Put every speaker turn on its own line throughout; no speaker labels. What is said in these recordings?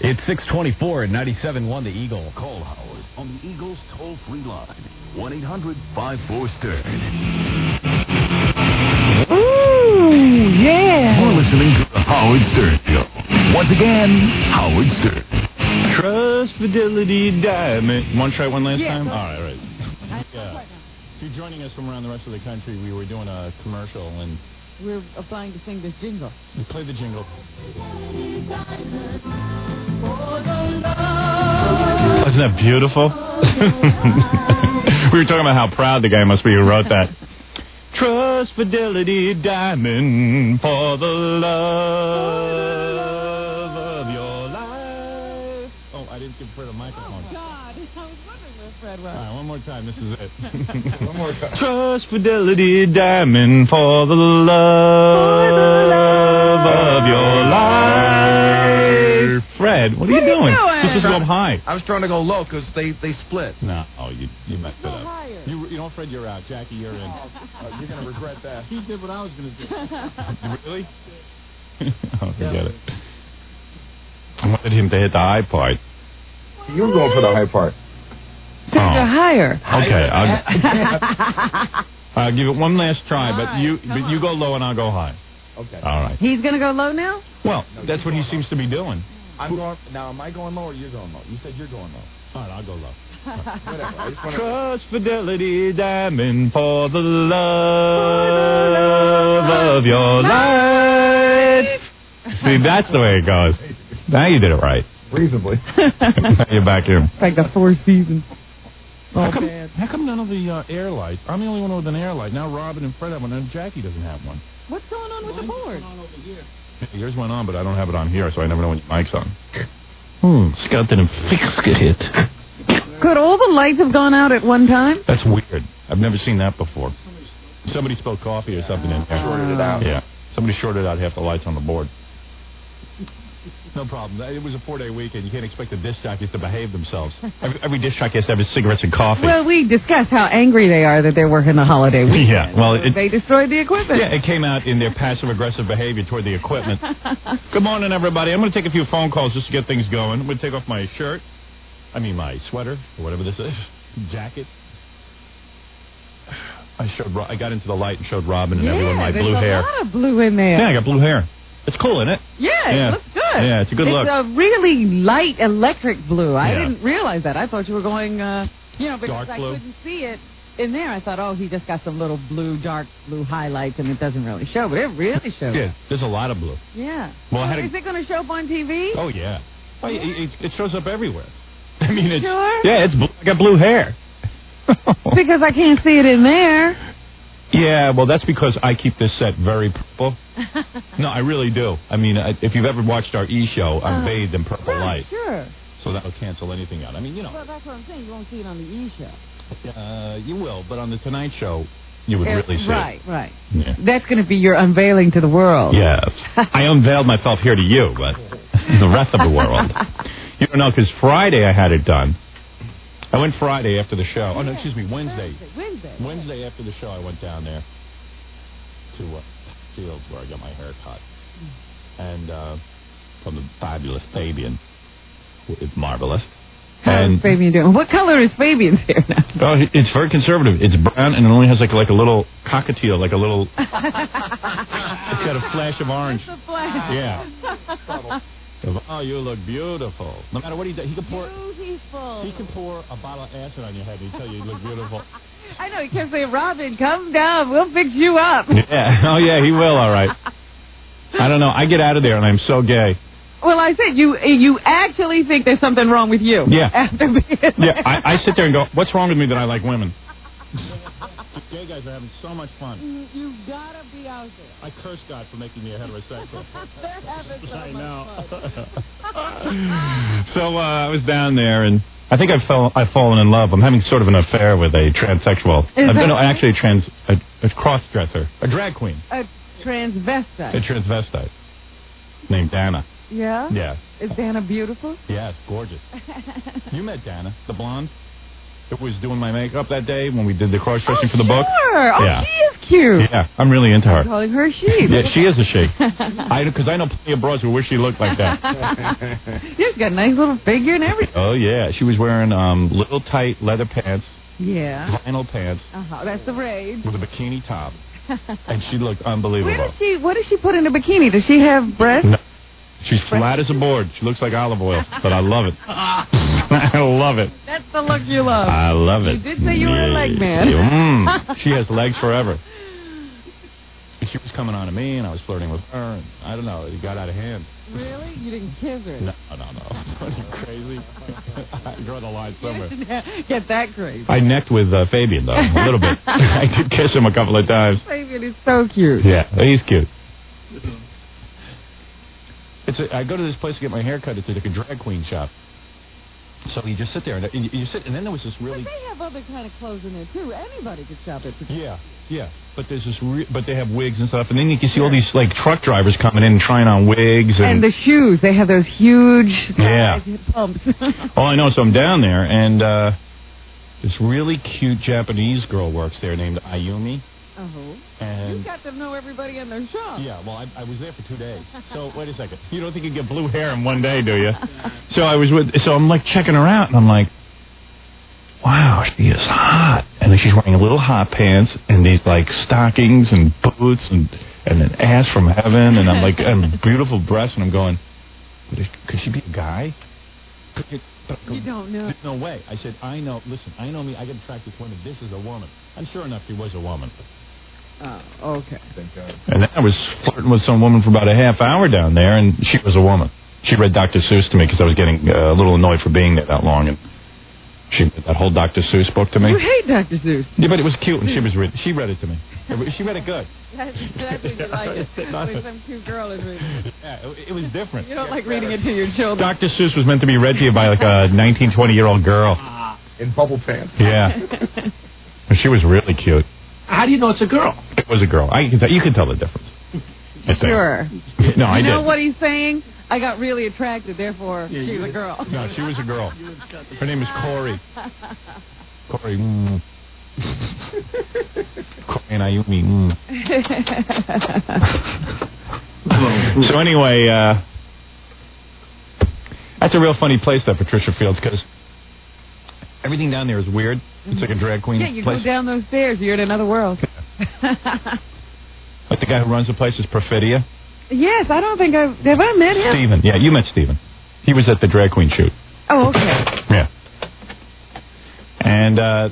It's 624 at 97.1 The Eagle. Call Howard on the Eagle's toll-free line. 1-800-54-STERN.
Ooh, yeah.
You're listening to The Howard Stern Show. Once again, Howard Stern.
Trust, fidelity, diamond. One try, one last
Yeah,
time.
go
All
ahead.
right, all right. Yeah. If you're joining us from around the rest of the country, we were doing a commercial and
We're applying to sing this jingle.
we play the jingle. Isn't that beautiful? we were talking about how proud the guy must be who wrote that. Trust, fidelity, diamond for the love of your life. Oh, I didn't give Fred a microphone.
Oh, God, I was wondering where Fred
All
was.
right, one more time. This is it. one more time. Trust Fidelity Diamond for the love of your life. Fred, what are you doing? This is go up high.
I was trying to go low because they, they split.
No, oh, you you messed it
Go
up.
higher.
You you know, Fred, you're out. Jackie, you're in.
Uh, you're going to regret that.
Oh. He did what I was going to do. really? oh, forget it. I wanted him to hit the high part.
You're going for the high part.
Take her higher.
Oh, Okay, I'll, I'll Uh, give it one last try,
All
but
right,
you
come
but you
on.
go low and I'll go high.
Okay.
All right.
He's going to go low now?
Well, that's what he seems to be doing.
I'm going. Now, am I going low or you're going low? You said you're going low.
All right, I'll go low.
Whatever. I just want to.
Trust Fidelity Diamond for the love of your life. See, that's the way it goes. Now you did it right.
Reasonably.
You're back here.
like the Four Seasons.
How come, how come none of the uh, air lights? I'm the only one with an air light. Now Robin and Fred have one, and Jackie doesn't have one.
What's going on with the board?
Yours went on, but I don't have it on here, so I never know when your mic's on. Hmm, Scott didn't fix it.
Could all the lights have gone out at one time?
That's weird. I've never seen that before. Somebody spilled coffee or something in there.
Shorted it out.
Yeah. Somebody shorted out half the lights on the board. No problem. It was a four-day weekend. You can't expect the disc jockeys to behave themselves. Every, every disc jockey has to have his cigarettes and coffee.
Well, we discussed how angry they are that they're working the holiday weekend.
yeah. Well, it,
They destroyed the equipment.
yeah, it came out in their passive-aggressive behavior toward the equipment. Good morning, everybody. I'm going to take a few phone calls just to get things going. I'm going to take off my shirt. I mean, my sweater, or whatever this is, jacket. I showed. Ro- I got into the light and showed Robin and everyone my
there's
blue
a
hair.
lot of blue in there.
Yeah, I got blue hair. It's cool, isn't it?
Yeah, it
Yeah.
looks good.
Yeah, it's a good look.
It's a really light electric blue. I
Yeah.
didn't realize that. I thought you were going, uh, you know, because
Dark
I
blue.
couldn't see it in there. I thought, oh, he just got some little blue, dark blue highlights, and it doesn't really show, but it really shows.
Yeah, there's a lot of blue.
Yeah.
Well, I
So
had a-
is it going to show up on TV?
Oh yeah. Well, it, it, it shows up everywhere. I mean, it's
Sure.
yeah, it's blue. I got blue hair.
Because I can't see it in there.
yeah, well, that's because I keep this set very purple. no, I really do. I mean, I, if you've ever watched our E show, I'm
Uh,
bathed in purple
Right,
light,
sure.
so that'll cancel anything out. I mean, you
Well,
know,
that's what I'm saying. You won't see it on the E show.
uh, you will, but on the Tonight Show, you would really see. it.
right, right.
Yeah.
That's going to be your unveiling to the world.
Yes. I unveiled myself here to you, but the rest of the world. You don't know, because Friday I had it done. I went Friday after the show. Oh, no, excuse me, Wednesday.
Wednesday.
Wednesday after the show, I went down there to uh, Fields where I got my hair cut. And uh, from the fabulous Fabian. It's marvelous.
How's
And
Fabian doing? What color is Fabian's hair now?
oh, it's very conservative. It's brown and it only has like like a little cockatiel, like a little. it's got a flash of orange.
It's a flash.
Yeah. oh, you look beautiful. No matter what he does, he can pour.
Beautiful.
He can pour a bottle of acid on your head and tell you you look beautiful.
I know, he kept saying, Robin, come down. We'll fix you up.
yeah. Oh yeah, he will. All right. I don't know. I get out of there and I'm so gay.
Well, I said, you you actually think there's something wrong with you.
Yeah.
After being
Yeah. I, I sit there and go, what's wrong with me that I like women? gay guys are having so much fun.
You, you gotta be out there.
I curse God for making me a heterosexual.
They're having so
I
much
know.
fun.
so uh, I was down there and. I think I've fell, I've fallen in love. I'm having sort of an affair with a transsexual.
Is
I've
that
been
right?
actually a trans, a, a cross-dresser, a drag queen.
A
A
transvestite.
transvestite named Dana.
yeah?
Yeah.
Is Dana beautiful?
Yes, gorgeous. you met Dana, the blonde. that was doing my makeup that day when we did the cross dressing for the book.
Sure. Oh,
Yeah.
she is cute.
Yeah, I'm really into her.
Calling her she.
Yeah, she is a she. I because I know plenty of bras who wish she looked like that.
She's got a nice little figure and everything.
Oh yeah, she was wearing um little tight leather pants,
Yeah.
flannel pants
Uh-huh. That's the rage.
with a bikini top, and she looked unbelievable.
Where does she? What does she put in a bikini? Does she have breasts?
No. She's flat as a board. She looks like olive oil, but I love it. I love it.
That's the look you love.
I love it.
You did say you were a leg man.
Mm. She has legs forever. And She was coming on to me, and I was flirting with her. And I don't know. It got out of hand.
really? You didn't kiss her?
No, no, no. Are you crazy? I draw the line somewhere.
You didn't Get that crazy.
I necked with uh, Fabian, though, a little bit. I did kiss him a couple of times.
Fabian is so cute.
Yeah, he's cute. It's a, I go to this place to get my hair cut. It's like a drag queen shop. So you just sit there and, and you, you sit, and then there was this
But
really
they have other kind of clothes in there too. Anybody could shop at. the-
yeah yeah. But there's this re- but they have wigs and stuff, and then you can see all these like truck drivers coming in and trying on wigs
And the shoes, they have those huge
Yeah.
size pumps.
All I know is I'm down there, and uh, this really cute Japanese girl works there named Ayumi.
oh, you
And
got to know everybody in their shop.
yeah, well, I, I was there for two days. So wait a second, you don't think you get blue hair in one day, do you? So I was with, so I'm like checking her out, and I'm like, wow, she is hot. And then she's wearing little hot pants and these like stockings and boots and and an ass from heaven, and I'm like, and beautiful breasts, and I'm going, "But is- could she be a guy? Could it- but-
You don't know.
there's no way. I said, I know. Listen, I know me. I can attract this woman. This is a woman. And sure enough, she was a woman.
Oh, okay.
Thank God.
And then I was flirting with some woman for about a half hour down there, and she was a woman. She read Dr. Seuss to me because I was getting uh, a little annoyed for being there that long, and she read that whole Dr. Seuss book to me.
You hate Dr. Zeus.
Yeah, but it was cute, and she was read, she read it to me. It was- She read it good.
That's, that's when you like it. When some cute girl is reading. it.
Yeah, it- it was different.
You don't like reading it to your children.
Dr. Seuss was meant to be read to you by like a 19, 20 year old girl.
In bubble pants.
Yeah, And she was really cute.
How do you know it's a girl?
It was a girl. I can tell, you can tell the difference. I think.
Sure.
No, Oh, I
you know
did.
what he's saying? I got really attracted, therefore she's a girl.
No, she was a girl. Her name is Corey. Corey. Mm. Corey and Ayumi. Mm. so anyway, uh, that's a real funny place, that Patricia Fields, because everything down there is weird. It's like a drag queen
yeah, you
place.
go down those stairs, you're in another world.
Like the guy who runs the place is Perfidia.
yes, I don't think I've have I met him.
Steven. Yeah, you met Steven. He was at the drag queen shoot.
Oh, okay.
Yeah. And uh,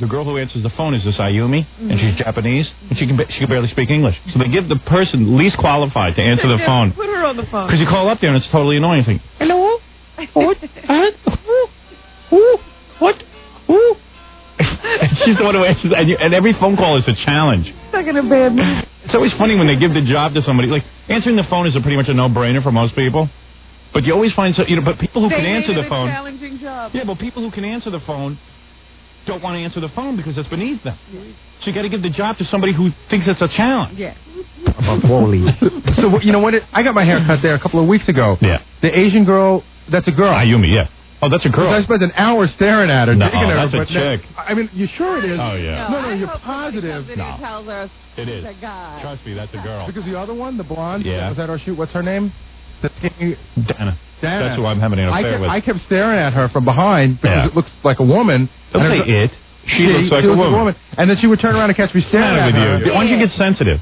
the girl who answers the phone is this Ayumi, and she's Japanese, and she can ba- she can barely speak English. So they give the person least qualified to answer the
Yeah,
phone
Put her on the phone.
because you call up there and it's totally annoying. You think, hello, what, Huh? who, what, who? And she's the one who answers, and, you, and every phone call is a challenge.
Stuck in a bad mood.
It's always funny when they give the job to somebody. Like answering the phone is a pretty much a no-brainer for most people, but you always find so you know. But people who
They
can answer
made
the
it a
phone,
challenging job.
yeah, but people who can answer the phone don't want to answer the phone because it's beneath them. So you got to give the job to somebody who thinks it's a challenge.
Yeah.
so what- you know what? It, I got my hair cut there a couple of weeks ago.
Yeah.
The Asian girl, that's a girl.
Ayumi, yeah. Oh, that's a girl.
I spent an hour staring at her,
No,
digging at her.
that's a
but now-
chick.
I mean, you sure it is?
Oh, yeah.
No, no,
I
you're
hope somebody
positive.
comes in
No.
and tells her
It is.
it's a guy.
Trust me, that's a girl.
Because the other one, the blonde,
Yeah.
that was at our shoot. What's her name? The skinny
Dana.
Dana.
That's who I'm having an
I
affair
kept,
with.
I kept staring at her from behind because
Yeah.
it looks like a woman.
Don't
And I
say
was-
it. She, looks like
she
a woman.
And then she would turn around and catch me
What's the
staring
matter
at her.
with you? Why don't you get sensitive?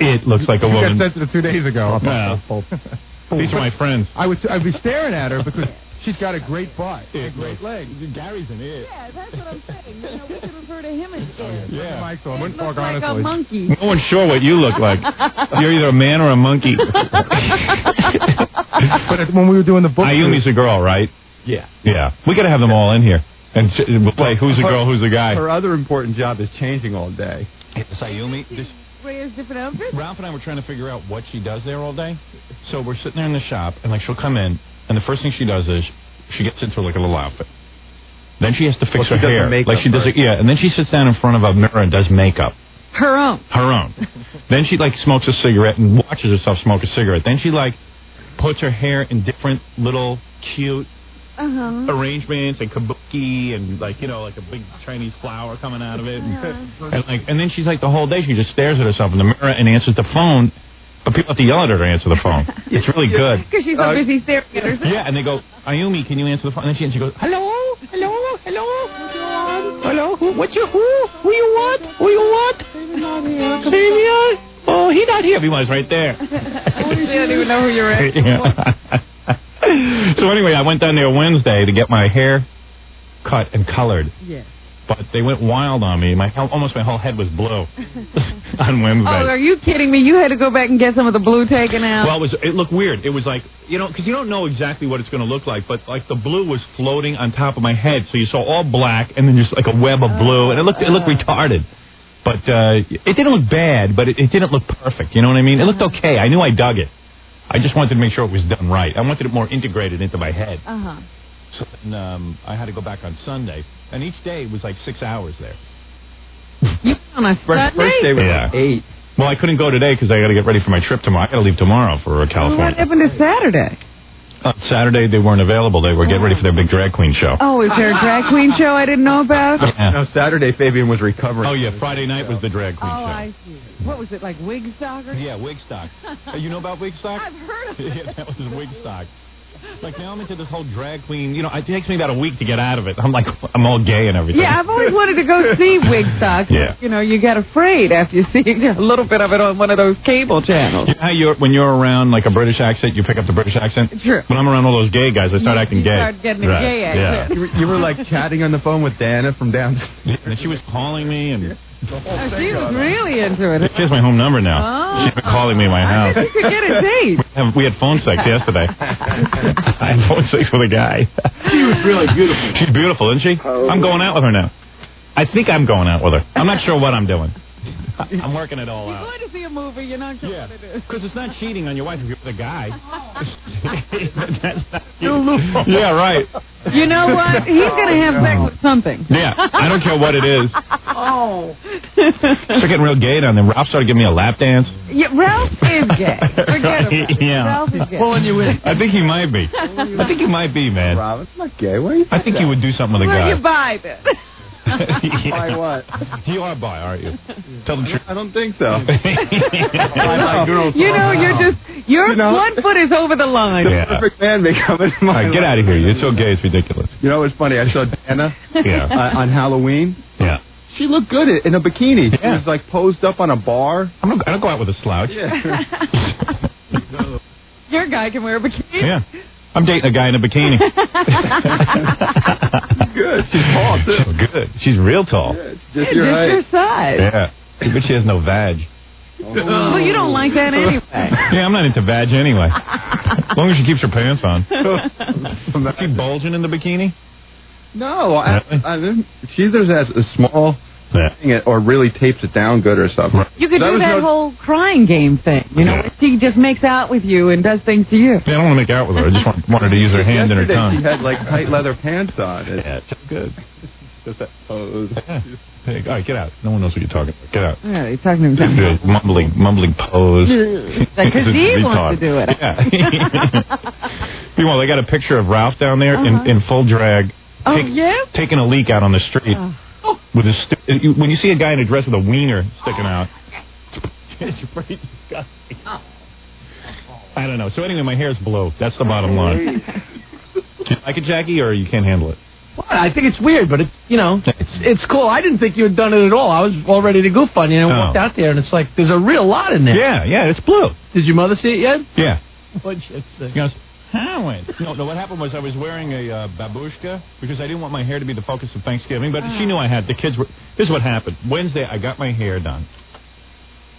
It looks like a
You
woman.
got sensitive two days ago.
Yeah. These are my friends.
I would I'd be staring at her because she's got a great butt, and a great leg.
Gary's an it.
Yeah, that's what I'm saying. You know, we can refer to him as it.
Yeah.
Mike, so I
It
wouldn't
looks
talk
like a
honestly.
monkey.
No one's sure what you look like. You're either a man or a monkey.
But it- when we were doing the book,
Ayumi's a girl, right?
Yeah.
Yeah. We got to have them all in here. And sh- we'll play who's a girl, who's a guy.
Her other important job is changing all day.
Sayumi,
She wears different outfits.
Ralph and I were trying to figure out what she does there all day. So we're sitting there in the shop, and like she'll come in, and the first thing she does is she gets into like a little outfit. Then she has to fix
Well, she
her
does the
hair,
makeup
like she does,
first.
it, yeah. And then she sits down in front of a mirror and does makeup,
Her own.
her own. then she like smokes a cigarette and watches herself smoke a cigarette. Then she like puts her hair in different little cute
Uh-huh.
arrangements and kabuki and like you know like a big Chinese flower coming out of it.
Uh-huh.
And,
Yeah.
and like and then she's like the whole day she just stares at herself in the mirror and answers the phone, but people have to yell at her to answer the phone. It's really good.
Because she's so
Uh,
busy staring at herself.
Yeah, and they go, Ayumi, can you answer the phone? And then she, and she goes, hello, hello, hello, hello, who, what you, who, who you want, who you want? Savior? Oh, he not here. He was right there.
She didn't even know who you were. at.
Yeah. so anyway, I went down there Wednesday to get my hair cut and colored,
Yeah.
but they went wild on me. My hel- almost my whole head was blue on Wednesday.
Oh, are you kidding me? You had to go back and get some of the blue taken out.
Well, it was it looked weird. It was like you know because you don't know exactly what it's going to look like, but like the blue was floating on top of my head, so you saw all black and then just like a web of blue, and it looked it
Oh.
looked retarded. But uh, it didn't look bad, but it, it didn't look perfect. You know what I mean? It
Uh-huh.
looked okay. I knew I dug it. I just wanted to make sure it was done right. I wanted it more integrated into my head.
Uh,
Uh-huh.
So then, um, I had to go back on Sunday, and each day was like six hours there.
you on a
First,
Sunday?
first day was
Yeah.
eight.
Well, I couldn't go today because I got to get ready for my trip tomorrow. I got to leave tomorrow for uh,
Well,
California.
what happened to Saturday?
On Saturday, they weren't available. They were getting ready for their big drag queen show.
Oh, is there a drag queen show I didn't know about?
Yeah.
No, Saturday Fabian was recovering.
Oh, yeah. Friday night was the drag
Oh,
queen
I see. What was it, like Wigstock or
show. Yeah, Wigstock. Uh, you know about Wigstock?
I've heard of it.
yeah, that was Wigstock.
Oh.
Like, now I'm into this whole drag queen. You know, it takes me about a week to get out of it. I'm like, I'm all gay and everything.
Yeah, I've always wanted to go see Wigstock.
Yeah.
You know, you got afraid after you see a little bit of it on one of those cable channels.
You know how you're, when you're around, like, a British accent, you pick up the British accent?
True.
When I'm around all those gay guys, I start
You-
acting
you
gay.
start getting a
Right,
gay accent.
You were, you were like chatting on the phone with Dana from down.
Yeah. And she was calling me, and
Oh, she was really into it.
she has my home number now.
Oh.
She's been calling me in my
I
house.
think you could get a date.
Have- We had phone sex yesterday. I had phone sex with a guy. She was really beautiful. She's beautiful, isn't she? I'm going out with her now. I think I'm going out with her. I'm not sure what I'm doing. I- I'm working it all
You're
out.
going to see a movie, you're not sure
Yeah,
what it is.
because it's not cheating on your wife if you're with a guy. That's not cheating. yeah, right.
You know what? He's going to have sex with something.
Oh, Yeah, I don't care what it is. Start getting real gay down there. Ralph started giving me a lap dance.
Yeah, Ralph is gay. Forget about it.
Yeah.
Ralph is gay.
you in. I think he might be. I think he might be, man.
Rob, it's not gay. Why? Are you
I think you would do something with a
Well,
guy.
you buy it.
Yeah.
Why what?
You are bi, aren't you? Tell the
I don't think so.
truth.
Why my girls
You know,
are
you're
now?
just, your
You know?
one foot is over the line.
Yeah.
perfect man may come into
All
my
right, get
life.
out of here. You're so gay, it's ridiculous.
You know what's funny? I saw Dana uh,
Yeah.
on Halloween.
Yeah.
She looked good in- in a bikini. She
Yeah.
was like posed up on a bar.
I'm not, I don't go out with a slouch. Yeah.
Your guy can wear a bikini.
I'm dating a guy in a bikini.
Good. She's tall too.
She's good. She's real tall.
Yeah, it's
It's
just your
your
height.
size.
Yeah. But she has no vag.
Well, you don't like that anyway.
Yeah, I'm not into vag anyway. As long as she keeps her pants on. Is she bulging in the bikini?
No, I,
Really?
I didn't. Uh, She either has a small
Yeah.
thing it or really tapes it down good or something.
You could
That
do
was
that
no-
whole crying game thing. You know,
Yeah.
where she just makes out with you and does things to you.
Yeah, I don't want to make out with her. I just want, want her to use her hand and her
Yesterday
tongue.
She had like tight leather pants on. It's
Yeah, it's good.
just that pose.
Yeah. Hey, all right, get out. No one knows what you're talking about. Get out.
Yeah, you're talking to him.
Just do it. mumbling, mumbling pose.
Like, 'cause he
Retard.
wants to do it.
Yeah. Meanwhile, they got a picture of Ralph down there
Uh-huh.
in, in full drag,
Oh,
take-
yeah?
taking a leak out on the street.
Uh-huh.
With his st- you- when you see a guy in a dress with a wiener sticking out, it's pretty disgusting.
Oh.
I don't know. So anyway, my hair's blue. That's the bottom line. Do you like it, Jackie, or you can't handle it?
Well, I think it's weird, but it, you know, it's it's cool. I didn't think you had done it at all. I was all ready to goof on you, and I
Oh.
walked out there, and it's like there's a real lot in there.
Yeah, yeah, it's blue.
Did your mother see it yet?
Yeah.
What'd she say?
He goes, Howard. No, no, what happened was I was wearing a uh, babushka because I didn't want my hair to be the focus of Thanksgiving, but she knew I had. The kids were. This is what happened. Wednesday, I got my hair done.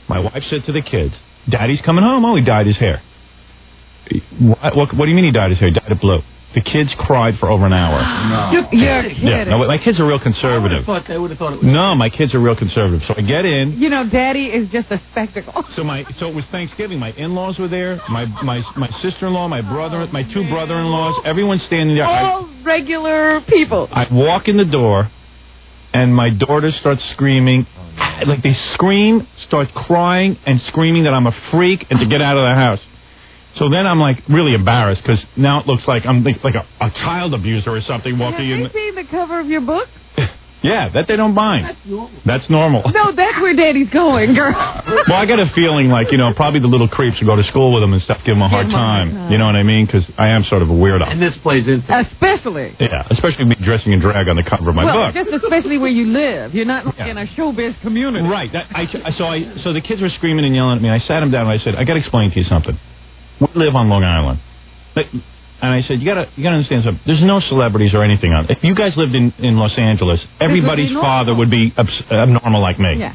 My wife said to the kids, Daddy's coming home. Oh, he dyed his hair. What, what, what do you mean he dyed his hair? He dyed it blue. The kids cried for over an hour.
You, you're kidding.
Yeah, no, my kids are real conservative.
thought they would have thought it was.
No, my kids are real conservative. So I get in.
You know, Daddy is just a spectacle.
So my so it was Thanksgiving. My in-laws were there. My my my sister-in-law, my brother, my two brother-in-laws. Everyone's standing there. I,
All regular people.
I walk in the door, and my daughter starts screaming. Like they scream, start crying, and screaming that I'm a freak and to get out of the house. So then I'm like really embarrassed because now it looks like I'm like, like a, a child abuser or something walking in.
Have they seen the cover of your book?
Yeah, that they don't mind. That's normal. That's normal.
No, that's where Daddy's going, girl.
well, I got a feeling like you know probably the little creeps who go to school with them and stuff give them a hard
them a hard
time.
time.
You know what I mean? Because I am sort of a weirdo.
And this plays into
Especially.
Yeah, especially me dressing in drag on the cover of my
well,
book.
just especially where you live. You're not like
Yeah.
in a showbiz community.
Right. That, I, so I so the kids were screaming and yelling at me. I sat them down and I said, "I got to explain to you something. We live on Long Island, But- and I said, you got to you got to understand something. There's no celebrities or anything on. If you guys lived in in Los Angeles, everybody's
normal.
father would be abs- abnormal like me.
Yeah.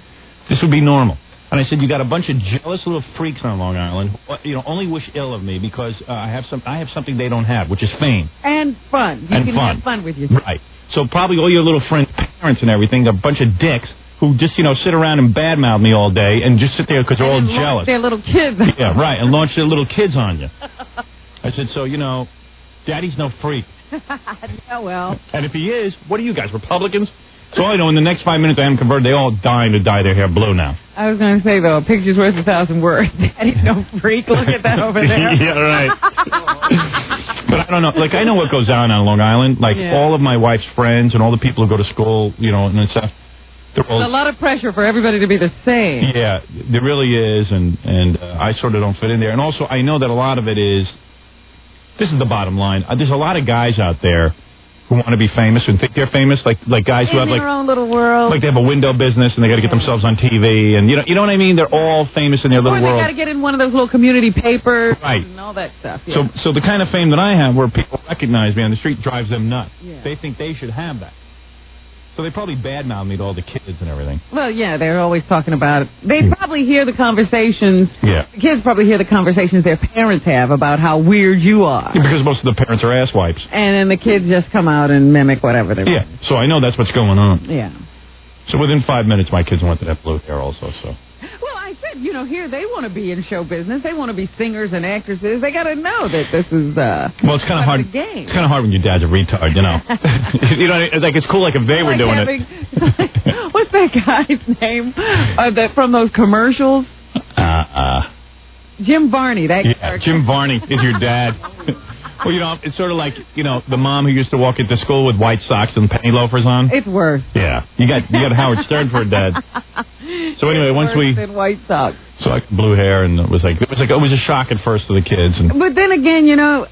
This would be normal." And I said, "You got a bunch of jealous little freaks on Long Island. who, You know, only wish ill of me because uh, I have some. I have something they don't have, which is fame.
And fun. You
And
can
fun.
have fun with yourself.
Right. So probably all your little friends' parents and everything, a bunch of dicks who just you know sit around and badmouth me all day and just sit there because they're all
And launch
jealous.
Their little kids.
Yeah, right. And launch their little kids on you. I said, so you know, Daddy's no freak,
oh, well.
and if he is, what are you guys, Republicans? So I know in the next five minutes I am converted. They all dying to dye their hair blue now.
I was going to say, though, a picture's worth a thousand words. Daddy's no freak. Look at that over there.
yeah, right. but I don't know. Like I know what goes on on Long Island. Like
Yeah.
all of my wife's friends and all the people who go to school, you know, and stuff. They're all
There's a lot of pressure for everybody to be the same.
Yeah, there really is, and and uh, I sort of don't fit in there. And also, I know that a lot of it is. This is the bottom line. Uh, there's a lot of guys out there who want to be famous and think they're famous, like like guys who
In
have
their
like
own little world.
like they have a window business and they got to get themselves on TV, and you know you know what I mean. They're all famous in their
or
little
they
world.
got to get in one of those little community papers
Right.
and all that stuff. Yeah.
So, so the kind of fame that I have, where people recognize me on the street, drives them nuts.
Yeah.
They think they should have that. So they probably badmouth me to all the kids and everything.
Well, yeah, they're always talking about it. They probably hear the conversations.
Yeah.
The kids probably hear the conversations their parents have about how weird you are.
Yeah, because most of the parents are asswipes.
And then the kids just come out and mimic whatever they
Yeah.
want.
So I know that's what's going on.
Yeah.
So within five minutes, my kids went to that blue hair also. So
Well, I said, you know, here they want to be in show business. They want to be singers and actresses. They got to know that this is. uh
well, it's kind of
Part
hard.
of the game.
It's kind of hard when your dad's a retard, you know. you know, it's like it's cool like if they were
like
doing
having,
it.
what's that guy's name? Uh, that from those commercials,
uh, uh,
Jim Varney. That
yeah,
character.
Jim Varney is your dad. well, you know, it's sort of like you know the mom who used to walk into school with white socks and penny loafers on.
It's worse.
Yeah, you got you got Howard Stern for a dad. So anyway, once
Worse
we
than White Sox.
so I blue hair and it was like it was like it was a shock at first to the kids and
But then again, you know,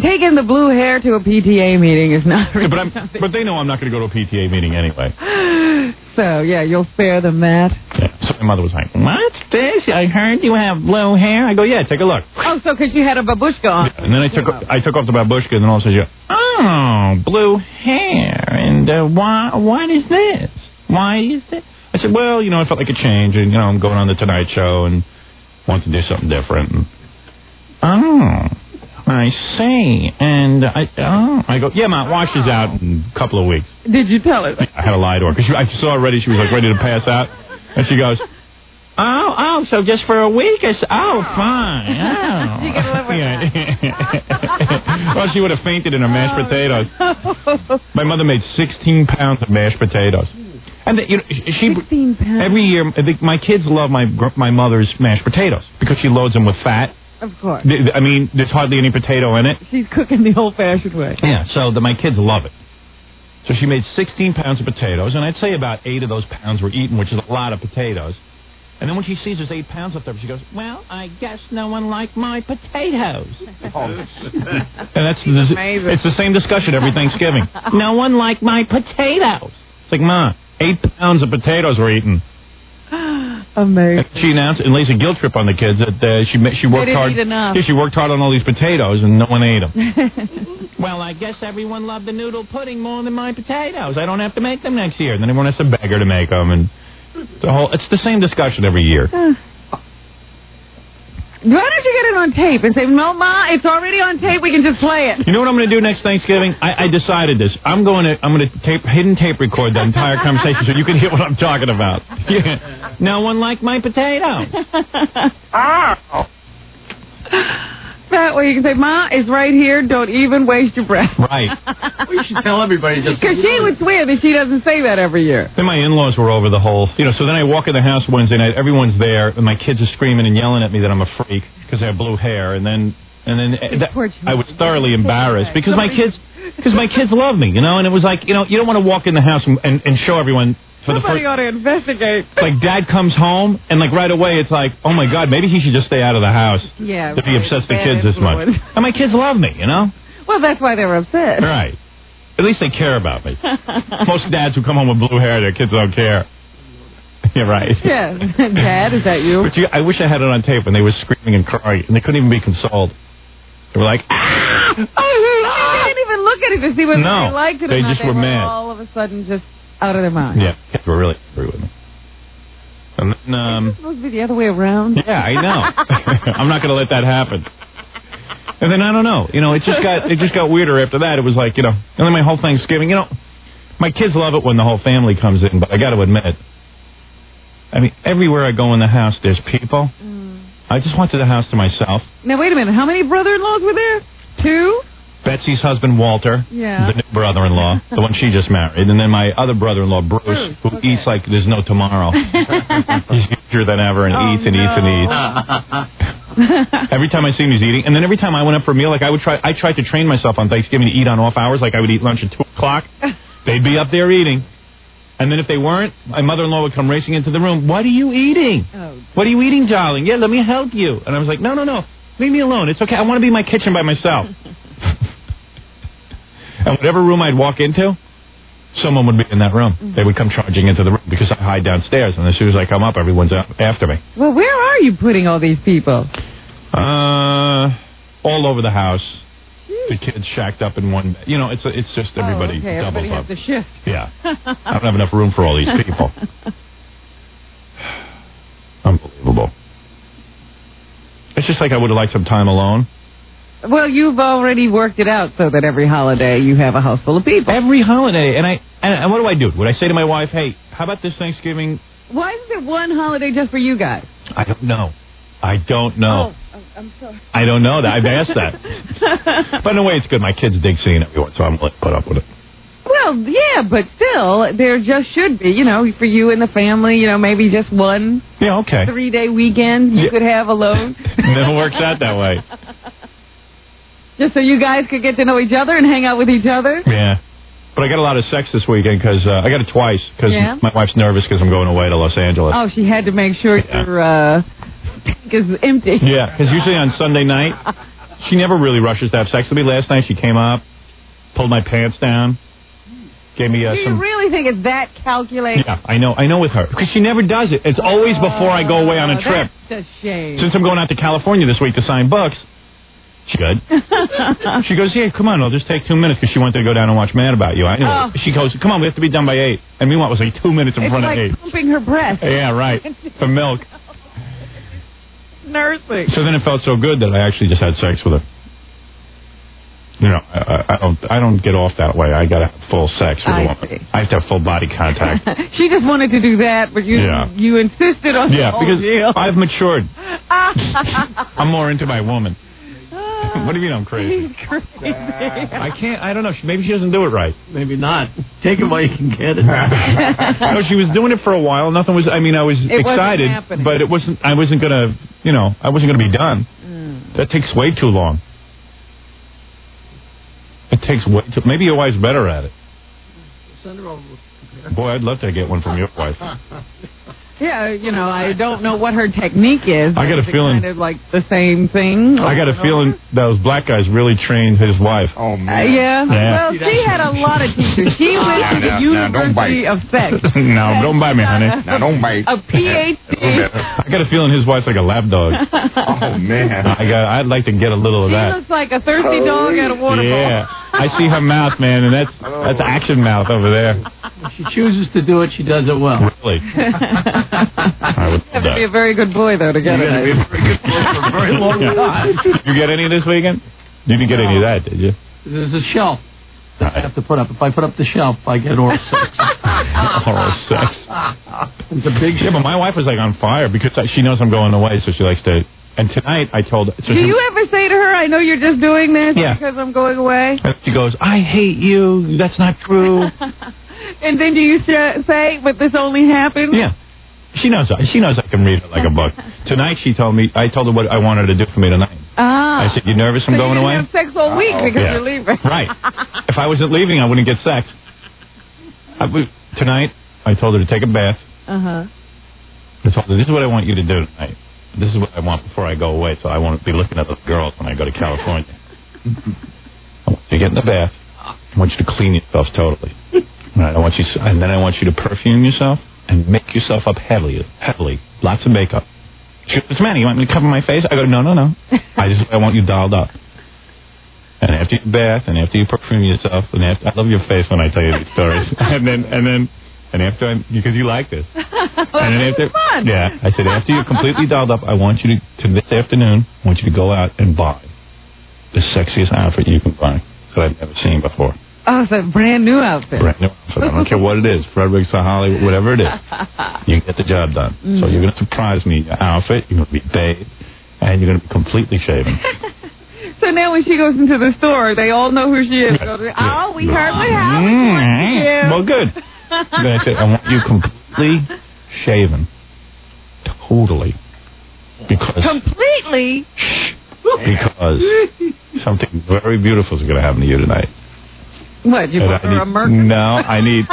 taking the blue hair to a PTA meeting is not really
but I'm
something.
but they know I'm not going to go to a PTA meeting anyway.
So, yeah, you'll spare them that.
Yeah. So my mother was like, "What's this? I heard you have blue hair." I go, "Yeah, take a look."
Oh, so because you had a babushka on.
And then I took I took off the babushka, and then all of a sudden, you go, "Oh, blue hair, and uh, why? What is this? Why is this?" I said, "Well, you know, I felt like a change, and you know, I'm going on the Tonight Show, and want to do something different." And, oh, I see. And I oh, I go, "Yeah, my wash is out in a couple of weeks."
Did you tell her?
I had a lie to her because I saw already she was like ready to pass out, and she goes, "Oh, oh, so just for a week? I said, oh, fine. Oh.
You can live with
yeah. well, she would have fainted in her mashed
Oh.
potatoes. My mother made 16 pounds of mashed potatoes, and the, you know she- she
16 pounds.
every year. I think my kids love my gr- my mother's mashed potatoes because she loads them with fat.
of course.
Th- I mean, there's hardly any potato in it.
She's cooking the old-fashioned way.
Yeah, so the, my kids love it. So she made 16 pounds of potatoes, and I'd say about eight of those pounds were eaten, which is a lot of potatoes. And then when she sees there's eight pounds left over, she goes, "Well, I guess no one liked my potatoes." and that's the,
amazing.
it's the same discussion every Thanksgiving. no one liked my potatoes. It's like, Ma, eight pounds of potatoes were eaten.
Amazing.
She announced and lays a guilt trip on the kids that uh, she ma- she worked
didn't
hard.
eat enough.
Yeah, she worked hard on all these potatoes and no one ate them. well, I guess everyone loved the noodle pudding more than my potatoes. I don't have to make them next year. And then everyone has to beg her to make them, and the whole it's the same discussion every year.
Why don't you get it on tape and say, no, Ma, it's already on tape. We can just play it.
You know what I'm going to do next Thanksgiving? I, I decided this. I'm going to I'm going to tape hidden tape record the entire conversation so you can hear what I'm talking about. Yeah. No one liked my potato.
that way you can say, Ma is right here. Don't even waste your breath.
Right.
You should tell everybody just.
Because she would swear that she doesn't say that every year.
Then my in-laws were over the whole, you know. So then I walk in the house Wednesday night. Everyone's there, and my kids are screaming and yelling at me that I'm a freak because I have blue hair. And then, and then uh, that,
poor child.
I was thoroughly embarrassed because my kids, because my kids love me, you know. And it was like, you know, you don't want to walk in the house and, and, and show everyone for the
Somebody
first.
ought to investigate.
Like dad comes home, and like right away, it's like, oh my god, maybe he should just stay out of the house.
Yeah,
If he
right.
upsets the
Bad
kids this much,
influence.
and my kids love me, you know.
Well, that's why they were upset.
Right. At least they care about me. Most dads who come home with blue hair, their kids don't care. You're right.
Yeah. Dad, is that you?
But you, I wish I had it on tape when they were screaming and crying, and they couldn't even be consoled. They were like, ah!
They didn't even look at it to see whether
No,
they liked it
they
or not.
just
they
were
were
mad.
all of a sudden just out of their mind.
yeah, kids were really angry with me. And then, um,
It's supposed to be the other way around.
yeah, I know. I'm not going to let that happen. And then I don't know. You know, it just got it just got weirder after that. It was like you know, and then my whole Thanksgiving. You know, my kids love it when the whole family comes in, but I got to admit, I mean, everywhere I go in the house, there's people. I just wanted the house to myself.
Now, wait a minute. How many brother-in-laws were there? Two?
Betsy's husband Walter,
Yeah.
the new brother-in-law, the one she just married, and then my other brother-in-law Bruce,
Bruce,
who
Hmm. okay.
eats like there's no
Oh.
tomorrow. he's huger than ever and
Oh,
eats and eats and eats. every time I see him, he's eating, and then every time I went up for a meal, like I would try, I tried to train myself on Thanksgiving to eat on off hours. Like I would eat lunch at two o'clock. They'd be up there eating, and then if they weren't, my mother-in-law would come racing into the room. What are you eating?
Oh,
What are you eating, darling? Yeah, let me help you. And I was like, no, no, no. Leave me alone. It's okay. I want to be in my kitchen by myself. and whatever room I'd walk into, someone would be in that room.
Mm.
They would come charging into the room because I hide downstairs. And as soon as I come up, everyone's out after me.
well, where are you putting all these people?
Uh, all over the house. The kids shacked up in one bed. You know, it's it's just everybody
oh, okay.
doubles
Everybody has
up.
to shift.
Yeah. I don't have enough room for all these people. Unbelievable. It's just like I would have liked some time alone.
Well, you've already worked it out so that every holiday you have a house full of people.
Every holiday, and I and, and what do I do? Would I say to my wife, "Hey, how about this Thanksgiving?"
Why is it one holiday just for you guys?
I don't know. I don't know.
oh I'm sorry.
I don't know that. I've asked that. but in a way, it's good. My kids dig seeing everyone, so I'm like, put up with it.
Well, yeah, but still, there just should be, you know, for you and the family, you know, maybe just one
Yeah, okay.
three day weekend you
Yeah.
could have alone.
Never works out that way.
just so you guys could get to know each other and hang out with each other.
Yeah. But I got a lot of sex this weekend because uh, I got it twice because
Yeah?
my wife's nervous because I'm going away to Los Angeles.
Oh, she had to make sure
Yeah.
your uh, tank is empty.
Yeah, because usually on Sunday night, she never really rushes to have sex with me. Last night she came up, pulled my pants down, gave me uh,
Do you
some.
really think it's that calculated?
Yeah, I know, I know with her because she never does it. It's always before I go away on a
Oh,
trip.
That's a shame.
Since I'm going out to California this week to sign books, she good. she goes, yeah, come on, I'll just take two minutes because she wanted to go down and watch Mad About You. I knew.
Oh.
it. She goes, come on, we have to be done by eight, and meanwhile it was like two minutes in
it's
front
like
of eight.
pumping her breath.
Yeah, right. For milk.
Nursing.
So then it felt so good that I actually just had sex with her. You know, I, I- I don't, I don't get off that way. I got to have full sex with
I
a woman.
see.
I have to have full body contact.
she just wanted to do that, but you
Yeah.
you insisted on
yeah,
the whole
because
deal.
I've matured. I'm more into my woman.
Ah.
what do you mean I'm crazy?
He's crazy.
I can't. I don't know. She- Maybe she doesn't do it right.
Maybe not. Take it while you can get it.
no, she was doing it for a while. Nothing was. I mean, I was
wasn't
excited,
happening.
but it wasn't. I wasn't gonna. You know, I wasn't gonna be done.
Mm.
That takes way too long. It takes way too. Maybe your wife's better at it. Boy, I'd love to get one from your wife.
Yeah, you know, I don't know what her technique is.
I got a
Is it
feeling-
kind of like the same thing.
I got a feeling those black guys really trained his wife.
Oh
Uh,
man.
yeah.
Yeah.
Well, she had a lot of teachers. She went
Yeah,
to the
now- now don't bite.
University of Sex. uh,
no, don't buy me, honey.
Now don't bite.
A PhD.
I got a feeling his wife's like a lab dog.
Oh man.
I got. I'd like to get a little of
She
that.
looks like a thirsty
Oh.
dog at a waterfall.
Yeah, I see her mouth, man, and that's that's action mouth over there.
If she chooses to do it, she does it well.
Really, I would
You
love
have to be a
that.
very good boy though to get
You're gonna be
it.
a very good boy for a very long
Yeah.
time.
You get any this weekend? You didn't get any of that, did you?
There's a shelf
All
I have to put up. If I put up the shelf, I get oral sex.
right. Oral sex.
It's a big
Oh, Yeah, but
shelf.
my wife was like on fire because she knows I'm going away, so she likes to And tonight I told. So
Do
she,
you ever say to her, I know you're just doing this
Yeah.
because I'm going away?
and she goes, I hate you. That's not true.
And then do you sa- say, but this only happened?
yeah. She knows. I She knows I can read it like a book. Tonight she told me. I told her what I wanted her to do for me tonight.
Ah.
I said, "You nervous I'm
so
going
you didn't
away?"
have sex all week because
Yeah.
you're leaving.
Right. If I wasn't leaving, I wouldn't get sex. I would, tonight, I told her to take a bath.
Uh-huh.
I told her, this is what I want you to do tonight. This is what I want before I go away, so I won't be looking at those girls when I go to California. I want you to get in the bath. I want you to clean yourself totally. And I want you, and then I want you to perfume yourself and make yourself up heavily, heavily, lots of makeup. She goes, Manny, you want me to cover my face? I go, no, no, no. I just, I want you dialed up. And after you bath, and after you perfume yourself, and after, I love your face when I tell you these stories. and then, and then, and after, I, because you like this. and then after,
fun.
yeah, I said after you're completely dialed up, I want you to, to this afternoon, I want you to go out and buy the sexiest outfit you can buy that I've never seen before.
Oh, it's a brand new outfit.
Brand new outfit. I don't care what it is, Frederick's or Hollywood, whatever it is. You get the job done. So you're going to surprise me. in Your outfit, you're going to be bathed, and you're going to be completely shaven.
So now when she goes into the store, they all know who she is. They'll be, Oh, we heard what happened. to you."
Mm, Well, good. I'm going to say, I want you completely shaven. Totally. Because,
Completely.
because something very beautiful is going to happen to you tonight.
What, you
And
want
I
her a
need-
merchant?
No, I need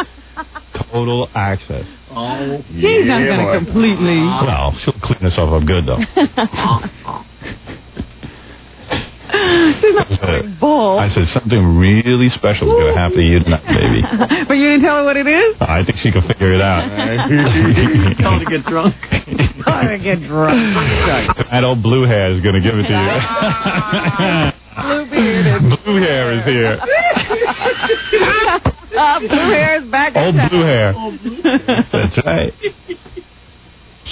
total access.
She's not
Yeah,
going
boy.
to completely.
Well, she'll clean herself up good, though.
She's not going bull.
I said something really special is going to happen to you tonight, baby.
But you didn't tell her what it is?
I think she can figure it out.
Tell her to get drunk.
I'm going to get drunk.
that old blue hair is going to give it to you.
Blue beard is.
blue hair is here.
Uh, blue hair is back. in
Old
town.
blue hair. That's right.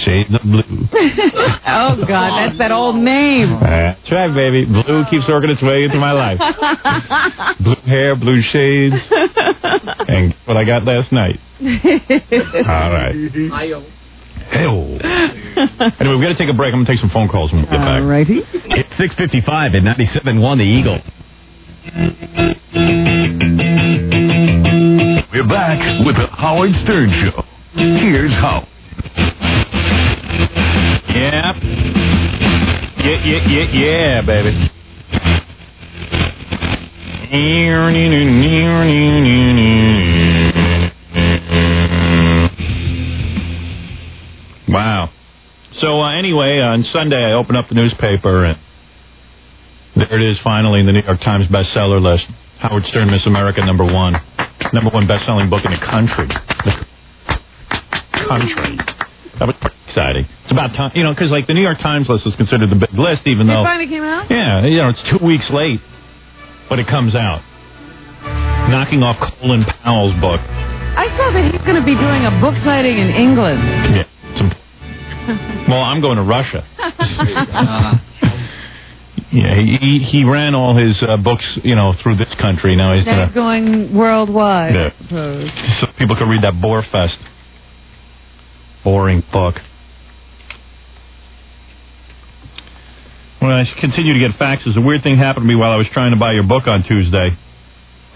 Shades of blue.
Oh, God, that's that old name.
That's right, baby. Blue keeps working its way into my life. blue hair, blue shades, and what I got last night. All right. Hey-oh. Anyway, we've got to take a break. I'm going to take some phone calls when we get back.
All righty.
It's 655 at 97.1 The Eagle. We're back with the Howard Stern Show. Here's how.
Yep. Yeah, yeah, yeah, yeah, baby. Wow. So uh, anyway, on Sunday I opened up the newspaper and there it is finally in the New York Times bestseller list. Howard Stern, Miss America, number one. Number one best-selling book in the country. The country. That was pretty exciting. It's about time, you know, because like the New York Times list is considered the big list, even
It
though
finally came out?
yeah, you know, it's two weeks late, but it comes out. Knocking off Colin Powell's book.
I saw that he's going to be doing a book signing in England.
Yeah. Some, well, I'm going to Russia. yeah, he he- he ran all his uh, books, you know, through this country. Now he's
That's
gonna
going worldwide,
Yeah.
I suppose.
so people can read that bore fest. Boring book. Well, I continue to get faxes. A weird thing happened to me while I was trying to buy your book on Tuesday.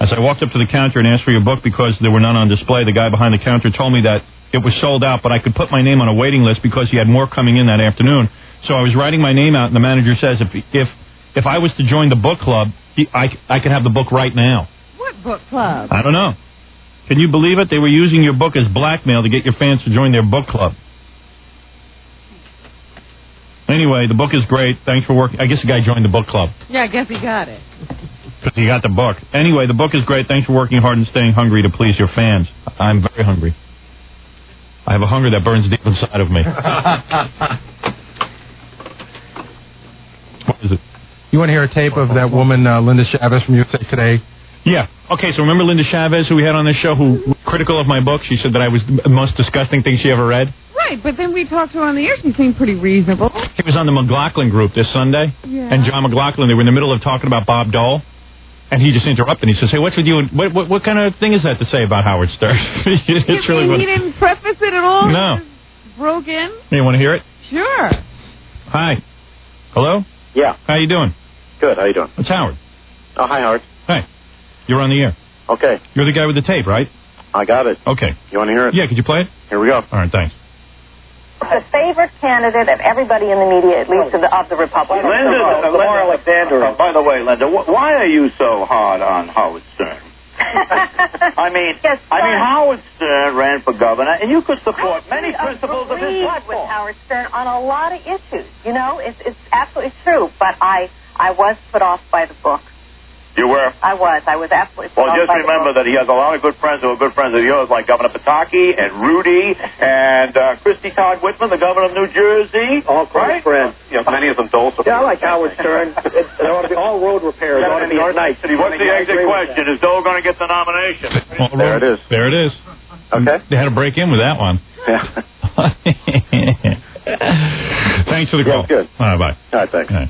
As I walked up to the counter and asked for your book because there were none on display, the guy behind the counter told me that it was sold out, but I could put my name on a waiting list because he had more coming in that afternoon. So I was writing my name out, and the manager says if if if I was to join the book club, he, I I could have the book right now.
What book club?
I don't know. Can you believe it? They were using your book as blackmail to get your fans to join their book club. Anyway, the book is great. Thanks for working. I guess the guy joined the book club
Yeah, I guess he got it.
because he got the book. Anyway, the book is great. Thanks for working hard and staying hungry to please your fans. I'm very hungry. I have a hunger that burns deep inside of me. what is it?
You want to hear a tape of that woman, uh, Linda Chavez from USA Today?
Yeah. Okay, so remember Linda Chavez, who we had on this show, who was critical of my book? She said that I was the most disgusting thing she ever read.
Right, but then we talked to her on the air. She seemed pretty reasonable.
He was on the McLaughlin group this Sunday,
Yeah.
and John McLaughlin. They were in the middle of talking about Bob Dole, and he just interrupted. He says, "Hey, what's with you? What what, what kind of thing is that to say about Howard Stern?" it's really
he,
what.
he didn't preface it at all?
No.
He just broke in?
You want to hear it?
Sure.
Hi. Hello?
Yeah.
How you doing?
Good. How you doing?
It's Howard.
Oh, hi, Howard.
Hey. You're on the air.
Okay,
You're the guy with the tape, right?
I got it.
Okay.
You want to hear it?
Yeah, could you play it?
Here we go.
All right, thanks.
the favorite candidate of everybody in the media, at least of the, of the Republicans.
uh, Linda, Lamar Alexander. by the way, Linda, wh- why are you so hard on Howard Stern? I mean,
Yes,
I mean,
sir.
Howard Stern ran for governor, and you could support
I
many
actually
principles of his
agreed with
platform.
Howard Stern on a lot of issues. You know, it's it's absolutely true. But I I was put off by the book.
You were.
I was. I was absolutely.
Well,
Put off
just
by
remember
the book.
that he has a lot of good friends who are good friends of yours, like Governor Pataki and Rudy and uh, Christy Todd Whitman, the governor of New Jersey. All right? friends. Yeah, many of them also. Yeah, I like Howard Stern. it, ought to be all road repairs. ought to be nice. What's the exit question? Is Dole going to get the nomination?
There
it is.
There it is.
Okay.
They had to break in with that one.
Yeah.
Thanks for the
Yeah,
call.
good.
All right, bye.
All right, thanks.
Okay.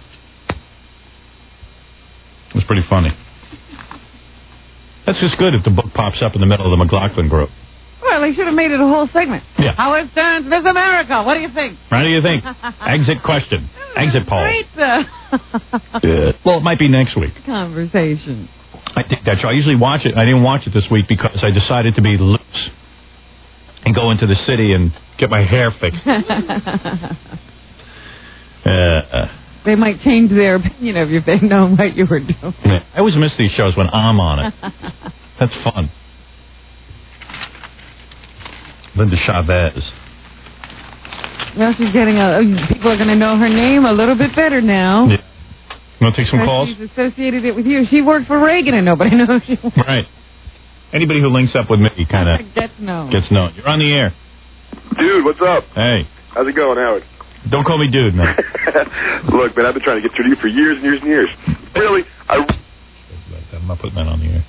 It was pretty funny. That's just good if the book pops up in the middle of the McLaughlin group.
Well, they should have made it a whole segment.
Yeah.
Howard Stern's Miss America. What do you think?
How do you think? Exit question. Exit poll.
Great uh,
Yeah. Well, it might be next week.
conversation.
I think that's right. I usually watch it. I didn't watch it this week because I decided to be loose and go into the city and get my hair fixed. uh, uh,
They might change their opinion of you if they know what you were doing.
yeah. I always miss these shows when I'm on it. That's fun. Linda Chavez.
Now she's getting a. oh, People are going to know her name a little bit better now.
Yeah. Want to take some
Because
calls?
She's associated it with you. She worked for Reagan, and nobody knows she
Right. Anybody who links up with me kind of
gets known.
gets known. You're on the air.
Dude, what's up?
Hey,
How's it going, Howard?
don't call me dude, man.
Look, man, I've been trying to get through to you for years and years and years. Really, I
I'm not putting that on the air.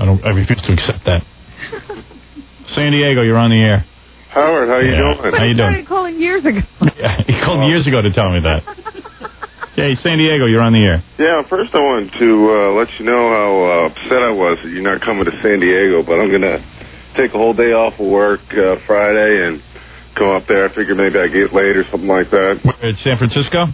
I don't. I refuse to accept that. San Diego, you're on the air.
Howard, how you
Yeah.
doing?
How you
I
doing?
started calling years ago.
Yeah, he called years ago to tell me that. Hey, San Diego, you're on the air.
Yeah, first I wanted to uh, let you know how uh, upset I was that you're not coming to San Diego, but I'm gonna take a whole day off of work uh, Friday and come up there. I figure maybe I get late or something like that.
Where, at San Francisco,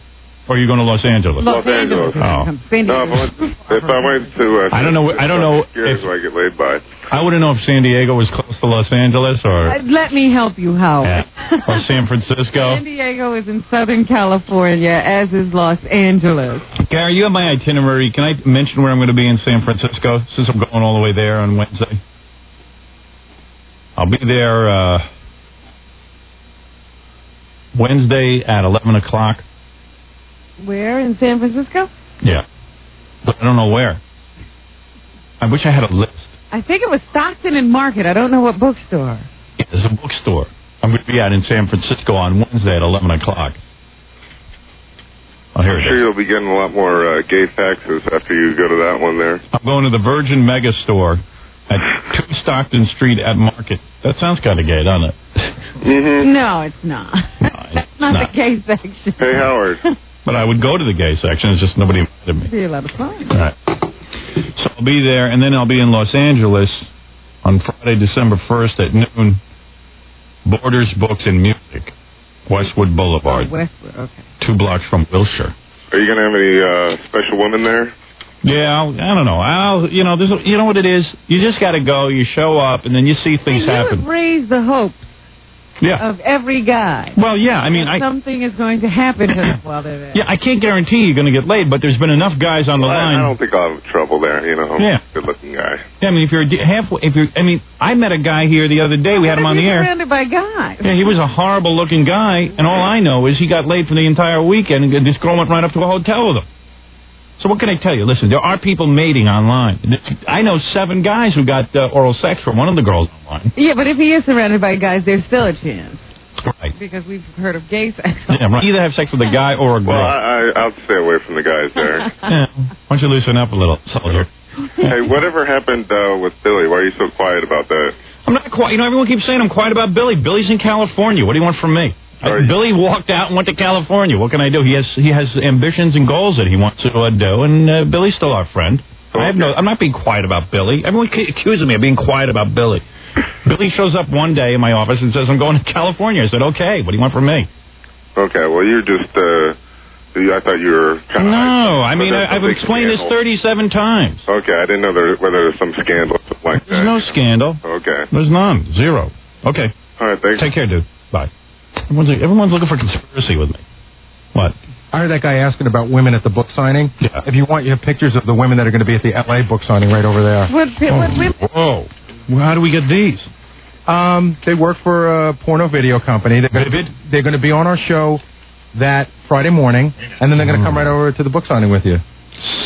or are you going to Los Angeles?
Los
Angeles.
Angeles.
Oh.
San
No, if I
Diego.
went, if I went to, uh,
I don't know- I don't know
Here's
if-
where I get laid by.
I wouldn't know if San Diego was close to Los Angeles
Uh,
or
Let me help you, Howard.
or San Francisco.
San Diego is in Southern California, as is Los Angeles.
Gary, you have my itinerary. Can I mention where I'm going to be in San Francisco since I'm going all the way there on Wednesday? I'll be there uh, Wednesday at 11 o'clock.
Where in San Francisco?
Yeah. But I don't know where. I wish I had a list.
I think it was Stockton and Market. I don't know what bookstore.
Yeah, There's a bookstore I'm going to be at in San Francisco on Wednesday at 11 o'clock. Oh, here
I'm
it
sure
is.
you'll be getting a lot more uh, gay faxes after you go to that one there.
I'm going to the Virgin Mega Store at 2 Stockton Street at Market. That sounds kind of gay, doesn't it?
Mm-hmm.
No, it's not. That's
it's
not,
not.
the gay section.
Hey, Howard.
But I would go to the gay section. It's just nobody invited me.
Be a lot of fun.
All right. So I'll be there, and then I'll be in Los Angeles on Friday, December 1st at noon. Borders, Books, and Music, Westwood Boulevard,
Westwood. Okay.
two blocks from Wilshire.
Are you gonna have any uh, special women there?
Yeah, I'll, I don't know. I'll, you know, there's, a- you know what it is. You just got to go. You show up, and then you see
And
things
you have
happen.
raised the hopes
Yeah.
of every guy.
Well, yeah. I mean, I
Something is going to happen to them while they're there.
yeah, I can't guarantee you're going to get laid, but there's been enough guys on the
I, I
line.
don't think I'll have trouble there. You know, I'm
Yeah.
a good-looking guy.
Yeah, I mean, if you're a d- halfway, if you're, I mean, I met a guy here the other day. We had him on the air.
Surrounded by guys.
Yeah, he was a horrible looking guy, and all I know is he got laid for the entire weekend, and this girl went right up to a hotel with him. So what can I tell you? Listen, there are people mating online. I know seven guys who got uh, oral sex from one of the girls online.
Yeah, but if he is surrounded by guys, there's still a chance
Right.
because we've heard of gay sex.
Yeah, right. Either have sex with a guy or a girl.
Well, I, I, I'll stay away from the guys there.
Yeah. Why don't you loosen up a little, soldier?
hey, whatever happened uh, with Billy? Why are you so quiet about that?
I'm not quiet. You know, everyone keeps saying I'm quiet about Billy. Billy's in California. What do you want from me? I-
Sorry.
Billy walked out and went to California. What can I do? He has he has ambitions and goals that he wants to uh, do, and uh, Billy's still our friend. I have no. I'm not being quiet about Billy. Everyone c- accuses me of being quiet about Billy. Billy shows up one day in my office and says, "I'm going to California." I said, "Okay. What do you want from me?"
Okay, well, you're just uh, I thought you were kind of.
No, I mean I, I've explained this 37 times.
Okay, I didn't know there, whether there's some scandal or something like
There's
that.
no scandal.
Okay.
There's none. Zero. Okay.
All right, thanks.
Take care, dude. Bye. Everyone's, everyone's looking for conspiracy with me. What?
I heard that guy asking about women at the book signing.
Yeah.
If you want, you have pictures of the women that are going to be at the LA book signing right over there.
What, what women?
Oh, Whoa. Well, how do we get these?
Um, they work for a porno video company. They're gonna,
Vivid?
They're going to be on our show that Friday morning, and then they're going to come right over to the book signing with you.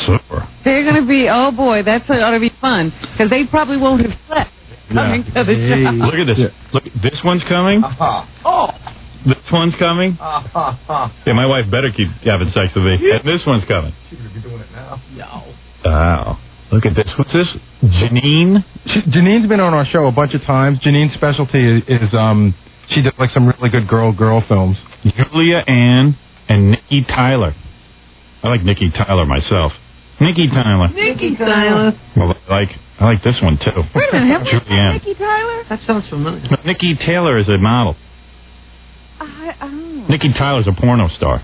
Super.
They're going to be, oh boy, that's ought to be fun because they probably won't have slept coming to the show.
Look at this. Look, this one's coming.
Oh,
This one's coming. Yeah, my wife better keep having sex with me. And this one's coming.
She's gonna be doing it now.
Wow. Look at this. What's this? Janine?
She, Janine's been on our show a bunch of times. Janine's specialty is, is um, she does like some really good girl girl films.
Julia Ann and Nikki Tyler. I like Nikki Tyler myself. Nikki Tyler.
Nikki Tyler.
Well, I like I like this one too.
Wait a minute, have we
Julie
had
Ann.
Nikki Tyler?
That sounds familiar.
No, Nikki Taylor is a model.
I, oh.
Nikki Tyler's a porno star.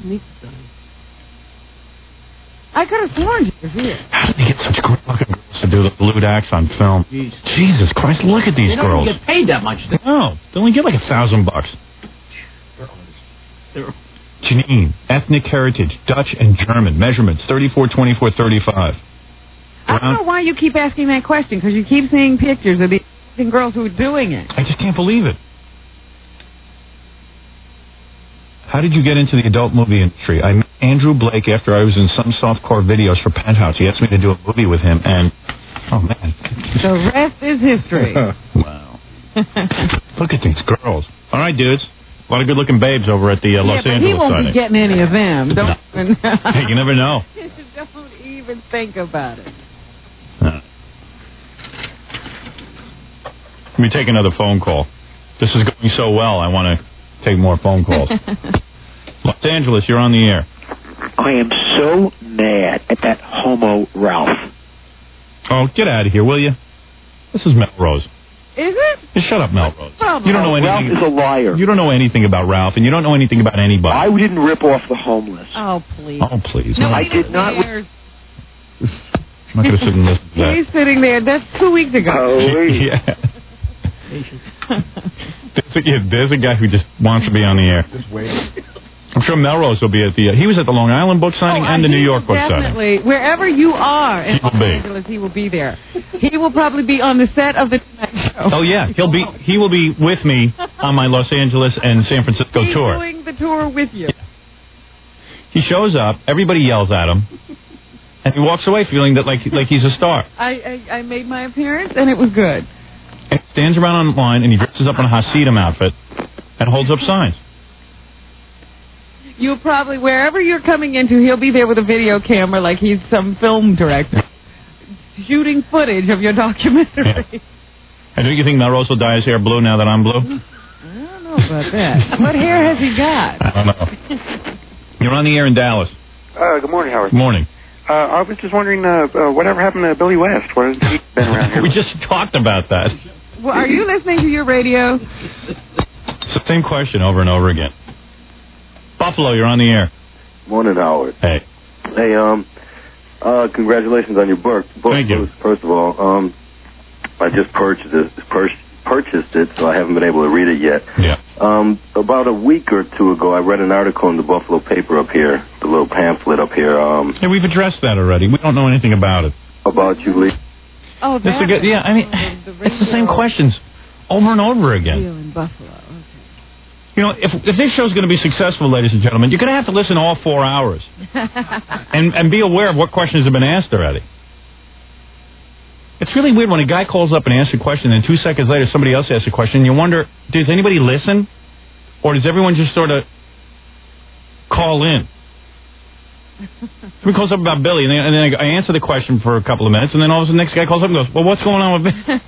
I could have sworn she was here.
How did they get such great looking girls to do the lewd acts on film?
Jeez.
Jesus Christ, look at
They
these
don't
girls.
even get paid that much. They-
No, they only get like a thousand bucks.
They're,
Janine, ethnic heritage, Dutch and German. Measurements 34, 24, 35.
I don't know why you keep asking that question because you keep seeing pictures of these amazing girls who are doing it.
I just can't believe it. How did you get into the adult movie industry? I met Andrew Blake after I was in some softcore videos for Penthouse. He asked me to do a movie with him, and oh man,
The rest is history.
wow! Look at these girls. All right, dudes, a lot of good-looking babes over at the uh,
yeah,
Los
but
Angeles
he won't
signing.
be getting any of them. Don't, even,
Hey, you never know.
don't even think about it.
Uh, Let me take another phone call. This is going so well. I want to take more phone calls. Los Angeles, you're on the air.
I am so mad at that homo Ralph.
Oh, get out of here, will you? This is Melrose.
Is it?
Just shut up, Melrose.
Problem.
You don't know
Ralph
anything.
is a liar.
You don't know anything about Ralph, and you don't know anything about
I
anybody.
didn't rip off the homeless.
Oh, please.
Oh, please.
No,
No,
I
he
did not-
cares.
I'm not going to sit and listen to
He's
that.
sitting there. That's two weeks ago.
yeah. There's a, yeah, there's a guy who just wants to be on the air.
Just wait.
I'm sure Melrose will be at the. Uh, he was at the Long Island book signing
Oh,
and
uh,
the
he
New York
will
book signing.
Definitely. Wherever you are in
He will
Los
be.
Angeles, he will be there. He will probably be on the set of the Tonight Show.
Oh yeah, he'll be he will be with me on my Los Angeles and San Francisco
He's
tour.
doing the tour with you.
He shows up, everybody yells at him, and he walks away feeling that like like he's a star.
I, I I made my appearance and it was good.
And he stands around online and he dresses up in a Hasidim outfit and holds up signs.
You'll probably wherever you're coming into, he'll be there with a video camera, like he's some film director, shooting footage of your documentary.
And don't you think Melrose will dye his hair blue now that I'm blue?
I don't know about that. what hair has he got?
I don't know. You're on the air in Dallas.
Uh, good morning, Howard.
Good morning.
Uh, I was just wondering, uh, uh, whatever happened to Billy West? Where has he been around here?
We just talked about that.
Well, are you listening to your radio?
It's the same question over and over again. Buffalo, you're on the air.
Morning, Howard.
Hey.
Hey, um, uh, congratulations on your book. book
Thank you.
First of all, um, I just purchased it, pur- purchased it, so I haven't been able to read it yet.
Yeah.
Um, about a week or two ago, I read an article in the Buffalo paper up here, the little pamphlet up here, um,
Yeah, we've addressed that already. We don't know anything about it.
about you leaving.
Oh,
That's a good, yeah, I mean, it's the same questions over and over again.
in Buffalo.
You know, if, if this show's going to be successful, ladies and gentlemen, you're going to have to listen all four hours and, and be aware of what questions have been asked already. It's really weird when a guy calls up and asks a question, and two seconds later somebody else asks a question, and you wonder, does anybody listen? Or does everyone just sort of call in? Somebody calls up about Billy, and, then- and then I I answer the question for a couple of minutes, and then all of a sudden the next guy calls up and goes, well, what's going on with Billy?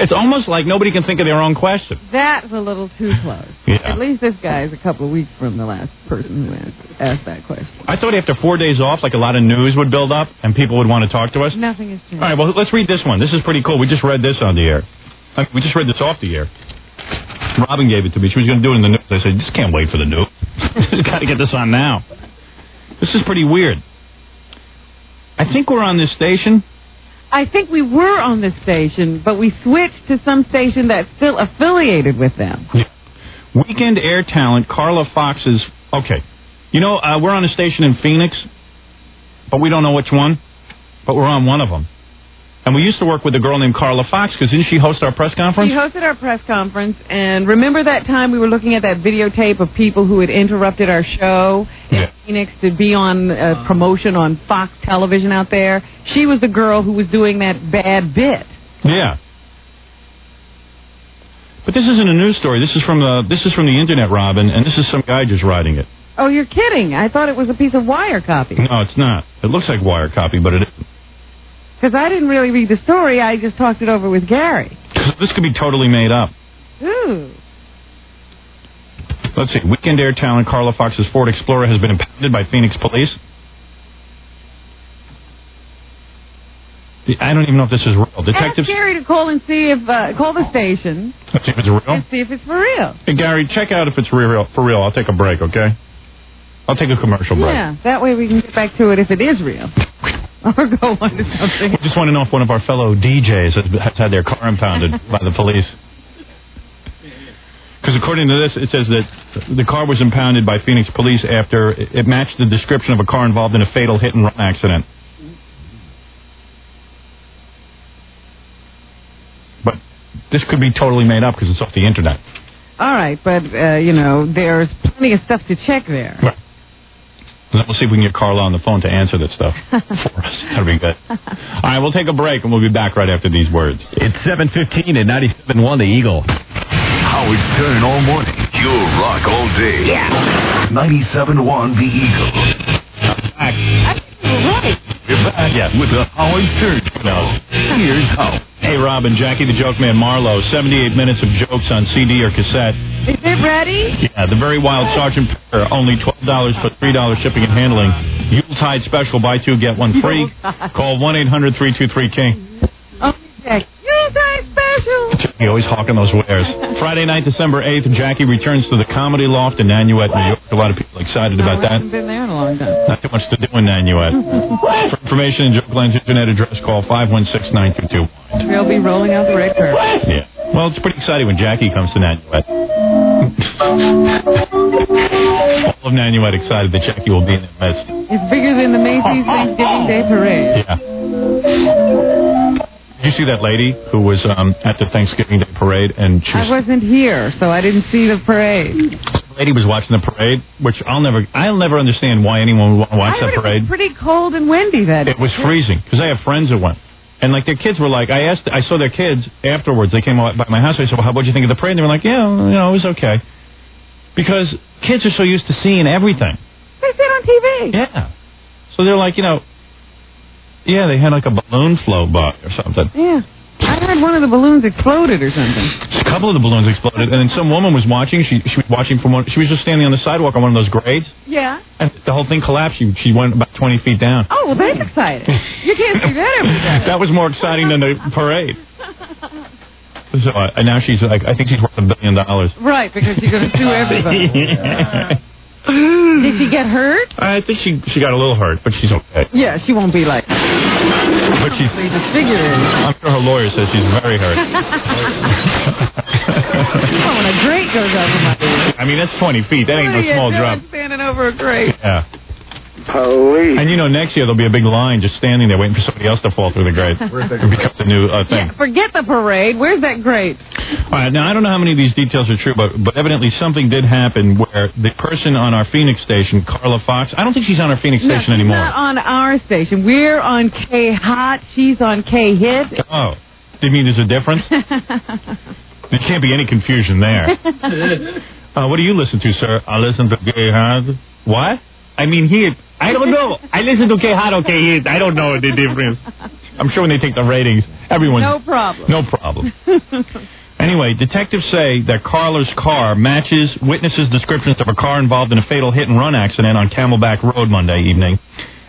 it's almost like nobody can think of their own question.
That's a little too close.
Yeah.
At least this guy is a couple of weeks from the last person who asked, asked that question.
I thought after four days off, like a lot of news would build up and people would want to talk to us.
Nothing has
All
changed.
right, well, let's read this one. This is pretty cool. We just read this on the air. I- We just read this off the air. Robin gave it to me. She was going to do it in the news. I said, just can't wait for the news. Got to get this on now. This is pretty weird. I think we're on this station.
I think we were on this station, but we switched to some station that's still affiliated with them.
Weekend air talent Carla Fox's. Okay, you know uh, we're on a station in Phoenix, but we don't know which one. But we're on one of them, and we used to work with a girl named Carla Fox because didn't she host our press conference?
We hosted our press conference, and remember that time we were looking at that videotape of people who had interrupted our show
Yeah.
Phoenix to be on a promotion on Fox Television out there. She was the girl who was doing that bad bit.
Yeah. But this isn't a news story. This is from the this is from the internet, Robin, and this is some guy just writing it.
Oh, you're kidding! I thought it was a piece of wire copy
No, it's not. It looks like wire copy, but it isn't.
because I didn't really read the story. I just talked it over with Gary.
this could be totally made up.
Ooh.
Let's see. Weekend air talent Carla Fox's Ford Explorer has been impounded by Phoenix police. I don't even know if this is real. Detectives.
Ask Gary to call and see if uh, call the station
Let's see if it's real.
and see if it's for real.
Hey Gary, check out if it's real. For real, I'll take a break. Okay. I'll take a commercial break.
Yeah, that way we can get back to it if it is real. or go on to something.
We just want to know if one of our fellow DJs has, has had their car impounded by the police. Because according to this, it says that the car was impounded by Phoenix police after it matched the description of a car involved in a fatal hit and run accident. But this could be totally made up because it's off the internet.
All right, but uh, you know, there's plenty of stuff to check there.
And then we'll see if we can get Carla on the phone to answer that stuff for us. That'll be good. All right, we'll take a break and we'll be back right after these words.
It's 715 at 97.1 The Eagle.
Howard Stern all morning. You'll rock all day. Yeah. 97.1 The Eagle.
Back.
You're back
uh,
with the Howard Stern Show. Here's how.
Hey, Rob and Jackie the Joke Man Marlowe, 78 minutes of jokes on CD or cassette.
Is it ready?
Yeah, The Very Wild Sergeant Pepper, only $12 for $3 shipping and handling. Yuletide special, buy two, get one free. Call 1 800 323 King.
Oh, check. You guys special.
He always hawking those wares. Friday night, December 8th, Jackie returns to the Comedy Loft in Nanuet, New York. A lot of people excited about that.
Haven't been there in a long time.
Not too much to do in Nanuet. For information and Joke Land's internet address, call 516 922
We'll be rolling out the red carpet.
Yeah. Well, it's pretty exciting when Jackie comes to Nanuet. All of Nanuet excited that Jackie will be in that mess.
It's bigger than the Macy's Thanksgiving Day Parade.
Yeah. Did you see that lady who was um, at the Thanksgiving Day parade and she
I
was,
wasn't here, so I didn't see the parade.
the lady was watching the parade, which I'll never I'll never understand why anyone would wa- watch
I
that
heard
parade.
It was pretty cold and windy that
It was
day.
freezing because I have friends that went. And like their kids were like, I asked, I saw their kids afterwards. They came out by my house. I said, "Well, how what would you think of the parade?" And they were like, "Yeah, you know, it was okay," because kids are so used to seeing everything.
They said on TV.
Yeah. So they're like, you know, yeah, they had like a balloon float by or something.
Yeah. I heard one of the balloons exploded or something.
A couple of the balloons exploded, and then some woman was watching. She she was watching from one. She was just standing on the sidewalk on one of those grades,
Yeah.
and the whole thing collapsed. She she went about twenty feet down.
Oh, well, that's exciting. You can't see that every day.
that was more exciting than the parade. So uh, and now she's like, I think she's worth a billion dollars.
Right, because you're going to sue everybody. Oh, Did she get hurt?
I think she she got a little hurt, but she's okay.
Yeah, she won't be like.
But she's I'm sure her lawyer says she's very hurt.
Oh, when a grate goes over my
I mean, that's 20 feet. That ain't no
What are you
small
doing
drop.
standing over a grate.
Yeah. And you know, next year there'll be a big line just standing there waiting for somebody else to fall through the grate. it becomes a new uh, thing.
Forget the parade. Where's that grate?
All right, now I don't know how many of these details are true, but but evidently something did happen where the person on our Phoenix station, Carla Fox, I don't think she's on our Phoenix
No,
station
she's
anymore.
Not on our station. We're on K Hot. She's on K Hit.
Oh, do you mean there's a difference? there can't be any confusion there. Uh, what do you listen to, sir? I listen to Gay Hard. What? I mean, he. I don't know. I listen to Gay Hard, okay, he. I don't know the difference. I'm sure when they take the ratings, everyone.
no problem.
No problem. Anyway, detectives say that Carla's car matches witnesses' descriptions of a car involved in a fatal hit and run accident on Camelback Road Monday evening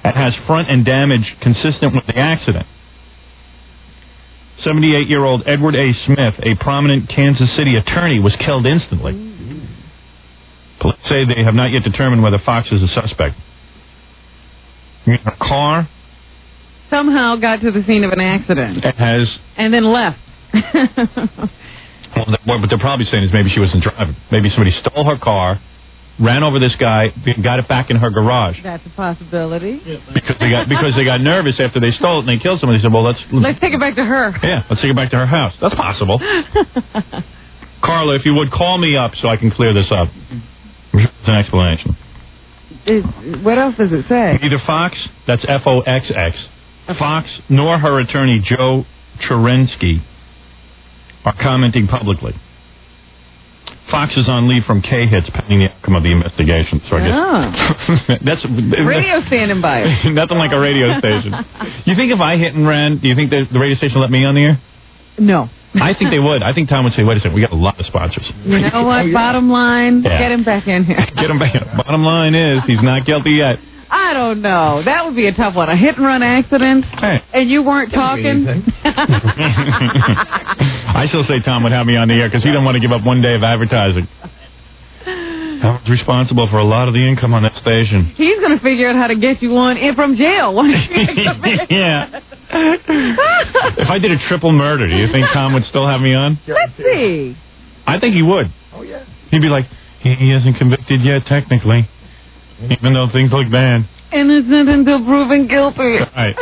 and has front and damage consistent with the accident. 78 year old Edward A. Smith, a prominent Kansas City attorney, was killed instantly. Police say they have not yet determined whether Fox is a suspect. in her car
Somehow got to the scene of an accident
and has.
and then left.
Well, th- what they're probably saying is maybe she wasn't driving. Maybe somebody stole her car, ran over this guy, got it back in her garage
That's a possibility.
because they got because they got nervous after they stole it and they killed somebody. They said, "Well, let's
Let's take it back to her.
yeah, let's take it back to her house." That's possible. Carla, if you would call me up so I can clear this up. It's an explanation.
Is- what else does it say?
Neither Fox, that's F O X X, Fox nor her attorney Joe Cherensky are commenting publicly. Fox is on leave from K hits pending the outcome of the investigation. So I guess that's
Radio standing by. her.
nothing like a radio station. You think if I hit and ran, do you think that the radio station let me on the air?
no.
I think they would. I think Tom would say, "Wait a second, we got a lot of sponsors."
You know what? Bottom line,
Yeah.
get him back in here.
Get him back. Bottom line is, he's not guilty yet.
I don't know. That would be a tough one. A hit and run accident,
Hey.
and you weren't
Doesn't
talking.
I still say Tom would have me on the air because he didn't want to give up one day of advertising. I was responsible for a lot of the income on that station.
He's going to figure out how to get you on in from jail. once you come in.
yeah. If I did a triple murder, do you think Tom would still have me on?
Let's see.
I think he would.
Oh yeah.
He'd be like, he, he isn't convicted yet, technically, even though things look bad.
Innocent until proven guilty.
All right.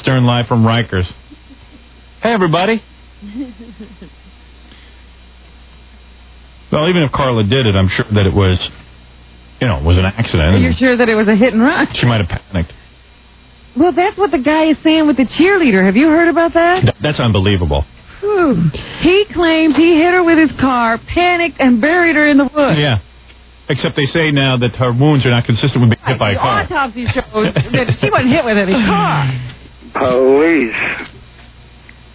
Stern live from Rikers. Hey, everybody. Well, even if Carla did it, I'm sure that it was, you know, it was an accident.
Are you sure that it was a hit and run?
She might have panicked.
Well, that's what the guy is saying with the cheerleader. Have you heard about that?
Th- That's unbelievable.
Whew. He claims he hit her with his car, panicked, and buried her in the woods.
Yeah. Except they say now that her wounds are not consistent with being hit by a
The
car.
autopsy shows that she wasn't hit with any car.
Police.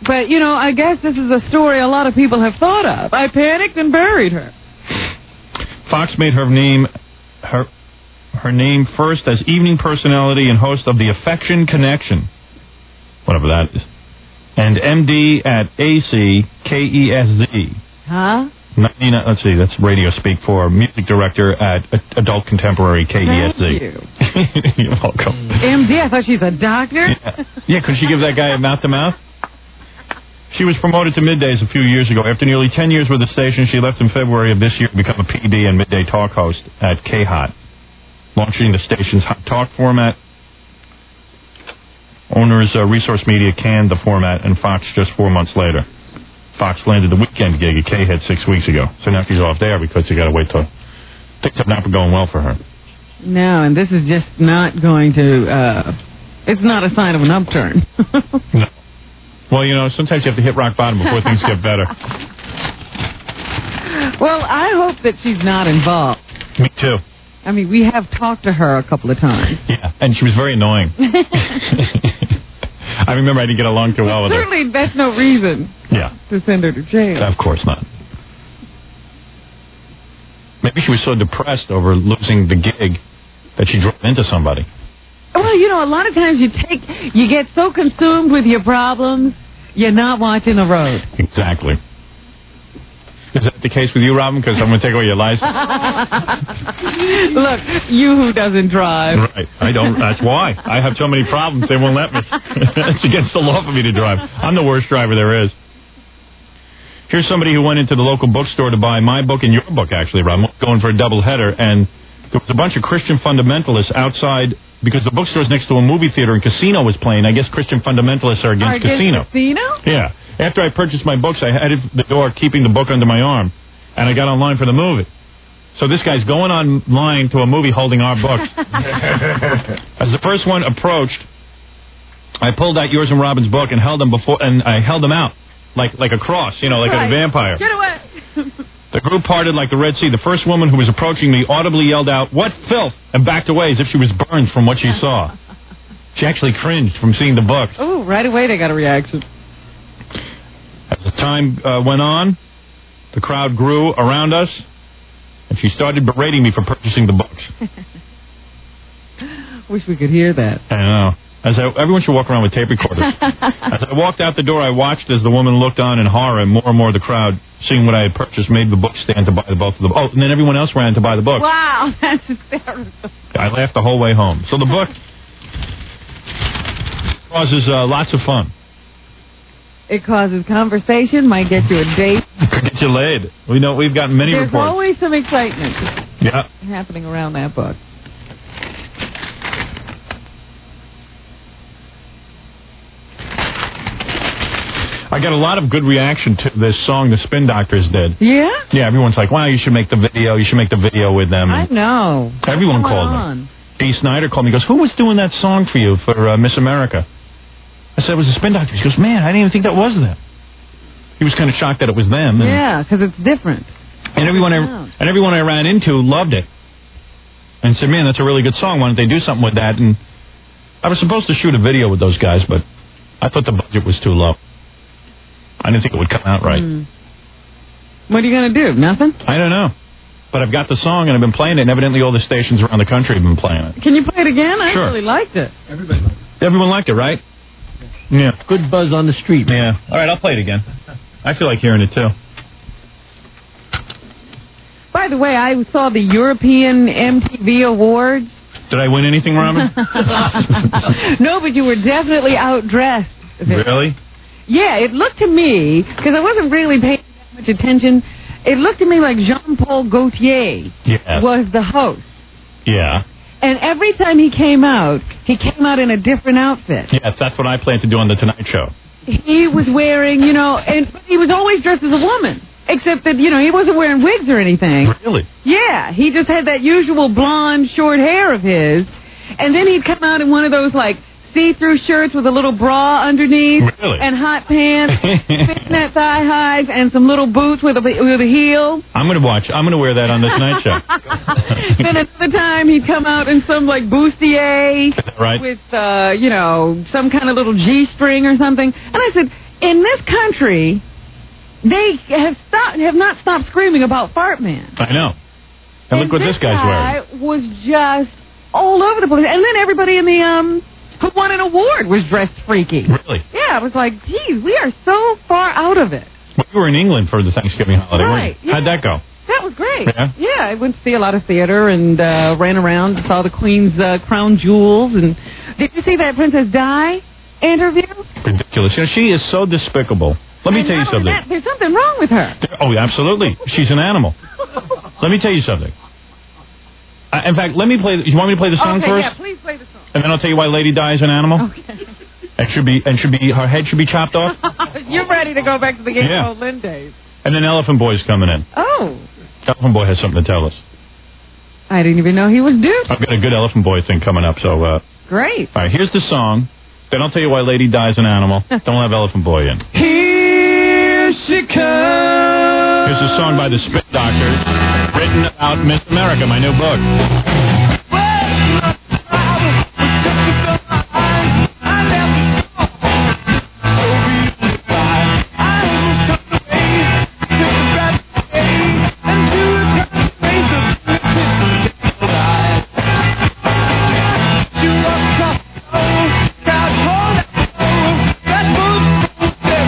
But, you know, I guess this is a story a lot of people have thought of. I panicked and buried her.
Fox made her name her her name first as evening personality and host of the Affection Connection, whatever that is, and MD at E ACKESZ.
Huh?
99 Let's see, that's radio speak for music director at A- Adult Contemporary KESZ.
Thank you.
You're welcome.
MD, I thought she's a doctor.
Yeah, could she give that guy a mouth to mouth? She was promoted to middays a few years ago. After nearly 10 years with the station, she left in February of this year to become a PD and midday talk host at K-Hot, launching the station's hot talk format. Owners uh, Resource Media canned the format, and Fox just four months later. Fox landed the weekend gig at K-Hit six weeks ago, so now she's off there because they got to wait till things have not been going well for her.
No, and this is just not going to, uh, it's not a sign of an upturn.
Well, you know, sometimes you have to hit rock bottom before things get better.
well, I hope that she's not involved.
Me too.
I mean, we have talked to her a couple of times.
Yeah, and she was very annoying. I remember I didn't get along too well with her.
Certainly, that's no reason
Yeah,
to send her to jail.
of course not. Maybe she was so depressed over losing the gig that she drove into somebody.
Well, you know, a lot of times you take, you get so consumed with your problems, you're not watching the road.
Exactly. Is that the case with you, Robin? Because I'm going to take away your license.
Look, you who doesn't drive.
Right. I don't. That's why I have so many problems. They won't let me. it's against the law for me to drive. I'm the worst driver there is. Here's somebody who went into the local bookstore to buy my book and your book. Actually, Rob, I'm going for a double header, and there was a bunch of Christian fundamentalists outside because the bookstore's next to a movie theater and Casino was playing. I guess Christian fundamentalists are against
Or against
Casino.
Casino?
Yeah. After I purchased my books, I headed for the door, keeping the book under my arm, and I got online for the movie. So this guy's going online to a movie holding our books. As the first one approached, I pulled out yours and Robin's book and held them before, and I held them out like like a cross, you know, like
Right.
a vampire.
Get away.
The group parted like the Red Sea. The first woman who was approaching me audibly yelled out, "What filth!" and backed away as if she was burned from what she saw. She actually cringed from seeing the book.
Ooh, right away they got a reaction.
As the time uh, went on, the crowd grew around us, and she started berating me for purchasing the books.
Wish we could hear that.
I know. As I, everyone should walk around with tape recorders. as I walked out the door, I watched as the woman looked on in horror, and more and more of the crowd, seeing what I had purchased, made the book stand to buy the both of them. Oh, and then everyone else ran to buy the book.
Wow, that's hysterical.
I laughed the whole way home. So the book causes uh, lots of fun.
It causes conversation, might get you a date.
Could get you laid. We know we've gotten many
There's
reports.
always some excitement
yeah.
happening around that book.
I got a lot of good reaction to this song the Spin Doctors did.
Yeah?
Yeah, everyone's like, wow, you should make the video. You should make the video with them.
I know.
Everyone
What's going
called them.
on?
Dee Snyder called me. He goes, who was doing that song for you for uh, Miss America? I said it was the Spin Doctors. He goes, man, I didn't even think that was them. He was kind of shocked that it was them. And,
Yeah, because it's different.
and everyone, I, and everyone I ran into loved it. And said, man, that's a really good song. Why don't they do something with that? And I was supposed to shoot a video with those guys, but I thought the budget was too low. I didn't think it would come out right.
Hmm. What are you going to do? Nothing?
I don't know. But I've got the song and I've been playing it, and evidently all the stations around the country have been playing it.
Can you play it again? I
Sure.
really liked it.
Everybody
Everyone liked it, right? Yeah. Good buzz on the street. Yeah. All right, I'll play it again. I feel like hearing it too.
By the way, I saw the European MTV Awards.
Did I win anything, Robin?
no, but you were definitely outdressed.
really?
Yeah, it looked to me, because I wasn't really paying that much attention, it looked to me like Jean Paul Gaultier
Yeah.
was the host.
Yeah.
And every time he came out, he came out in a different outfit.
Yes, that's what I plan to do on the Tonight Show.
He was wearing, you know, and he was always dressed as a woman, except that, you know, he wasn't wearing wigs or anything.
Really?
Yeah, he just had that usual blonde short hair of his, and then he'd come out in one of those like see-through shirts with a little bra underneath
Really?
and hot pants, fitting thigh highs, and some little boots with a with a heel.
I'm going to watch. I'm going to wear that on the Tonight Show.
then another time he'd come out in some like bustier
right?
with uh, you know some kind of little g-string or something, and I said, in this country, they have stopped have not stopped screaming about fart man.
I know. And, look what this guy's wearing.
guy was just all over the place. And then everybody in the um who won an award was dressed freaky.
Really?
Yeah, I was like, geez, we are so far out of it.
Well, you were in England for the Thanksgiving holiday,
Right,
weren't you? How'd that go?
That was great.
Yeah?
I went to see a lot of theater and uh, ran around, saw the Queen's uh, crown jewels. And did you see that Princess Di interview?
Ridiculous. You know, she is so despicable. Let me
And
tell you
not only
something.
that, there's something wrong with her.
Oh, absolutely. She's an animal. Let me tell you something. I, in fact, let me play. You want me to play the song
okay,
first,
yeah, please play the song.
and then I'll tell you why Lady Di is an animal. And should be and should be her head should be chopped off,
You're ready to go back to the game
Yeah.
of Lynn days.
and then Elephant Boy's coming in.
Oh,
Elephant Boy has something to tell us.
I didn't even know he was due.
I've got a good Elephant Boy thing coming up. So, uh, all
Great.
right, here's the song. Then I'll tell you why Lady Di is an animal. Don't have Elephant Boy in.
Here she comes.
Here's a song by the Spit Doctors, written about Miss America, my new book.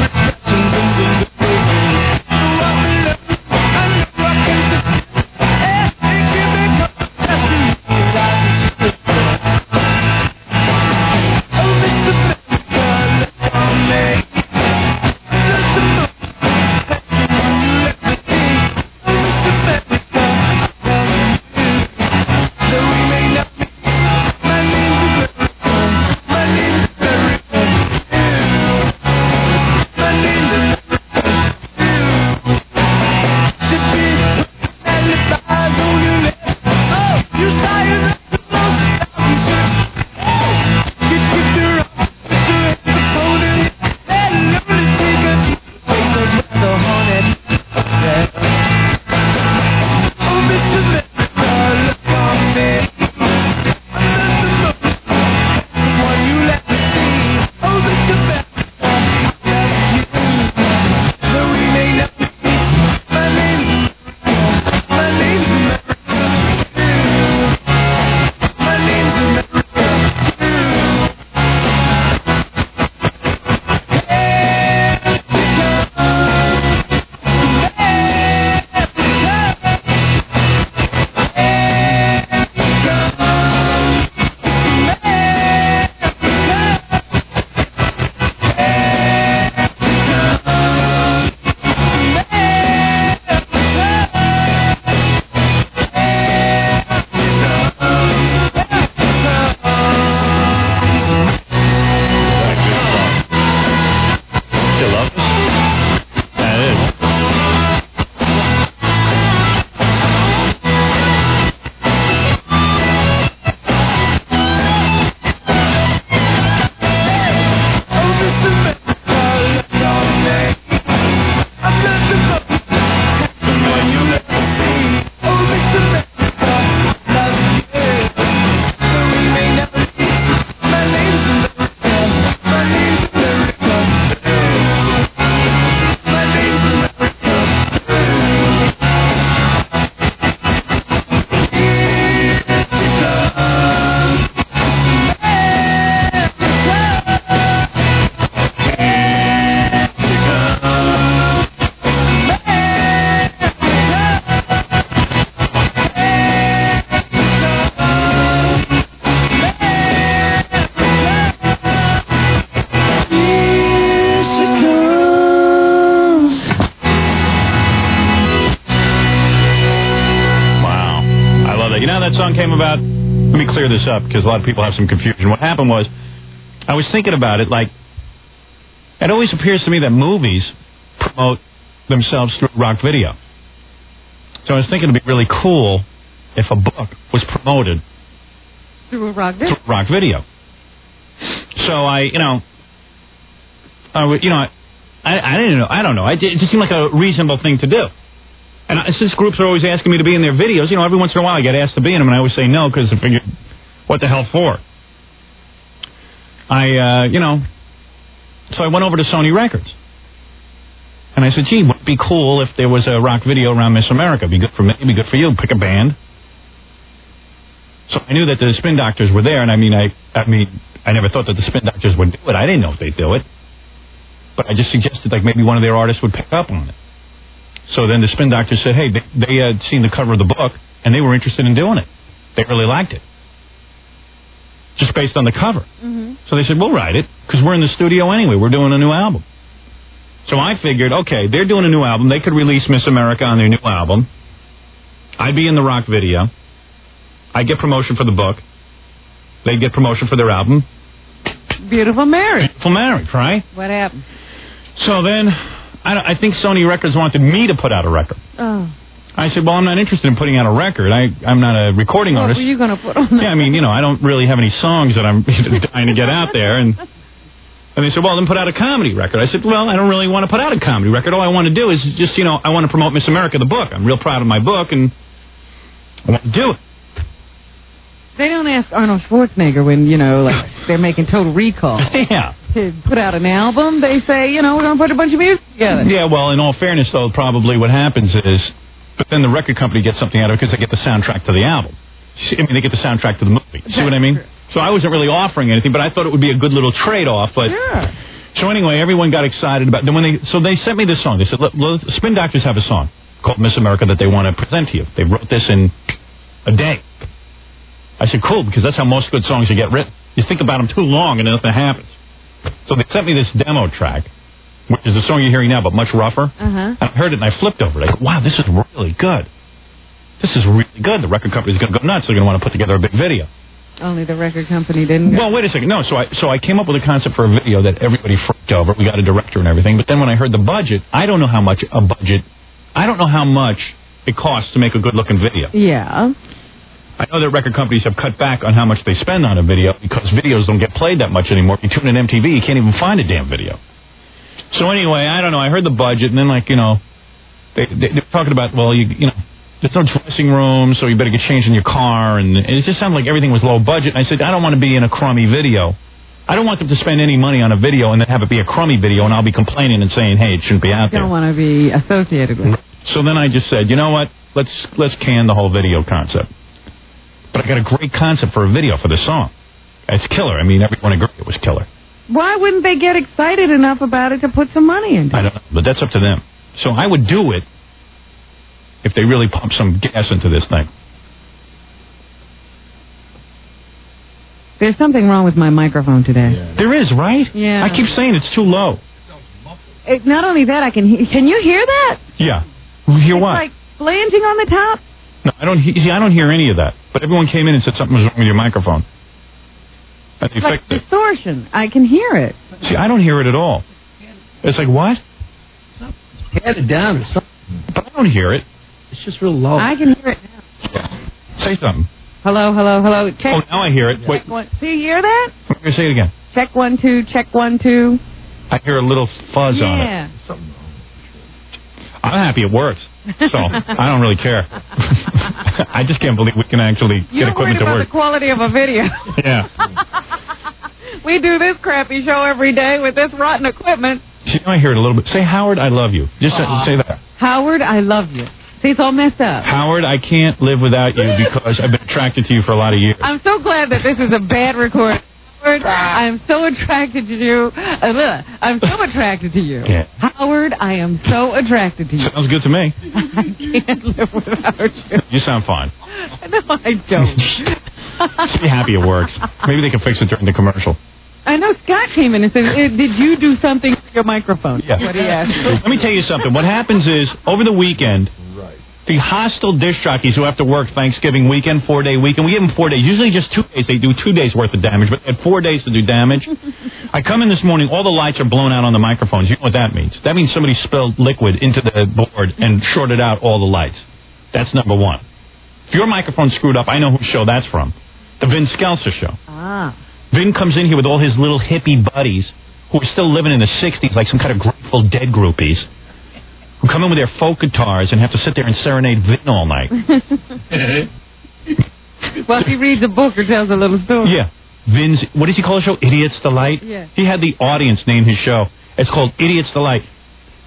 Thank you.
problem came about, let me clear this up because a lot of people have some confusion. What happened was, I was thinking about it. Like, it always appears to me that movies promote themselves through rock video. So I was thinking it'd be really cool if a book was promoted
Through a rock video.
through rock video. So I, you know, I would, you know, I, I didn't know. I don't know. I, it just seemed like a reasonable thing to do. And I, since groups are always asking me to be in their videos, you know, every once in a while I get asked to be in them, and I always say no because I figure, what the hell for? I, uh, you know, so I went over to Sony Records. And I said, gee, would it be cool if there was a rock video around Miss America? Be good for me, be good for you, pick a band. So I knew that the spin doctors were there, and I mean, I, I mean, I never thought that the spin doctors would do it. I didn't know if they'd do it, but I just suggested like maybe one of their artists would pick up on it. So then the spin doctors said, hey, they, they had seen the cover of the book, and they were interested in doing it. They really liked it, just based on the cover.
Mm-hmm.
So they said, we'll write it because we're in the studio anyway. We're doing a new album. So I figured, okay, they're doing a new album. They could release Miss America on their new album. I'd be in the rock video. I'd get promotion for the book. They'd get promotion for their album.
Beautiful marriage.
Full marriage, right?
What happened?
So then I, don't- I think Sony Records wanted me to put out a record.
Oh.
I said, well, I'm not interested in putting out a record. I, I'm not a recording
What
artist.
were you going to put on
Yeah, I mean, you know, I don't really have any songs that I'm dying to get out there. And and they said, well, then put out a comedy record. I said, well, I don't really want to put out a comedy record. All I want to do is just, you know, I want to promote Miss America, the book. I'm real proud of my book, and I want to do it.
They don't ask Arnold Schwarzenegger when, you know, like they're making Total Recall.
Yeah.
To put out an album, they say, you know, we're going to put a bunch of music together.
Yeah, well, in all fairness, though, probably what happens is, but then the record company gets something out of it because they get the soundtrack to the album. See- I mean, they get the soundtrack to the movie. See what I mean? So I wasn't really offering anything, but I thought it would be a good little trade-off. But so anyway, everyone got excited about. Then when they so they sent me this song. They said, "Look, look, Spin Doctors have a song called Miss America that they want to present to you. They wrote this in a day." I said, "Cool," because that's how most good songs you get written. You think about them too long and nothing happens. So they sent me this demo track, which is the song you're hearing now, but much rougher.
Uh-huh.
I heard it and I flipped over it. I go, wow, this is really good. This is really good. The record company's going to go nuts. They're going to want to put together a big video.
Only the record company didn't.
Well, wait a second. No, so I so I came up with a concept for a video that everybody freaked over. We got a director and everything. But then when I heard the budget, I don't know how much a budget. I don't know how much it costs to make a good looking video.
Yeah.
I know that record companies have cut back on how much they spend on a video because videos don't get played that much anymore. If you tune in MTV, you can't even find a damn video. So anyway, I don't know. I heard the budget, and then like you know, they, they they're talking about well, you you know, there's no dressing room, so you better get changed in your car, and, and it just sounded like everything was low budget. And I said, I don't want to be in a crummy video. I don't want them to spend any money on a video and then have it be a crummy video, and I'll be complaining and saying, hey, it shouldn't be out there.
You
Mm.
don't want to be associated with.
So then I just said, you know what? Let's let's can the whole video concept. But I got a great concept for a video for the song. It's killer. I mean, everyone agreed it was killer.
Why wouldn't they get excited enough about it to put some money into it?
I don't know, but that's up to them. So I would do it if they really pump some gas into this thing.
There's something wrong with my microphone today.
There is, right?
Yeah.
I keep saying it's too low.
It, not only that, I can. He- can you hear that?
Yeah. You hear what?
Like flanging on the top.
No, I don't. He- see, I don't hear any of that. But everyone came in and said something was wrong with your microphone. And they
like
fixed it.
distortion. I can hear it.
See, I don't hear it at all. It's like what?
Pat it down or something.
But I don't hear it.
It's just real
Oh.
low.
I can hear it. now.
Say something.
Hello, hello, hello. Check.
Oh, now I hear it. Wait,
check one. See, you hear that?
I'm gonna say it again.
Check one two. Check one two.
I hear a little fuzz on it.
yeah.
I'm happy it works. So I don't really care. I just can't believe we can actually
You're
get
worried
equipment to
about
work.
the quality of a video.
Yeah.
we do this crappy show every day with this rotten equipment.
See, now I hear it a little bit. Say, Howard, I love you. Just say-
Aw.
say that.
Howard, I love you. See, it's all messed up.
Howard, I can't live without you because I've been attracted to you for a lot of years.
I'm so glad that this is a bad record. Howard, I'm so attracted to you. Uh, look, I'm so attracted to you.
Yeah.
Howard, I am so attracted to you.
Sounds good to me.
I can't live without you.
You sound fine.
No, I don't.
Just be happy it works. Maybe they can fix it during the commercial.
I know Scott came in and said, "Eh, "Did you do something to your microphone?"
Yeah.
What he asked.
Let me tell you something. What happens is over the weekend, the hostile disc jockeys who have to work Thanksgiving weekend, four day weekend. We give them four days. Usually just two days. They do two days worth of damage, but they had four days to do damage. I come in this morning, all the lights are blown out on the microphones. You know what that means? That means somebody spilled liquid into the board and shorted out all the lights. That's number one. If your microphone's screwed up, I know whose show that's from. The Vin Skelser show.
Ah.
Vin comes in here with all his little hippie buddies who are still living in the 60s like some kind of Grateful Dead groupies who come in with their folk guitars and have to sit there and serenade Vin all night.
well, he reads a book or tells a little story.
yeah. Vin's, what does he call his show? Idiots Delight?
Yeah.
He had the audience name his show. It's called Idiots Delight.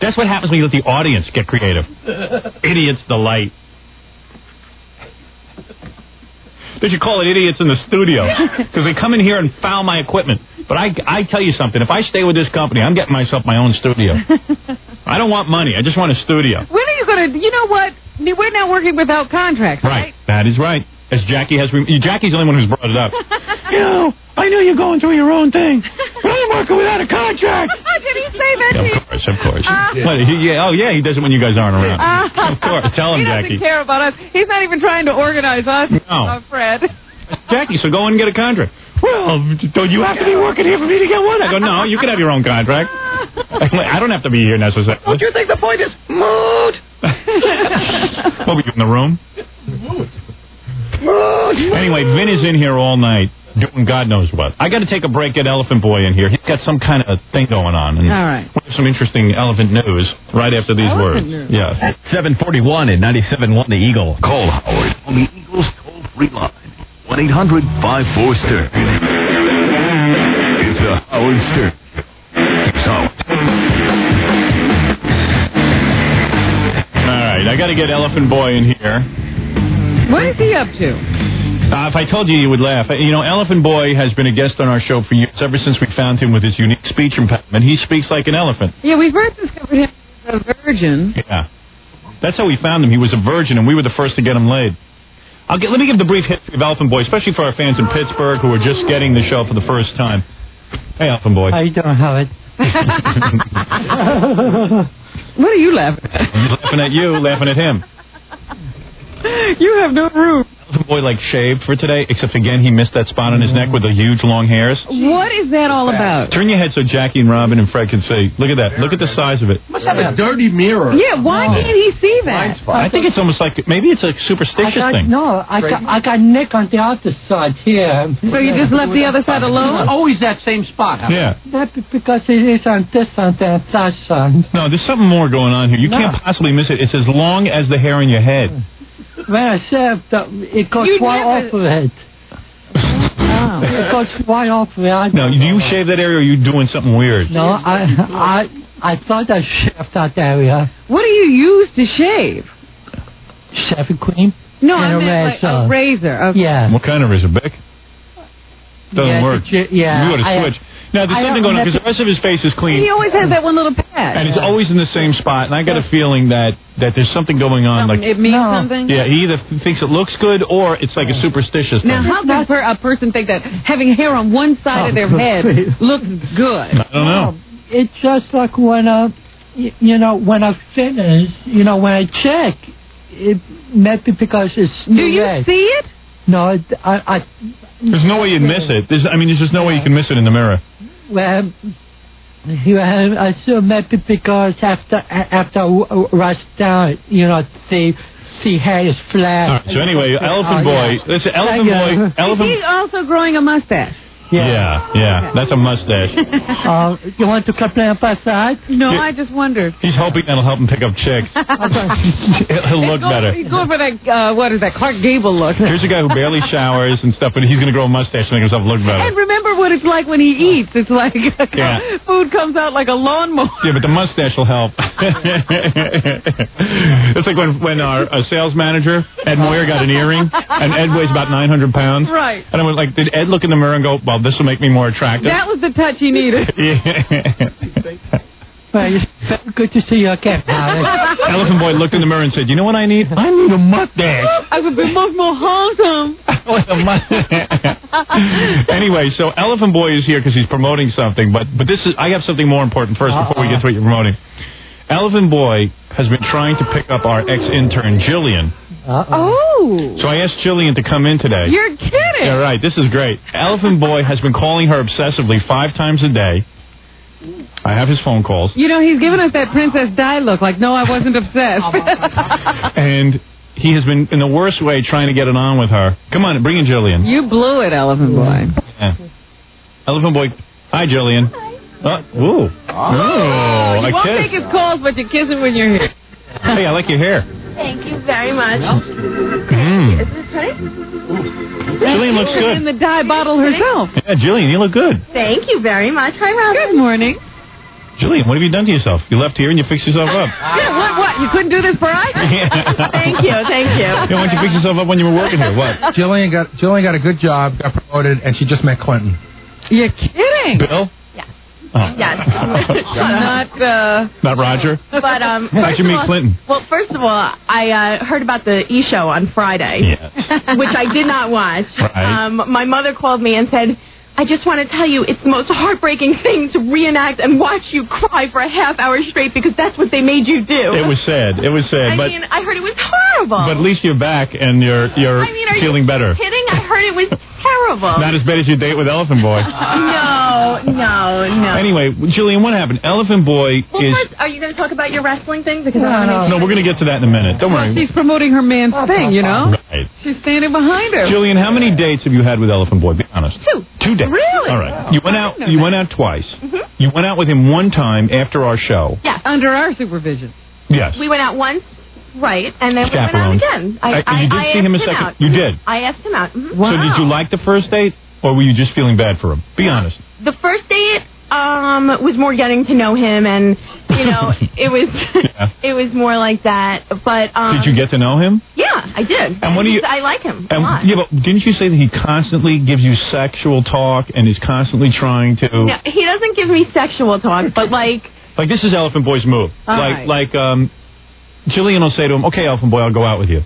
That's what happens when you let the audience get creative. Idiots Delight. They should call it idiots in the studio because they come in here and foul my equipment. But I, I tell you something. If I stay with this company, I'm getting myself my own studio. I don't want money. I just want a studio.
When are you going to? You know what? I mean, We're now working without contracts,
Right.
right?
That is right. As Jackie has, rem- Jackie's the only one who's brought it up.
You
know, I know you're going through your own thing. But I'm working without a contract.
Did he say that?
Yeah,
to you?
of course, of course.
Ah.
What, he- yeah, oh yeah, he does it when you guys aren't around.
Ah.
of course. Tell him,
he
Jackie.
doesn't care about us. He's not even trying to organize us,
No.
uh, Fred.
Jackie, so go in and get a contract. Well, don't you have to be working here for me to get one? I go, no, you can have your own contract. I don't have to be here necessarily. Don't you think the point is mood? what were you in the room? Anyway, Vin is in here all night doing God knows what. I got to take a break. Get Elephant Boy in here. He's got some kind of thing going on. And
All right.
We have some interesting elephant news right after these
Elephant news.
words. Yeah.
At 741 and 97.1 The Eagle. Call Howard on the Eagles toll free line. 1 800 54 Stern. It's the Howard Stern. Show. It's Howard.
All right, I got to get Elephant Boy in here.
What is he up to?
Uh, if I told you, you would laugh. You know, Elephant Boy has been a guest on our show for years, ever since we found him with his unique speech impediment. He speaks like an elephant.
Yeah, we first discovered him as a virgin.
Yeah. That's how we found him. He was a virgin, and we were the first to get him laid. I'll get, let me give the brief history of Elephant Boy, especially for our fans in Pittsburgh who are just getting the show for the first time. Hey, Elephant Boy.
How you doing, Howard?
What are you laughing? at?
laughing at you, laughing at him.
You have no room.
Elephant Boy, like, shaved for today, except, again, he missed that spot on his neck with the huge, long hairs.
What is that all about?
Turn your head so Jackie and Robin and Fred can see. Look at that. Look at the size of it.
Must have a
dirty mirror. Oh.
Yeah, why can't he see that?
I think it's almost like maybe it's a
I
superstitious
got,
thing.
No, I got, I got Nick on the other side here.
So you just left the other side alone?
Always that same spot.
Howard. Yeah.
That be- because it is on this on that that side.
No, there's something more going on here. You can't possibly miss it. It's as long as the hair on your head.
When I said that, it goes
You
way
never- Oh.
off of it. It goes way off of it. I
No, do you shave that area or are you doing something weird?
No, I I I thought I shaved that area.
What do you use to shave?
Shaving cream.
No,
and
I
a
meant like
razor.
a razor. Okay.
Yeah.
What kind of razor, Beck? Doesn't
Yeah,
work.
but you- yeah,
You ought to
I- uh,
switch. Now, there's
I
something
don't
going on
have
because the rest of his face is clean.
He always has that one little patch.
and it's always in the same spot, and I got a feeling that that there's something going on. Like,
it means something.
yeah, he either thinks it looks good or it's like a superstitious
Now,
thing.
how could per- a person think that having hair on one
Oh,
side of their head looks good?
I don't know.
It's just like when I, y- you know, when I finish, you know, when I check, it maybe because it's
Do you see it?
No, it, I, I,
There's no way you'd miss it. There's, I mean, there's just no way you can miss it in the mirror.
well, you have, I assume maybe because after a- after I rush down, you know, the the hair is flat.
All right, so anyway,
Oh,
Elephant Boy,
yeah.
listen, Elephant Boy,
Thank you.
Elephant.
He's also growing a mustache.
Yeah, yeah, that's a mustache.
Uh, you want to complain about that?
No,
Yeah.
I just wondered.
He's hoping that'll help him pick up chicks. He'll he'll look
He's going-
better.
He's going for that, uh, what is that, Clark Gable look.
Here's a guy who barely showers and stuff, but he's going to grow a mustache to make himself look better.
And remember what it's like when he eats. It's like
Yeah.
food comes out like a lawnmower.
Yeah, but the mustache will help. it's like when when our, our sales manager Ed Moyer got an earring, and Ed weighs about 900 pounds.
Right.
And I was like, did Ed look in the mirror and go, "Well, this will make me more attractive"?
That was the touch he needed.
Yeah.
Well, it's very good to see you again, Howard.
Elephant Boy looked in the mirror and said, "You know what I need? I need a mustache."
I would be much more handsome.
Oh,
With a mustache. anyway, so Elephant Boy is here because he's promoting something, but but this is I have something more important first before we get to what you're promoting. Alvin Boy has been trying to pick up our ex-intern Jillian.
Oh.
So I asked Jillian to come in today.
You're kidding.
Yeah, right. This is great. Elephant Boy has been calling her obsessively five times a day. I have his phone calls.
You know, he's giving us that Princess Di look, like, no, I wasn't
Oh,
obsessed.
And he has been, in the worst way, trying to get it on with her. Come on, bring in Jillian.
you blew it, Elephant Boy.
Yeah. Elephant Boy. Hi, Jillian. Uh, ooh. Oh,
you
a
won't
kiss.
take his calls, but you kiss him when you're here.
Hey, I like your hair.
Thank you very much.
Mm.
Is this right?
Jillian looks good.
In the dye bottle herself.
Yeah, Jillian, you look good.
Thank you very much. Hi, Robin.
Good morning.
Jillian, what have you done to yourself? You left here and you fixed yourself up.
Yeah, what, what? You couldn't do this for us?
Thank you, thank you.
Yeah, why don't you fix yourself up when you were working here? What?
Jillian got Jillian got a good job, got promoted, and she just met Clinton.
You're kidding.
Bill? Oh.
Yes.
Not, uh...
Not Roger?
But um,
How'd
first
you
of
meet
all-
Clinton?
Well, first of all, I uh, heard about the E show on Friday, which I did not watch.
Right.
Um, my mother called me and said, "I just want to tell you, it's the most heartbreaking thing to reenact and watch you cry for a half hour straight because that's what they made you do."
It was sad. It was sad.
I
but
mean, I heard it was horrible.
But at least you're back and you're you're
I mean, are
feeling
you
better.
Kidding? I heard it was terrible.
Not as bad as your date with Elephant Boy.
no, no, no.
Anyway, Jillian, what happened? Elephant Boy
well,
is.
first, are you going to talk about your wrestling thing? Because I want to
No, we're going to get to that in a minute. Don't worry.
She's promoting her man's thing, you know?
Right.
She's standing behind him.
Jillian, how many dates have you had with Elephant Boy? Be honest.
Two.
Two dates.
Really? Oh,
All right. You went
I
out.
didn't know
You
that.
went out twice.
Mm-hmm.
You went out with him one time after our show.
Yes.
Under our supervision.
Yes.
We went out once, right, and then
Chaperone.
we went out again. I,
Uh,
I,
you did
I
see
asked
him a second-
Out.
you did?
I asked him out. mhm.
So did you like the first date, or were you just feeling bad for him?
Uh,
Be honest.
The first date um, was more getting to know him, and you know, it was it was more like that. But
uh,
um,
Did you get to know him?
Yeah, I did.
And what do you-
I like him a
And
lot.
yeah, but didn't you say that he constantly gives you sexual talk and is constantly trying to?
No, he doesn't give me sexual talk, but like
Like this is Elephant Boy's move.
All
like
right.
like um, Jillian will say to him, "Okay, Elephant Boy, I'll go out with you."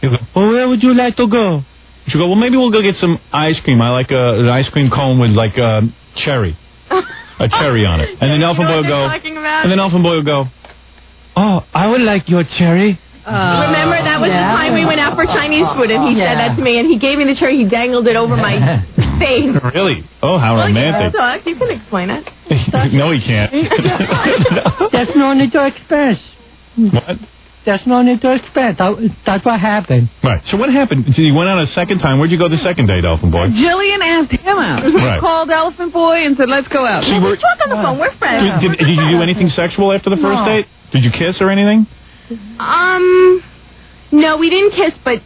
He'll go, "Well, where would you like to go?" She'll go, "Well, maybe we'll go get some ice cream. I like uh, an ice cream cone with like um, cherry, a cherry on it." And then Elephant Boy will go, and then Elephant Boy will go, "Oh, I would like your cherry."
Uh,
Remember that was the time we went out for Chinese food, and he said that to me, and he gave me the chair, he dangled it over my face.
Really? Oh, how romantic!
Talk, uh, you can explain it.
no, he can't.
There's no need to expense.
What?
There's no need to expense. That, that's what happened.
Right. So what happened? So you went out a second time. Where'd you go the second date, Elephant Boy?
Jillian asked him out.
Right.
Called Elephant Boy and said, let's go out.
She were-
talk on the phone.
We're
Did, did, did you do anything sexual after the first
No.
date? Did you kiss or anything?
Um, no, we didn't kiss, but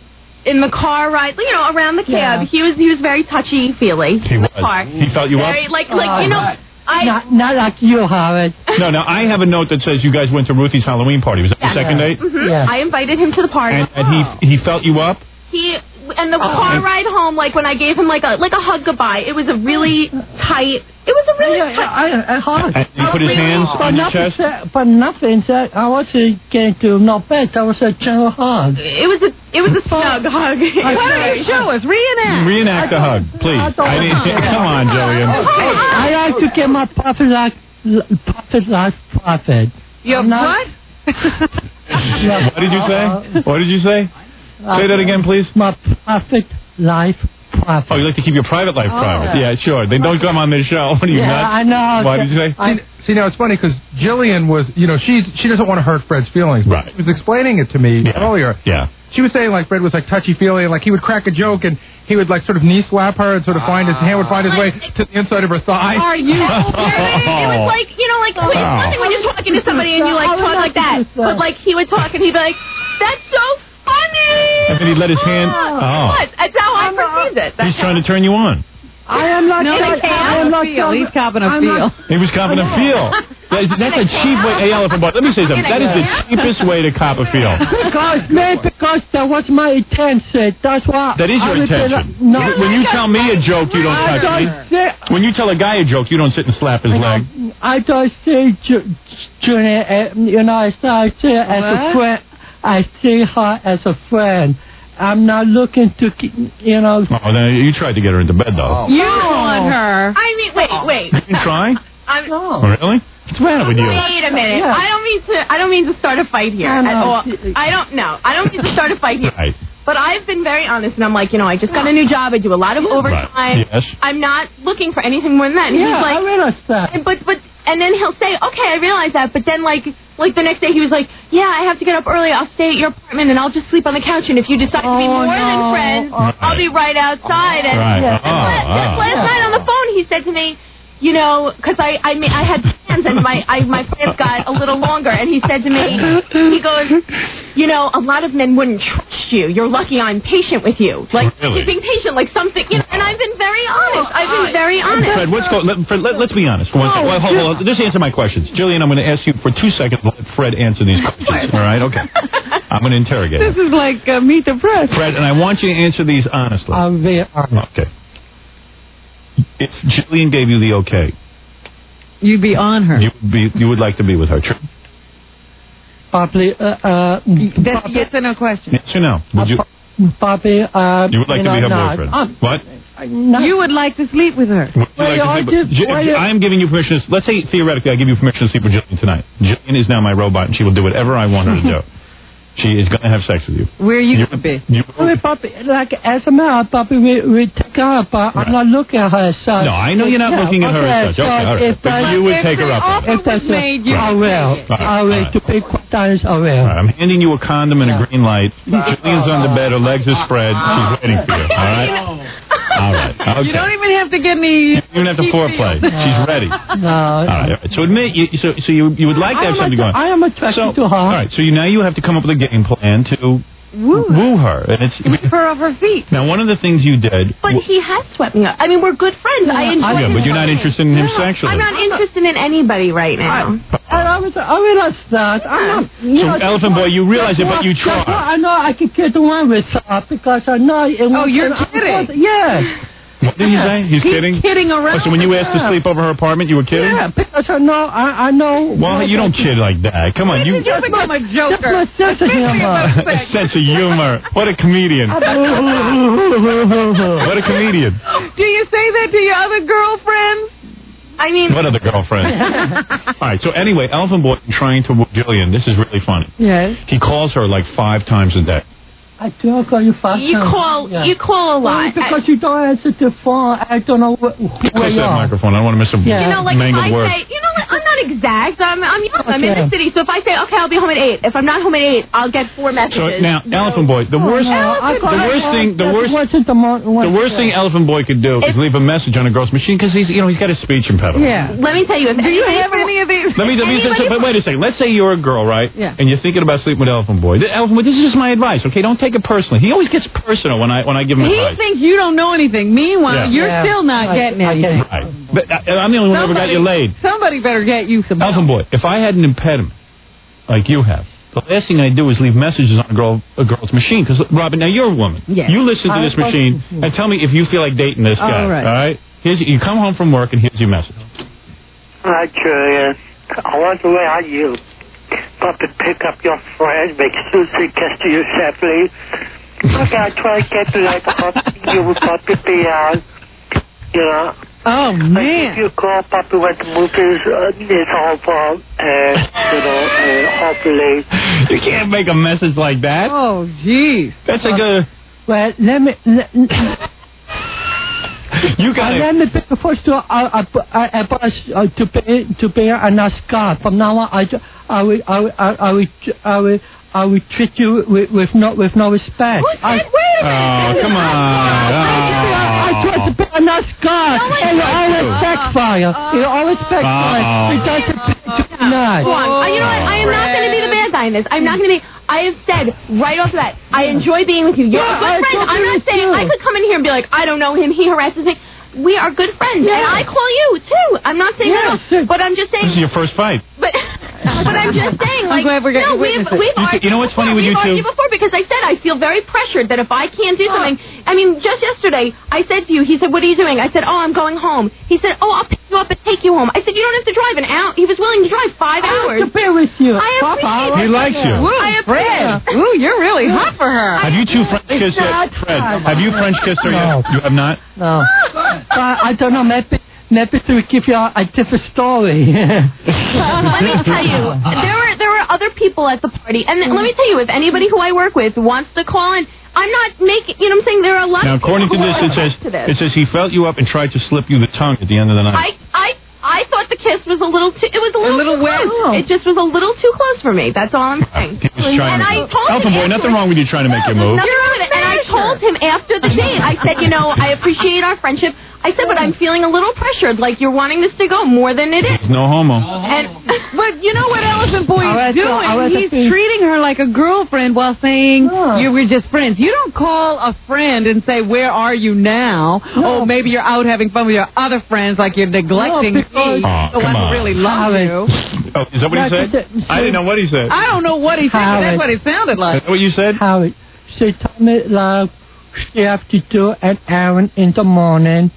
in the car ride, you know, around the cab, he was he was very touchy feely. He in the
was.
Car.
He felt you up?
very, Like like you know,
Oh,
I
Not, not like you, Howard.
No, no. I have a note that says you guys went to Ruthie's Halloween party. Was that the second date?
Mm-hmm.
mhm, I invited him to the party.
And, and he he felt you up.
he and the
Oh.
car
and-
ride home, like when I gave him like a like a hug goodbye, it was a really tight. It was a really tight.
A hug.
And
Oh,
he put his hands
But
on your
nothing,
chest.
said- but nothing said I wasn't getting to no bed. That was a general hug.
It was a it was a snug hug.
I- Why don't you show
us? Reenact.
Reenact the hug, please. I mean, come on, Jillian.
I like to get my profit like profit like profit.
Your what?
What did you say? What did you say? Say that again, please.
My profit life profit.
Oh, you like to keep your private life
Oh.
private? Yeah, sure. They don't come on this show. What are you
Yeah,
nuts?
I know.
Why did you say?
See, now it's funny because Jillian was, you know, she's she doesn't want to hurt Fred's feelings. Right. She was explaining it to me earlier.
Yeah.
She was saying like Fred was like touchy feely, like he would crack a joke and he would like sort of knee slap her and sort of find his hand would find his way to the inside of her thigh.
Are you
It was like you know, like
Oh.
when,
Wow.
something when you're talking to somebody and you like talk like that, but like he would talk and he'd be like, "That's so funny."
And then he let his hand.
Oh.
Oh,
What? That's how I perceived it.
he was trying to turn you on.
I am not.
No,
I,
they can't.
I am not.
Feel. He's copping a
I'm
feel.
not-
He was copping a feel. That is, that's a cheap way. Hey, elephant boy. Let me say something. That is the cheapest way to cop a feel.
Because man, because that was my intention. That's why.
That is
I
your
would say
intention.
that- No,
When you tell me a joke, you don't
I
touch me.
don't say-
When you tell a guy a joke, you don't sit and slap his leg.
I don't say Ju- Junior. uh, You know, I say I say her as a
What?
friend. I see her as a friend. I'm not looking to, ke- you know.
Oh, then you tried to get her into bed, though.
You want
her.
I mean, wait, wait.
You try?
I'm,
Really? What's the matter Oh. with you?
Wait a minute.
Yeah.
I don't mean to. I don't mean to start a fight here
No,
at
no.
all. I don't know. I don't mean to start a fight here.
Right.
But I've been very honest, and I'm like, you know, I just got a new job. I do a lot of overtime.
Right. Yes.
I'm not looking for anything more than that. And
Yeah,
he's like,
I realized that.
and- But but and then he'll say, okay, I realize that. But then like like the next day he was like, yeah, I have to get up early. I'll stay at your apartment and I'll just sleep on the couch. And if you decide to be more than
Oh, no.
friends, I'll be right outside. And
Right.
and
Oh,
last,
oh.
last night on the phone he said to me. You know, because I I, ma- I had plans and my I, my plans got a little longer, and he said to me, he goes, you know, a lot of men wouldn't trust you. You're lucky I'm patient with you. Like
Really?
he's being patient, like something. You know, and I've been very honest. I've been very honest.
Fred, what's going? Let, Fred, let, us be honest. for One
No,
second. Well, hold, hold, hold. Just answer my questions, Jillian. I'm going to ask you for two seconds. Let Fred answer these questions. All right? Okay. I'm going to interrogate. him.
This is like uh, meet the press.
Fred, and I want you to answer these honestly.
I'm very honest.
Okay. If Jillian gave you the okay,
you'd be on her.
You would be. You would like to be with her. True.
Probably, uh, uh,
That's a yes or no question.
Yes or no? Would you?
probably, uh,
You would like to
know,
be her
not.
boyfriend.
Um,
What?
You would like to sleep with her.
Would you like to sleep with- Ji- if I'm giving you permission. to- Let's say theoretically, I give you permission to sleep with Jillian tonight. Jillian is now my robot, and she will do whatever I want her to do. She is going to have sex with you.
Where are you
going to be? You,
Probably, probably, like, as a man, probably we, we take her up, but I'm not looking at her as such.
No, I know you're not
Yeah,
looking at her as
okay,
such. Okay, all right.
if
But
that's-
you would take her up on it.
If that's
made, you
I
would
will.
take it. All right,
I will.
all right.
To be quite honest, I will.
All right, I'm handing you a condom and a green light. Jillian's on the bed, her legs are spread. She's waiting for you. All right. All right. Okay.
You don't even have to get any.
You don't even have to foreplay. She's ready. All right. All right. So admit you. So so you you would like to
I
have
am
something
attra-
going.
I am attracted
so,
to her.
All right. So you now you have to come up with a game plan to
Woo.
woo her, and it's
her off her feet.
now one of the things you did.
But he has swept me up. I mean, we're good friends. I enjoy
yeah,
him.
but you're not interested in him
No,
sexually.
I'm not interested in anybody right now.
And I was, I realize that. I'm not, you
So,
know, that's
Elephant
why-
Boy, you realize it,
that's
but you
why- that's
try.
why I know I can get one with her because I know it Oh,
you're
kidding. Yes.
What did you say? He's,
He's
kidding.
kidding around
Oh, so when you asked to
with her.
sleep over her apartment, you were kidding.
Yeah, because I know, I, I know.
Well, you don't kid like that. Come on, you.
That's my- That's my sense of humor.
sense of humor. What a comedian. what a comedian.
Do you say that to your other girlfriends?
I mean,
What other girlfriend? All right. So anyway, Elephant Boy trying to woo Jillian. This is really funny.
Yes.
He calls her like five times a day.
I do call you fast.
You call- you call a
Only
lot.
because you don't answer the phone. I don't know wh- who
Close
you
that
are.
microphone. I don't want to miss a
Yeah.
You know, like if
mangled
I
word.
say, you know, like, I'm not exact. I'm, I'm young. I'm in
Okay.
the city. So if I say, okay, I'll be home at eight. If I'm not home at eight, I'll get four
so
messages.
now,
You know?
Elephant Boy, the worst,
I call
the
her
worst
all-
thing, the
that's
worst,
What's it the mo- what's
the worst
it?
thing Elephant Boy could do is leave a message on a girl's machine because he's, you know, he's got a speech impediment.
Let me tell you. If
Do you
anybody
have
from-
any of these?
Let me, let me
Anybody-
but wait a second. Let's say you're a girl, right?
Yeah.
And you're thinking about sleeping with Elephant Boy. Th- Elephant Boy, this is just my advice, okay? Don't take it personally. He always gets personal when I when I give him
He
advice.
thinks you don't know anything.
Yeah.
Meanwhile, you're
Yeah.
still not getting it.
Right. But I, I'm the only one who ever got you laid.
Somebody better get you some.
Elephant Boy, if I had an impediment like you have, the last thing I do is leave messages on a girl a girl's machine. Because Robin, now you're a woman.
Yes.
You listen to
I
this
was-
machine and tell me if you feel like dating this
All
guy.
right.
All right. Here's you come home from work and here's your message.
Hi, Julian. I want to allow you but to pick up your friend, make Susie kiss you safely. Okay, I try to get like Poppy, you with Poppy Beyond. You know?
Oh, man.
I think you call Poppy when the movies uh, is over, and, you know, and hopefully.
You can't make a message like that.
Oh, jeez.
That's like a.
Well, let me. Let,
you got
uh, Let me be first to uh, I, I, I advise uh, to be to be an Oscar. From now on, I, ju- I will I will I, I will I will I will treat you with, with not with no respect. I,
Oh, come Oh.
I
on.
try to be an Oscar, and you always backfire. You always backfire.
Uh-oh.
Because it's too nice.
Go Uh, on. Uh, you know what? I am not going to be the bad guy in this. I'm not going to be. I have said right off the bat, I enjoy being with you. You're
Yeah,
a good
I
friend.
enjoy
I'm
being
not
with
saying
you.
I could come in here and be like, I don't know him. He harasses me. We are good friends, and I call you too. I'm not saying that. at all. But I'm just
This is
saying.
your first fight.
But but I'm just saying. Like,
I'm glad we're
no,
getting
we've
witnesses.
we've
You-
argued.
you know what's funny with
before.
you two?
We've argued before because I said I feel very pressured that if I can't do something. I mean, just yesterday I said to you, he said, "What are you doing?" I said, "Oh, I'm going home." He said, "Oh, I'll pick you up and take you home." I said, "You don't have to drive an hour." He was willing to drive five hours.
To be with you.
I appreciate
He
it.
likes you.
Ooh, I appreciate it.
Ooh, you're really hot for her.
Have you two French kissed
Oh.
yet? Fred, have you French kissed her yet? You have not?
No. But Uh, I don't know. Maybe maybe to give you a, a different story.
let me tell you, there were there were other people at the party, and let me tell you, if anybody who I work with wants to call in, I'm not making. You know, what I'm saying there are a lot.
Now,
of people
according to
who
this,
are
it says
to this.
it says he felt you up and tried to slip you the tongue at the end of the night.
I I I thought the kiss was a little too. It was a little, too wet. Close. It just was a little too close for me. That's all I'm saying.
He was trying
and
to.
I told
Alpha
him
boy,
afterwards-
nothing wrong with you trying to make your move.
Nothing wrong with it. And I told him after the date, I said, you know, I appreciate our friendship. I said, but I'm feeling a little pressured. Like you're wanting this to go more than it is.
It's no homo.
Oh,
And
But you know what Elephant Boy
I'll ask-
is
I'll
doing?
ask
He's
the-
treating her like a girlfriend while saying you were just friends. You don't call a friend and say, "Where are you now?" Oh, maybe you're out having fun with your other friends, like you're neglecting
No, because-
me,
Aw,
the one
come
who
on.
really loves you.
Oh, is that what he
No,
said?
just a-
I didn't know what he said.
I don't know what he said. but That's
Howard.
what it sounded like.
Is that what you said?
Howard, she told me like she have to do an errand in the morning,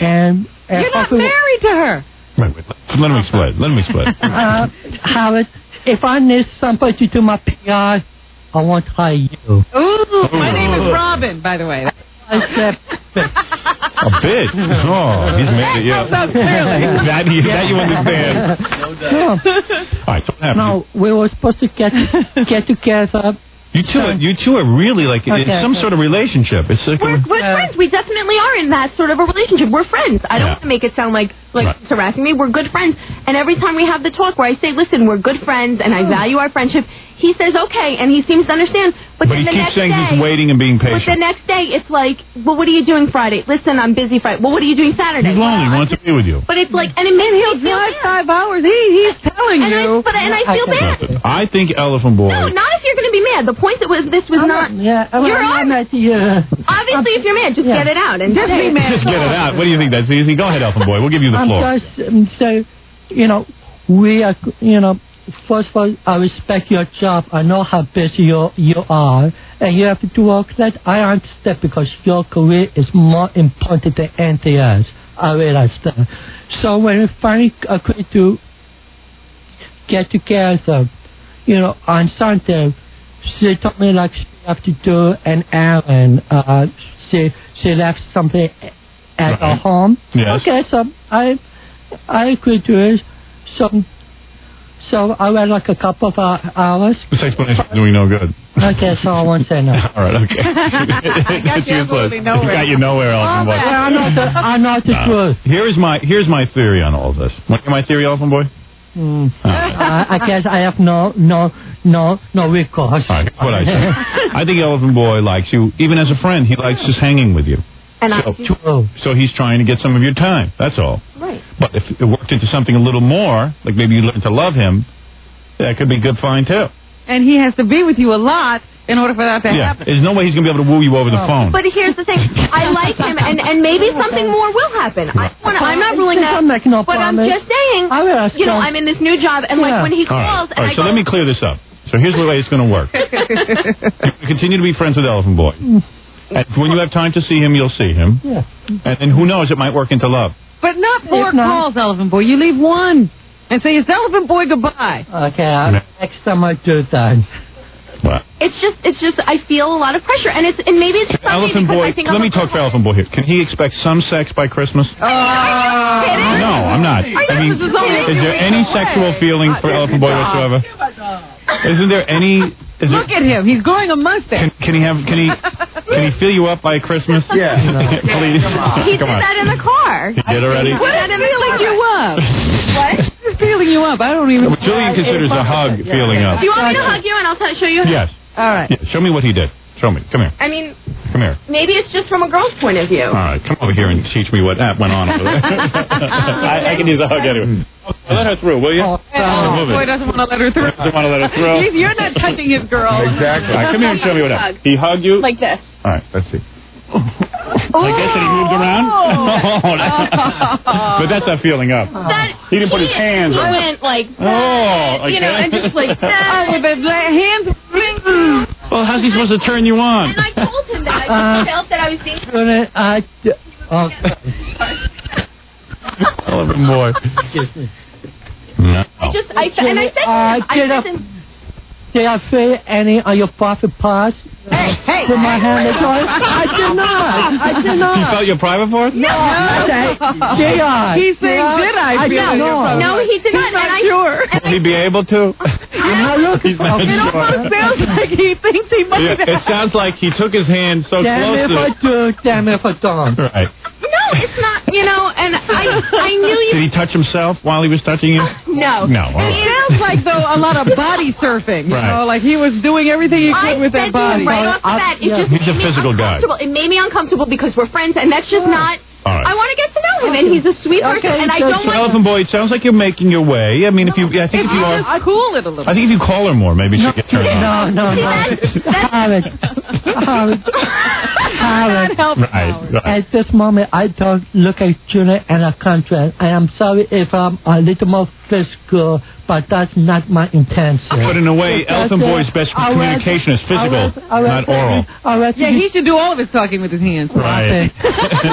and, uh, and
You're not
also-
married to her.
Wait, wait, let- let him explain. Let him explain.
Uh, Howard, if I need somebody to do my PR, I want to hire you.
Ooh, my name is Robin, by the way.
I said,
A bitch. Oh, he's mad at you.
That comes out clearly.
that, you that you understand.
no,
All right, so what happened?
no, we were supposed to get get together.
You two, are, you two are really like
Okay,
in some
okay.
sort of relationship. It's like
We're, we're friends. We definitely are in that sort of a relationship. We're friends. I don't
Yeah.
want to make it sound like like it's harassing me. We're good friends. And every time we have the talk where I say, "Listen, we're good friends, and
Hmm.
I value our friendship," he says, "Okay," and he seems to understand. But,
but
then
he
the
keeps
next
saying
day,
he's waiting and being
But the
patient.
next day, it's like, "Well, what are you doing Friday?" Listen, I'm busy Friday. Well, what are you doing Saturday?
He's lonely. He wants to be with you.
But it's like, and it makes
He'll
me feel
drive
bad.
five hours. He he's telling
And I-
you.
but- and I feel bad.
I think Elephant Boy.
No, not if you're going to be mad. The point that was this
Oh,
was not.
Yeah, I
you're
I'm
on.
not yeah.
Obviously, if you're mad, just
Yeah.
get it out and
Just
say
be
it.
mad.
Just get it out. What do you think? That's easy. Go ahead, Elephant Boy. We'll give you the
I'm
floor.
just um, so you know we are you know first of all I respect your job. I know how busy you you are, and you have to work that. I understand because your career is more important than anything else. I realize that. So when we finally agreed to get together, you know, on Sunday, she told me like she have to do an errand. Uh, she she left something at her home.
Yes.
Okay, so I I agreed to it. So so I went like a couple of hou- hours.
This explanation is doing no good.
Okay, so I won't say no.
All right, okay.
I got
It's
you
useless.
absolutely nowhere.
Got you nowhere, Elephant Boy.
Yeah, I know the I know the
Uh,
truth.
here's my here's my theory on all of this. Want to hear my theory, Elephant Boy?
Mm. I, I guess I have no no no no recourse.
What I say? I think Elephant Boy likes you, even as a friend. He likes just hanging with you.
And I.
So, so he's trying to get some of your time. That's all.
Right.
But if it worked into something a little more, like maybe you learn to love him, that could be good fine too.
And he has to be with you a lot in order for that to
yeah.
happen.
There's no way he's gonna be able to woo you over the phone.
Oh. But here's the thing. I like him, and, and maybe something more will happen. I wanna, I'm not ruling that.
I'm making no
but I'm
promise.
just saying,
I will ask
you know,
him.
I'm in this new job, and like when he
all right.
calls,
All
and
right.
I
So
go,
let me clear this up. So here's the way it's gonna work. You continue to be friends with Elephant Boy. And when you have time to see him, you'll see him.
Yeah.
And then who knows, it might work into love.
But not four
If not-
calls, Elephant Boy. You leave one and say, it's Elephant Boy goodbye.
Okay, I, next time I do that.
it's just, it's just, I feel a lot of pressure, and it's, and maybe it's funny
Elephant
because
Boy,
I think
let
I'm
me
a
talk for Elephant Boy here. Can he expect some sex by Christmas? No, I'm not. I mean,
this is only a
is
few
there
weeks
any
away.
sexual feeling for Elephant Boy whatsoever? Isn't there any? Is
Look at him. He's growing amongst it.
there, can he have? Can he? Can he fill you up by Christmas? Yeah. Please. Come on.
he did that in the car.
He did already?
He did that in the
Feeling
car.
you up.
What?
He's feeling you up. I don't even.
But Julian considers a hug feeling up.
Do you want me to hug you, and I'll tell, show you?
Yes.
All right.
Yeah, show me what he did. Show me. Come here.
I mean,
Come here.
maybe it's just from a girl's point of view.
All right. Come over here and teach me what that went on over there. I, I can use a hug anyway. Okay, let her through, will you? Move it.
Boy doesn't want to let her through.
Doesn't want to let her through.
He's- You're not touching his girl.
Exactly. All right, come here and show me what happened. He hugged you.
Like this.
All right, let's see. Like this, and he moved around. Oh, that's- but that's not feeling up. He didn't put his hands.
He
on-
went like that,
Oh, okay.
you know, and just like that.
Oh, but like, hands.
Well, how's he supposed to turn you on?
I told him that.
Uh,
I just felt that I was being
Couldn't I d- oh. okay. Oh,
Elephant boy. No.
I just, I, and I said to him,
Uh,
I
get up.
listened,
Did I feel any on your profit parts?
I
hey, put my hand in my- I did not. I did not.
You felt your private parts?
No, I said, did I?
He said, did I feel
did
it?
not.
No, he did not. and I, sure.
Will he be able to?
I'm not looking
He's not
It
sure.
almost sounds like he thinks he might
Yeah, it
have.
sounds like he took his hand so
Damn
close
if
to
I do, damn if I don't.
Right.
No, it's not. You know, and I, I knew you.
Did he touch himself while he was touching you?
No.
No. all
It
right.
sounds like though a lot of body surfing. You
Right.
know, like he was doing everything he
I
could with
said to
that body.
him right off the bat, it just
He's a
made me
physical guy.
uncomfortable. It made me uncomfortable because we're friends, and that's just not.
right.
I want to get to know him, and he's a sweet person, and I don't want.
Elephant boy, it sounds like you're making your way. I mean, if you, I think if you are,
just cool it a little.
I think if you call her more, maybe she'll get turned
No,
on.
no, no. Howard, Howard, Howard.
Right, right.
At this moment, I don't look at children and a country. I am sorry if I'm a little more physical, but that's not my intention.
But in a way,
That's
Elephant
it.
Boy's best
I was-
communication is physical,
I was- I was-
not oral.
I was-
yeah, he should do all of his talking with his hands.
Right.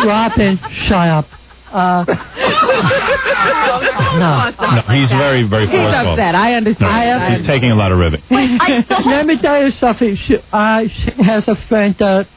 Robin, shut up. Uh,
Oh,
no.
No, he's very, very
He's
forceful.
upset. I understand. I
No, he's
understand.
taking a lot of ribbing.
Let me tell you something. She, uh, she has a friend that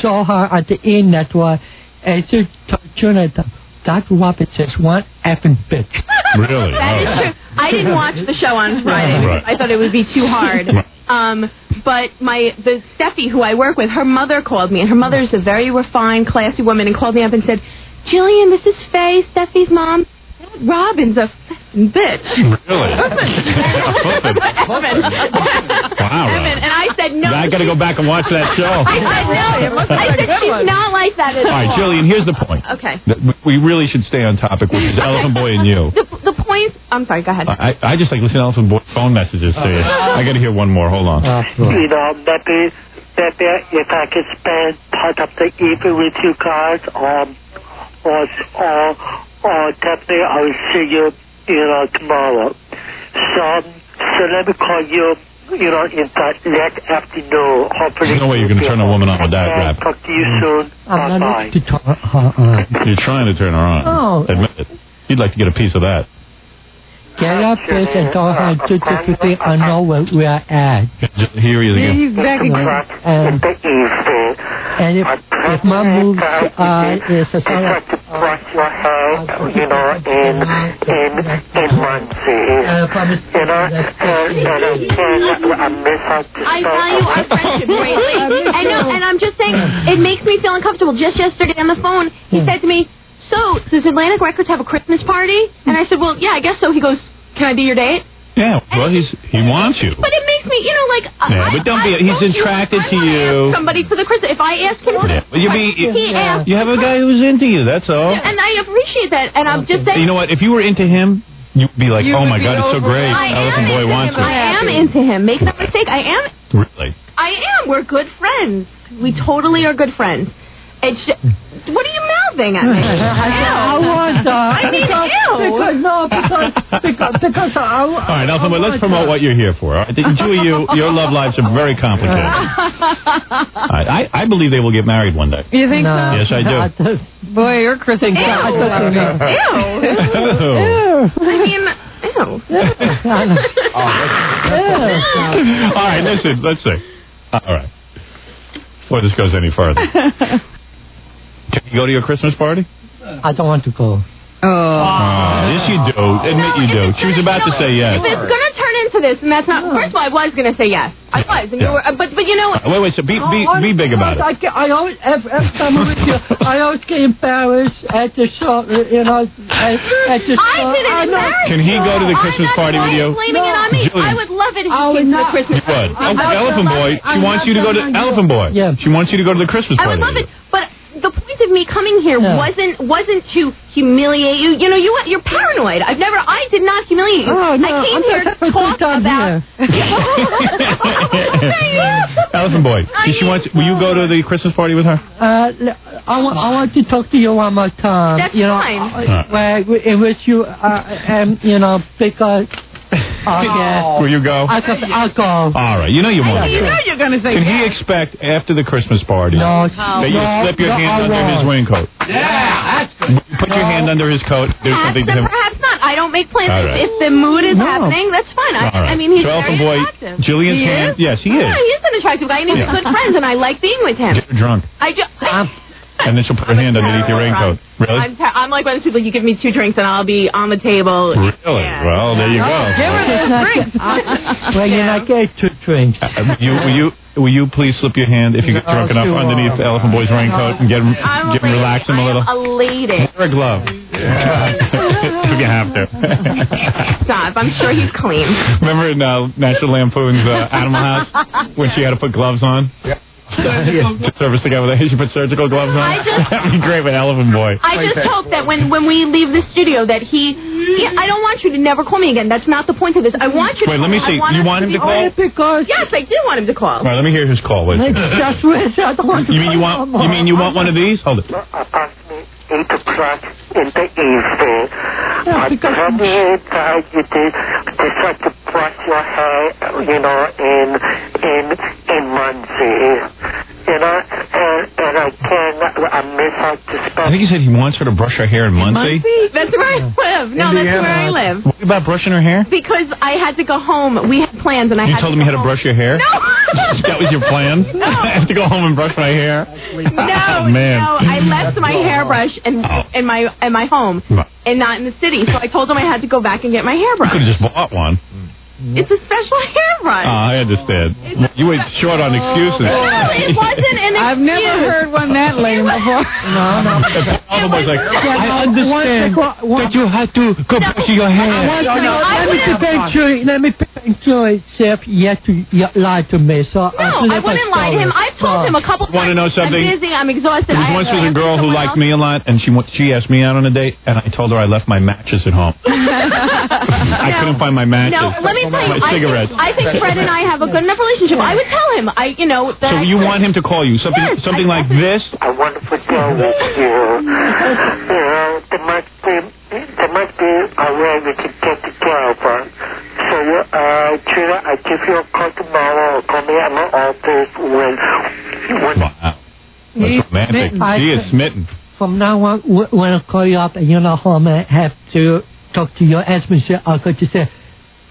saw her at the inn that was, and she told Junior that that Robin is one effing bitch.
Really? Oh.
That is true. I didn't watch the show on Friday.
Right.
I thought it would be too hard. Um, but my the Steffi who I work with, her mother called me, and her mother's a very refined, classy woman, and called me up and said, "Jillian, this is Faye, Steffi's mom. That Robin's a f***ing bitch."
Really? Wow.
Evan, and I said no.
I got to go back and watch that show.
I said no. I said she's not like that at
All right, Jillian, here's the point.
Okay.
That we- We really should stay on topic with this Elephant Boy and you.
The, the point. I'm sorry. Go ahead.
I, I just like listening to Elephant Boy phone messages to you. I got to hear one more. Hold on.
Uh,
You know, maybe, maybe if I could spend part of the evening with you guys, um, or, or, or definitely I will see you, you know, tomorrow. So, so let me call you, you know, in the late afternoon. Hopefully,
There's no way you're going to turn a woman on with that rap.
talk to you soon.
I'm not to talk her on.
You're trying to turn her on.
Oh.
Admit it. You'd like to get a piece of that.
Get up, bitch, and
uh,
go ahead and do the thing. I know where we are at.
J- Here he is again.
He's back again. And, and if, if my move uh, is a sort of
Brush your hair, you know, in, in, in one scene. You know, and, and again, I miss out to
I
so
value our friendship greatly. and, no, and I'm just saying, it makes me feel uncomfortable. Just yesterday on the phone, he said to me, So, does Atlantic Records have a Christmas party? And I said, Well, yeah, I guess so. He goes, Can I be your date?
Yeah, well, he's he wants you.
But it makes me, you know, like.
Yeah,
I,
but don't be-
I
he's
told you,
attracted
I
to
wanna
you.
ask Somebody to the Christmas. If I ask him,
Yeah, but you
he
be
asked.
you have a guy who's into you. That's all.
And I appreciate that. And I'm just saying.
You know what? If you were into him, you'd be like,
You
"Oh
would
my
be
God, it's so
over
great."
it. I
Elephant
am
Boy
into
wants it.
him. I am into him. Make no mistake. I am
Really?
I am. We're good friends. We totally are good friends. It's ju- what are you mouthing at me?
I
Ew.
want
I mean,
because, because
ew.
no, because because because I.
All right, Elephant Boy, let's promote what you're here for. All right? The two of you, your love lives are very complicated. All right, I, I believe they will get married one day.
You think so?
Yes, I do.
Boy, you're christening.
Ew.
I don't know.
I mean, ew.
Oh, All right, listen, let's see. All right. Before this goes any further, can you go to your Christmas party?
I don't want to go.
Oh. Aw, yes, you do. Admit you do. She was about to say yes.
If it's gonna turn into this, and that's not. First of all, I was gonna say yes. I was, and you
Yeah.
were, but but you know,
Uh, Wait, wait. So be be be big about it.
I, get, I always, every, every time I'm with you, I always get embarrassed at the show, you know, at, at the
I
show.
didn't
know.
embarrass
Can he go to the
I'm
Christmas
not
party with you?
Blaming it on me.
Jillian.
I would love it if
I
you
would
came to Oh, the
not.
Christmas
You would.
party.
Oh, Elephant Boy. She
I'm
wants
not
you to go to
somebody-
Elephant Boy. Yeah. She wants you to go to the Christmas
I
party.
would love it, but the point of me coming here
Yeah.
wasn't wasn't to humiliate you. You know, you you're paranoid. I've never, I did not humiliate you.
Oh, no,
I came
I'm
here
not
to talk about.
Elephant Boy. She wants. Will you go to the Christmas party with her?
Uh, l- I want, I want to talk to you one more time.
That's
you know,
fine.
I- I- Where in which you, uh, um, you know, because. Okay.
Will you go?
I could, I'll go.
Oh. All right. You know you won't.
You
go.
know
you're gonna say
Can he expect after the Christmas party
No,
that you
no,
slip your
no,
hand
I
under his
won't.
raincoat? Yeah, that's good. You put your hand under his coat. Do
Perhaps,
something to
but
him.
perhaps not. I I don't make plans.
All
If-
right.
If the mood is
No.
happening, that's fine. I,
All right.
I mean, he's
So Alpha
very
Boy,
attractive.
Jillian's
he
hand-
Is?
yes, he
Yeah,
is.
he's an attractive guy, and he's
Yeah.
good friends, and I like being with him.
Get her drunk.
I just.
And then she'll put her hand underneath your raincoat. Really?
I'm, te- I'm like one of those people. You give me two drinks and I'll be on the table.
Really? Well, Oh, there you go.
Well, you're not getting two drinks.
Uh, will you, will you will you please slip your hand if you get
No,
drunk enough
too
underneath
long.
Elephant Boy's raincoat and get him,
I'm
get him
elated.
relax him a little?
Elated.
Wear a glove. if you have to.
Stop. I'm sure he's clean.
Remember in uh, National Lampoon's uh, Animal House when she had to put gloves on? Yeah. To service the guy with that, she put surgical gloves on.
I just-
That'd be great with Elephant Boy.
I just hope that when when we leave the studio that he. Yeah, I don't want you to never call me again. That's not the point of this. I want you.
Wait,
to
let me
I
see. You
us
want him
be
to call?
honest Because yes, I do want him to
All
call.
right, let me hear his call. Wait.
That's what I don't
You mean you want? You mean you want one of these? Hold it.
eight o'clock in the evening. I'm coming inside you to just like to brush your hair, you know, in in in Muncie. You know, and and I can uh, I miss out to
I think he said he wants her to brush her hair in Muncie.
That's where I live. No, that's where I live.
What about brushing her hair?
Because I had to go home. We had plans, and I
you
had
told
to
him you
go
had to brush your hair.
No.
that was your plan.
No.
I have to go home and brush my hair.
No,
Oh, man. Oh.
no, I left my hairbrush in in my in my home and not in the city. So I told him I had to go back and get my
You could
hairbrush.
have just bought one.
It's a special hairbrush.
Oh, I understand. You were short on excuses.
No, it wasn't an
I've never
excuse.
heard one that lame before.
No, no. was like, I
understand
that you had to go brush your hair.
No, no, let
I
me
wouldn't-
thank you. Let me thank you, Jeff. Yet you you lied to me, so
No, I wouldn't lie to him. I've told him a couple times.
Want to know something?
I'm busy. I'm exhausted.
There
I
was
have
once
to
was a
answer
girl who
someone
liked
else.
me a lot, and she went, she asked me out on a date, and I told her I left my matches at home. I
No.
couldn't find my matches.
No, let me tell you.
My
I
cigarettes.
think, I think Fred and I have a good enough relationship. I would tell him. I, you know, that
so
I
you
could-
want him to call you something
Yes,
something like this?
I want to go with you. You know, there must be there must be a way we can get together. So uh Trina, I give you a call tomorrow or call me at my office when when
That's romantic.
I-
She is smitten.
From now on, w- when I call you up and you're not home, I have to talk to your husband. So I could just say,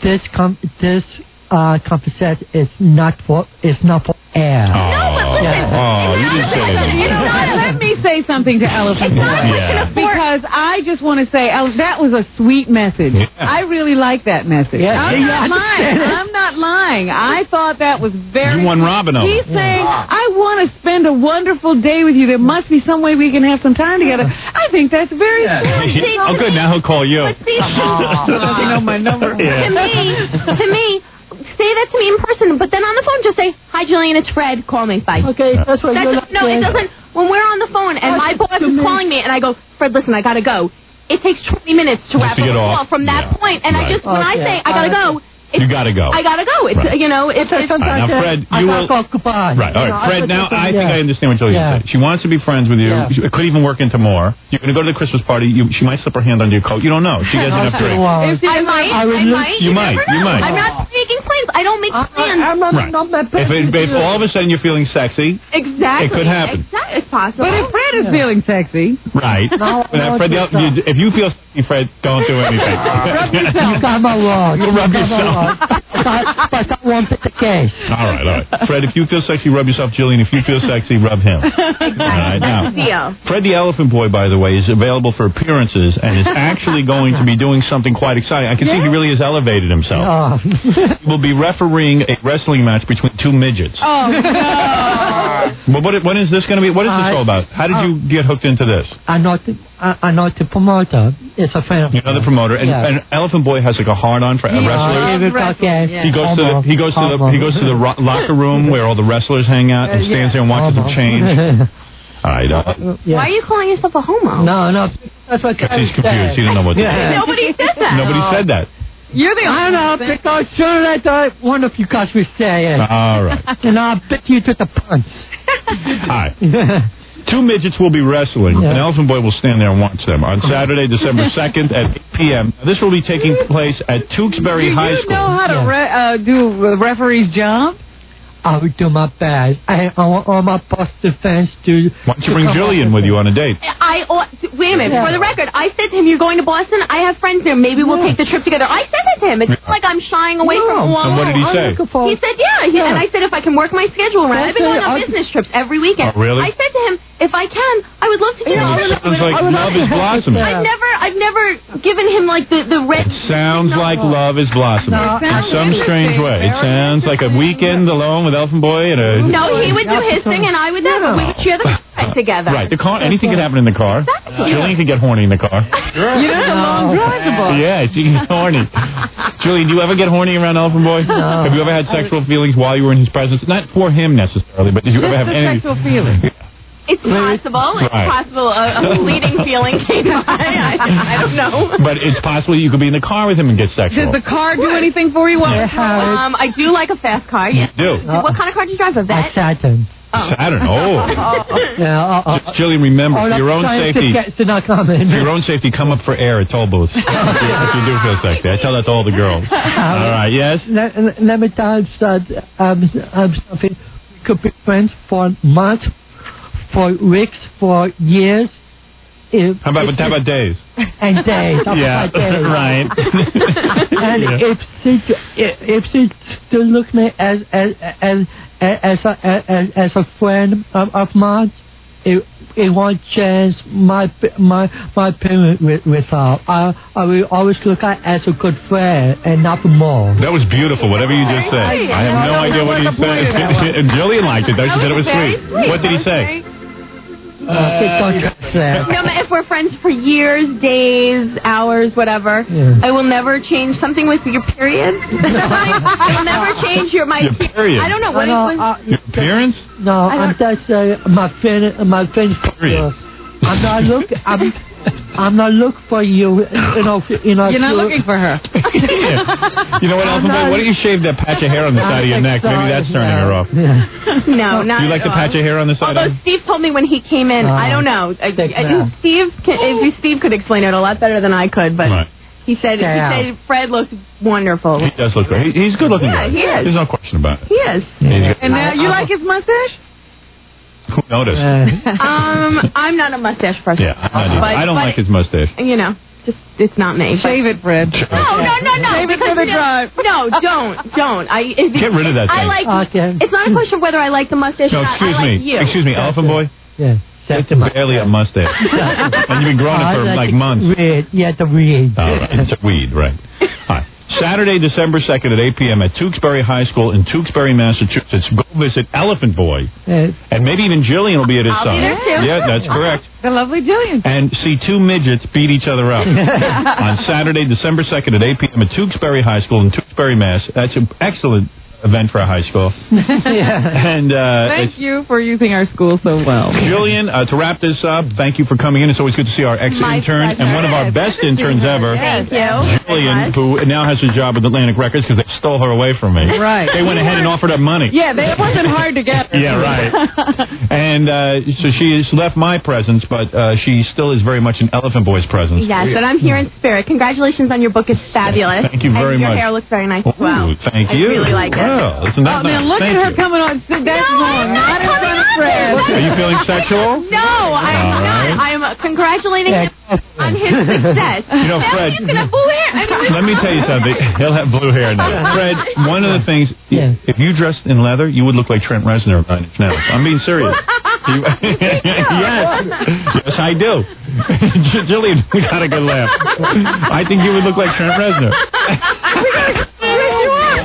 this com- this uh, conversation is not for is not for air.
Oh, oh, you didn't say that.
You know what? Let me say something to Elephant Boy.
Yeah.
Because I just want to say, Ele- that was a sweet message. I really like that message.
Yeah,
I'm
yeah, I
not lying.
understand it.
I'm not lying. I thought that was very.
You won Robin over.
He's saying, I want to spend a wonderful day with you. There must be some way we can have some time together. I think that's very sweet.
oh, good. Now he'll call you.
See,
You know my
to
number.
me, to me, say that to me in person, but then on the phone just say, "Hi, Jillian, it's Fred. Call me." Bye.
Okay, that's what you're
no, it
like.
doesn't. When we're on the phone and my boss is calling me and I go, "Fred, listen, I gotta go." It takes 20 minutes to
Just
wrap
to
up
get
a
off.
call from that point, and I
Right.
just when
Oh,
I
Okay.
say I gotta go, it's,
You gotta go.
I gotta go. It's
Right.
you know, it's, it's
All right, now, Fred, you will.
goodbye.
Right, all
You know,
right.
I
Fred,
thought
now
you said
I think
yes.
I understand what Jillian
Yeah.
said. She wants to be friends with you.
Yeah.
She could even work into more. You're going to go to the Christmas party. You, she might slip her hand under your coat. You don't know. She doesn't have to drink.
I might. I,
would lose-
might.
You might,
never
you
know.
might.
I'm not making plans. I don't make plans. I, am
Right. If, it, if all of a sudden you're feeling sexy,
Exactly.
It could happen.
Exactly. It's possible.
But if Fred is feeling sexy,
right?
No,
But uh,
no,
Fred,
it's
you- you- if you feel sexy, Fred, don't do anything.
Rub
Oh, You got my wrong.
You rub yourself.
But I- but that won't be the case.
all right, all right. Fred, if you feel sexy, rub yourself. Jillian, if you feel sexy, rub him. All right, now.
That's the deal.
Fred the Elephant Boy, by the way, is available for appearances and is actually going to be doing something quite exciting. I can see he really has elevated himself.
Oh.
He will be refereeing a wrestling match between two midgets.
Oh,
Well, what, what is this going to be? What is this
I-
all about? How did
uh,
you get hooked into this?
I know the I, I know the promoter. It's a friend.
You know the promoter, and,
Yeah.
and Elephant Boy has like a hard on for
He
wrestlers.
loves wrestling, yeah.
He goes to the, he goes to the he goes to the ro- locker room where all the wrestlers hang out and
Uh,
stands there and watches them change. All right, uh,
Why are you calling yourself a homo?
No, no. That's what
She's confused. She didn't know what to do.
Nobody said that.
Nobody said that.
You're the
I know because sure I thought one of you guys would say it.
All right.
And I bet you to the punch.
Hi. Two midgets will be wrestling, and Elephant Boy will stand there and watch them on Saturday, December 2nd at 8 p.m. This will be taking place at Tewksbury
do
High
you
School.
know how to re- uh, do a referee's job?
I would do my best. I, I want all my Boston fans to.
Why don't you bring Jillian with you on a date?
I ought to, wait a minute. For the record, I said to him, "You're going to Boston. I have friends there. Maybe we'll take the trip together." I said that to him. It's not like I'm shying away
No.
from Guam.
And what did he say?
He said, "Yeah." He,
Yeah.
And I said, "If I can work my schedule around, I've been
That's it.
going on
I-
business trips every
Oh,
weekend."
really?
I said to him, "If I can, I would love to do
Yeah,
all
it
of that."
sounds like
I would
love
love
is
to-
blossoming.
I've never, I've never given him like the the red.
Sounds like love is blossoming
No,
in
it sounds
some
interesting.
strange way. It
Very
sounds like a weekend alone with Elfin Boy and a
No, he would do his thing and I would do it. We would cheer the f- together.
right. The car. Anything can happen in the car.
Exactly.
Jillian can get horny in the car.
You know, it's a long drive to Boston.
Yeah, she can get horny. Jillian, do you ever get horny around Elfin Boy?
No.
Have you ever had sexual feelings while you were in his presence? Not for him necessarily, but did you ever have
Just a
any?
sexual feeling.
It's possible. It's
Right.
possible a, a fleeting feeling came by. I, I don't know.
But it's possible you could be in the car with him and get
Did
sexual.
the car do anything for you? while you were out?
Um, I do like a fast car. Yes.
do.
What kind of car do you drive? A
I
vet?
Saturn.
Saturn. Oh.
Yeah, uh, uh,
Just, Jillian, remember
all
for
I'm
your own
trying
safety.
To, get, to not come in.
For your own safety, come up for air at toll booths. if, you, if you do feel sexy, I tell that to all the girls. All right. Yes.
Let, let- let me tell you that um, um, something. We could be friends for months, for weeks, for years. If,
How about
if-
how about days?
and days? How
Yeah.
about days?
Right.
and
Yeah.
if she if she still look me as as as as a as, as a friend of, of mine, it it won't change my my my opinion with with her. I I will always look at as a good friend and not more.
That was beautiful. Whatever you just said.
Very sweet.
I have
I
no
don't
idea
know
what he
what the point of that was.
said. And Jillian liked it though. She
That
said it
was
was
very
sweet.
sweet.
What did he
That was
say?
very
Uh,
No, ma- if we're friends for years, days, hours, whatever,
Yeah.
I will never change something with your period. I will never change your my
Your period.
I don't know what
No,
it
no,
uh,
was.
Your appearance?
No, I'm just uh, my friend. My friend.
Period.
I'm not look. I'm. I'm not looking for you. You know. You know.
You're not
to-
looking for her.
You know what,
I'm
Elfin Boy?
not-
Why don't you shave that patch of hair on the side of your neck? Maybe that's turning her off.
no, not
you like
at
the
all.
patch of hair on the side?
Although
of
Steve told me when he came in,
Oh,
I
Uh,
don't know. I, I
man.
think Steve, can, if Steve could explain it a lot better than I could, but
Right.
he said
Yeah.
he said Fred looked wonderful.
He does look good. He, he's good looking.
Yeah,
guy.
he is.
There's no question about it.
He is. uh,
He's
And now you
I-
like his mustache?
Who noticed?
um, I'm not a mustache person.
Yeah, I'm not either.
But-
I don't
but,
like his mustache.
You know, just it's not me. but-
Shave it, Fred.
No, no, no, no.
Save it
because
for the
no-
drive.
No, don't, don't. I it,
Get rid of that
I
thing.
like. It's not a question of whether I like the mustache
No,
or not.
excuse
I like
me.
you.
Excuse me, Elephant Boy.
Yeah.
It's barely a mustache. and you've been growing it for
I
like months.
Weird. Yeah, the weird.
All right. It's a weed, right. All right. Saturday, December 2nd at 8 p.m. at Tewksbury High School in Tewksbury, Massachusetts. Go visit Elephant Boy.
Yeah.
And maybe even Jillian will be at his
I'll be
side.
there, too.
Yeah, that's correct.
The lovely Jillian.
And see two midgets beat each other up on Saturday, December 2nd at 8 p.m. at Tewksbury High School in Tewksbury, Mass. That's an excellent event for a high school. And uh, it's
Thank you for using our school so well.
Julian, uh, to wrap this up, thank you for coming in. It's always good to see our ex
My
intern
pleasure.
and one of our
Yes,
best
good to see
interns
her.
ever.
Thank
you.
Julian,
Yes.
who now has a job with Atlantic Records because they stole her away from me.
Right.
They went ahead and offered up money.
Yeah, they, it wasn't hard to get.
Yeah, right. And uh, so she has left my presence, but uh, she still is very much in Elephant Boy's presence.
Yes, and I'm here in spirit. Congratulations on your book. It's fabulous.
Thank you very
and Your
much.
hair looks very nice as
Ooh,
well.
thank
I
you.
really like it.
Wow, it's not
Oh,
nice.
man, look
Thank
at her
you.
coming on. That's wrong. Not in front of Fred.
Are you feeling sexual?
No, I'm
All
not.
right.
I'm uh, congratulating him on his success.
You know,
Now
Fred-
he's gonna boo hair. I mean,
Let me tell you something. He'll have blue hair now. Fred, one of the things, if you dressed in leather, you would look like Trent Reznor nine inch nails. I'm being serious. You- yes. Yes, I do. J- Jillian, we got a good laugh. I think you would look like Trent Reznor.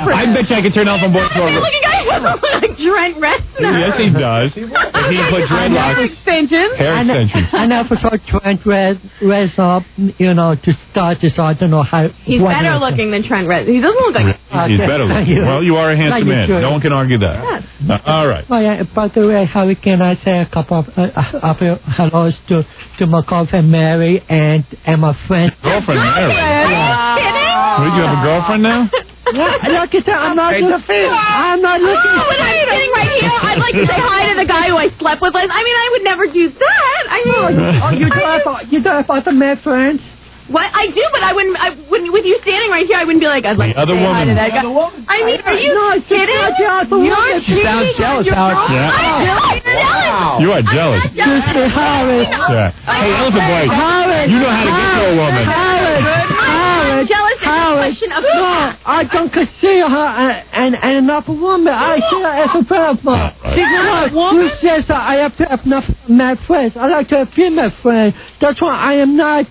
I bet you I could turn off on board to a...
Look at him look like Trent Reznor.
Yes, he does. If he put dreadlocks.
extensions.
Hair
I know-
extensions.
I never saw Trent Rez, Rez up, you know, to start this. I don't know how.
He's
what
better
else.
looking than Trent Reznor. He doesn't look like.
He's better looking. Well, you are a handsome
No, you
man.
should.
No one can argue that. Uh, All right.
Oh, yeah, by the way, how can I say a couple of, uh, of uh, hellos to, to my girlfriend Mary and, and my friend?
Girlfriend Mary. Would you have a girlfriend now?
Look at that. I'm not looking. I'm not looking.
Oh, when I'm sitting right here, I'd like to say hi to the guy who I slept with last. I mean, I would never do that. I mean,
Oh, you don't have, you don't have other male friends?
What I do, but I wouldn't. I wouldn't. With you standing right here, I wouldn't be like, I'd like
The other
to say hi to
woman.
that
The
guy. I mean, are you
No, she's
kidding?
not jealous.
You're
Look at- she
cheating
sounds
on
jealous,
your
Howard.
brother?
Yeah.
I'm jealous. You're jealous.
You are jealous.
Mr. Howard.
Yeah. Hey, listen, boy.
Howard.
You know how to get to a woman.
Howard.
I'm
Howard.
jealous. It's a
Howard.
question of
No, I don't consider her an, an, an enough woman. I see her as a friend of mine.
She's not a
woman? Who says that I have to have enough male friends? I like to have female friends. That's why I am not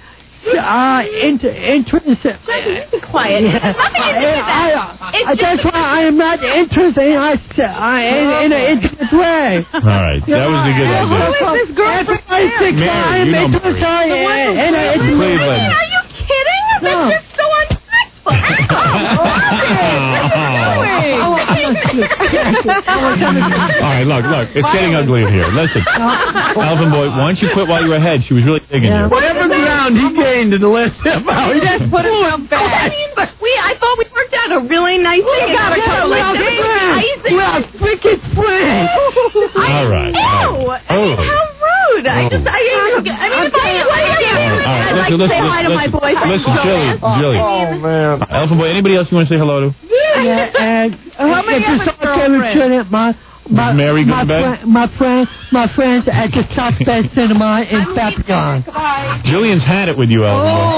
uh, inter- interested.
Be quiet.
Yeah.
Nothing to do with
I-
that. It's
Uh,
just
That's
a-
why I am not interested in, us, uh, in, in an intimate way.
All right. That was a good idea.
Who is this girl
That's
right
why I think
Mary,
I am
you know
interested
Mary.
in,
The one
in an
from
intimate
I mean,
Cleveland.
are you kidding?
No.
That's just so unrespectful.
Oh,
Ow.
I'm not
All right, look, look. It's getting ugly in here. Listen. Alvin Boy, why don't you quit while you're ahead? She was really digging you.
Whatever ground he gained in the last half hour.
You just put himself
Oh, I
back.
mean, but we, I thought we worked out a really nice
We
thing.
got a couple
like,
of
days.
friends.
I think-
We are freaking friends.
I-
All right.
Ew. I mean,
Oh.
how rude. I
Oh.
just, I, I mean, if I
I'm
like you,
All right, all right.
I'd like
Listen,
to say
listen,
hi to my
listen.
boyfriend.
Listen, Jilly, Jilly.
Oh,
man. Alpha Boy, anybody else you want to say hello to?
Yeah, and
How many
it's
other
just I can't return
girlfriends?
it, my my
Is Mary
my,
going to bed?
friend, my friend my friends at the Southwest Cinema in Papillon.
Jillian's had it with you, Alvin Boy.
Oh.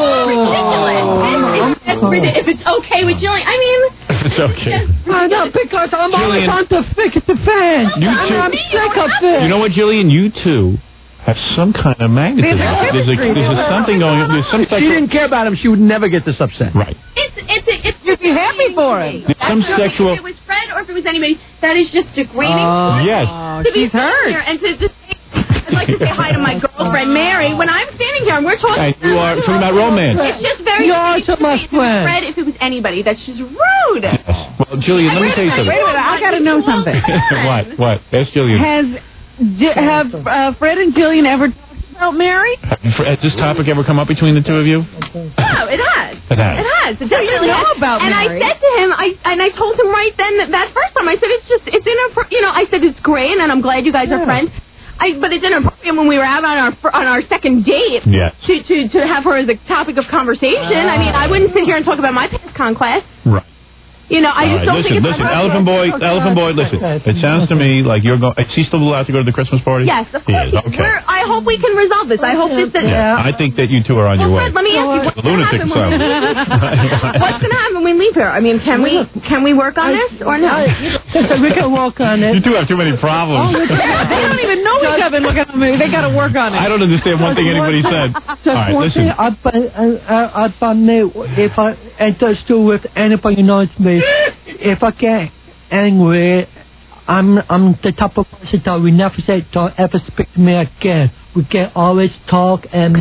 Ridiculous. It's- it's- If it's okay with Jilly, I mean,
It's okay.
I know because I'm
Jillian.
always on the fix the fans.
You
I'm,
too.
I'm sick of this.
You know what, Jillian? You two have some kind of magnetism.
There's a
There's, a,
chemistry.
there's a something going on. There's some
If she
sexual.
didn't care about him, she would never get this upset.
Right.
it's it's it's.
You'd be happy for him.
There's some
That's not-
sexual. Uh,
If it was Fred or if it was anybody, that is just degrading.
Oh,
Yes.
to be
she's
sitting
hurt.
here and to just say, I'd like to say hi to my girlfriend Mary
Oh.
when I'm standing here and we're talking.
And you are talking about romance.
It's just very.
You are so much
if it was
fun.
Fred, if it was anybody, that's just rude.
Yes. Well, Oh, Jillian, let me tell you
Wait a
something.
minute, I gotta know something.
what? What? Ask Jillian.
Has J- have uh, Fred and Jillian ever talked about Mary?
Has this topic ever come up between the two of you?
No, it has.
It has.
It has. It
So you
definitely
know
has.
about
And
Mary.
I said to him, I and I told him right then that, that first time. I said it's just it's inappropriate. You know, I said it's great, and I'm glad you guys are friends. I but it's inappropriate when we were out on our fir- on our second date.
Yes.
To, to to have her as a topic of conversation. I mean, I wouldn't sit here and talk about my past conquest.
Right.
You know,
All
I
right.
just don't
Uh, Listen,
think
listen,
it's appropriate.
Elephant Boy,
Okay,
Elephant Boy,
okay,
listen.
okay.
It sounds to me like you're going. Is he still allowed to go to the Christmas party?
Yes, of
He
course.
is. Okay.
We're, I hope we can resolve this. I hope this. that-
yeah. I think that you two are on your
Well,
way.
Fred, let me ask you, what's going to
lunatic
happen when we leave?
asylum.
What's going to happen when we leave here? I mean, can we can we work on this or no?
Listen, we can walk on
You
it.
two have too many problems.
Oh, they don't even know each other. Look at the movie. They gotta work on it.
I don't understand one thing anybody said. All
Just
right,
one
listen.
thing about, uh, uh, about me, if I interfere with anybody who knows me, if I get angry, I'm I'm the type of person that we never say, don't ever speak to me again. We can always talk and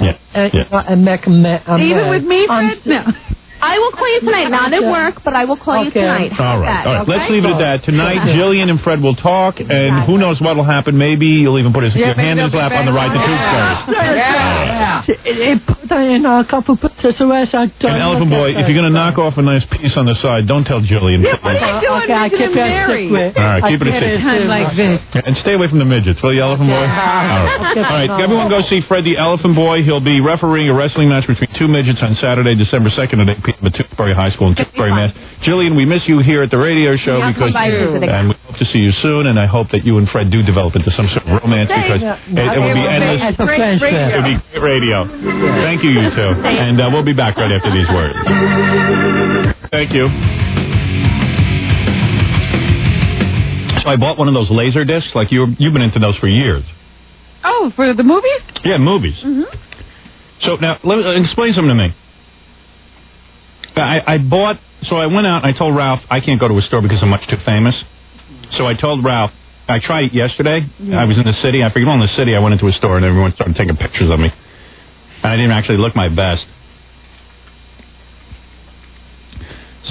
Yeah,
and,
yeah.
uh, and make a man. a
Even
man.
with me,
I'm
Fred. No.
I will call you tonight. Not at work, but I will call you
Okay.
tonight.
All
How's
right,
that?
all right. Let's leave
Okay?
it at that. Tonight, Jillian and Fred will talk, and who knows what will happen. Maybe you'll even put his your
Yeah, maybe
hand in his
they'll
lap
be
on the ride to
banging
Tombstone.
Yeah.
It, it put her in a couple of situations.
And Elephant Boy,
eh,
if you're going to knock off a nice piece on the side, don't tell Jillian.
Yeah, what are they doing?
Okay, I
Making
keep it
them
a
marry.
secret.
All right, keep it a
I
secret.
Time like this.
And stay away from the midgets, will you, Elephant Boy? All right. All right, everyone go see Fred the Elephant Boy. He'll be refereeing a wrestling match between two midgets on Saturday, December 2nd at 8 p.m. at Tewksbury High School in Tewksbury, Mass. Jillian, we miss you here at the radio show
Yeah,
because,
come by and visit again.
and we hope to see you soon, and I hope that you and Fred do develop into some sort of romance because it, it will be endless.
As a friendship.
It will be great radio. Thank you, you two. And uh, we'll be back right after these words. Thank you. So I bought one of those laser discs. Like you, you've been into those for years.
Oh, for the movies? Mm-hmm.
Yeah, movies. So now, let me uh, explain something to me. I, I bought. So I went out and I told Ralph I can't go to a store because I'm much too famous. So I told Ralph. I tried it yesterday. I was in the city. I figured, well, in the city, I went into a store and everyone started taking pictures of me, and I didn't actually look my best.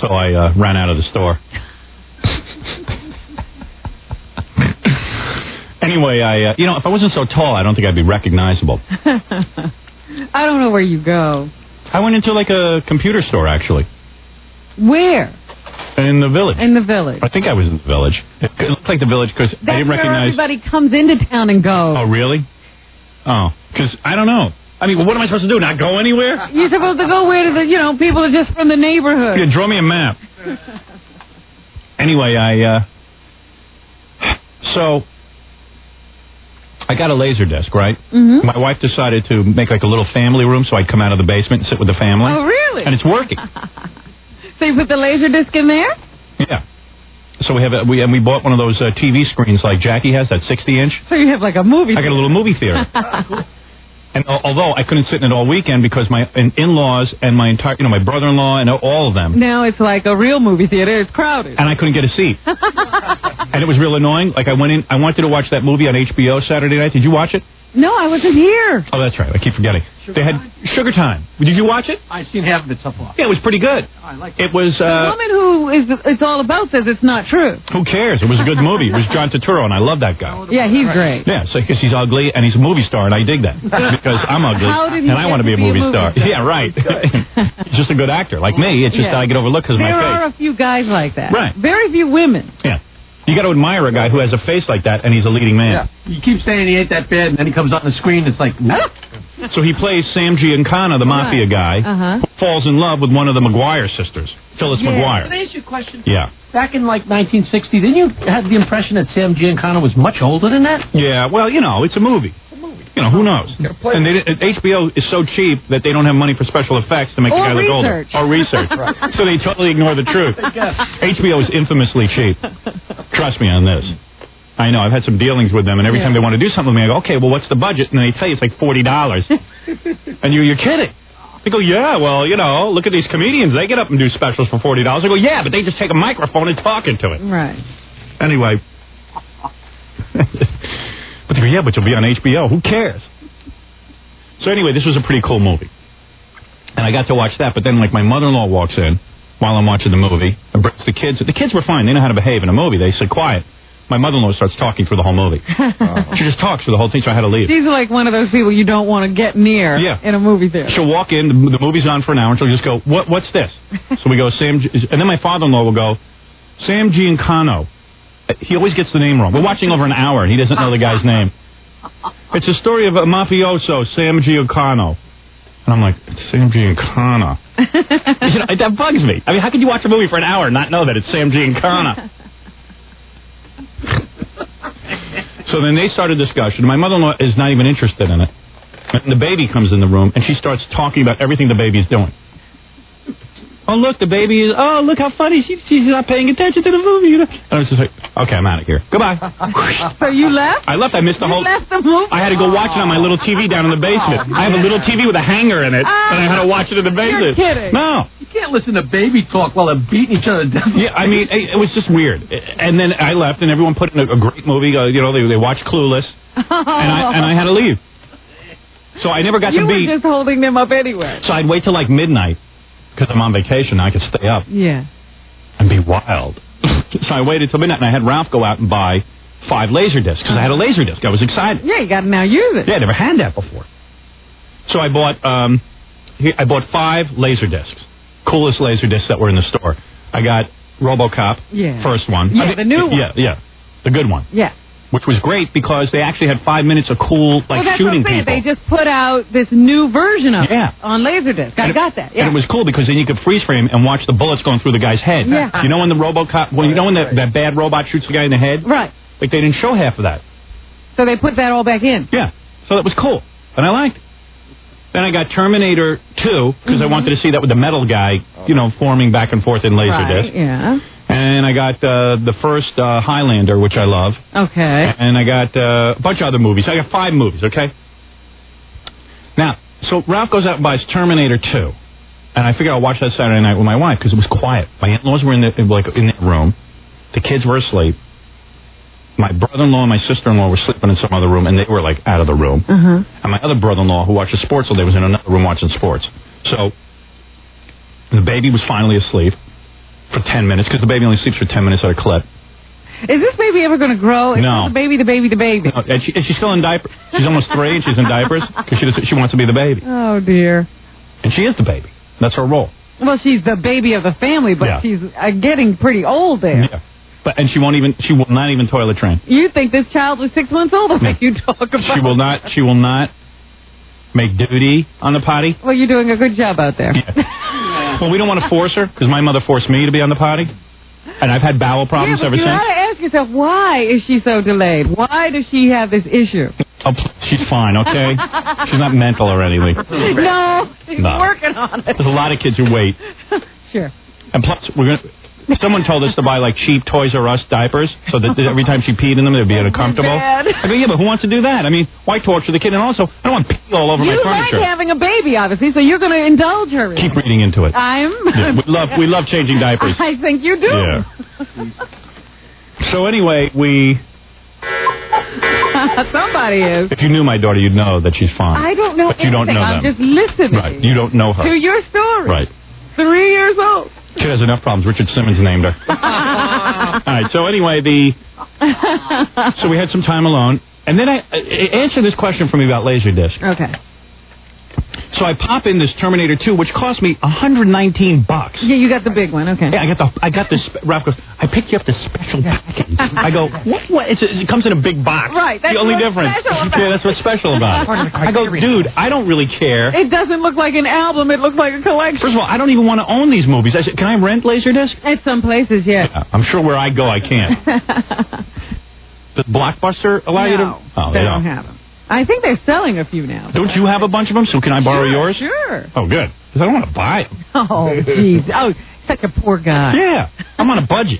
So I uh, ran out of the store. anyway, I uh, you know if I wasn't so tall, I don't think I'd be recognizable.
I don't know where you go.
I went into like a computer store actually
Where?
in the village.
In the village.
I think I was in the village. It it looked like the village because I
That's
didn't
where
recognize.
everybody comes into town and goes.
Oh really? Oh, because I don't know. I mean, what am I supposed to do? Not go anywhere?
You're supposed to go where the you know people are just from the neighborhood.
Yeah, draw me a map. anyway, I uh so I got a laser disc, right?
Mhm.
My wife decided to make like a little family room, so I'd come out of the basement and sit with the family.
Oh, really?
And it's working.
So you put the laser disc in there?
yeah. So we have a, we and we bought one of those uh, TV screens like Jackie has, that 60 inch.
So you have like a movie.
I got a little movie theater. And al- although I couldn't sit in it all weekend because my in laws and my entire, you know, my brother in law and all of them,
now it's like a real movie theater. It's crowded.
and I couldn't get a seat. and it was real annoying. Like I went in, I wanted to watch that movie on HBO Saturday night. Did you watch it?
No, I wasn't here.
Oh, that's right. I keep forgetting. they had Sugar Time. Did you watch it?
I've seen half of it so far.
Yeah, it was pretty good.
I like
It was.
the
Uh,
woman who is it's all about says it's not true.
who cares? It was a good movie. It was John Turturro, and I love that guy.
Yeah, he's great.
Yeah, so because he's ugly and he's a movie star, and I dig that because I'm ugly
How did he
and I
get
want to be a movie, star.
star?
Yeah, right. he's just a good actor like me. It's just
Yeah.
that I get overlooked because of my
There
face.
are a few guys like that.
Right.
Very few women.
Yeah, you got to admire a guy who has a face like that, and he's a leading man.
You keep saying he ain't that bad, and then he comes on the screen. It's like, what?
So he plays Sam Giancana, the mafia guy,
Uh-huh.
who falls in love with one of the McGuire sisters, Phyllis
Can
McGuire.
I ask you a question?
Yeah.
Back in like 1960, didn't you have the impression that Sam Giancana was much older than that?
Yeah, well, you know, it's a movie. You know, who knows? And they, didn't- HBO is so cheap that they don't have money for special effects to make
Or
the guy look older.
research.
Or research.
Right.
So they totally ignore the truth. HBO is infamously cheap. Trust me on this. I know. I've had some dealings with them, and every
Yeah.
time they want to do something with me, I go, okay, well, what's the budget? And they tell you it's like $40. And you, you're kidding. They go, yeah, well, you know, look at these comedians. They get up and do specials for $40. I go, yeah, but they just take a microphone and talk into it.
Right.
Anyway. but they go, yeah, but you'll be on HBO. Who cares? So anyway, this was a pretty cool movie. And I got to watch that, but then like my mother-in-law walks in while I'm watching the movie and brings the kids. The kids were fine. They know how to behave in a movie. They said quiet. My mother-in-law starts talking through the whole movie. she just talks through the whole thing, so I had to leave.
She's like one of those people you don't want to get near
Yeah.
in a movie theater.
She'll walk in, the, the movie's on for an hour, and she'll just go, "What? What's this?" So we go, Sam, G-" and then my father-in-law will go, Sam Giancano. Uh, He always gets the name wrong. We're watching over an hour, and he doesn't know the guy's name. It's a story of a mafioso, Sam Giancano. And I'm like, it's Sam Giancana. you know, it- that bugs me. I mean, how could you watch a movie for an hour and not know that it's Sam Giancana? so then they start a discussion. My mother-in-law is not even interested in it. And the baby comes in the room, and she starts talking about everything the baby's doing. Oh, look, the baby is, oh, look how funny. She, she's not paying attention to the movie. You know? And I was just like, okay, I'm out of here. Goodbye.
so you left?
I left. I missed Uh, the whole...
you left the movie?
I had to go watch it on my little TV down in the basement. I have a little TV with a hanger in it,
Ah.
and I had to watch it in the
You're
basement.
kidding.
No.
You can't listen to baby talk while they're beating each other down.
Yeah, I mean, it, it was just weird. And then I left, and everyone put in a, a great movie. Uh, you know, they, they watched Clueless, and I, and I had to leave. So I never got
you
to
were
be.
just holding them up anyway.
So I'd wait till like midnight because I'm on vacation. I could stay up
Yeah.
and be wild. so I waited till midnight, and I had Ralph go out and buy five laser discs because I had a laser disc. I was excited.
Yeah, you got to now use it.
Yeah, I never had that before. So I bought um, he- I bought five laser discs, coolest laser discs that were in the store. I got RoboCop,
Yeah.
first one.
Yeah,
I thi-
the new one.
Yeah, yeah, the good one,
Yeah.
which was great because they actually had five minutes of cool like
well, that's
shooting
what I'm saying.
people.
They just put out this new version of
Yeah.
it on Laserdisc. I
And it-
got that. Yeah.
And it was cool because then you could freeze frame and watch the bullets going through the guy's head.
Yeah.
You know when the RoboCop, well, you know when that, that bad robot shoots the guy in the head.
Right.
Like they didn't show half of that.
so they put that all back in.
Yeah. So that was cool, and I liked it. Then I got Terminator 2 because I
Mhm.
wanted to see that with the metal guy, you know, forming back and forth in
right.
Laserdisc.
Yeah.
And I got uh, the first uh, Highlander, which I love.
Okay.
And I got uh, a bunch of other movies. I got five movies, okay? Now, so Ralph goes out and buys Terminator 2. And I figured I'll watch that Saturday night with my wife because it was quiet. My in-laws were in the in, like in their room. The kids were asleep. My brother-in-law and my sister-in-law were sleeping in some other room, and they were like out of the room.
Uh-huh.
And my other brother-in-law, who watches sports all day, was in another room watching sports. So the baby was finally asleep for 10 minutes because the baby only sleeps for 10 minutes at a clip.
Is this baby ever going to grow? If
No.
it's The baby, the baby, the baby.
Uh, And, she, and she's still in diapers. She's almost three, and she's in diapers because she, doesn't- she wants to be the baby.
Oh dear.
And she is the baby. That's her role.
Well, she's the baby of the family, but
Yeah.
she's uh, getting pretty old there.
Yeah. But, and she won't even, she will not even toilet train.
You think this child was six months old? The way you talk about.
She will not, she will not make duty on the potty.
Well, you're doing a good job out there.
Well, we don't want to force her because my mother forced me to be on the potty, and I've had bowel problems
yeah, but
ever
you
since.
gotta ask yourself why is she so delayed? Why does she have this issue?
Oh, pl- she's fine, okay? she's not mental or anything.
no, she's
No.
working on it.
There's a lot of kids who wait.
Sure.
And plus, we're gonna. Someone told us to buy like cheap Toys R Us diapers so that every time she peed in them, they'd be uncomfortable.
bad.
I mean, yeah, but who wants to do that? I mean, why torture the kid? And also, I don't want pee all over my
you like
furniture.
having a baby, obviously, so you're gonna indulge her. in
Keep
it.
reading into it.
I'm.
Yeah, we love we love changing diapers.
I think you do.
Yeah. So anyway, we
Somebody is.
if you knew my daughter, you'd know that she's fine.
I don't know
But you don't
anything.
know
I'm
them.
just listening
Right. You don't know her.
to your story.
Right.
Three years old.
She has enough problems. Richard Simmons named her. All right. So anyway, the so we had some time alone, and then I uh, answer this question for me about Laserdisc.
Okay.
So I pop in this Terminator 2, which cost me 119 bucks.
Yeah, you got the big one. Okay.
Yeah, I got the I got this. Ralph goes, I picked you up this special package. I go, what? What? It's a, it comes in a big box.
Right, that's
the only
what's
difference.
special about
yeah, that's what's special about
Part of
it.
the
I go, dude, I don't really care.
It doesn't look like an album. It looks like a collection.
First of all, I don't even want to own these movies. I said, can I rent Laserdisc?
At some places, yes.
I'm sure where I go, I can't. Does Blockbuster allow you to?
No,
Oh,
they
they
don't have them. I think they're selling a few now.
Don't you have a bunch of them? So can I borrow yours?
Sure.
Oh, good. 'Cause I don't want to buy them.
Oh, jeez. Oh, such a poor guy.
Yeah, I'm on a budget.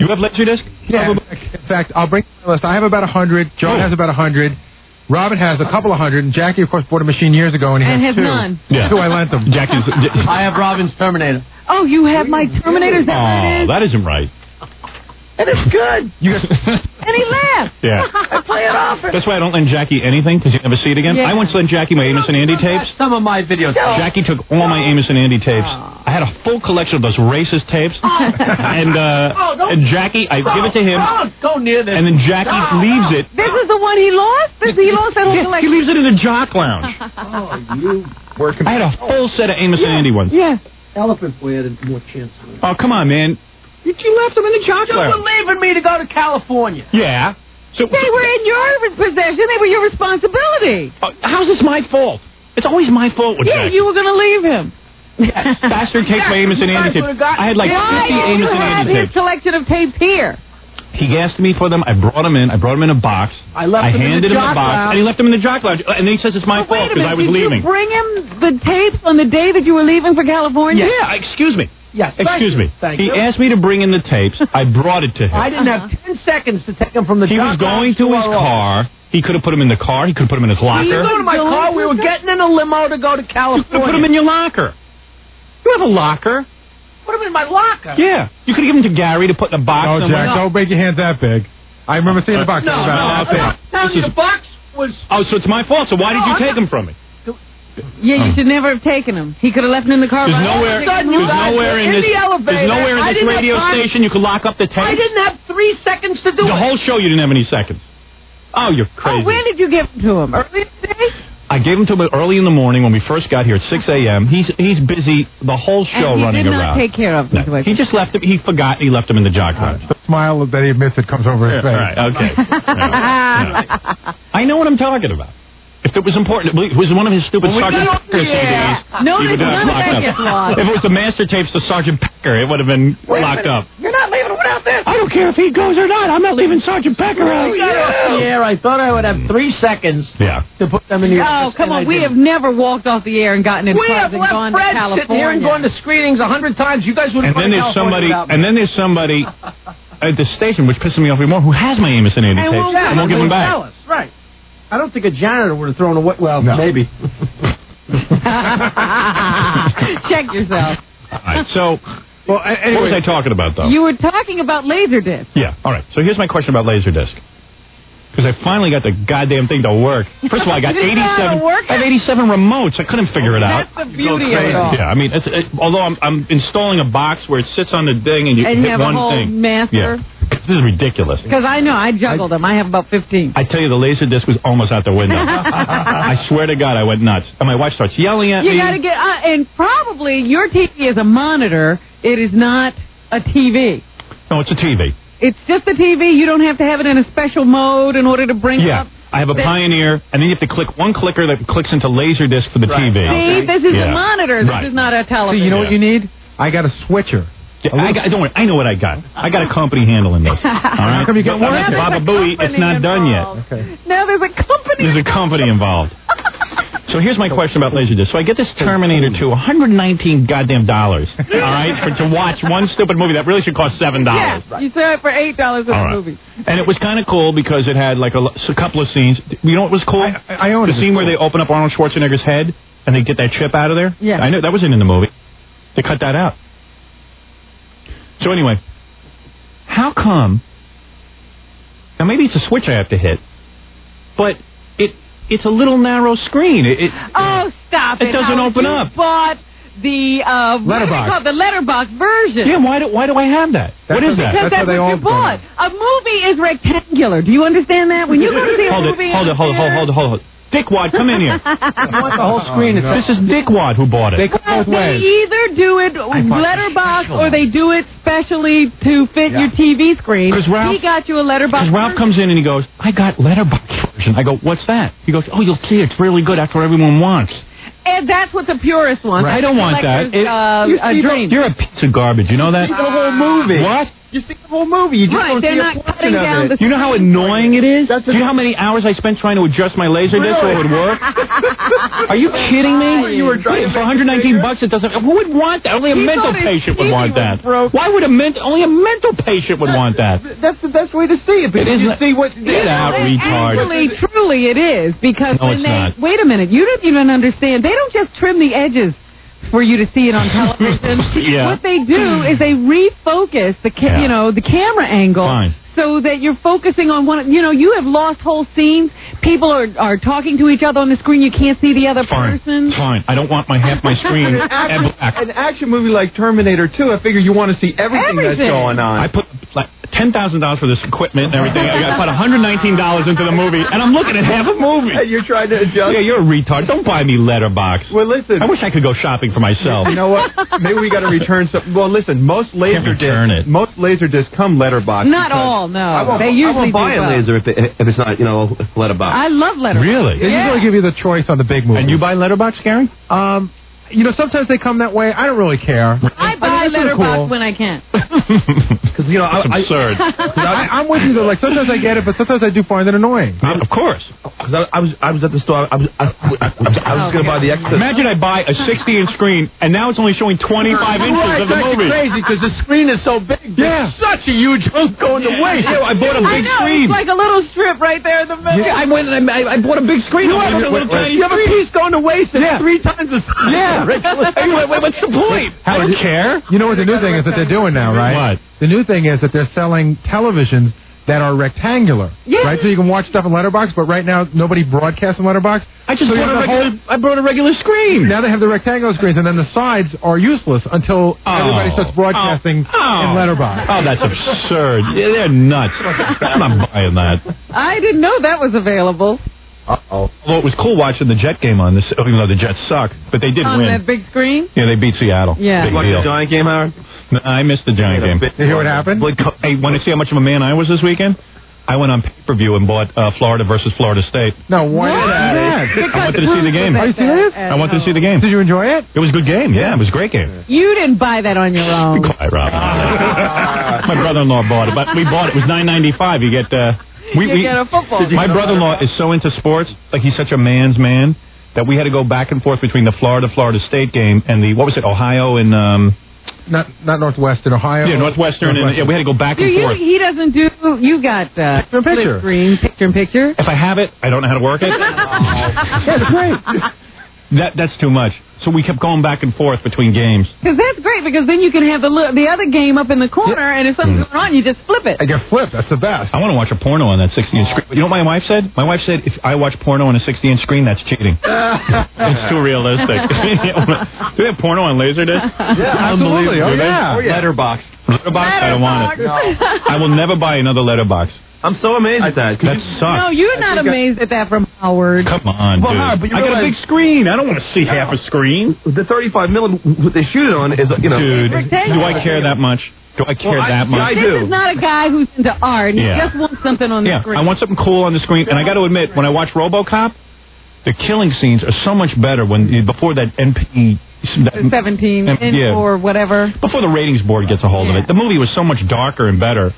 you have Laserdisc?
Yeah. In fact, I'll bring my list. I have about a hundred. John
Oh.
has about a hundred. Robin has a couple of hundred, and Jackie, of course, bought a machine years ago, and he
And has
has two.
none.
Yeah.
Two I lent him.
Jackie's.
I have Robin's Terminator.
Oh, you have my Terminator. Is that what it
Oh,
is?
that isn't right.
That is good.
You
And he laughed.
Yeah.
I play it off.
That's why I don't lend Jackie anything because you never see it again.
Yeah.
I once lent Jackie my Amos and Andy tapes.
Some of my videos.
Jackie took all my Amos and Andy tapes. I had a full collection of those racist tapes, and uh,
Oh, don't-
and Jackie, I give it to him,
Don't go near this.
and then Jackie
No,
leaves
no.
it.
This is the one he lost. This, he lost that whole
Yeah, he
collection.
leaves it in a jock lounge.
oh,
You working? I had a full set of Amos and Andy ones.
Yeah.
Elephant boy had more chance.
Oh come on, man. You, you left them in the jock
You
lounge.
were leaving me to go to California.
Yeah. So
They were in your possession. They were your responsibility.
Uh, how's this my fault? It's always my fault with
yeah,
Jackie.
you were going to leave him.
Bastard takes my Amos and
You guys
Andy
would've
tapes.
got-
I had like
Why
50
did
Amos
you
and
have
Andy
his
tapes.
collection of tapes here?
He gassed me for them. I brought them in. I brought them in a box. I left. I
them in
handed
the
him
jock
a box,
lounge.
and he left them in the jock lounge. And then he says it's my fault
Wait a
because
minute,
I was
did
leaving.
you bring him the tapes on the day that you were leaving for California?
yeah, excuse me.
Yes. thank
Excuse
you.
me.
Thank
he
you.
asked me to bring in the tapes. I brought it to him.
I didn't have
Uh-huh.
ten seconds to take him from the.
he was
jock
going
lounge
to his
our office.
car. He could have put them in the car. He could have put them in his
We
locker.
were going to my car. We were getting in a limo to go to California.
You put them in your locker. You have a locker.
Put them in my locker.
Yeah. You could have given them to Gary to put in a box.
Oh,
somewhere.
Jack, don't make your hands that big. I remember seeing the box.
No,
It was
no,
about that
no.
big.
Telling you, the box was.
Oh, so it's my fault. So why did
No,
you
I'm
take
not-
them from me?
Yeah, you
Oh.
should never have taken him. He could have left him in the car.
There's
right
nowhere,
after taking
there's
him home.
nowhere in,
in
this,
the elevator.
there's nowhere in
I
this
didn't have
radio
time-
station you could lock up the tape.
I didn't have three seconds to do
the
it.
whole show you didn't have any seconds. Oh, you're crazy.
When did you give him to him? Early today?
I gave him to him early in the morning when we first got here at 6 a.m. He's he's busy the whole show
and he
running
did not
around.
take care of him.
he just left him. He forgot. He left him in the jock lounge.
The smile that he admits it comes over his
Yeah,
face.
right, okay. I know what I'm talking about. If it was important, it was one of his stupid
When we
Sergeant
got off
Pecker
the air-
CDs.
No,
he
there's
would have
none of
locked
that
up.
gets lost.
If it was the master tapes to Sergeant Pecker, it would have been locked up.
You're not leaving without this.
I don't care if he goes or not. I'm not leaving Sergeant Pecker out.
I got off the air. I thought I would have three seconds
Yeah.
to put them in your.
Oh, come on. We have never walked off the air and gotten in
We
cars
have
and gone
left
to
Fred sitting here
California.
and going to screenings a hundred times. You guys would.
And then there's somebody, and then there's somebody at the station, which pisses me off even more, who has my Amos and Andy
And
tapes
we'll-
and won't give them back.
Tell us, right? I don't think a janitor would have thrown away. Well, maybe.
Check yourself.
All right, so
well,
what was I talking about though?
You were talking about Laserdisc.
yeah. All right. So here's my question about Laserdisc. Because I finally got the goddamn thing to work. First of all, I got
You didn't know how to
87.
work
I have 87 remotes. I couldn't figure it out.
That's the beauty of it all.
Yeah, I mean, it's, it, although I'm, I'm installing a box where it sits on the thing and you
And you
hit
have a
one
whole
thing.
master.
Yeah. This is ridiculous.
Because I know, I juggled them. I have about 15.
I tell you, the laser disc was almost out the window. I swear to God, I went nuts. And my wife starts yelling at
You
me.
got to get, uh, and probably your TV is a monitor. It is not a TV.
No, it's a TV.
It's just a TV. You don't have to have it in a special mode in order to bring
Yeah.
up
I have a
This-
Pioneer, and then you have to click one clicker that clicks into Laserdisc for the TV.
See, this is a
Yeah.
monitor. This
Right.
is not a television.
you know what
you need? I got a switcher.
Yeah, I got, don't worry, I know what I got. I got a company handle in this. All right?
come you got
But I'm
one?
not
Yeah,
Baba
there's a
Booey, it's not done yet.
Now there's a company.
There's a company involved. So here's my question about Laserdisc. So I get this Terminator 2, 119 goddamn dollars, all right, for, to watch one stupid movie that really should cost $7.
Yeah, you saw it for eight dollars in
All
the
right.
movie.
And it was kind of cool because it had like a, l- a couple of scenes. You know what was cool? I,
own
the scene where they open up Arnold Schwarzenegger's head and they get that chip out of there.
Yeah.
I know that wasn't in the movie. They cut that out. So anyway, how come? Now maybe it's a switch I have to hit, but it it's a little narrow screen. It, it
Oh, stop
It
it!
doesn't
Howard,
open
you
up.
Bought the uh, what do they
Letterbox.
call it? the letterbox version.
yeah. Why do why do I have that? what is that?
Because that's, what you bought. A movie is rectangular. Do you understand that? When you go to see a
hold
movie,
it, hold it, hold it, hold it, hold it, hold it. Dickwad, come in here.
want
the whole screen.
Oh, no.
This is Dickwad who bought it.
Well, they either do it
bought the
letterbox
special
or they do it specially to fit your TV screen.
'Cause Ralph-
he got you a
Because
letterbox.
Ralph comes in and he goes, I got letterbox version. I go, what's that? He goes, oh, you'll see, it's really good. That's what everyone wants.
and that's what the purist wants.
I don't want that.
Collector's,
It-
uh,
you
a
see the-
dream.
You're a piece of garbage. You know that?
see the whole movie.
What?
You see the whole movie. You
just Right, don't they're see a not portion cutting of down it. the
You know how annoying it is? Do you know how many hours I spent trying to adjust my laser disc so it would work? Are you kidding me? You were trying for 119 bucks. It doesn't. Who would want that? Only a
He
mental
thought his
patient would
TV
want
was
that. Why would a ment? Only a mental patient would want that.
That's the best way to see it.
It
Because
is
you
not-
see what.
Get out,
it-
retard.
Actually, truly, it is because
No, it's
when they
not.
wait a minute, you don't even understand. They don't just trim the edges for you to see it on television.
Yeah.
What they do is they refocus the ca- you know the camera angle.
Fine.
So that you're focusing on one, you know, you have lost whole scenes. People are are talking to each other on the screen. You can't see the other
Fine.
person.
Fine. I don't want my half my screen
an,
and
action, an action movie like Terminator 2, I figure you want to see everything,
Everything.
that's going on.
I put like ten thousand dollars for this equipment and everything. I I put one hundred nineteen dollars into the movie, and I'm looking at half a movie.
And you're trying to adjust.
Yeah, you're a retard. Don't buy me letterbox.
Well, listen.
I wish I could go shopping for myself.
You know what? Maybe we got to return some. Well, listen, most laser discs, most laser discs come letterbox.
Not all, no.
I won't-
they
I
usually
won't buy
do
a
well.
laser
if, it, if it's not, you know, letterbox.
I love letterbox.
They
Yeah.
usually give you the choice on the big movies. And you
buy letterbox, Gary?
Um, you know, sometimes they come that way. I don't really care.
I buy
this is
letterbox
cool.
when I can.
Because you know, I,
That's absurd.
I, I'm with you though. Like sometimes I get it, but sometimes I do find it annoying.
of course.
Because I, I was I was at the store. I was I, I, I was going to buy the extra.
Imagine I buy a 60-inch screen, and now it's only showing 25 inches
Right,
of the
that's
movie.
crazy because the screen is so big.
Yeah.
There's such a huge hunk going to
Yeah.
waste.
Yeah, I bought a
I know, it's like a little strip right there in the middle.
Yeah, I went and I, I bought a big screen.
You
have
have a little tiny
You have a piece going to waste. It's three times the size.
Yeah.
Anyway, wait, what's the point?
How
I don't care.
You know what the new thing is that they're doing now, right? What? The new thing is that they're selling televisions that are rectangular.
Yeah.
Right? So you can watch stuff in letterbox, but right now nobody broadcasts in letterbox.
I just
so you
bought
have
a
the
regular- I brought a regular screen.
Now they have the rectangular screens, and then the sides are useless until everybody starts broadcasting
Oh.
in letterbox.
Oh, that's absurd. Yeah, They're nuts. I'm not buying that.
I didn't know that was available
Uh-oh. Although it was cool watching the Jet game on this, even though the Jets suck, but they did
on
win.
that big screen.
Yeah, they beat Seattle.
Yeah.
Big
Watch
deal.
the
Giant game, Howard?
No, I missed the Giant game.
Did you hear what happened?
Like, hey, want to see how much of a man I was this weekend? I went on pay-per-view and bought uh, Florida versus Florida State.
No, why
What?
is that?
I wanted to see the game.
Are you serious?
I wanted to see the game. Did
you enjoy it?
It was a good game. Yeah, it was a great game.
You didn't buy that on your own.
All right, Rob. My brother-in-law bought it, but we bought it. It was nine ninety-five. You get. Uh, we,
You
we-
get a football. Did you
My
get a
brother-in-law is so into sports, like he's such a man's man that we had to go back and forth between the Florida Florida State game and the what was it Ohio and um,
Not not Northwestern, Ohio.
yeah Northwestern, and yeah, we had to go back
Do
and
you,
forth.
he doesn't do. You got uh,
picture picture.
screen, picture in picture.
If I have it, I don't know how to work it.
That's
great.
That that's too much. So we kept going back and forth between games.
Because that's great. Because then you can have the look, the other game up in the corner, and if something's going on, you just flip it.
I get flipped. That's the best.
I want to watch a porno on that 60-inch screen. You know what my wife said? My wife said if I watch porno on a 60-inch screen, that's cheating.
Uh-huh.
it's too realistic. Do they have porno on Laserdisc?
Yeah, absolutely.
Unbelievable.
Oh,
Do they?
yeah. Oh, yeah.
Letterbox. Letterbox. I don't want it. I will never buy another letterbox.
I'm so amazed at that. 'cause you suck.
No, you're not amazed at that from Howard.
Come on,
Well,
dude.
Howard, but you
I got a
realize-
big screen. I don't want to see half a screen.
The 35 million, what they shoot it on is, you know.
Dude, do I care that much? Do I care
Well, I-
that much?
this is not a guy who's into art. He
Yeah.
just wants something on the
yeah,
screen.
I want something cool on the screen. And I got to admit, when I watch RoboCop, the killing scenes are so much better when before that NP. That,
17 in
yeah.
or whatever.
Before the ratings board gets a hold of it, the movie was so much darker and better.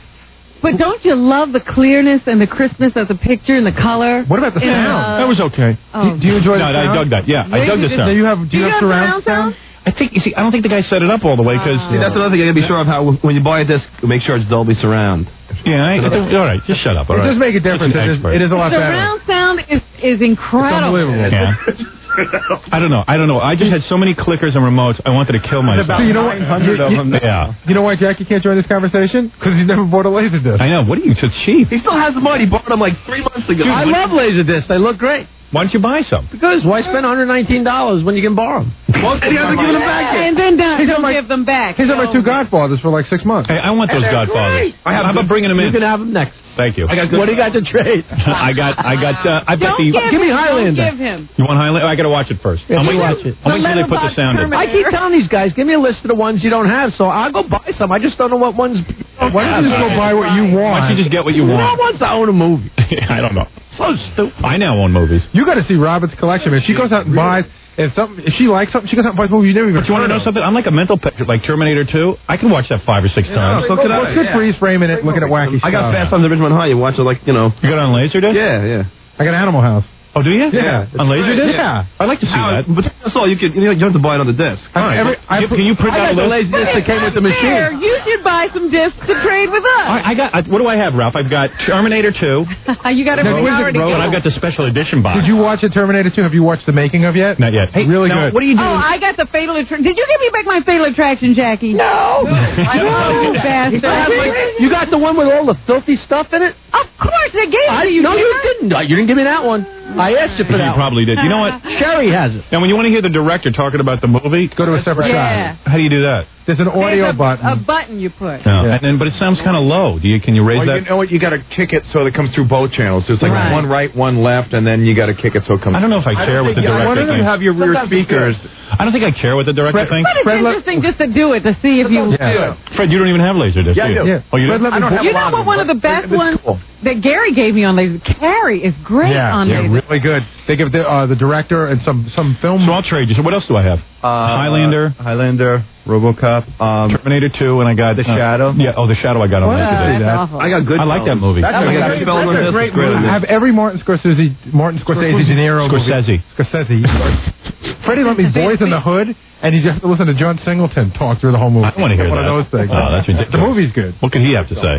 But don't you love the clearness and the crispness of the picture and the color? uh, What
about the sound? That was okay.
Oh.
Do you enjoy the No, I sound? dug that. Yeah, I dug the sound. Do you have- do you have surround
sound?
I think you see. I don't think the guy set it up all the way
Uh,
because
See, that's another thing. You gotta be sure of how when you buy a disc, make sure it's Dolby surround.
Yeah, I, all right, just shut up.
all
it does
right.
make a difference.
Such an
It is,
expert.
it is a lot
the
better.
surround sound is, is incredible.
Yeah. I don't know. I don't know. I just had so many clickers and remotes. I wanted to kill myself.
about You know what? 900 of them now.
Yeah.
You know why Jackie can't join this conversation? Because he's never bought a laserdisc.
I know. What are you? It's cheap.
He still has the money. He bought them like three months ago.
Dude, I love laser discs. They look great.
Why don't you buy some?
Because why spend $119 when you can borrow them? Well, you have to give them back.
And then don't, don't give them back.
He's had my
So-
two Godfathers for like six months.
Hey, I want those Godfathers. I have, How about bringing them in?
You can
have them next.
Thank you.
I got good- What do you got to trade?
I got. I got. Uh, I bet
Don't
the.
give,
Give me
him,
Highlander.
Don't give him.
You want Highlander? Oh, I got to watch it first.
Yeah,
I'll
you
wait-
watch it.
I'll wait till they put the sound in.
I keep telling these guys, give me a list of the ones you don't have, so I'll go buy some. I just don't know what ones.
Why don't you just go buy what you
Why
want?
don't you just get what you want?
No one's to own a movie.
I don't know.
So stupid.
I now own movies.
You got to see Robert's collection. If she goes out and buys, if something, if she likes something, she goes out and buys a movie you never even.
But you want to know something? I'm like a mental picture, like Terminator 2. I can watch that five or six times.
so could I. What's good for you Uh, framing it, looking at wacky
I got
stuff?
Fast Times at Richmond High. You watch it like you know.
You got it on Laserdisc?
Yeah, yeah.
I got Animal House.
Oh, do you?
Yeah.
On Laserdisc?
Yeah.
I'd like to see
that. But that's all you can. You, know, you don't have to buy it on the disc.
All right. Every- I
You- can you print
I
out a
got the
list?
Laserdisc that came with the
Fair.
machine.
You should buy some discs to trade with us.
I, I got. I, what do I have, Ralph? I've got Terminator 2.
you got everything already.
and
going.
I've got the special edition box.
Did you watch the Terminator 2? Have you watched the making of yet?
Not yet. Hey,
really
now,
good.
what do you do?
Oh, I got the fatal attraction. Did you give me back my fatal attraction, Jackie? No.
I
you bastard.
you got the one with all the filthy stuff in it?
Of course, they gave it
I,
to you.
no, you
didn't I?
didn't. You didn't give me that one. I asked you for
you
that one.
probably did. You know what?
Sherry has it.
Now, when you want to hear the director talking about the movie,
go to a separate
Yeah.
How do you do that?
There's an audio
There's a,
button.
A button you push.
No. And then, but it sounds kind of low. Do you? Can you raise
Well,
that?
you know what? You got to kick it so that it comes through both channels. There's like
Right.
one right, one left, and then you got to kick it so it comes.
I don't know if I care what the
I
director
wanted them
thinks.
to have your rear
Sometimes it's
speakers.
I don't think I care what the director thinks.
But it's interesting just to do it to see if you.
Yeah. Fred, you don't even have Laserdisc,
Yeah, I
do you?
do.
Oh, you
Fred
do?
Levin- I don't have
You
a
know
lot
what?
of
One of
them,
the
but
best
it was
ones
cool.
that Gary gave me on laser. Carrie is great on
yeah,
laser.
really good. They give the uh, the director and some some film.
So I'll trade you. So what else do I have?
Uh,
Highlander.
Highlander, RoboCop, um,
Terminator 2, and I got
The
uh,
Shadow.
Yeah, oh, The Shadow I got on
Wow.
Laserdisc.
That's
awful.
I got good.
I like that movie.
That's
That's
I got
a great-
good film on
that's a
this.
great
It's great
movie.
on this.
I have every Martin Scorsese, Martin Scorsese, De Niro, movie.
Scorsese.
Scorsese. Freddie lent me Boys in the Hood, and you just have to listen to John Singleton talk through the whole movie.
I want to hear
One
that.
of those things.
Oh, that's ridiculous.
The movie's good.
What could he have to say?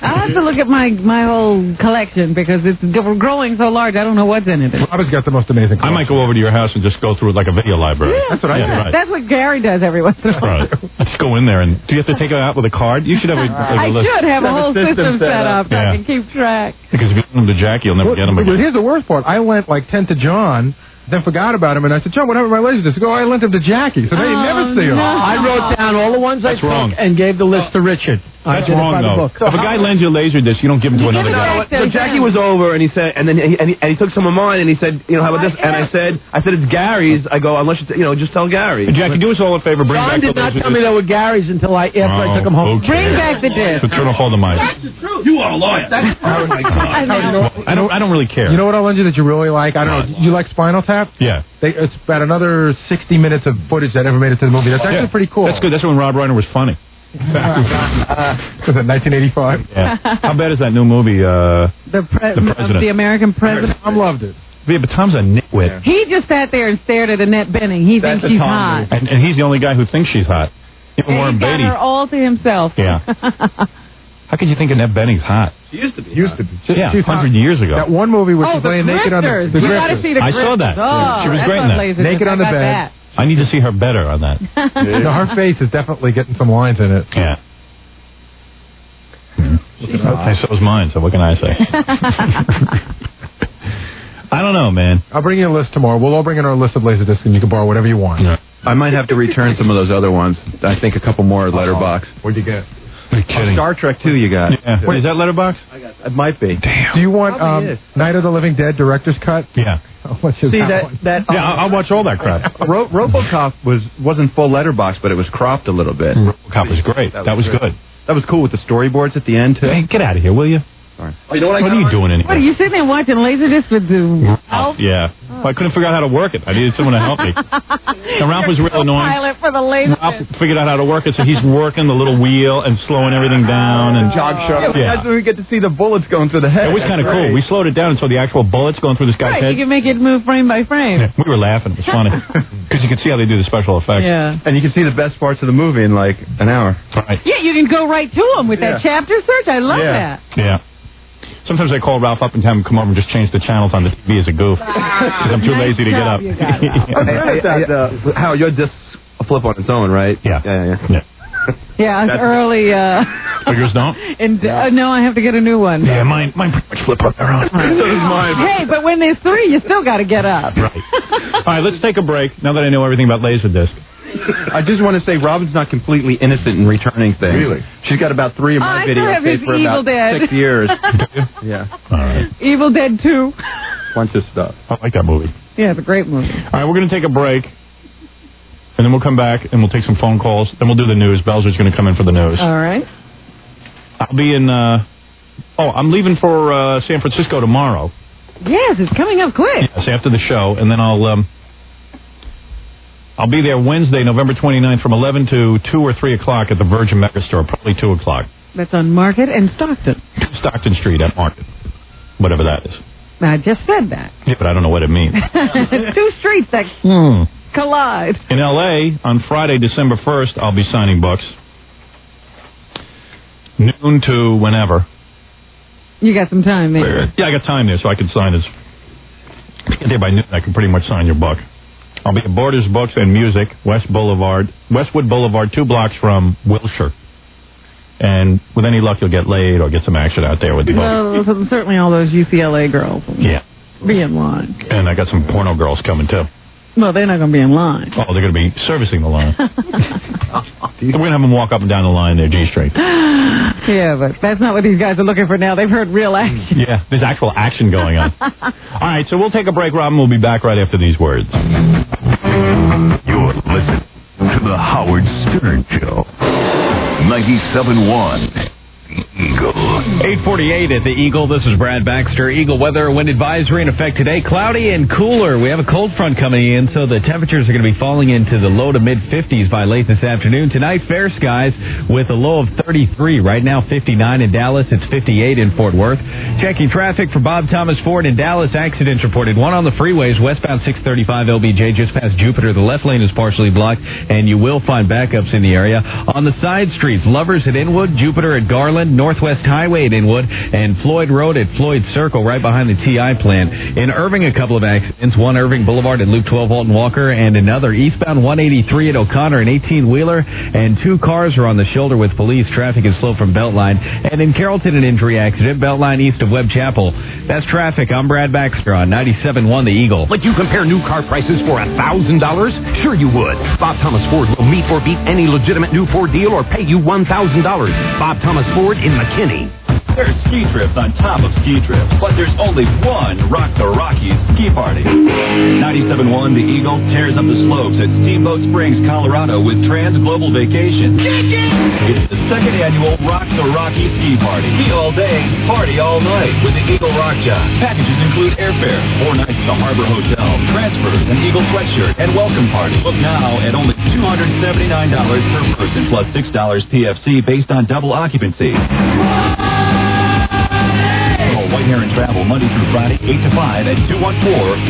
I have to look at my my whole collection because it's g- growing so large. I don't know what's in it.
Robert's got the most amazing.
I might go over to your house and just go through it like a video library.
That's what I
yeah, right.
That's what Gary does every once in a while.
Right. Just go in there and do you have to take it out with a card? You should have a,
I
like a list.
should have a
Have a
whole
system
system
set
set
up.
up so I
Yeah.
can keep track.
Because if you send them to Jackie, you'll never
Well,
get them
but
again.
here's the worst part. I lent like ten to John, then forgot about him, and I said, John, what happened to my laserdisc? He goes, "Oh, I lent him to Jackie, so now you
Oh,
never see him.
no.
I wrote down all the ones I
That's
took
wrong.
and gave the list to Richard.
That's
Identify
wrong,
the
though.
book. Uh-huh.
If a guy lends you a laser disc, you don't give him to
give
another
it
guy.
back.
No,
Back
so
to
Jackie
him.
was over and he said, and then he, and he, and he took some of mine and he said, you know, how about this? And I said, I said it's Gary's. I go unless you, t- you know, just tell Gary.
Jackie, do us all a favor. Bring
John
back
did
the
not
laser
tell me
disc.
they were Gary's until I after I
Oh,
took them home.
Bring back the disc.
So turn off all the mics.
You are a lawyer.
Oh, my God.
I know.
You know what-
I don't. I don't really care.
You know what I'll lend you that you really like? I don't know. You like Spinal Tap?
yeah.
They, it's about another 60 minutes of footage that never made it to the movie. That's actually
Yeah.
pretty cool. Uh,
That's good. That's when Rob Reiner was funny.
Was it 1985?
Yeah. How bad is that new movie? Uh,
The, pre-
The president.
of the American president.
Tom loved it.
yeah, but Tom's a nitwit,
He just sat there and stared at Annette Benning. He
That's
thinks
a
she's
Tom
hot.
and, and he's the only guy who thinks she's hot. Even
And
Warren
he's got
Beatty.
her all to himself.
Yeah. How could you think Annette Benning's hot?
She used to be.
Used to be.
Yeah,
She was
hundred
hot.
years ago.
That one movie where
oh,
she's
the
laying naked on
grifters.
the, the
you got to see the
I saw
grifters.
that.
Oh,
She was
that's
great in
on
that.
Laserdisc.
Naked
I
on the
got
bed.
that.
I need to see her better on that.
No, her face is definitely getting some lines in it. Hmm.
Yeah. Okay, so is mine. So what can I say? I don't know, man.
I'll bring you a list tomorrow. We'll all bring in our list of laser discs, and you can borrow whatever you want.
Yeah.
I might have to return some of those other ones. I think a couple more at Letterbox.
What'd you get?
kidding. Star Trek too. You got.
Yeah. Wait, is that
letterbox? I got. It might be. Damn.
Do you want
Probably
um,
is.
Night of the Living Dead director's cut?
Yeah.
What's
See that that um,
yeah, I'll, I'll watch all that crap.
Ro- RoboCop was wasn't full letterbox, but it was cropped a little bit.
RoboCop was great. That was good.
That was cool with the storyboards at the end too.
Hey, get out of here, will you?
Sorry.
Oh, you know what I
what are you doing in here?
What are you sitting there watching Laserdisc with the Ralph?
Yeah. Well, I couldn't figure out how to work it. I needed someone to help me. And Ralph was real annoying.
Pilot for the laser.
Ralph figured out how to work it, so he's working the little wheel and slowing everything down and
Jog sharp.
Yeah.
That's when we get to see the bullets going through the head.
It was kind of
That's
cool.
great.
We slowed it down and saw the actual bullets going through this guy's
Right, you
head.
can make it move frame by frame.
We were laughing. It was funny because you could see how they do the special effects.
Yeah.
And you can see the best parts of the movie in like an hour.
Right.
Yeah, you can go right to him with that chapter search. I love that.
Yeah. Sometimes I call Ralph up and tell him to come over and just change the channels on the TV as a goof.
Ah,
'Cause I'm too lazy to get up.
Hey, hey, uh, Howard, you're just a flip on its own, right? Yeah. Yeah, yeah. yeah.
Yeah, it's
That's-
early. Uh,
Figures Oh, don't?
and uh, no, I have to get a new one.
Yeah, mine, mine pretty much flip up their own.
Hey, but when there's three, you still got to get up.
Right. All right, let's take a break now that I know everything about Laserdisc.
I just want to say Robin's not completely innocent in returning things. Really? She's got about three of
Oh,
my
I still
videos
have
saved
his
for
Evil
about
Dead.
six years. yeah.
All right.
Evil Dead 2.
Bunch of stuff.
I like that movie.
Yeah, it's a great movie.
All right, we're going to take a break, and then we'll come back and we'll take some phone calls. Then we'll do the news. Belzer's going to come in for the news.
All right.
I'll be in. Uh, oh, I'm leaving for uh, San Francisco tomorrow.
Yes, it's coming up quick.
Yes, after the show, and then I'll um, I'll be there Wednesday, November 29th, from 11 to 2 or 3 o'clock at the Virgin Megastore, probably 2 o'clock,
That's on Market and Stockton.
Stockton Street at Market, whatever that is.
I just said that.
Yeah, but I don't know what it means.
Two streets that
Hmm.
collide.
In LA on Friday, December 1st, I'll be signing books. Noon to whenever.
You got some time there.
Yeah, I got time there, so I can sign his. If you get there by noon, I can pretty much sign your book. I'll be at Borders Books and Music, West Boulevard, Westwood Boulevard, two blocks from Wilshire. And with any luck, you'll get laid or get some action out there with the book.
Well, certainly all those UCLA girls will
Yeah.
be in line.
And I got some porno girls coming too.
Well, they're not going to be in line.
Oh, they're going to be servicing the line. We're going to have them walk up and down the line in their G string.
yeah, but that's not what these guys are looking for now. They've heard real action.
Yeah, there's actual action going on. All right, so we'll take a break, Robin. We'll be back right after these words.
You're listening to the Howard Stern Show. 97.1 Eagle.
848 at the Eagle. This is Brad Baxter. Eagle weather wind advisory in effect today. Cloudy and cooler. We have a cold front coming in, so the temperatures are going to be falling into the low to mid 50s by late this afternoon. Tonight, fair skies with a low of 33. Right now, 59 in Dallas. It's 58 in Fort Worth. Checking traffic for Bob Thomas Ford in Dallas. Accidents reported. One on the freeways westbound 635 LBJ just past Jupiter. The left lane is partially blocked, and you will find backups in the area. On the side streets, Lovers at Inwood, Jupiter at Garland, Northwest Highway at Inwood, and Floyd Road at Floyd Circle, right behind the TI plant. In Irving, a couple of accidents. One Irving Boulevard at Loop 12 Alton Walker, and another eastbound 183 at O'Connor, an 18 wheeler, and two cars are on the shoulder with police. Traffic is slow from Beltline. And in Carrollton, an injury accident, Beltline east of Webb Chapel. That's traffic. I'm Brad Baxter on 97.1 The Eagle.
Would you compare new car prices for $1,000? Sure you would. Bob Thomas Ford will meet or beat any legitimate new Ford deal or pay you $1,000. Bob Thomas Ford in McKinney.
There's ski trips on top of ski trips, but there's only one Rock the Rockies ski party. 97.1 The Eagle tears up the slopes at Steamboat Springs, Colorado with Trans Global Vacation. It's the second annual Rock the Rocky Ski Party. Ski all day, party all night with the Eagle Rock Job. Packages include airfare, four nights at the Harbor Hotel, transfers, an Eagle sweatshirt, and welcome party. Book now at only $279 per person plus $6 PFC based on double occupancy. Call White Heron Travel Monday through Friday, 8 to 5 at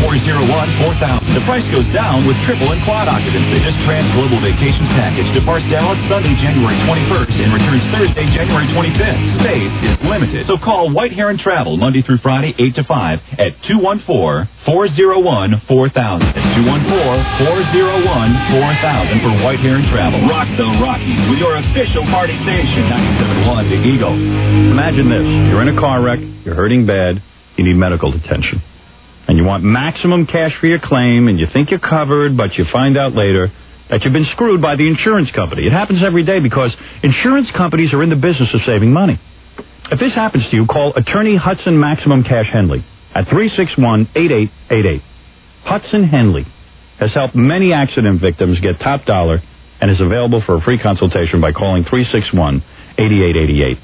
214-401-4000. The price goes down with triple and quad occupancy. This Trans Global Vacations Package departs Dallas Sunday, January 21st and returns Thursday, January 25th. Space is limited, so call White Heron Travel Monday through Friday, 8 to 5 at 214-401-4000. That's 214-401-4000 for White Heron Travel. Rock the Rockies with your official party station, 971 The Eagle.
Imagine this. You're in a car wreck, you're hurting bad, you need medical attention. And you want maximum cash for your claim, and you think you're covered, but you find out later that you've been screwed by the insurance company. It happens every day because insurance companies are in the business of saving money. If this happens to you, call attorney Hudson Maximum Cash Henley at 361 8888. Hudson Henley has helped many accident victims get top dollar and is available for a free consultation by calling 361 8888.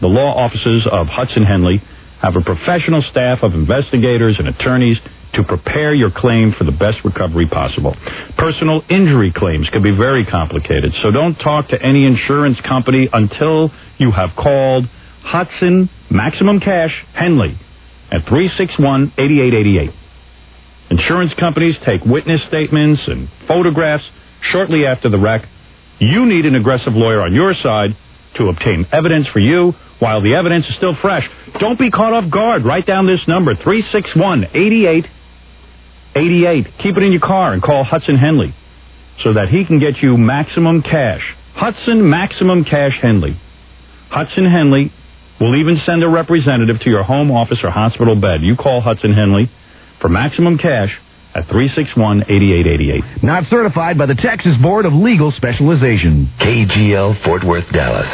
The law offices of Hudson Henley have a professional staff of investigators and attorneys to prepare your claim for the best recovery possible. Personal injury claims can be very complicated, so don't talk to any insurance company until you have called Hudson Maximum Cash Henley at 361 8888. Insurance companies take witness statements and photographs shortly after the wreck. You need an aggressive lawyer on your side to obtain evidence for you while the evidence is still fresh. Don't be caught off guard. Write down this number, 361 8888. Keep it in your car and call Hudson Henley so that he can get you maximum cash. Hudson Maximum Cash Henley. Hudson Henley will even send a representative to your home, office, or hospital bed. You call Hudson Henley for maximum cash at 361 8888.
Not certified by the Texas Board of Legal Specialization. KGL Fort Worth, Dallas.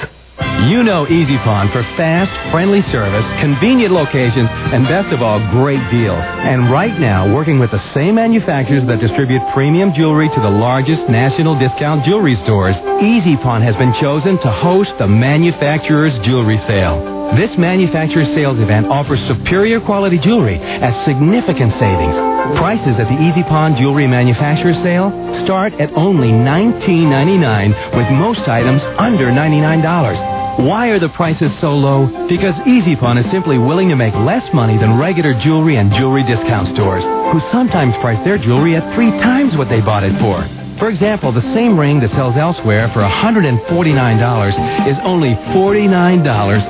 You know Easy Pond for fast, friendly service, convenient locations, and best of all, great deals. And right now, working with the same manufacturers that distribute premium jewelry to the largest national discount jewelry stores, Easy Pond has been chosen to host the manufacturer's jewelry sale. This manufacturer's sales event offers superior quality jewelry at significant savings. Prices at the Easy Pond Jewelry Manufacturer's Sale start at only $19.99 with most items under $99. Why are the prices so low? Because EasyPon is simply willing to make less money than regular jewelry and jewelry discount stores, who sometimes price their jewelry at three times what they bought it for. For example, the same ring that sells elsewhere for $149 is only $49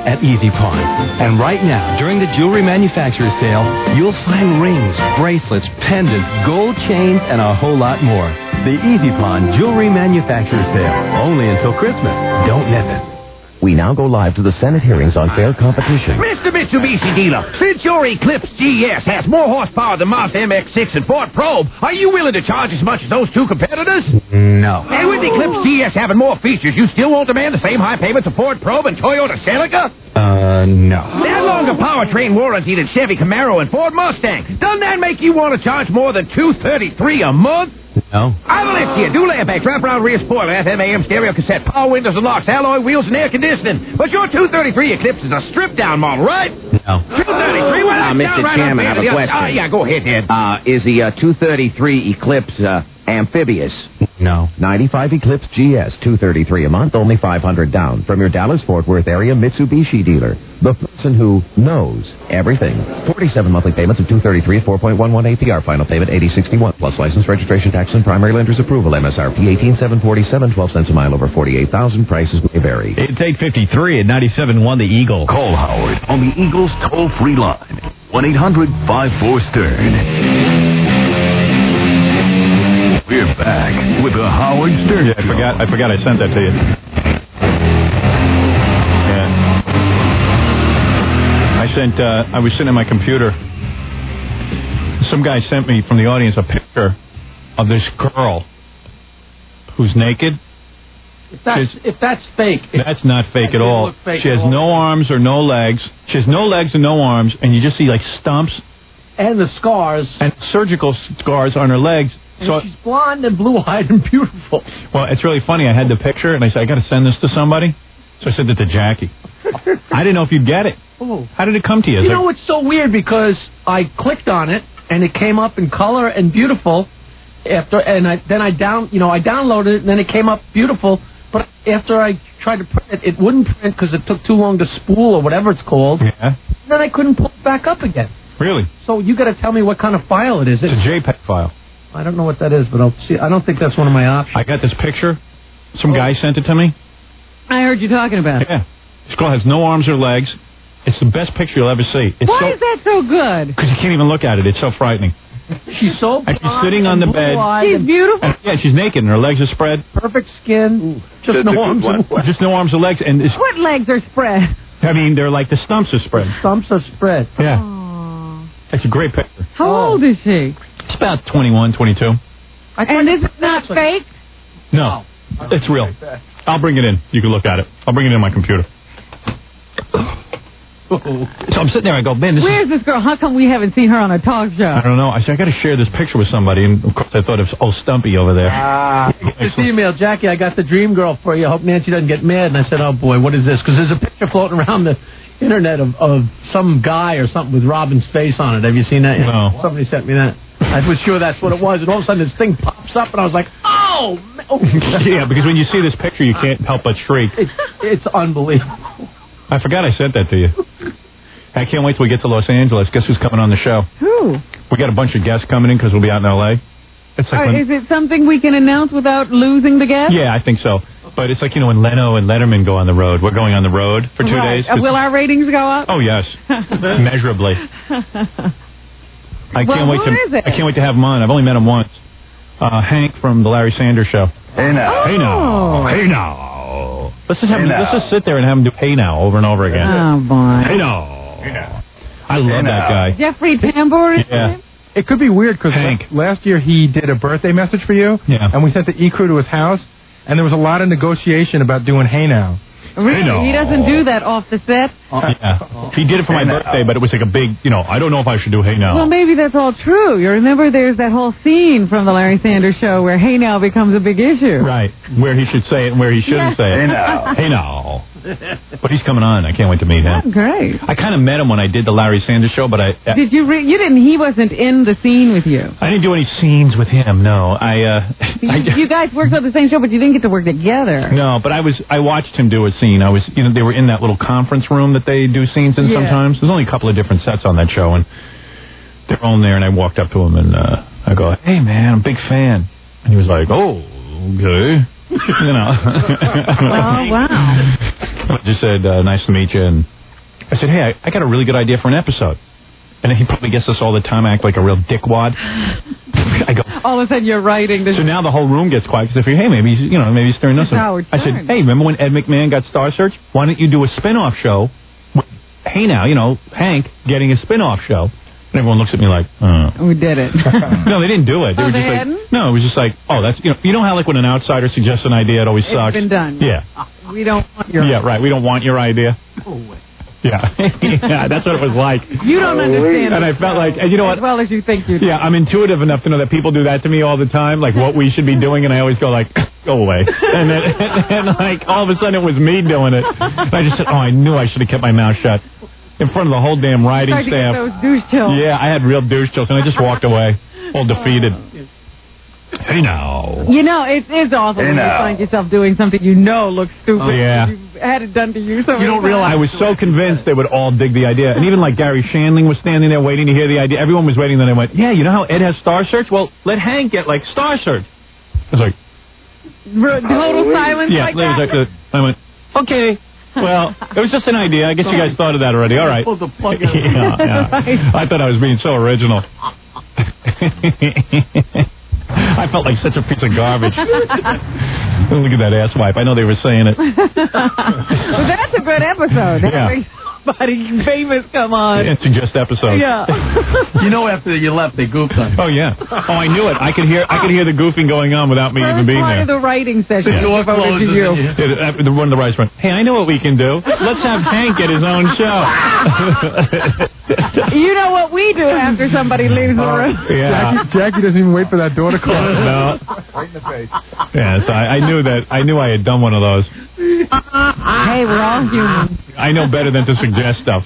at EasyPon. And right now, during the jewelry manufacturer's sale, you'll find rings, bracelets, pendants, gold chains, and a whole lot more. The EasyPon Jewelry Manufacturer's Sale, only until Christmas. Don't miss it.
We now go live to the Senate hearings on fair competition.
Mr. Mitsubishi dealer, since your Eclipse GS has more horsepower than Mazda MX-6 and Ford Probe, are you willing to charge as much as those two competitors?
No.
And with the Eclipse GS having more features, you still won't demand the same high payments of Ford Probe and Toyota Celica?
Uh, no.
That longer powertrain warranty than Chevy Camaro and Ford Mustang, doesn't that make you want to charge more than two thirty-three a month?
No.
I will list you. Dual airbag, wraparound rear spoiler, FM AM stereo cassette, power windows and locks, alloy wheels and air conditioning. But your 233 Eclipse is a stripped down model, right?
No.
233, well,
Uh,
that's
Mr.
downright
Chairman, I
unfair
have
to
a
the other-
question.
Ah, yeah, go ahead, Ed.
Uh, is the uh, 233 Eclipse uh, amphibious?
No. 95 Eclipse GS, 233 a month, only 500 down. From your Dallas Fort Worth area Mitsubishi dealer. The person who knows everything. 47 monthly payments of 233 at 4.11 APR. Final payment 8061. Plus license, registration, tax, and primary lender's approval. MSRP 18747, 12 cents a mile over 48,000. Prices may vary.
It's 853 at 97.1 The Eagle.
Call Howard
on the Eagle's toll free line.
1 800 54 Stern. We're back with the Howard Stern.
I forgot. I forgot. I sent that to you. Yeah. I sent. Uh, I was sitting at my computer. Some guy sent me from the audience a picture of this girl who's naked.
If that's,
She's-
if that's fake,
That's not fake
That
at
didn't
all.
look fake
she
at
has
all.
no arms or no legs. She has no legs and no arms, and you just see like stumps
and the scars
and surgical scars on her legs. So
she's blonde and blue-eyed and beautiful.
Well, it's really funny. I had the picture, and I said, I got to send this to somebody. So I sent it to Jackie. I didn't know if you'd get it.
Oh.
How did it come to you?
You know it's so weird because I clicked on it and it came up in color and beautiful. After and I then I down you know I downloaded it and then it came up beautiful. But after I tried to print it, it wouldn't print because it took too long to spool or whatever it's called.
Yeah.
Then I couldn't pull it back up again.
Really?
So you got to tell me what kind of file it is. It's
a JPEG file.
I don't know what that is, but I'll see. I don't think that's one of my options. Oh.
I got this picture. Some guy sent it to me.
I heard you talking about it.
Yeah. This girl has no arms or legs. It's the best picture you'll ever see. It's
Why
so
is that so good?
because you can't even look at it. It's so frightening.
She's so
And she's sitting on the bed.
She's beautiful.
And, yeah, she's naked and her legs are spread.
Perfect skin. Just
That's no a good arms one. and
Just no arms or legs. And it's,
What legs are spread?
I mean, they're like the stumps are spread.
Stumps are spread. Oh.
Yeah. That's a great picture.
How old is she?
It's about 21, 22.
and this is not fake.
No, it's real. I'll bring it in. You can look at it. I'll bring it in my computer. So
Oh.
I'm sitting there. I go, man, this Uh, is
Where's this girl? How come we haven't seen her on a talk show?
I don't know. I said, I got to share this picture with somebody. And of course, I thought of old Stumpy over there.
Ah. This email, Jackie, I got the dream girl for you. I hope Nancy doesn't get mad. And I said, oh boy, what is this? Because there's a picture floating around the internet of, of some guy or something with Robin's face on it. Have you seen that?
No.
Somebody sent me that. I was sure that's what it was. And all of a sudden, this thing pops up, and I was like, oh, man. Oh.
yeah, because when you see this picture, you can't help but shriek.
It's, it's unbelievable.
I forgot I sent that to you. I can't wait till we get to Los Angeles. Guess who's coming on the show?
Who?
We got a bunch of guests coming in because we'll be out in L.A. It's like
Or
when,
is it something we can announce without losing the guest?
yeah, I think so. But it's like you know when Leno and Letterman go on the road. We're going on the road for two
Right.
days.
Uh, Will our ratings go up?
oh yes, measurably. I
Well,
can't wait
who
to.
is it?
I can't wait to have him on. I've only met him once. Uh, Hank from the Larry Sanders Show. Hey
Oh.
now. Hey now. Hey now. Let's just have
Hey
him, let's
now.
just sit there and have him do hey now over and over again.
Oh, boy.
Hey now. I love
Hey
that
now.
guy.
Jeffrey Tambor. is
Yeah.
It could be weird because last year he did a birthday message for you,
yeah.
and we sent the E crew to his house, and there was a lot of negotiation about doing Hey Now.
Really?
Hey, no.
He doesn't do that off the set.
yeah. He did it for my birthday, but it was like a big, you know, I don't know if I should do hey now.
Well, maybe that's all true. You remember there's that whole scene from the Larry Sanders Show where Hey Now becomes a big issue.
Right. Where he should say it and where he shouldn't
Yeah.
say it.
Hey now.
Hey now. But he's coming on. I can't wait to meet him.
Oh, Great.
I kind of met him when I did the Larry Sanders show, but I
Did you? Re- you didn't. He wasn't in the scene with you.
I didn't do any scenes with him. No, I. Uh,
You,
I
you guys worked on the same show, but you didn't get to work together.
no, but I was. I watched him do a scene. I was. You know, they were in that little conference room that they do scenes in
Yeah.
sometimes. There's only a couple of different sets on that show, and they're on there. And I walked up to him and uh, I go, "Hey, man, I'm a big fan." And he was like, "Oh, okay." you
Oh
know.
wow.
I just said, uh, nice to meet you. And I said, hey, I, I got a really good idea for an episode. And he probably gets this all the time. I act like a real dickwad. I go.
All of a sudden, you're writing. This
So now the whole room gets quiet because they figure, hey, maybe he's, you know, maybe he's stirring us
It's our
up. I said, hey, remember when Ed McMahon got Star Search? Why don't you do a spin-off show? With, hey, now, you know, Hank getting a spin-off show. And everyone looks at me like, uh
we did it.
no, they didn't do it. They
Oh,
were
they
just like,
hadn't?
no, it was just like, oh, that's you know, you know how like when an outsider suggests an idea, it always
It's
sucks.
been done.
Yeah,
we don't want your.
yeah, right. We don't want your idea. Yeah, yeah, that's what it was like.
You don't understand
And I felt like, and you know what?
As well as you think you do.
Yeah, I'm intuitive enough to know that people do that to me all the time, like what we should be doing, and I always go like, go away. And then, and, like all of a sudden it was me doing it. And I just said, oh, I knew I should have kept my mouth shut in front of the whole damn writing
Started to get
staff.
those douche chills.
Yeah, I had real douche chills, and I just walked away, all defeated. Hey now.
You know, it is awful
You
when you
know.
find yourself doing something you know looks
Oh,
stupid.
yeah.
You had it done to you. So
You don't realize. I was so convinced they would all dig the idea. And even like Gary Shandling was standing there waiting to hear the idea. Everyone was waiting. Then I went, yeah, you know how Ed has Star Search? Well, let Hank get like Star Search. I was like, Oh,
Re- total silence
yeah.
like
it was
that.
like the- I went, okay. Well, it was just an idea. I guess you guys thought of that already. All right.
Pulled the plug out.
yeah, yeah.
Right.
I thought I was being so original. I felt like such a piece of garbage. Look at that ass wipe. I know they were saying it.
well, that's a good episode.
Yeah.
Having somebody famous come on.
It's a just episode.
Yeah.
You know, after you left, they goofed on. Oh yeah. Oh, I knew it. I could hear. I could hear the goofing going on without me even
First
being
part
there.
of the writing session. Devoted to you.
Yeah, the- the one of the writers went, Hey, I know what we can do. Let's have Hank get his own show.
You know what we do after somebody leaves the room.
Uh, yeah.
Jackie, Jackie doesn't even wait for that door to close.
No.
Right in the face.
Yeah, so I, I knew that. I knew I had done one of those.
hey, we're all human.
I know better than to suggest stuff.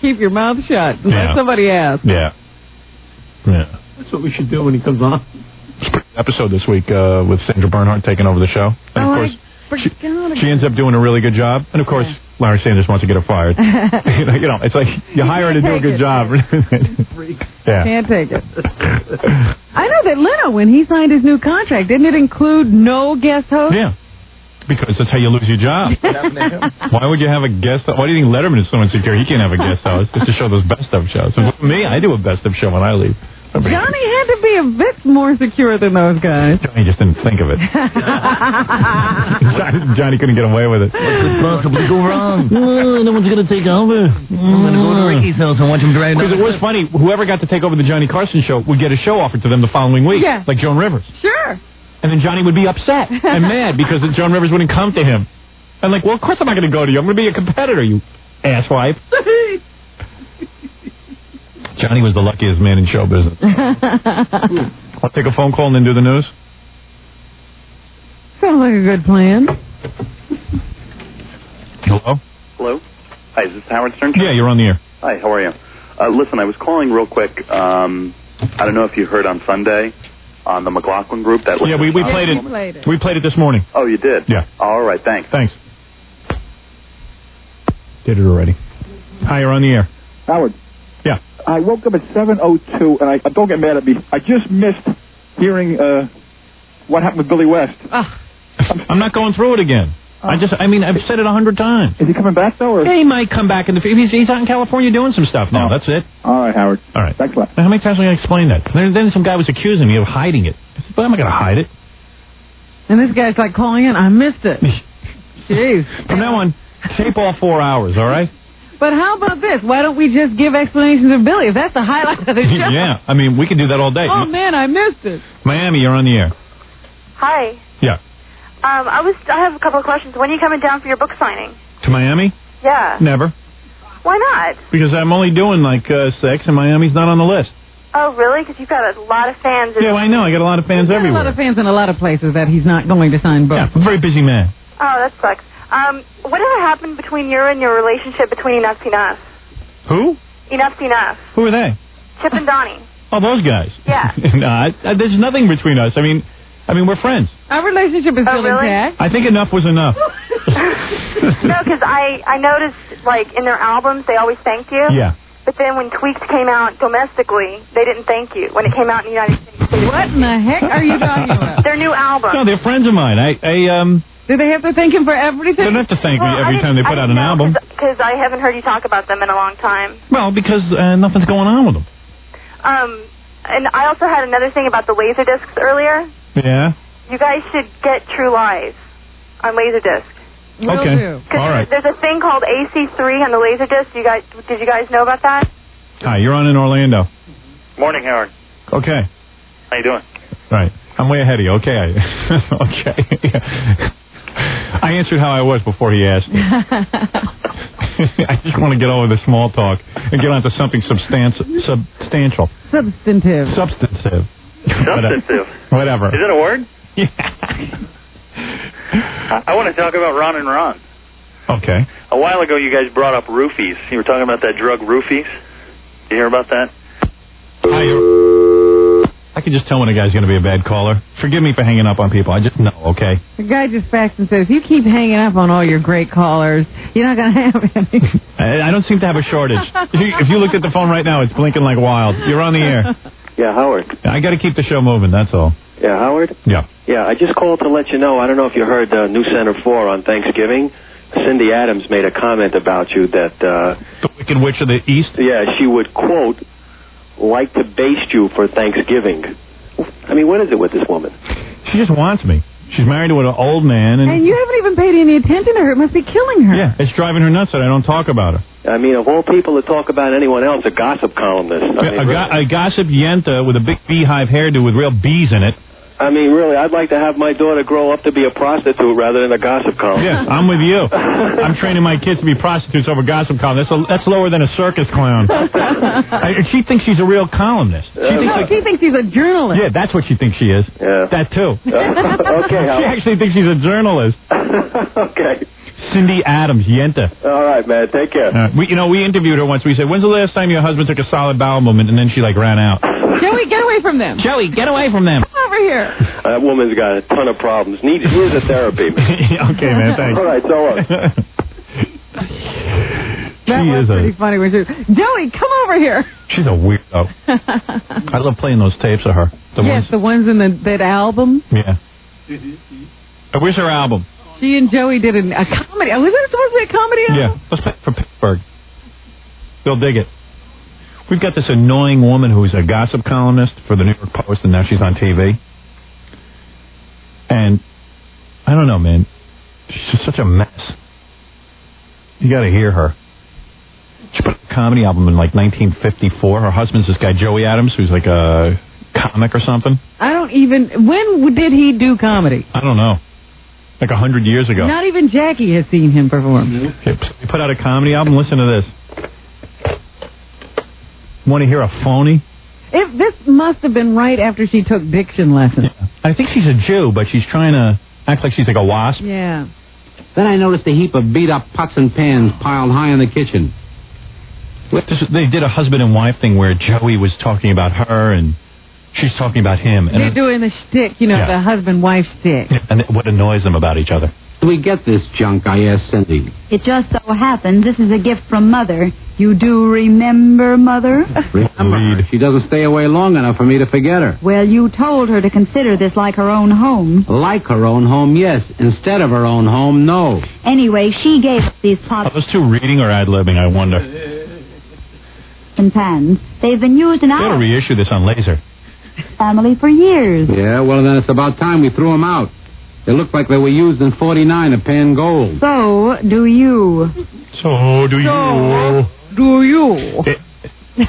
Keep your mouth shut. Let
Yeah.
somebody ask.
Yeah. Yeah.
That's what we should do when he comes on.
Episode this week uh, with Sandra Bernhardt taking over the show. And
Oh,
of course, she ends up doing a really good job. And of course, Larry Sanders wants to get her fired. you know, you know, it's like you hire her to do a good job. yeah.
Can't take it. I know that Leno, when he signed his new contract, didn't it include no guest host?
Yeah. Because that's how you lose your job. Why would you have a guest? Why do you think Letterman is so insecure? He can't have a guest host. It's to show those best of shows. And look at me, I do a best of show when I leave.
Johnny had to be a bit more secure than those guys.
Johnny just didn't think of it. Johnny, Johnny couldn't get away with it. What could possibly go wrong? no one's gonna take over. I'm
gonna go to Ricky's
house and watch him drive. Because it was funny. Whoever got to take over the Johnny Carson show would get a show offered to them the following week.
Yeah.
Like Joan Rivers.
Sure.
And then Johnny would be upset and mad because that Joan Rivers wouldn't come to him. I'm like, well, of course I'm not going to go to you. I'm going to be a competitor, you asswipe. Johnny was the luckiest man in show business. I'll take a phone call and then do the news.
Sounds like a good plan.
Hello?
Hello. Hi, is this Howard Stern?
Yeah, you're on the air.
Hi, how are you? Uh, listen, I was calling real quick. Um, I don't know if you heard on Sunday on the McLaughlin group that.
Yeah, we, we played it. We played it this morning.
Oh, you did.
Yeah.
All right. Thanks.
Thanks. Did it already. Hi, you're on the air.
Howard.
Yeah.
I woke up at 7.02, and I don't get mad at me. I just missed hearing uh, what happened with Billy West.
I'm not going through it again. I just, I mean, I've said it a hundred times. Is
he coming back though? Or? Oh.
He might come back in the future. He's, he's out in California doing some stuff now. That's it.
All right, Howard.
All right.
Thanks a lot.
Now, how many times am I going to explain that? Then, then some guy was accusing me of hiding it. I said, but I'm not going to hide it.
And this guy's like calling in. I missed it. Jeez.
From now on, tape all four hours. All right.
But how about this? Why don't we just give explanations of Billy? If that's the highlight of the show.
yeah. I mean, we could do that all day.
Oh man, I missed it.
Miami, you're on the air.
Hi.
Yeah.
Um, I was. I have a couple of questions. When are you coming down for your book signing?
To Miami?
Yeah.
Never,
Why not?
because I'm only doing like uh, six, and Miami's not on the list.
Oh, really? Because you've got a lot of fans.
Yeah, well, I know. I got a lot of fans
There's a lot
everywhere.
of fans in a lot of places that he's not going to sign books.
I'm a very busy man.
Oh, that sucks. Um, whatever happened between you and your relationship between Enough's Enough?
Who?
Enough's Enough.
Who are they?
Chip and Donnie.
Oh, those guys.
Yeah.
no, I, I- there's nothing between us. I mean, I mean, we're friends.
Our relationship is
Oh,
still intact.
I think enough was enough.
no, because I I noticed like in their albums they always thanked you.
Yeah.
But then when Tweaked came out domestically, they didn't thank you. When it came out in the United States,
what in the heck are you talking about?
their new album.
No, they're friends of mine. I, I um,
Do they have to thank him for everything?
they don't have to thank me
Well, I
every time
didn't-
they put
I
out
didn't
an
know,
album.
'cause- Because I haven't heard you talk about them in a long time.
Well, because uh, nothing's going on with them.
Um, and I also had another thing about the laser discs earlier.
Yeah.
You guys should get True Lies on Laserdisc.
okay. All right.
There's a thing called AC3 on the Laserdisc. You guys, did you guys know about that?
Hi, you're on in Orlando.
Morning, Howard.
Okay.
How you doing?
Right. I'm way ahead of you. Okay. I, okay. I answered how I was before he asked. me. I just want to get over the small talk and get on to something substanti- substantial.
Substantive.
Substantive.
Substantive.
Whatever.
Is it a word?
Yeah.
I, I want to talk about Ron and Ron.
Okay.
A while ago, you guys brought up roofies. You were talking about that drug roofies. You hear about that?
I can just tell when a guy's going to be a bad caller. Forgive me for hanging up on people. I just know, okay?
The guy just faxed and says, "You keep hanging up on all your great callers. You're not going to have any."
I, I don't seem to have a shortage. if, you, if you looked at the phone right now, it's blinking like wild. You're on the air.
Yeah, Howard.
I got to keep the show moving, that's all.
Yeah, Howard.
Yeah.
Yeah, I just called to let you know. I don't know if you heard uh, New Center Four on Thanksgiving. Cindy Adams made a comment about you that uh,
The Wicked Witch of the East?
yeah, she would quote like to baste you for Thanksgiving. I mean, what is it with this woman?
She just wants me. She's married to an old man, and
and you haven't even paid any attention to her. It must be killing her.
yeah, it's driving her nuts that I don't talk about her.
I mean, of all people to talk about anyone else, a gossip columnist. I mean, really,
A, go- a gossip yenta with a big beehive hairdo with real bees in it.
I mean, really, I'd like to have my daughter grow up to be a prostitute rather than a gossip columnist.
Yeah, I'm with you. I'm training my kids to be prostitutes over gossip column. That's a, that's lower than a circus clown. I, she thinks she's a real columnist. She thinks
no,
like-
she thinks he's a journalist.
yeah, that's what she thinks she is. Yeah. That too.
okay,
She
Howard.
actually thinks she's a journalist.
okay.
Cindy Adams, Yenta.
All right, man. Take care.
Uh, we, you know, we interviewed her once. We said, "When's the last time your husband took a solid bowel moment?" And then she like ran out.
Joey, get away from them.
Joey, get away from them.
Come over here.
That woman's got a ton of problems. Needs needs a therapy.
okay, man. Thanks.
All right, so long.
That
she
was
is a
pretty funny when she was, Joey, come over here.
she's a weirdo. I love playing those tapes of her. The ones,
yes, the ones in the that album.
yeah. Uh, Where's her album?
She and Joey did an, a comedy. Oh, was it supposed to be a comedy?
Yeah, let's play it for Pittsburgh. They'll dig it. We've got this annoying woman who's a gossip columnist for the New York Post, and now she's on TV. And I don't know, man. She's just such a mess. You got to hear her. She put a comedy album in like 1954. Her husband's this guy Joey Adams, who's like a comic or something?
I don't even. When did he do comedy?
I don't know. Like a hundred years ago.
Not even Jackie has seen him perform.
Okay, He put out a comedy album. Listen to this. Want to hear a phony?
If this must have been right after she took diction lessons.
I think she's a Jew, but she's trying to act like she's like a wasp.
Yeah.
Then I noticed a heap of beat up pots and pans piled high in the kitchen.
This- they did a husband and wife thing where Joey was talking about her and she's talking about him, and
They're doing the shtick, you know,
Yeah.
the husband-wife shtick.
and what annoys them about each other.
Do we get this junk? I asked Cindy.
It just so happens this is a gift from Mother. You do remember Mother?
Remember, her. Uh, she doesn't stay away long enough for me to forget her.
well, you told her to consider this like her own home.
Like her own home, yes. Instead of her own home, no.
Anyway, she gave us these pots
Are those two reading or ad libbing? I wonder.
and pans. They've been used in
They'll
our
reissue this on laser.
family for years.
Yeah, well, then it's about time we threw them out. They looked like they were used in 49 of pan gold.
So do you.
So Oh, do you?
Do you?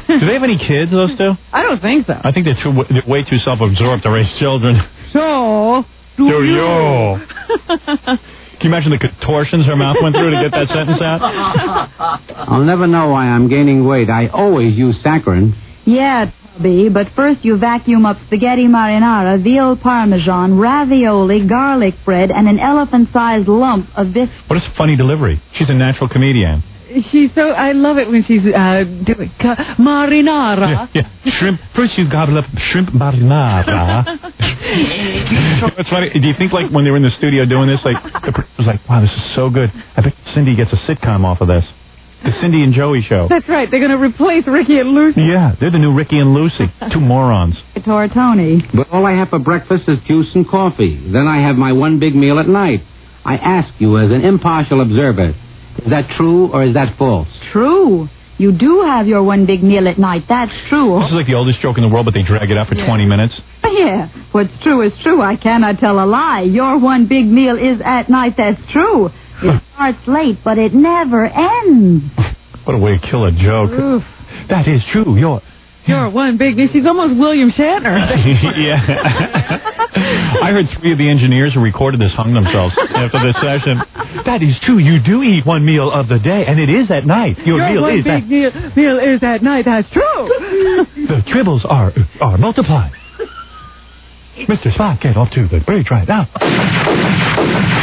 Do they have any kids? Those two?
I don't think so.
I think they're too they're way too self-absorbed to raise children.
So Oh, do,
Do you? Can you imagine the contortions her mouth went through to get that sentence out?
I'll never know why I'm gaining weight. I always use saccharin.
Yeah, Tubby, but first you vacuum up spaghetti marinara, veal parmesan, ravioli, garlic bread, and an elephant-sized lump of biscuit.
What is funny delivery? She's a natural comedian.
She's so. I love it when she's uh, doing ca- marinara.
Yeah, shrimp. First you gobble up shrimp marinara. You know what's funny? Do you think like when they were in the studio doing this, like the producer was like, "Wow, this is so good. I bet Cindy gets a sitcom off of this." The Cindy and Joey show.
That's right. They're going to replace Ricky and Lucy.
Oh. Yeah, they're the new Ricky and Lucy. Two morons.
Tortoni.
But all I have for breakfast is juice and coffee. Then I have my one big meal at night. I ask you, as an impartial observer, is that true or is that false?
True. You do have your one big meal at night. That's true.
This is like the oldest joke in the world, but they drag it out for
Yeah.
20 minutes.
Yeah, what's true is true. I cannot tell a lie. Your one big meal is at night. That's true. It starts late, but it never ends.
What a way to kill a joke.
Oof.
That is true. You're.
You're one big. She's almost William Shatner.
yeah. I heard three of the engineers who recorded this hung themselves after this session. That is true. You do eat one meal of the day, and it is at night. Your meal
one
is
big
at
meal, meal is at night. That's true.
The tribbles are are multiplied. Mr. Spock, get off to the bridge right now.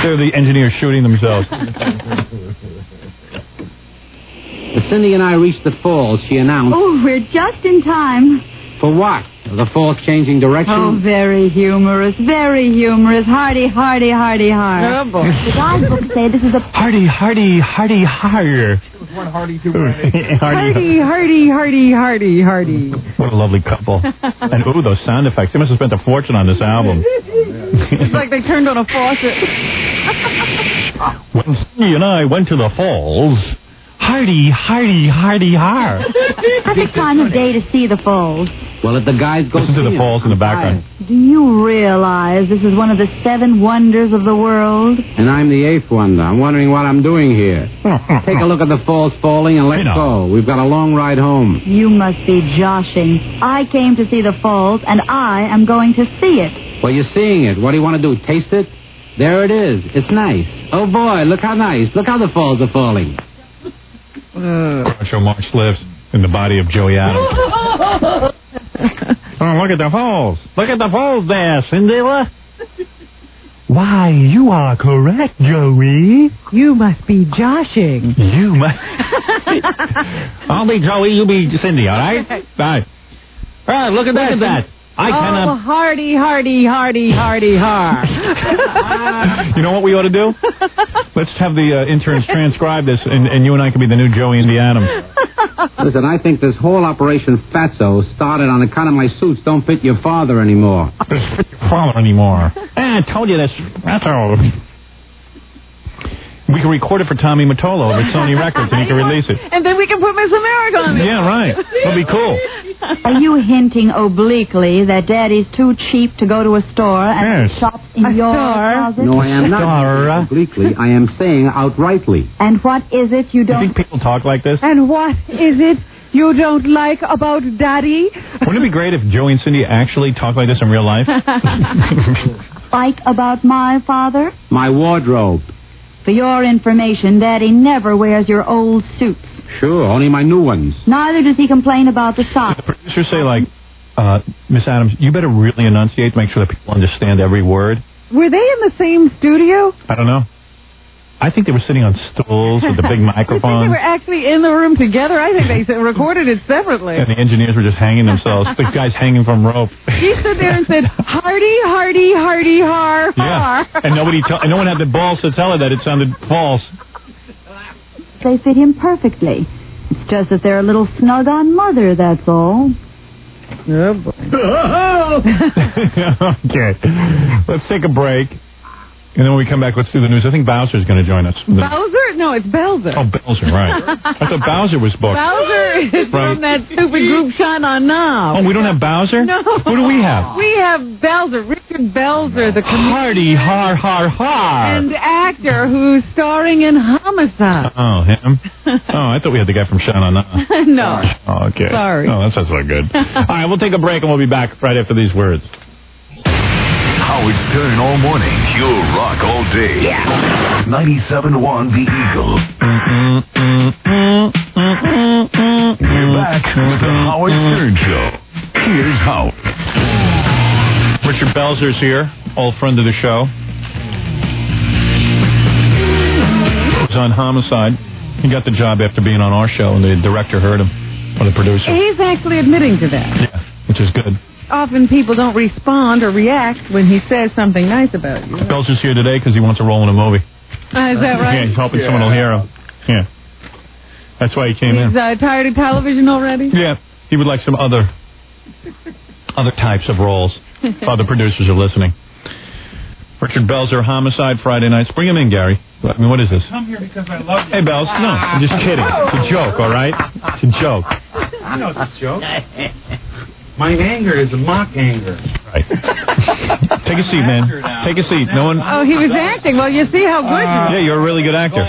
They're the engineers shooting themselves.
As Cindy and I reached the falls, she
Hmm.
announced,
Oh, we're just in time.
For what? The falls changing
Oh,
direction?
very humorous, very humorous. Hardy, hardy, hardy, hard.
Terrible.
The guidebooks say this is a
Hardy, hardy, hardy, higher.
one hardy,
two hardy.
Hardy, hardy, hardy, hardy, hardy.
What a lovely couple. And ooh, those sound effects. They must have spent a fortune on this album.
It's like they turned on a faucet.
When Cindy and I went to the falls, hardy, hardy, hardy, har.
perfect time of day to see the falls.
Well, if the guys go
Listen to the falls in the background.
Do you realize this is one of the seven wonders of the world?
And I'm the eighth wonder. I'm wondering what I'm doing here. Take a look at the falls falling and let's go. We've got a long ride home.
You must be joshing. I came to see the falls, and I am going to see it.
Well, you're seeing it. What do you want to do? Taste it? There it is. It's nice. Oh boy, look how nice. Look how the falls are falling.
Uh. Groucho Marx lives in the body of Joey Adams. Oh, look at the falls. Look at the falls there, Cinderella. Why, you are correct, Joey.
You must be joshing.
You must. I'll be Joey, you be Cindy, all right? All right. All right, look at that. Look at that. I
Oh,
cannot.
hardy, hardy, hardy, hardy, har.
You know what we ought to do? Let's have the uh, interns transcribe this, and, and you and I can be the new Joey and the Adams.
Listen, I think this whole Operation Fatso started on account of my suits don't fit your father anymore.
father anymore. Eh, I told you this. That's all. We can record it for Tommy Mottola over at Sony Records, and he can release it.
and then we can put Miss America on it.
Yeah, right. That'll be cool.
Are you hinting obliquely that Daddy's too cheap to go to a store and
Yes.
shops in your closet?
No, I am not obliquely. I am saying outrightly.
And what is it you don't?
People talk like this.
And what is it
you don't like about daddy?
Wouldn't it be great if Joey and Cindy actually talked like this in real life?
Like about my father?
My wardrobe.
For your information, Daddy never wears your old suits.
Sure, only my new ones.
Neither does he complain about the socks.
Producers say like, uh, Miss Adams, you better really enunciate to make sure that people understand every word.
Were they in the same studio?
I don't know. I think they were sitting on stools with the big
I think
microphones,
they were actually in the room together. I think they s- recorded it separately.
and the engineers were just hanging themselves. the guys hanging from rope.
He stood there and said, Hardy, Hardy, Hardy, har,
Yeah,
har.
and nobody, tell and no one had the balls to tell her that it sounded false.
They fit him perfectly. It's just that they're a little snug on Mother, that's all.
okay, let's take a break, and then when we come back, let's do the news. I think Bowser's going to join us.
Bowser? No, it's Belzer.
Oh, Bowser, right? I thought Bowser was booked.
Bowser is
From-
from that stupid group shot on Knob.
Oh, we don't have Bowser.
No.
Who do we have?
We have Belzer, Richard Belzer, the
Hardy,
comedian
har, har, har.
and actor who's starring in Homicide.
Oh, him? Oh, I thought we had the guy from Shine On That.
no.
Oh, okay.
Sorry.
Oh, that sounds not good. All right, we'll take a break and we'll be back right after these words.
Howard Stern all morning. You'll rock all day. Yeah. 97.1 The Eagle. We're back with the Howard
Mm.
Stern Show. Here's Howard.
Richard Belzer's here, old friend of the show. He was on Homicide. He got the job after being on our show, and the director heard him, or the producer,
He's actually admitting to that.
which is good.
Often people don't respond or react when he says something nice about you.
Belzer's here today because he wants a role in a movie.
Uh, is Uh, that
Yeah,
right?
he's hoping someone will hear him. Yeah. That's why he came in.
He's uh, tired of television already?
Yeah, he would like some other other types of roles. If other producers are listening. Richard Belzer, Homicide Friday nights. Bring him in, Gary. I mean, what is this?
I'm here because I love you.
Hey, Bells. No, I'm just kidding. It's a joke, all right? It's a joke.
No, it's a joke. My anger is a mock anger.
Right. Take a seat, man. Take a seat. No one.
Oh, he was acting. Well, you see how good you
Uh, Yeah, you're a really good actor.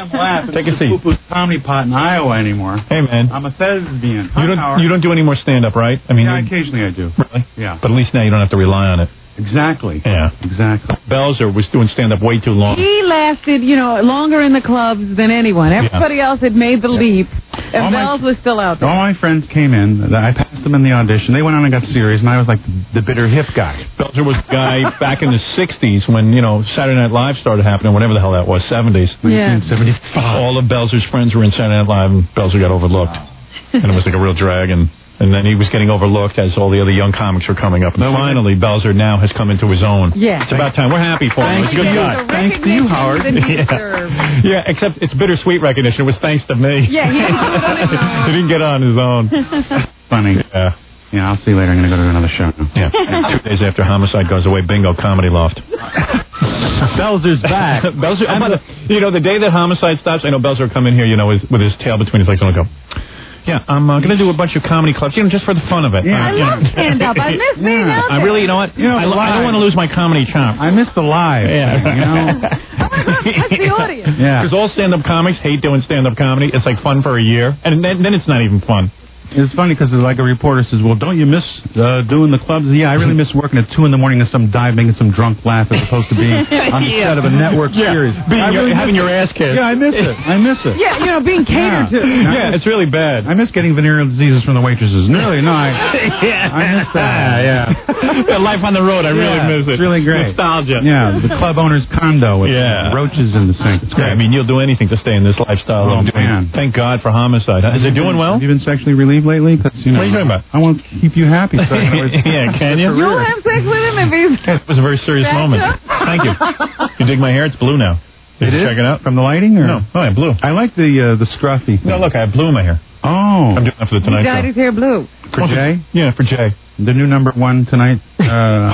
Take a seat.
Comedy pot in Iowa anymore.
Hey, man.
I'm a thespian.
You don't. You don't do any more stand up, right? I mean,
Yeah,
you-
occasionally I do.
Really?
Yeah.
But at least now you don't have to rely on it.
Exactly.
Yeah.
Exactly.
Belzer was doing stand up way too long.
He lasted, you know, longer in the clubs than anyone. Everybody else had made the leap, and
Oh,
All my-
Bells was still out there.
All my friends came in. I passed them in the audition. They went on and got serious, and I was like the bitter hip guy.
Belzer was a guy back in the 60s when, you know, Saturday Night Live started happening, whatever the hell that was, 70s.
Yeah.
1975. All of Belzer's friends were in Saturday Night Live, and Belzer got overlooked. and it was like a real drag, and, and then he was getting overlooked as all the other young comics were coming up. And finally, Belzer now has come into his own.
Yeah.
It's about time. We're happy for him. He's a good guy.
Thanks to you, Howard.
Than he
Yeah.
deserved.
Yeah, except it's bittersweet recognition. It was thanks to me.
Yeah, he didn't do it
Oh,
on his own.
he didn't get on his own.
Funny.
Yeah.
Yeah, I'll see you later. I'm going to go to another show now.
Yeah. Two days after Homicide goes away, bingo, Comedy Loft. Belzer's back. Belzer, oh, by the, you know, the day that Homicide stops, I know Belzer will come in here, you know, with, with his tail between his legs and he'll go, yeah, I'm uh, going to do a bunch of comedy clubs, you know, just for the fun of it.
Yeah.
I
Uh, you
love
know.
stand up. I miss being
Yeah.
out
I
there.
really, you know what?
You know,
I, lo- I
live.
don't want to lose my comedy chomp.
I miss the live.
Yeah.
thing, you know?
Oh That's the audience.
Yeah.
Because all stand-up comics hate doing stand-up comedy. It's like fun for a year, and then, then it's not even fun.
It's funny because like a reporter says, "Well, don't you miss uh, doing the clubs?" Yeah, I really miss working at two in the morning and some dive making some drunk laugh as opposed to being on the set of a network
Yeah.
series.
Being
I
your-
really
having
miss
your ass
it.
kicked.
Yeah, I miss it. I miss it.
Yeah, you know, being catered to.
Yeah, it's really bad.
I miss getting venereal diseases from the waitresses. Really, no, I, I miss that. Yeah,
That life on the road, I really
Yeah,
miss it.
it's really great.
Nostalgia.
yeah. The club owner's condo with
Yeah.
roaches in the sink. It's
Yeah, I
great.
mean, you'll do anything to stay in this lifestyle.
Oh,
Doing-
man. Mm-hmm.
Thank God for homicide. Huh? Is it doing well?
Have you been sexually relieved lately? 'Cause, you know,
What are you talking about?
I want to keep you happy. So I can always-
yeah, can you?
You'll have sex with him if he's.
It was a very serious moment. Thank you. You dig my hair? It's blue now. Did
It
you
is?
check it out?
From the lighting, or
No. Oh, yeah, blue.
I like the uh, the scruffy.
No, look, I have blue in my hair.
Oh,
I'm doing that for the
He
Tonight
dyed
Show.
his hair blue.
for Jay,
Yeah, for Jay.
the new number one tonight. Uh,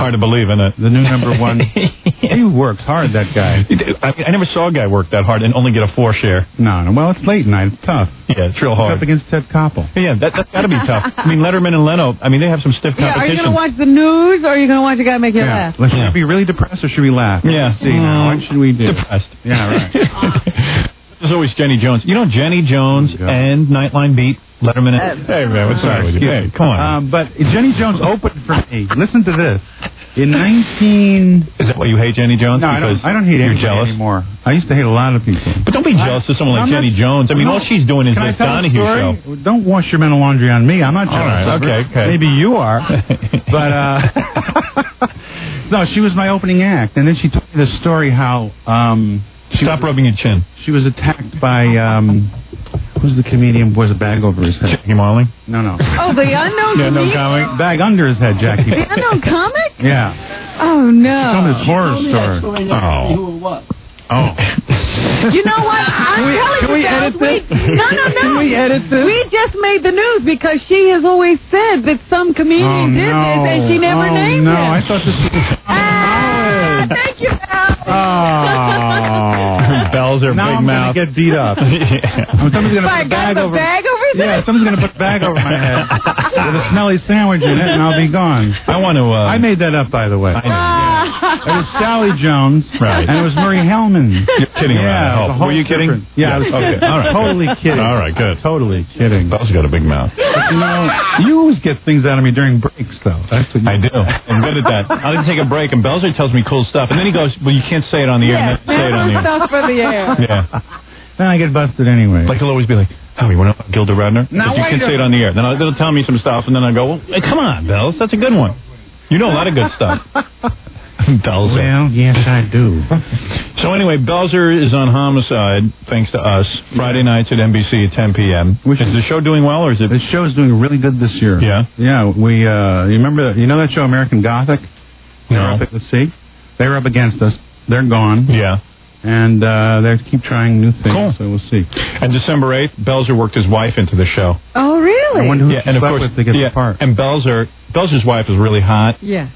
Hard to believe, isn't it?
the new number one. he works hard, that guy.
I, I never saw a guy work that hard and only get a four share.
No, no. Well, it's late night. It's tough.
Yeah, it's real
It's up
hard.
against Ted Koppel.
Yeah, that, that's got to be tough. I mean, Letterman and Leno, I mean, they have some stiff
Yeah, are you
competition.
going to watch the news or are you going to watch a guy make you
Yeah.
laugh?
Like, Should
Yeah.
we be really depressed or should we laugh?
Yeah.
Let's see now. What should we do?
Depressed.
Yeah, right.
There's always Jenny Jones. You know Jenny Jones
Yeah.
and Nightline Beat?
Letterman.
Hey, man, what's wrong with you? Hey, come on.
Um, but Jenny Jones opened for me. Listen to this. In 19...
Is that why you hate Jenny Jones?
No, I don't,
Because
I don't hate
you're
anybody
jealous?
anymore. I used to hate a lot of people.
But don't be jealous of someone like
I'm
Jenny Jones. I mean,
No.
all she's doing is
Can I
this
tell a
Donahue
story?
show.
Don't wash your mental laundry on me. I'm not
All
jealous.
right,
of her.
okay, okay.
Maybe you are. but uh, no, she was my opening act, and then she told me this story how um, she stop
rubbing your chin.
She was attacked by um, who's the comedian who wears a bag over his head?
Jackie Marling.
No, no.
Oh, the unknown
yeah, no
comedian?
comic. Bag under his head, Jackie.
The unknown comic?
yeah.
Oh no!
She told me this horror story. Oh. Oh.
You know what? I'm
Can we-
telling
can
you
we
guys,
edit this?
we- no, no, no.
Can we edit this?
We just made the news because she has always said that some comedian
Oh,
did this and
no.
she never
Oh,
named
no.
him.
I thought this was
Ah, thank you,
Oh.
Bells are big
now I'm
mouth.
Gonna get beat up.
Yeah.
Someone's gonna
By
put
a
a
guy with
bag
a
over.
bag over his
yeah,
head?
someone's gonna put a bag over my head with a smelly sandwich in it, and I'll be gone.
I want to. Uh,
I made that up, by the way.
Ah.
It was Sally Jones,
Right.
and it was Murray Hellman.
You're kidding
yeah,
around.
it was a
Help.
whole
Were you kidding?
different- Yeah, I was
okay. All right.
totally kidding.
All right. Good.
Totally kidding.
Bell's got a big mouth.
But, you know, you always get things out of me during breaks, though. That's what you
I do. I'm good at that. I like to take a break, and Belzer tells me cool stuff, and then he goes, "Well, you can't say it on the air."
Yes,
and then say it on the
never
air.
stuff for the air.
Yeah.
Then I get busted anyway.
Like he'll always be like, "Howie, we're not Gilda Radner."
Now,
but you
wait
can
a-
say it on the air. Then I'll, they'll tell me some stuff, and then I go, well, hey, "Come on, Belz, that's a good one. You know a lot of good stuff." Belzer.
Well, yes, I do.
So anyway, Belzer is on homicide thanks to us. Friday nights at NBC at 10 p.m. Which is the show doing well, or is it?
The show is doing really good this year.
Yeah.
Yeah, we uh you remember that you know that show American Gothic? They were
No.
up at the sea. They were up against us. They're gone.
Yeah.
And uh they keep trying new things,
Cool.
so we'll see.
And December 8th, Belzer worked his wife into the show.
Oh really?
I wonder who
yeah, and of
slept
course,
with to get
yeah,
the part.
and Belzer, Belzer's wife is really hot.
Yeah.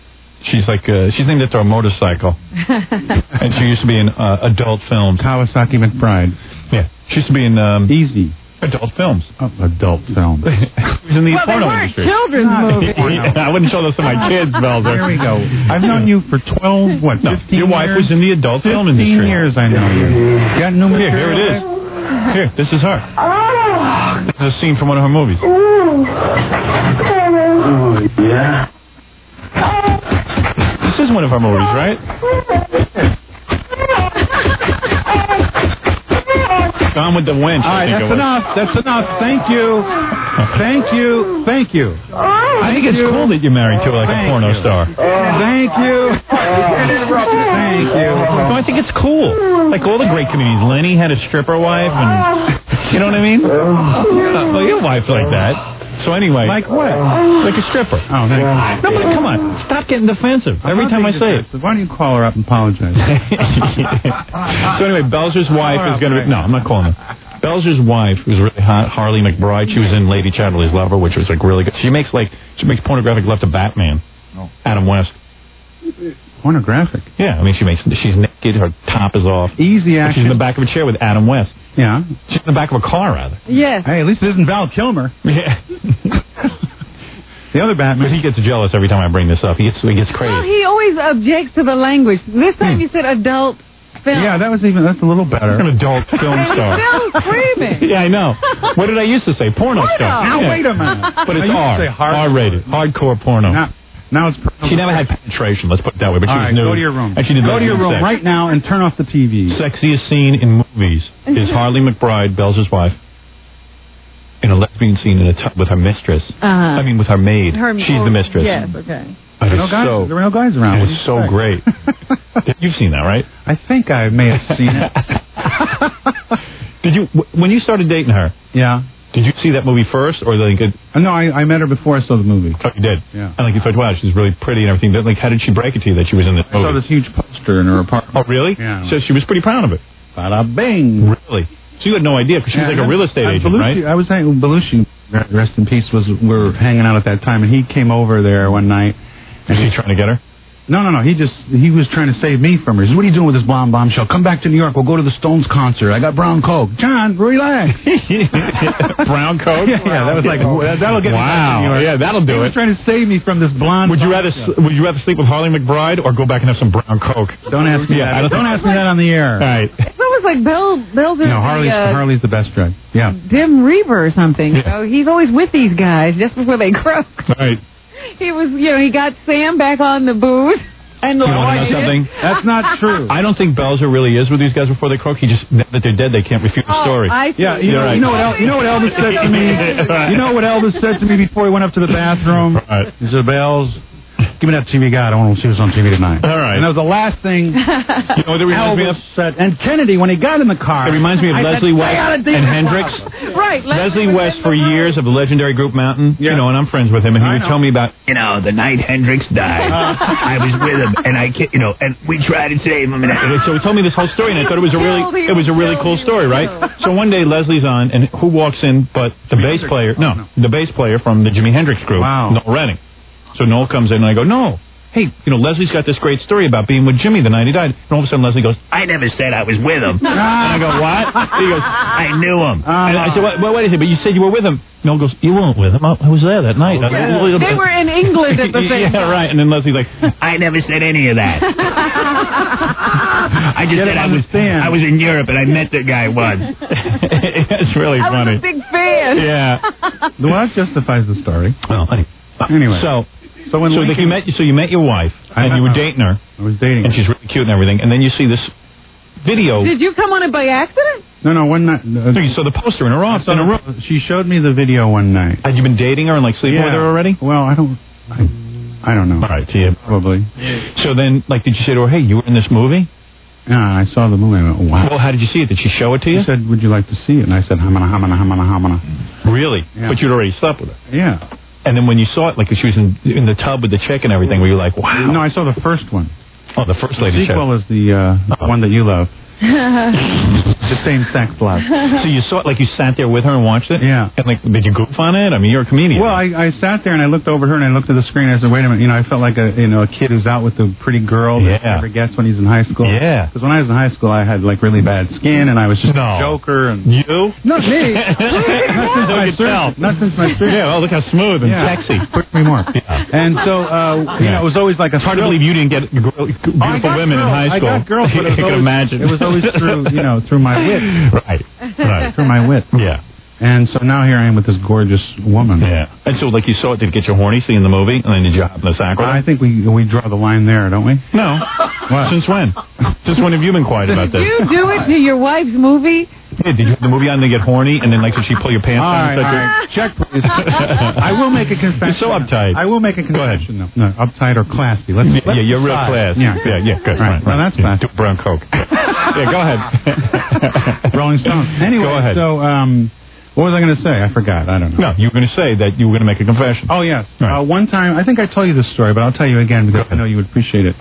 She's like, uh, she's named after a motorcycle, and she used to be in uh, adult films.
Kawasaki McBride.
Yeah, she used to be in um,
Easy.
adult films.
Oh, adult film.
She was in the
Well, they
porno
weren't
industry.
children's movies.
I wouldn't show those to my kids, Belzer.
There we go. I've known you for twelve what,
No,
fifteen
your wife
years?
was in the adult film
fifteen
industry.
years I know you. Got new
Here, here
material
it is. Here, this is her. This is a scene from one of her movies.
yeah.
This is one of her movies, right? Gone with the Wind.
All
I
right,
think it
that's
was.
enough. That's enough. Thank you. Thank you. Thank you.
I think it's
Thank you.
cool that you're married to like a
Thank
porno
you.
star.
Thank you. Thank you.
No, I think it's cool. Like all the great comedians, Lenny had a stripper wife, and you know what I mean. Yeah, well, your wife like that. So anyway,
Like what?
like a stripper.
Oh, thank you.
No, but come on, stop getting defensive every time I say it.
Why don't you call her up and apologize?
so anyway, Belzer's wife is going to be. No, I'm not calling her. Belzer's wife was really hot, Harley McBride. She was in Lady Chatterley's Lover, which was like really good. She makes like she makes pornographic love to Batman,
Uh-huh.
Adam West.
Pornographic.
Yeah, I mean she makes she's naked, her top is off.
Easy
She's in
action.
the back of a chair with Adam West.
Yeah.
She's in the back of a car rather.
Yes.
Hey, at least it isn't Val Kilmer.
Yeah,
The other Batman.
he gets jealous every time I bring this up. He gets he gets
Well,
crazy.
he always objects to the language. This time you said adult film.
Yeah, that was even. That's a little
You're
better.
an adult film
And
star.
it's still screaming.
Yeah, I know. What did I used to say? Porno,
Porno.
star.
Now
Yeah.
wait a minute.
But it's
Now,
R.
you say hard-
R-rated. Hardcore porno.
Now, now it's.
She never had penetration, let's put it that way, but she
All
was
right,
nude.
go to your room.
And she did
Go
not
to your
have
room
sex.
right now and turn off the TV.
Sexiest scene in movies is Harley McBride, Belzer's wife, in a lesbian scene in a tub with her mistress.
Uh-huh.
I mean, with her maid.
Her-
She's
oh,
the mistress.
Yes. Okay.
It
There were
is
no guys,
so,
there were no guys around.
it
What
is
do you
so
expect?
great. You've seen that, right?
I think I may have seen it.
Did you, wh- when you started dating her,
Yeah.
did you see that movie first, or like, it,
Uh, No, I, I met her before I saw the movie.
oh, you did?
Yeah.
And like you thought, wow, she's really pretty and everything. But like, how did she break it to you that she was in this
I
movie?
saw this huge poster in her apartment.
Oh, really?
Yeah.
So she was pretty proud of it.
Bada bing.
Really? So you had no idea because she was
Yeah,
like a real estate
and
agent, right?
Belushi, I was hanging Belushi, rest in peace, was we were hanging out at that time, and he came over there one night.
Was she trying to get her?
No, no, no. He just he was trying to save me from her. He says, "What are you doing with this bomb bombshell? Come back to New York. We'll go to the Stones concert. I got brown coke." John, relax.
Brown coat?
Yeah, yeah, that was like that- that'll get me back to
wow.
New York.
Yeah, that'll
he
do
was
it.
trying to save me from this blonde.
Would you rather
bombshell.
would you rather sleep with Harley McBride or go back and have some brown coke?
Don't ask me
Yeah, I
that.
don't-
Don't ask me that on the
All
air.
right.
So was was like Bill. Bill's
You know, Harley's,
the, uh,
Harley's the best drug. Yeah.
Dim Reaver or something. So he's always with these guys just before they croak.
Right.
He was, you know, he got Sam back on the booze. And the
You wanna know
lawyer.
something?
That's not true.
I don't think Belzer really is with these guys before they croak. He just now that they're dead, they can't refute the
Oh,
story.
I see. Yeah, you
You're
know-
right.
you know what El- you know what Elvis said to me? You know what Elvis said to me before he went up to the bathroom? Right. He said, Bells, give me that TV guide. I want to see what's on TV tonight. All right. And that was the last
You
thing
know what it reminds me of?
Elvis said. And Kennedy, when he got in the car.
It reminds me of
I said,
Leslie
"Stay
West
out of
and
Dean's
Hendrix.
car."
Right.
Leslie West, for years, of the legendary group Mountain, you know, and I'm friends with him, and he
I
would
know.
tell me about, you know, the night Hendrix died. I was with him, and I, ca- you know, and we tried to save him. And I- so he told me this whole story, and I thought it was a really,
Killed, he
it was a really cool story, right? So one day Leslie's on, and who walks in but the bass player?
Oh,
No, the bass player from the Jimi Hendrix group, Noel Redding. So Noel comes in, and I go, no. Hey, you know, Leslie's got this great story about being with Jimmy the night he died. And all of a sudden, Leslie goes, I never said I was with him. and I go, what? He goes, I knew him.
Uh-huh.
and I said, well, well, wait a second, but you said you were with him. Noel goes, you weren't with him. I I was there that night. I was a little
They
bit-
were in England at the same
yeah,
time.
right. And then Leslie's like, I never said any of that. I just said I was, I was in Europe and I met that guy once. it's really
I
funny.
was a big fan.
Well, that justifies the story.
Well,
Anyway.
So,
So when
so that
Lincoln-
you met so you met your wife
I
and
met
you were
my-
dating her.
I was dating,
and she's really cute and everything. And then you see this video.
Did you come on it by accident?
No, no, one night. Uh,
you saw the poster in her office in a room.
She showed me the video one night.
Had you been dating her and like sleeping
Yeah.
with her already?
Well, I don't. I, I don't know. All
right, yeah,
probably.
So then, like, did you say to her, "Hey, you were in this movie"?
Yeah, I saw the movie. I went, wow.
Well, how did you see it? Did she show it to you?
She said, "Would you like to see it?" And I said, "Hamana, hamana, hamana, hamana."
Really?
Yeah.
But you'd already slept with her.
Yeah.
And then when you saw it, like she was in, in the tub with the chick and everything, were you like, wow?
No, I saw the first one.
Oh, the first lady
The sequel is the uh, the one that you love. the same sex love.
so you saw it, like you sat there with her and watched it? Yeah. And like, did you goof on it? I mean, you're a comedian.
Well, I, I sat there and I looked over at her and I looked at the screen. And I said, "Wait a minute!" You know, I felt like a you know a kid who's out with a pretty girl that
Yeah.
never gets when he's in high school.
Yeah.
Because when I was in high school, I had like really bad skin and I was just
No.
a joker and
you
not me. not since my
Look at
surgery.
Bell.
Not since my surgery.
Yeah, well, look how smooth and sexy.
Push me more. And so uh, you know, it was always like a
It's hard to
thrill-
believe you didn't get gr- beautiful
Oh, I got
women
girls.
in high
I
school.
got girls, but it was
I can
always-
imagine.
it was always through, you know, through my wit.
Right. Right.
Through my wit.
Yeah.
And so now here I am with this gorgeous woman.
Yeah. And so, like, you saw it, did it get you horny seeing the movie? And then did you hop in the sack with
I
it?
think we we draw the line there, don't we?
No. Since when? Since when have you been quiet about this?
You do it to your wife's movie?
Yeah, did you have the movie on and get horny? And then, like, did she pull your pants
All
down?
right, all right. Check, please. I will make a confession.
You're so uptight.
I will make a confession, though. No, uptight or classy. Let's,
Yeah,
let's
yeah, you're real
decide.
class.
Yeah,
yeah, yeah, good.
Right.
Right,
Well, that's classy.
brown coke. yeah, go ahead.
Rolling Stones. Anyway,
go ahead.
so um, what was I going to say? I forgot. I don't know.
no, you were going to say that you were going to make a confession.
Oh yes. Uh, one time, I think I told you this story, but I'll tell you again because I know you would appreciate it.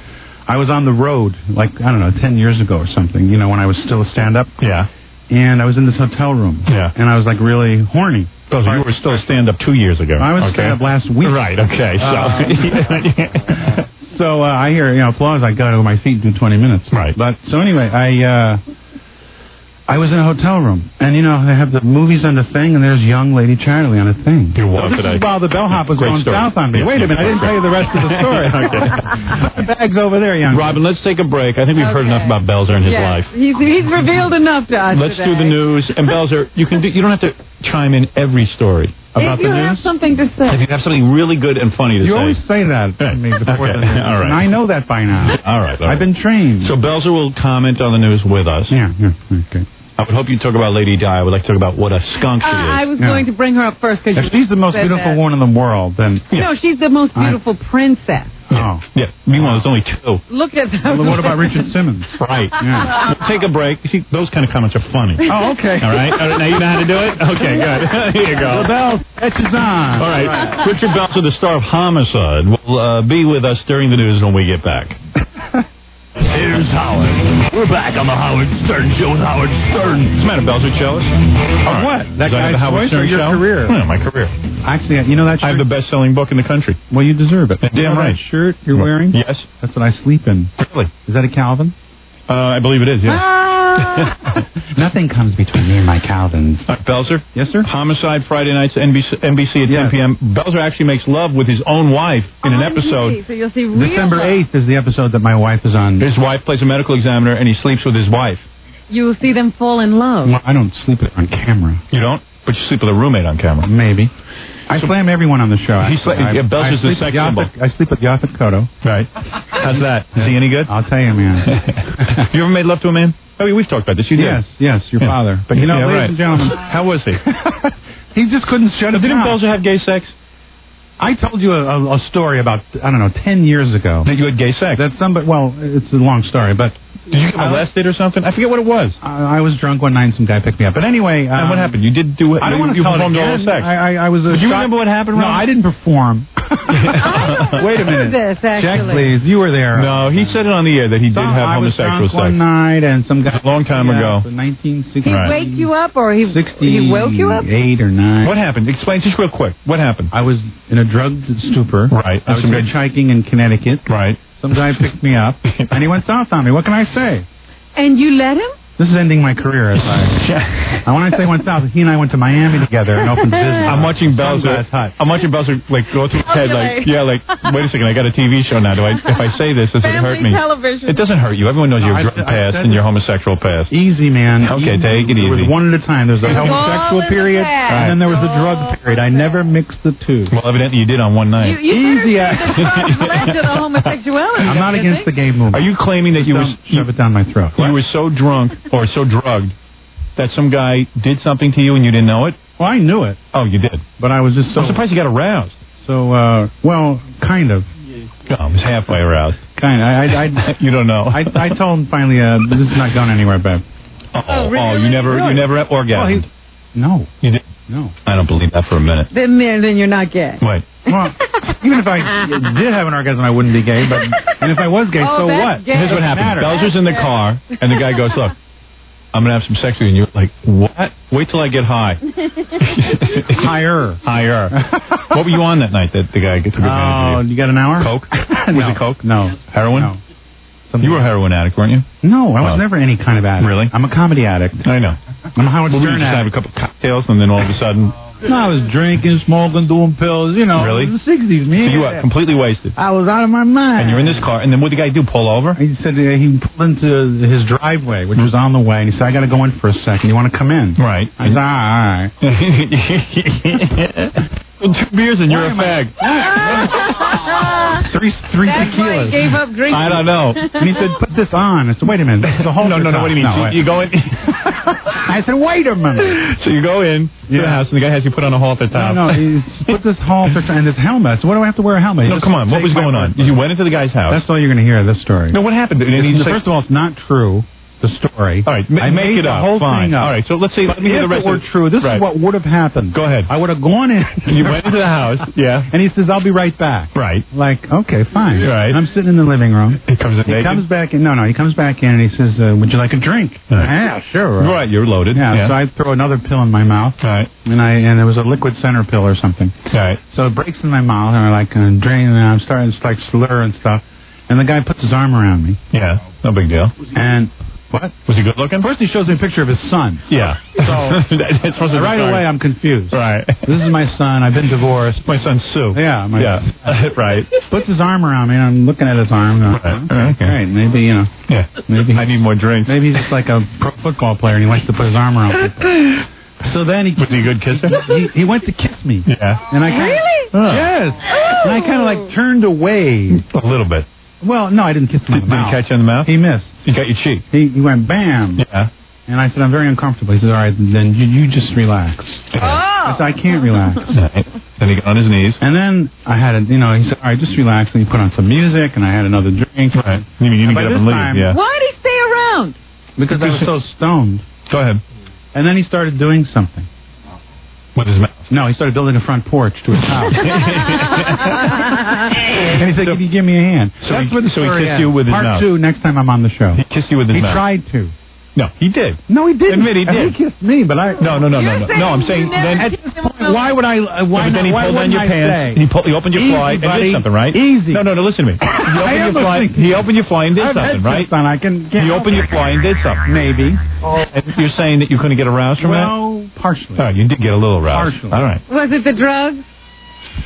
I was on the road, like I don't know, ten years ago or something. You know, when I was still a stand-up.
Yeah.
And I was in this hotel room.
Yeah.
And I was like really horny.
Oh, so you were still stand up two years ago.
I was
okay?
stand up last week.
Right, okay. So,
Um, So uh, I hear you know applause. I got over my feet in 20 minutes. Right. But so anyway, I uh, I was in a hotel room, and you know they have the movies on the thing, and there's young lady Charlie on a thing.
Your wife
So this
today.
is while the bellhop was
Great
going
story.
south on me.
Yeah,
Wait a
yeah,
minute, I didn't
okay.
tell you the rest of the story.
Okay.
My bag's over there, young.
Robin, let's take a break. I think we've heard enough about Belzer and his
Yes.
life.
He's, he's revealed enough to us
Let's do the news. And Belzer, you can do, you don't have to chime in every story about
if you
the
have
news.
something to
If
say.
you have something really good and funny to
You
say.
always say that to me before
Okay.
the news,
All right.
and I know that by
All
now.
right. all right.
I've been trained.
So Belzer will comment on the news with us.
Yeah, yeah, okay.
I would hope you talk about Lady Di. I would like to talk about what a skunk
Uh,
she is.
I was going to bring her up first because
If she's the most beautiful woman in the world, then
No, she's the most
I-
beautiful princess.
oh.
Yeah. Meanwhile, there's only two.
Look at that.
Well, what about Richard Simmons?
Right.
Yeah.
We'll take a break. You see, those kind of comments are funny.
Oh, okay.
All right. All right. Now you know how to do it? Okay, good. Here you go.
The bell catches on.
All right. Richard Belzer, the star of Homicide, will uh, be with us during the news when we get back.
Here's Howard. We're back on the Howard Stern Show with Howard Stern.
What's the matter, Belzer? Show us? All right.
what? That
Is
guy's
the Howard
voice or
Stern
your
show?
career?
Yeah, my career.
Actually, you know that shirt?
I have the best-selling book in the country.
Well, you deserve it.
Damn
You know that
right.
shirt you're wearing?
Yes.
That's what I sleep in.
Really?
Is that a Calvin?
Uh, I believe it is, yeah. Ah.
Nothing comes between me and my Calvins.
All right, Belzer?
Yes, sir?
Homicide Friday nights, NBC, NBC at
Yes.
10 p.m. Belzer actually makes love with his own wife in
Oh,
Oh,
an episode.
So you'll see real
December
love.
8th is the episode that my wife is on.
His wife plays a medical examiner, and he sleeps with his wife.
You will see them fall in love.
Well, I don't sleep it on camera.
You don't? But you sleep with a roommate on camera.
Maybe. I slam everyone on the show.
He sla-
actually. I-
yeah,
I
Belch is
sleep
the sex
with Yathik- I sleep with Yathik Koto.
Right. How's that? Is he any good?
I'll tell you, man.
you ever made love to a man? Oh, yeah, we've talked about this. You did.
Yes, yes, your
Yeah.
father. But you know,
Yeah,
ladies
right.
and gentlemen,
how was he?
he just couldn't shut it
Didn't
down.
Belzer have gay sex?
I told you a, a, a story about I don't know ten years ago
that you had gay sex.
That somebody well, it's a long story, but
Did you get molested or something? I forget what it was.
I, I was drunk one night and some guy picked me up. But anyway, um,
and what happened? You did do it.
I don't
you,
want to
you
tell it
performed
again.
oral sex.
I, I, I was. A
Do you
shot-
remember what happened?
No, I didn't perform. Wait a minute.
This,
Check,
actually.
please. You were there.
No, he said it on the air that he did
Some-
have
I was
homosexual
drunk one
sex.
night, and some guy.
A long time
Yeah,
ago.
so 1960.
He waked you up, or he, he woke you up?
Eight or nine.
What happened? Explain just real quick. What happened?
I was in a drugged stupor.
Right.
I was
Some guy-
hitchhiking in Connecticut.
Right.
Some guy picked me up, and he went south on me. What can I say?
And you let him?
This is ending my career. If I, I want to say went south. He and I went to Miami together and opened business.
I'm watching Bowser.
Sunglass Hut.
I'm watching Bowser like go through his head
Calculate.
like yeah like wait a second I got a TV show now do I if I say this does it hurt me
television.
it doesn't hurt you everyone knows
No,
your
I- I
drug past
said
and your homosexual past
Easy, man. Easy.
Okay, take it
There was
easy.
one at a time. There was the
It's all
homosexual
in the
period,
past.
and then there was the drug period. I never mixed the two.
well evidently you did on one night
You, you
Easy,
better
I-
see the drugs led to the homosexuality.
I'm not
you
against the gay
think?
movement.
are you claiming that you was
shove it down my throat?
you were so drunk or so drugged that some guy did something to you and you didn't know it
well I knew it
oh you did
But I was just so
I'm surprised you got aroused
so uh, well, kind of,
oh, I was halfway aroused
kind of. I, I, I
you don't know
I, I told him finally, uh, this is not going anywhere, babe.
oh, oh, you never you never orgasmed
No.
you did
no
I don't believe that for a minute
Then, then, then you're not gay.
wait
Well, even if I did have an orgasm, I wouldn't be gay. But and if I was gay,
Oh,
so
that's
what?
gay.
Here's what
Doesn't
happened.
matter.
Bowser's in the
That's
car,
it.
and the guy goes, "Look, I'm gonna have some sex with you." And you're like, "What? Wait till I get high,
Higher.
higher." what were you on that night that the guy took
Oh,
advantage of
you got an hour?
you? Coke? Was
No.
it coke?
No.
Heroin?
No.
You were a heroin addict, weren't you?
No, I was
Oh.
never any kind of addict.
Really?
I'm a comedy addict.
I know.
I'm a Howard
Well, you
Stern
just have a
addict.
couple cocktails, and then all of a sudden,
No, I was drinking, smoking, doing pills, you know.
Really?
It was the 60s,
so
man.
you are completely wasted.
I was out of my mind.
And you're in this car, and then what did the guy do? Pull over?
He said uh, he pulled into his driveway, which was on the way, and he said, I got to go in for a second. You want to come in?
Right.
I said, all right.
Two beers and you're a fag.
Three, three
That's why he
tequilas.
gave up drinking.
I don't know.
And he said, put this on. I said, wait a minute. This is a whole
No, no, no. What do you mean? So
wait.
you go in.
I said, wait a minute.
So you go in to the
Yeah.
house, and the guy has you put on a halter
No,
top.
no, he's put this halter and this helmet. So what do I have to wear a helmet?
No,
Just
come on. What
take
was
my
going
word
on?
for it.
You went into the guy's house.
That's all you're going to hear, this story.
no, what happened? And
It's-
he's like-
first of all, it's not true, the story.
all right, ma-
I
make
made
it
the
up.
whole
Fine.
thing up.
All right, so let's see. Let me hear
if
the rest
it were
of
true, this
Right.
is what would have happened.
Go ahead.
I would have gone in.
You went into the house. Yeah.
And he says, I'll be right back.
Right.
Like, okay, fine.
Right.
I'm sitting in the living room.
He comes in
He
naked.
comes back in. No, no. He comes back in and he says, uh, "Would you like a drink?"
Right.
Yeah, sure.
right, you're loaded.
Yeah, So I throw another pill in my mouth,
all right.
and I and it was a liquid center pill or something.
All right.
So it breaks in my mouth, and I like uh, drain, and I'm starting to like slur and stuff. And the guy puts his arm around me,
Yeah. No big deal.
and what?
Was he good looking?
First, he shows me a picture of his son.
Yeah.
So
That- that's supposed to be
right
sorry.
away, I'm confused.
Right.
This is my son. I've been divorced.
My son Sue.
Yeah, my
Yeah. right.
puts his arm around me, and I'm looking at his arm. and I'm like,
Right.
Okay, great. Maybe you know,
Yeah.
maybe
I need more drinks.
maybe he's just like a pro football player, and he likes to put his arm around people. So then he
Was he a good kisser?
he, he went to kiss me.
Yeah.
And I kinda,
Really?
Oh.
Yes. And I kind of like turned away.
A little bit.
Well, no, I didn't kiss him.
Did,
on the
did he
mouth.
catch you in the mouth?
He missed.
He got your cheek.
He, he went bam.
Yeah.
And I said, I'm very uncomfortable. He said, all right, then you, you just relax. I said, I can't relax.
Right. Then he got on his knees.
And then I had a, you know, he said, all right, just relax. And he put on some music, and I had another drink.
Right. You mean you
And
didn't
by
get up
this
and leave?
time-
yeah.
Why'd he stay around?
Because I was so stoned.
Go ahead.
And then he started doing something.
With his mouth.
No, he started building a front porch to his house. and he said, can you give me a hand?
So
That's
he-
where the
so he
story
kissed
ends.
you with his
Part
mouth.
two, next time I'm on the show.
He kissed you with his
He
mouth.
tried to.
No, he did.
No, he didn't.
Admit he
And
did.
He kissed me, but I.
No, no, no, no, no.
saying
No, I'm
you
saying
never
then.
kissed him on the
Why would I? uh, Why
but
not?
then he
why
pulled down
wouldn't
your
I
pants.
say?
He, pulled, he opened your
Easy,
fly and
buddy.
did something, right?
Easy.
No, no, no. Listen to me. He
I
opened
am
your fly.
listening.
He opened your fly and did
I've
something,
had
right?
sex on. I can. Can't
He opened your
help
fly and did
it.
something.
Maybe.
And you're saying that you couldn't get aroused from that?
Well, partially.
All right, you did get a little aroused.
Partially.
All right.
Was it the drugs?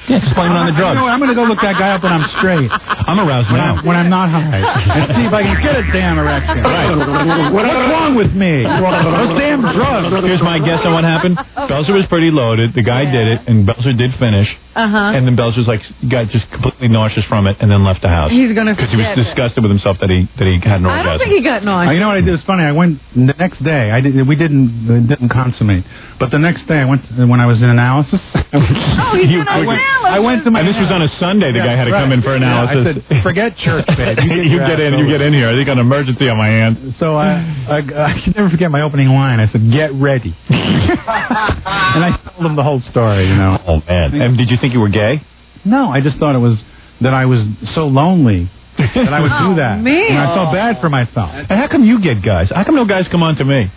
Yeah, just blame it on the drugs.
You know what? I'm going to go look that guy up when I'm straight.
I'm aroused
when
now.
I'm, when I'm not high. And see if I can get a damn erection.
Right.
What's wrong with me? Those damn drugs.
Here's my guess on what happened. Belzer was pretty loaded. The guy did it, and Belzer did finish.
Uh huh.
And then Belzer's like got just completely nauseous from it, and then left the house.
He's gonna
because he was
forget it.
disgusted with himself that he that he had an
I don't
orgasm.
think he got
Uh,
nauseous.
you know what I did? It's funny. I went the next day. I did, we didn't uh, didn't consummate, but the next day I went uh, when I was in analysis. oh,
you did
I went,
analysis.
I went to my.
And this was on a Sunday. The
Yeah,
guy had to come
right.
in for
Yeah, I
analysis.
said, forget church, babe.
You get in. You get in here. I think an emergency on my hands.
So I, I, I can never forget my opening line. I said, "Get ready," and I told him the whole story. You know.
Oh man! And did you think you were gay?
No, I just thought it was that I was so lonely that I would do that,
man.
and I felt bad for myself.
And how come you get guys? How come no guys come on to me?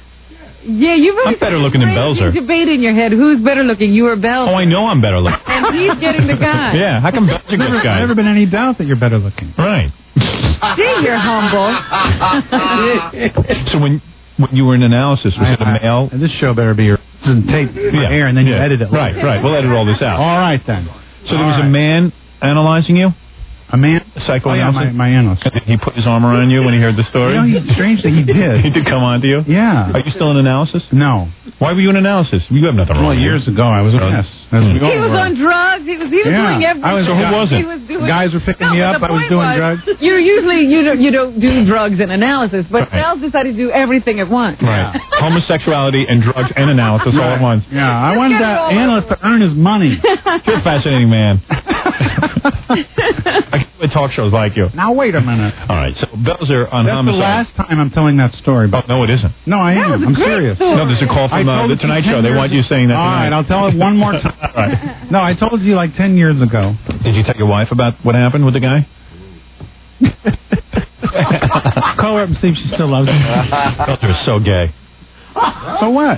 Yeah, you've
I'm better looking than Belzer.
Debate in your head. Who's better looking, you or Belzer?
Oh, I know I'm better looking.
And he's getting the guy.
Yeah, how come Belzer
Never,
gets guys?
never been any doubt that you're better looking.
Right.
See, you're humble.
So when when you were in analysis, was it a male?
this show better be your tape
yeah.
here, and then you
yeah.
edit it.
Right,
later.
right. We'll edit all this out.
All right then.
So there was
All
a
right.
man analyzing you.
A man,
psycho
Oh, yeah, my, my analyst.
And he put his arm around you when he heard the story.
You know, he- strange that he did.
he did come on to you.
Yeah.
Are you still in analysis?
No.
Why were you in analysis? You have nothing wrong.
Well,
with
years
you. Hmm.
ago I was a mess. As we all
He was
were.
on drugs. He was he was
Yeah.
doing everything.
I was- so who wasn't?
He was doing,
Guys were picking
no,
me
but
up.
the
I was
point
doing drugs.
You usually you don't you don't do drugs in analysis, but
Right.
Belz decided to do everything at once.
Right. Homosexuality and drugs and analysis all at
Right.
once.
Yeah, I wanted that analyst to earn his money.
You're a fascinating man. I can't believe talk shows like you.
Now wait a minute.
All right, so Belzer on
That's the
homicide. Oh,
last time I'm telling that story. But
no, it isn't.
No, I am. I'm serious.
No, there's a call
I
from uh,
told
the
it
Tonight
ten
Show. They
years
want you saying that.
All right, I'll tell it one more time.
All right.
No, I told you like ten years ago.
Did you tell your wife about what happened with the guy?
Call her up and see if she still loves me.
Belzer is so gay.
so what?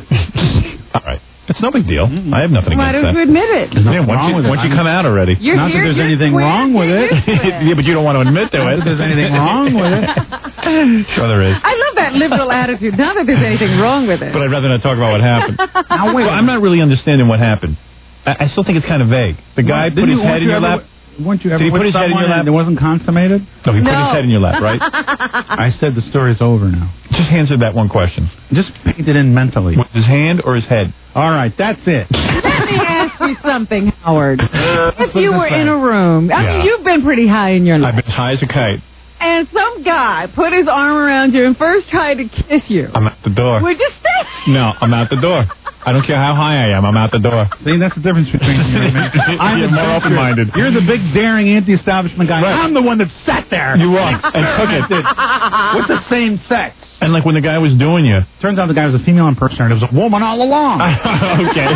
All right. It's no big deal. I have nothing
Why
against that.
don't you admit it?
There's nothing
wrong
once
with
you,
it.
once you
I'm-
come out already.
You're-
Not that
you're-
there's
you're
anything
queer.
wrong with it.
yeah, but you don't want to admit to it.
If there's anything wrong with it.
Sure there is.
I love that liberal attitude. Not that there's anything wrong with it.
But I'd rather not talk about what happened.
Now wait.
Well, I'm not really understanding what happened. I, I still think it's kind of vague. The guy
Didn't
put his
you-
head in
weren't you
your
ever-
lap.
Weren't you ever
Did he
with
put his head in
someone
your lap?
and It wasn't consummated.
No, he put his head in your lap, right?
I said the story's over now.
Just answer that one question.
Just paint it in mentally.
With his hand or his head?
All right, that's it.
Let me ask you something, Howard.
Uh,
If
put it
you
this
were
way.
in a room, I
Yeah.
mean, you've been pretty high in your life,
I've been as high as a kite.
and some guy put his arm around you and first tried to kiss you.
I'm out the door.
Would you stay?
No, I'm out the door. I don't care how high I am. I'm out the door.
See, that's the difference between you and me. I'm
You're
the
more
bastard.
open-minded.
You're the big daring anti-establishment guy.
Right.
I'm the one that sat there.
You won and took it.
Ah.
With the same sex.
And like when the guy was doing you.
Turns out the guy was a female impersonator. It was a woman all along.
okay.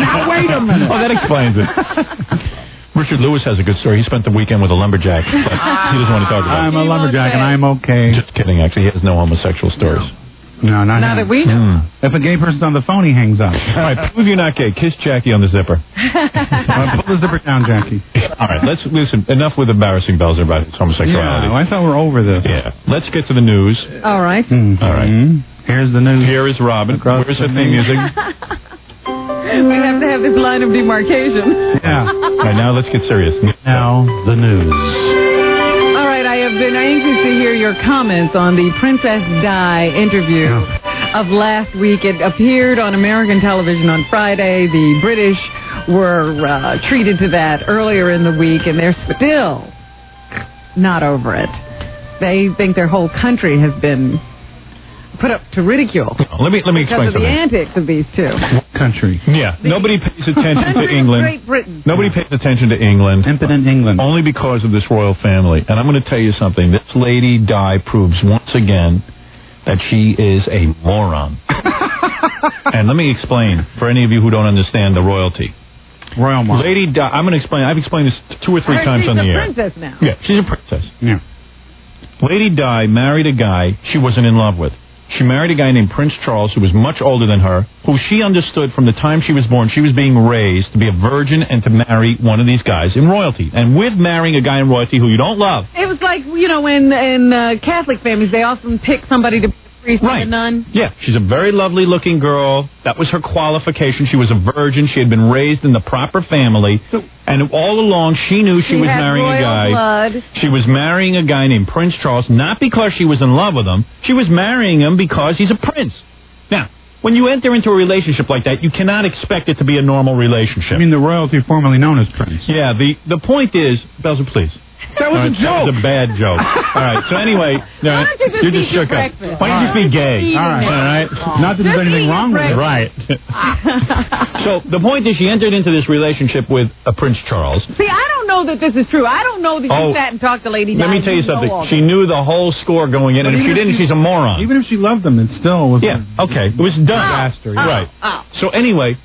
now wait a minute.
Oh, that explains it. Richard Lewis has a good story. He spent the weekend with a lumberjack. But he doesn't want to talk about
I'm
it.
a lumberjack and I'm okay.
Just kidding, actually. He has no homosexual stories. Hmm.
No, not
Now
him.
that we know.
If a gay person's on the phone, he hangs up.
All right, prove you're not gay. Kiss Jackie on the zipper.
Uh, pull the zipper down, Jackie.
All right, let's listen. Enough with embarrassing bells about his homosexuality.
Yeah, I thought we were over this. Hmm.
Yeah. Let's get to the news.
All right.
All right.
Here's the news.
Here is Robin.
Across
Where's
the
the theme music?
We have to have this line of demarcation.
Yeah.
All right, now let's get serious.
Now the news.
All right, I have been anxious to hear your comments on the Princess Di interview of last week. It appeared on American television on Friday. The British were uh, treated to that earlier in the week, and they're still not over it. They think their whole country has been put up to ridicule
Let me let me explain
because of the
something.
antics of these two.
Country.
Yeah. Nobody pays attention to
Country of
England.
Great Britain.
Nobody pays attention to England.
Impotent England.
Only because of this royal family. And I'm going to tell you something. This lady Di proves once again that she is a moron. and let me explain for any of you who don't understand the royalty.
Royal Mile.
Lady Di, I'm going to explain. I've explained this two or three
Or
times
she's
on the
a
air.
princess now.
Yeah, she's a princess.
Yeah.
Lady Di married a guy she wasn't in love with. She married a guy named Prince Charles who was much older than her, who she understood from the time she was born she was being raised to be a virgin and to marry one of these guys in royalty. And with marrying a guy in royalty who you don't love,
It was like you know when in uh, Catholic families they often pick somebody to be the Free from a nun.
Yeah, she's a very lovely looking girl. That was her qualification. She was a virgin. She had been raised in the proper family. And all along, she knew she,
She
was
had
marrying a
royal
guy.
blood.
She was marrying a guy named Prince Charles, not because she was in love with him. She was marrying him because he's a prince. Now, when you enter into a relationship like that, you cannot expect it to be a normal relationship. I mean,
the royalty formerly known as Prince.
Yeah, the, the point is, Belzer, please.
That
All
was a
right, That was a bad joke. All right, so anyway, all right,
don't you just
you're just
eat your
shook up.
breakfast?
Why don't you just be
Just
gay?
eat it.
All right, all right.
Not that there's Just anything eat your wrong with it.
Right. so the point is, she entered into this relationship with a Prince Charles.
See, I don't know that this is true. I don't know that you
Oh.
sat and talked to Lady
Let me
Di.
tell you
know
something.
all
She
that.
knew the whole score going in, and
But
if she
even if
didn't,
she-
she's a moron.
Even if she loved them, it still was.
Yeah. Okay. It was dumb.
Bastard.
Right.
Oh.
So anyway,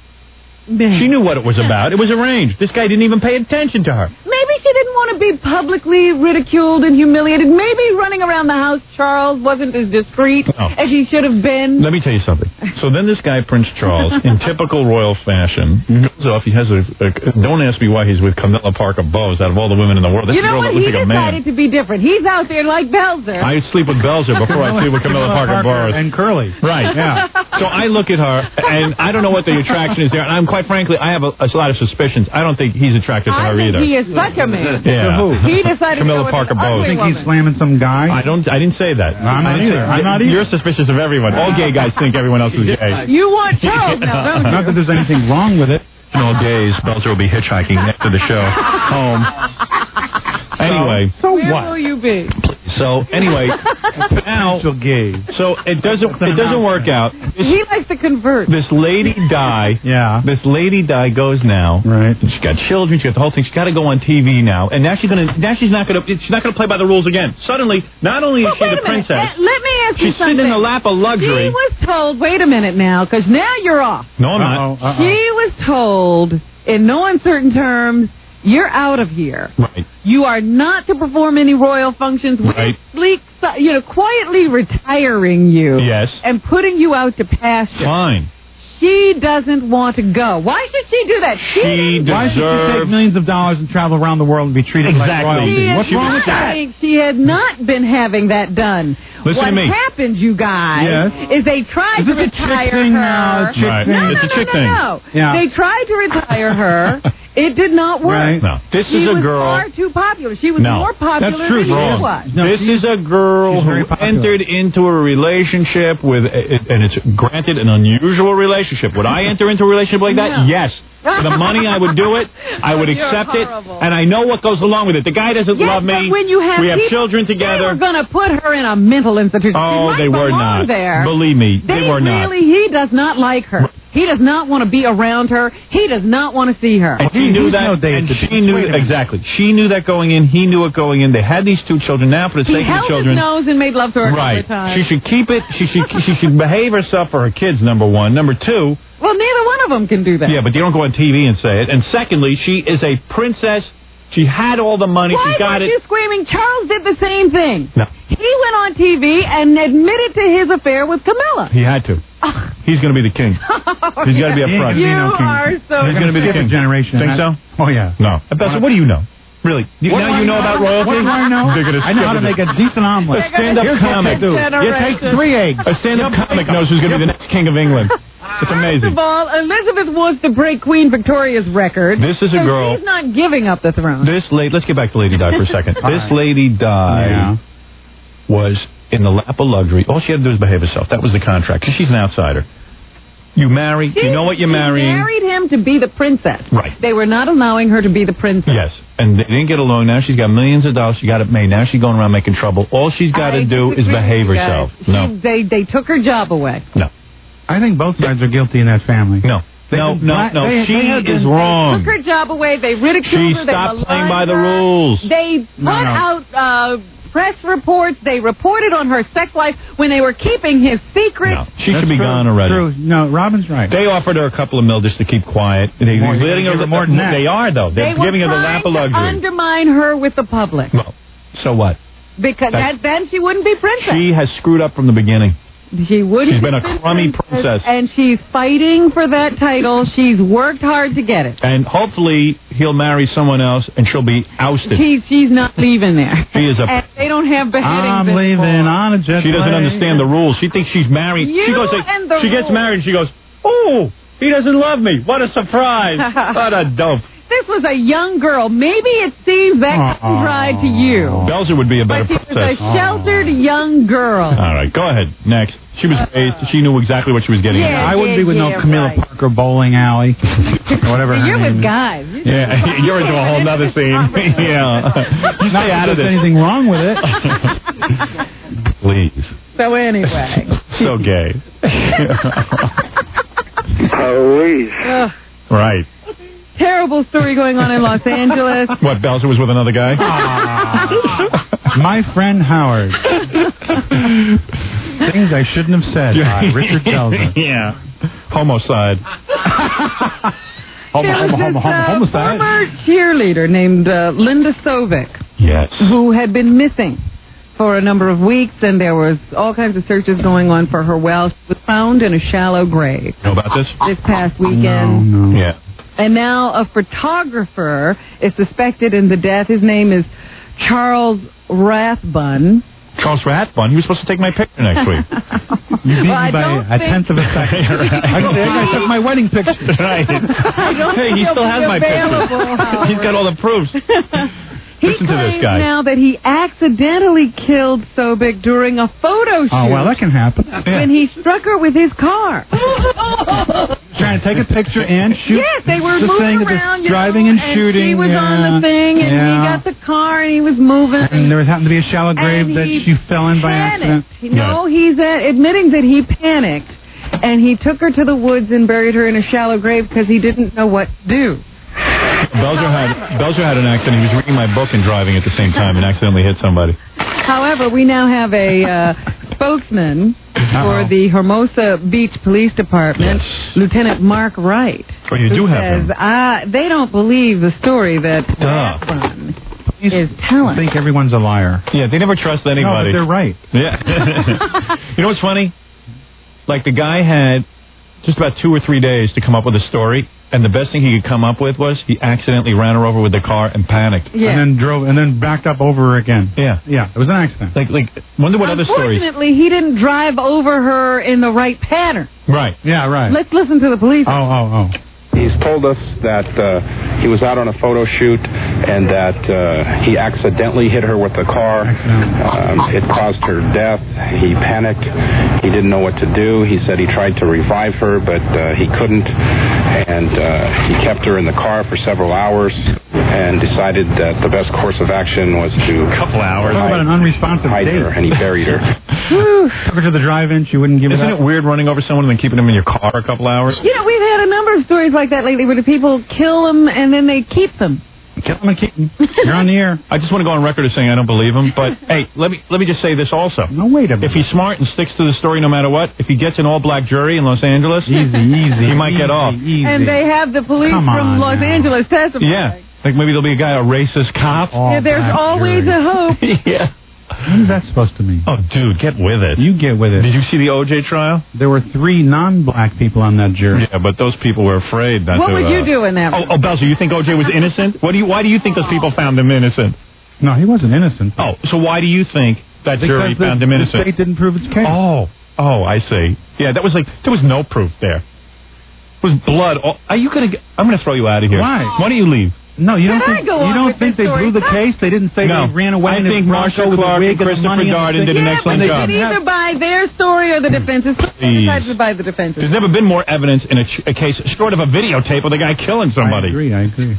she knew what it was about. It was arranged. This guy didn't even pay attention to her.
Maybe she didn't want to be publicly ridiculed and humiliated. Maybe running around the house, Charles wasn't as discreet
Oh.
as he should have been.
Let me tell you something. So then this guy, Prince Charles, in typical royal fashion, goes off. He has a, a- Don't ask me why he's with Camilla Parker Bowes out of all the women in the world. That's
you
a
know
girl
what?
that looks
he
like a man.
decided to be different. He's out there like Belzer.
I sleep with Belzer before I sleep with Camilla Parker Bowes.
and Curly.
Right.
Yeah.
So I look at her, and I don't know what the attraction is there. And I'm quite frankly, I have a, a lot of suspicions. I don't think he's attracted to
I
her
think
either.
he is such a man.
Yeah.
To who?
He decided
Camilla
to go
Parker
with an
Bowles.
ugly woman.
slamming some guy?
I don't. I didn't say that.
I'm not
I didn't
either.
say-
I'm not
You're suspicious of everyone. All gay guys think everyone else is gay.
You want Charles now, don't you?
Not that there's anything wrong with it.
No gays. Belzer will be hitchhiking after the show home. Anyway.
So
Where
what?
will you be?
So anyway, now So it doesn't. It doesn't work out.
He likes to convert.
This lady Di, yeah. This lady Di goes now. Right. She's got children. She has got the whole thing. She's got to go on TV now, and now she's gonna. Now she's not gonna. She's not gonna play by the rules again. Suddenly, not only is
But
she
wait
the
a minute.
princess,
Let, let me ask you
she's
something.
sitting in the lap of luxury.
She was told, wait a minute now, because now you're off.
no, I'm not.
She was told, in no uncertain terms, you're out of here.
Right.
You are not to perform any royal functions. We're
Right.
sleek- you know, quietly retiring you.
Yes.
And putting you out to pasture.
Fine.
She doesn't want to go. Why should she do that? She, didn't-
Why should she take millions of dollars and travel around the world and be treated like
She
royalty?
is
What's wrong with
not
that?
having- She had not been having that done.
Listen
what
to me.
happened, you guys,
Yes.
is they tried
Is
to
this a chick
retire
thing now?
her.
A chick Right. thing?
No, no,
It's a
no,
chick
no,
thing.
no.
Yeah.
They tried to retire her. it did not work.
Right. No. This
she
is a
was
girl-
far too popular. She was
no,
more popular
that's true.
than
wrong.
you was.
this is a girl who entered into a relationship with, and it's granted an unusual relationship. Would I enter into a relationship like that?
No.
Yes. For the money, I would do it. I would
You're
accept it,
horrible.
and I know what goes along with it. The guy doesn't
Yes,
love me.
but when you have
we have
people-
children together.
They were going to put her in a mental institution.
oh,
she might
they were
belong
not.
There.
Believe me,
They
they, were not.
really, he does not like her. He does not want to be around her. He does not want to see her.
And she knew that. and she knew exactly. She knew that going in. He knew it going in. They had these two children. Now, for the
He
sake of
held
the children,
his nose and made love to her
Right.
every time.
She should keep it. She should she should behave herself for her kids. Number one. Number two.
Well, neither one of them can do that.
Yeah, but you don't go on TV and say it. And secondly, she is a princess. She had all the money.
Why
she got
weren't
it.
you screaming? Charles did the same thing.
No.
He went on TV and admitted to his affair with Camilla.
He had to. He's going to be the king. He's got to be up front.
Oh, You are so.
He's going to be the
Skip a
king.
generation.
Think so?
I- Oh yeah.
No. Bessa, what do you know? Really? You,
What do
now
I
you know
know?
about royalty?
What do I know?
They're gonna
I know
skip
how to
it.
make a decent omelet.
A stand-up
They're gonna
comic.
take two. You take three eggs.
A stand-up comic knows who's going to be the next king of England. It's
First
amazing.
of all, Elizabeth wants to break Queen Victoria's record.
This is a
so
girl-
She's not giving up the throne.
This lady, let's get back to Lady Di for a second.
All
this
right.
Lady Di was in the lap of luxury. All she had to do was behave herself. That was the contract. 'cause she's an outsider. You marry. you know what you're
She
marrying.
married him to be the princess.
Right.
They were not allowing her to be the princess.
Yes, and they didn't get along. Now she's got millions of dollars. She got it made. Now she's going around making trouble. All she's got to do is
disagree
behave
with you guys.
herself.
She-
No,
They they took her job away.
I think both sides are guilty in that family.
No. no, no, no. she is wrong.
Took her job away. They ridiculed
She
her. They
stopped playing
maligned
by the
her.
rules.
They put
No, no.
out uh, press reports. They reported on her sex life when they were keeping his secret.
She should be gone already.
True. No, Robin's right.
They offered her a couple of mil just to keep quiet. They,
More,
are
you're
letting her,
gonna give her more than that.
They are though.
They
They're
were
giving her the
trying
lap of
to
luxury.
undermine her with the public
so what?
because
That's-
that, then she wouldn't be princess.
She has screwed up from the beginning.
She would
She's been a crummy princess.
And she's fighting for that title. She's worked hard to get it.
And hopefully he'll marry someone else and she'll be ousted.
She, she's not leaving there.
She is a-
And they don't have
I'm
beheadings.
leaving
on a jet
She doesn't
plane.
understand the rules. She thinks she's married. she
You
goes.
and the
she gets
rules.
married. and She goes. Oh, he doesn't love me. What a surprise! what a dump.
This was a young girl. Maybe it seems that comes right to you.
Belzer would be a better
But she was a
princess.
sheltered young girl.
All right, go ahead. Next. She was raised. She knew exactly what she was getting.
Yeah,
into.
I wouldn't be with no Camilla Parker bowling alley, or whatever. her
You're
name
with
is.
guys.
Yeah, you're into a whole nother scene. yeah, you
Not
stay
that
out of
there's
this.
anything wrong with it.
Please.
So anyway.
So gay.
Please.
Ugh,
Right.
terrible story going on in Los Angeles.
What? Belzer was with another guy.
My friend Howard. Things I shouldn't have said. by Richard Belzer.
yeah. Homicide.
There was this, uh, former cheerleader named uh, Linda Sovic
Yes.
who had been missing for a number of weeks, and there was all kinds of searches going on for her. Well, she was found in a shallow grave
Know about this?
this past weekend,
Yeah.
and now a photographer is suspected in the death. His name is Charles Rathbun.
Charles Rathbun. He was supposed to take my picture next week.
You beat
Well, I
me by
don't
a
think-
tenth of a second. I, think I took my wedding picture.
right.
I don't
hey,
think
he
he'll
still
be
has my
available,
picture. He's got all the proofs. Listen to this
claims
guy.
now that he accidentally killed Sobek during a photo shoot
Oh well, that can happen.
when he struck her with his car.
Trying to take a picture and shoot.
Yes, they were
the
moving
thing of this
around, you
driving
know,
and
she
shooting.
was
yeah.
on the thing, and
yeah.
he got the car, and he was moving.
And there was happened to be a shallow grave that
he
she fell in by accident.
panicked. No, he's uh, admitting that he panicked, and he took her to the woods and buried her in a shallow grave because he didn't know what to do.
Belzer had Belzer had an accident. He was reading my book and driving at the same time and accidentally hit somebody.
However, we now have a uh, spokesman for the Hermosa Beach Police Department, Lieutenant Mark Wright.
Oh, you
who
do have
says,
him.
"Ah, they don't believe the story that is telling.
think everyone's a liar.
Yeah, they never trust anybody.
No, but they're right.
Yeah. you know what's funny? Like the guy had just about two or three days to come up with a story, and the best thing he could come up with was he accidentally ran her over with the car and panicked.
And then drove and then backed up over her again.
Yeah.
Yeah. It was an accident.
Like like wonder what other stories.
Unfortunately, he didn't drive over her in the right pattern.
Right.
Yeah, right.
Let's listen to the police.
Oh, oh, oh.
He's told us that uh, he was out on a photo shoot and that uh, he accidentally hit her with the car. Um, it caused her death. He panicked. He didn't know what to do. He said he tried to revive her, but uh, he couldn't. And uh, he kept her in the car for several hours and decided that the best course of action was to a couple hours
Talk about an unresponsive
hide
date.
her, and he buried her.
Took her to the drive-in. She wouldn't give
Isn't
it up.
it weird running over someone and then keeping them in your car a couple hours?
You know, we've had a number of stories like that lately where the people kill them and then they keep them.
Kill him and keep him. You're on the air.
I just want to go on record as saying I don't believe him, but hey, let me let me just say this also.
No, wait a minute.
If he's smart and sticks to the story no matter what, if he gets an all-black jury in Los Angeles,
easy, easy,
he might get off.
And they have the police
Come on
from Los Angeles testify.
Yeah, like maybe there'll be a guy, a racist cop.
Yeah, there's always a hope.
yeah.
Oh, What is that supposed to mean?
Oh, dude, get with it.
You get with it.
Did you see the OJ trial?
There were three non-black people on that jury.
Yeah, but those people were afraid. Not
What
to,
would
uh,
you do in that?
Oh, oh, Belzer, you think OJ was innocent? What do you? Why do you think those people found him innocent?
No, he wasn't innocent.
Oh, so why do you think that jury
Because the,
found him
the
innocent?
state didn't prove its case.
Oh, oh, I see. Yeah, that was like there was no proof there. It was blood. all- Are you gonna? get- I'm gonna throw you out of here.
Why?
Why don't you leave?
No, you don't
Can I
think
go
you
on
don't
with
think they
this
blew
story?
the case. They didn't say
No.
they ran away.
I
in his
think
Bronco
Marshall
with
Clark
the
and
wig the
Christopher
money and
Darden
the
did an
thing.
excellent
And they
job.
didn't have-
Either by their story
Mm.
or the defense's.
Jeez.
Decided by the defense's.
There's never been more evidence in a, ch- a case short of a videotape of the guy killing somebody. I agree.
I agree.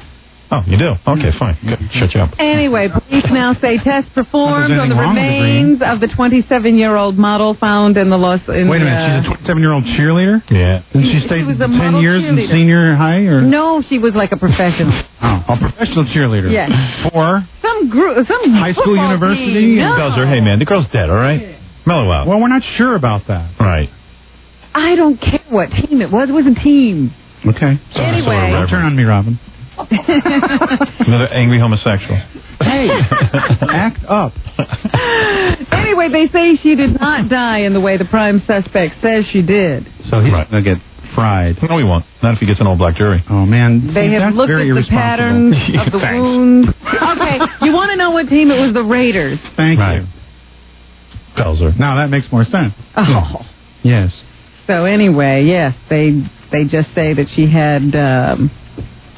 Oh, you do? Okay, fine. Good. Shut you up.
Anyway, police now say tests performed
Not
on
that there's anything
the
wrong with agreeing.
remains of the 27-year-old model found in the Los. In
Wait a
the, uh,
minute, she's a 27 year old cheerleader.
Yeah.
And she
She
stayed
was a
10
model
years in
cheerleader.
senior high, or
No, she was like a professional.
oh, a professional cheerleader.
Yes.
For
Some group, some
high school,
football
university.
team. No.
Belzer, hey man, the girl's dead. All right. Mellow out.
Well, we're not sure about that.
Right.
I don't care what team it was. It was a team.
Okay.
Anyway.
Don't turn on me, Robin.
Another angry homosexual.
Hey, act up.
Anyway, anyway, they say she did not die in the way the prime suspect says she did.
So he's going to get fried.
No, he won't. Not if he gets an all black jury.
Oh, man.
They
See,
have
that's
looked
very
at the
irresponsible.
patterns of the
Thanks.
wounds. Okay, you want to know what team? It was the Raiders.
Thank you.
Pelzer.
Now that makes more sense.
Oh.
Yes.
So anyway, yes, they they just say that she had um,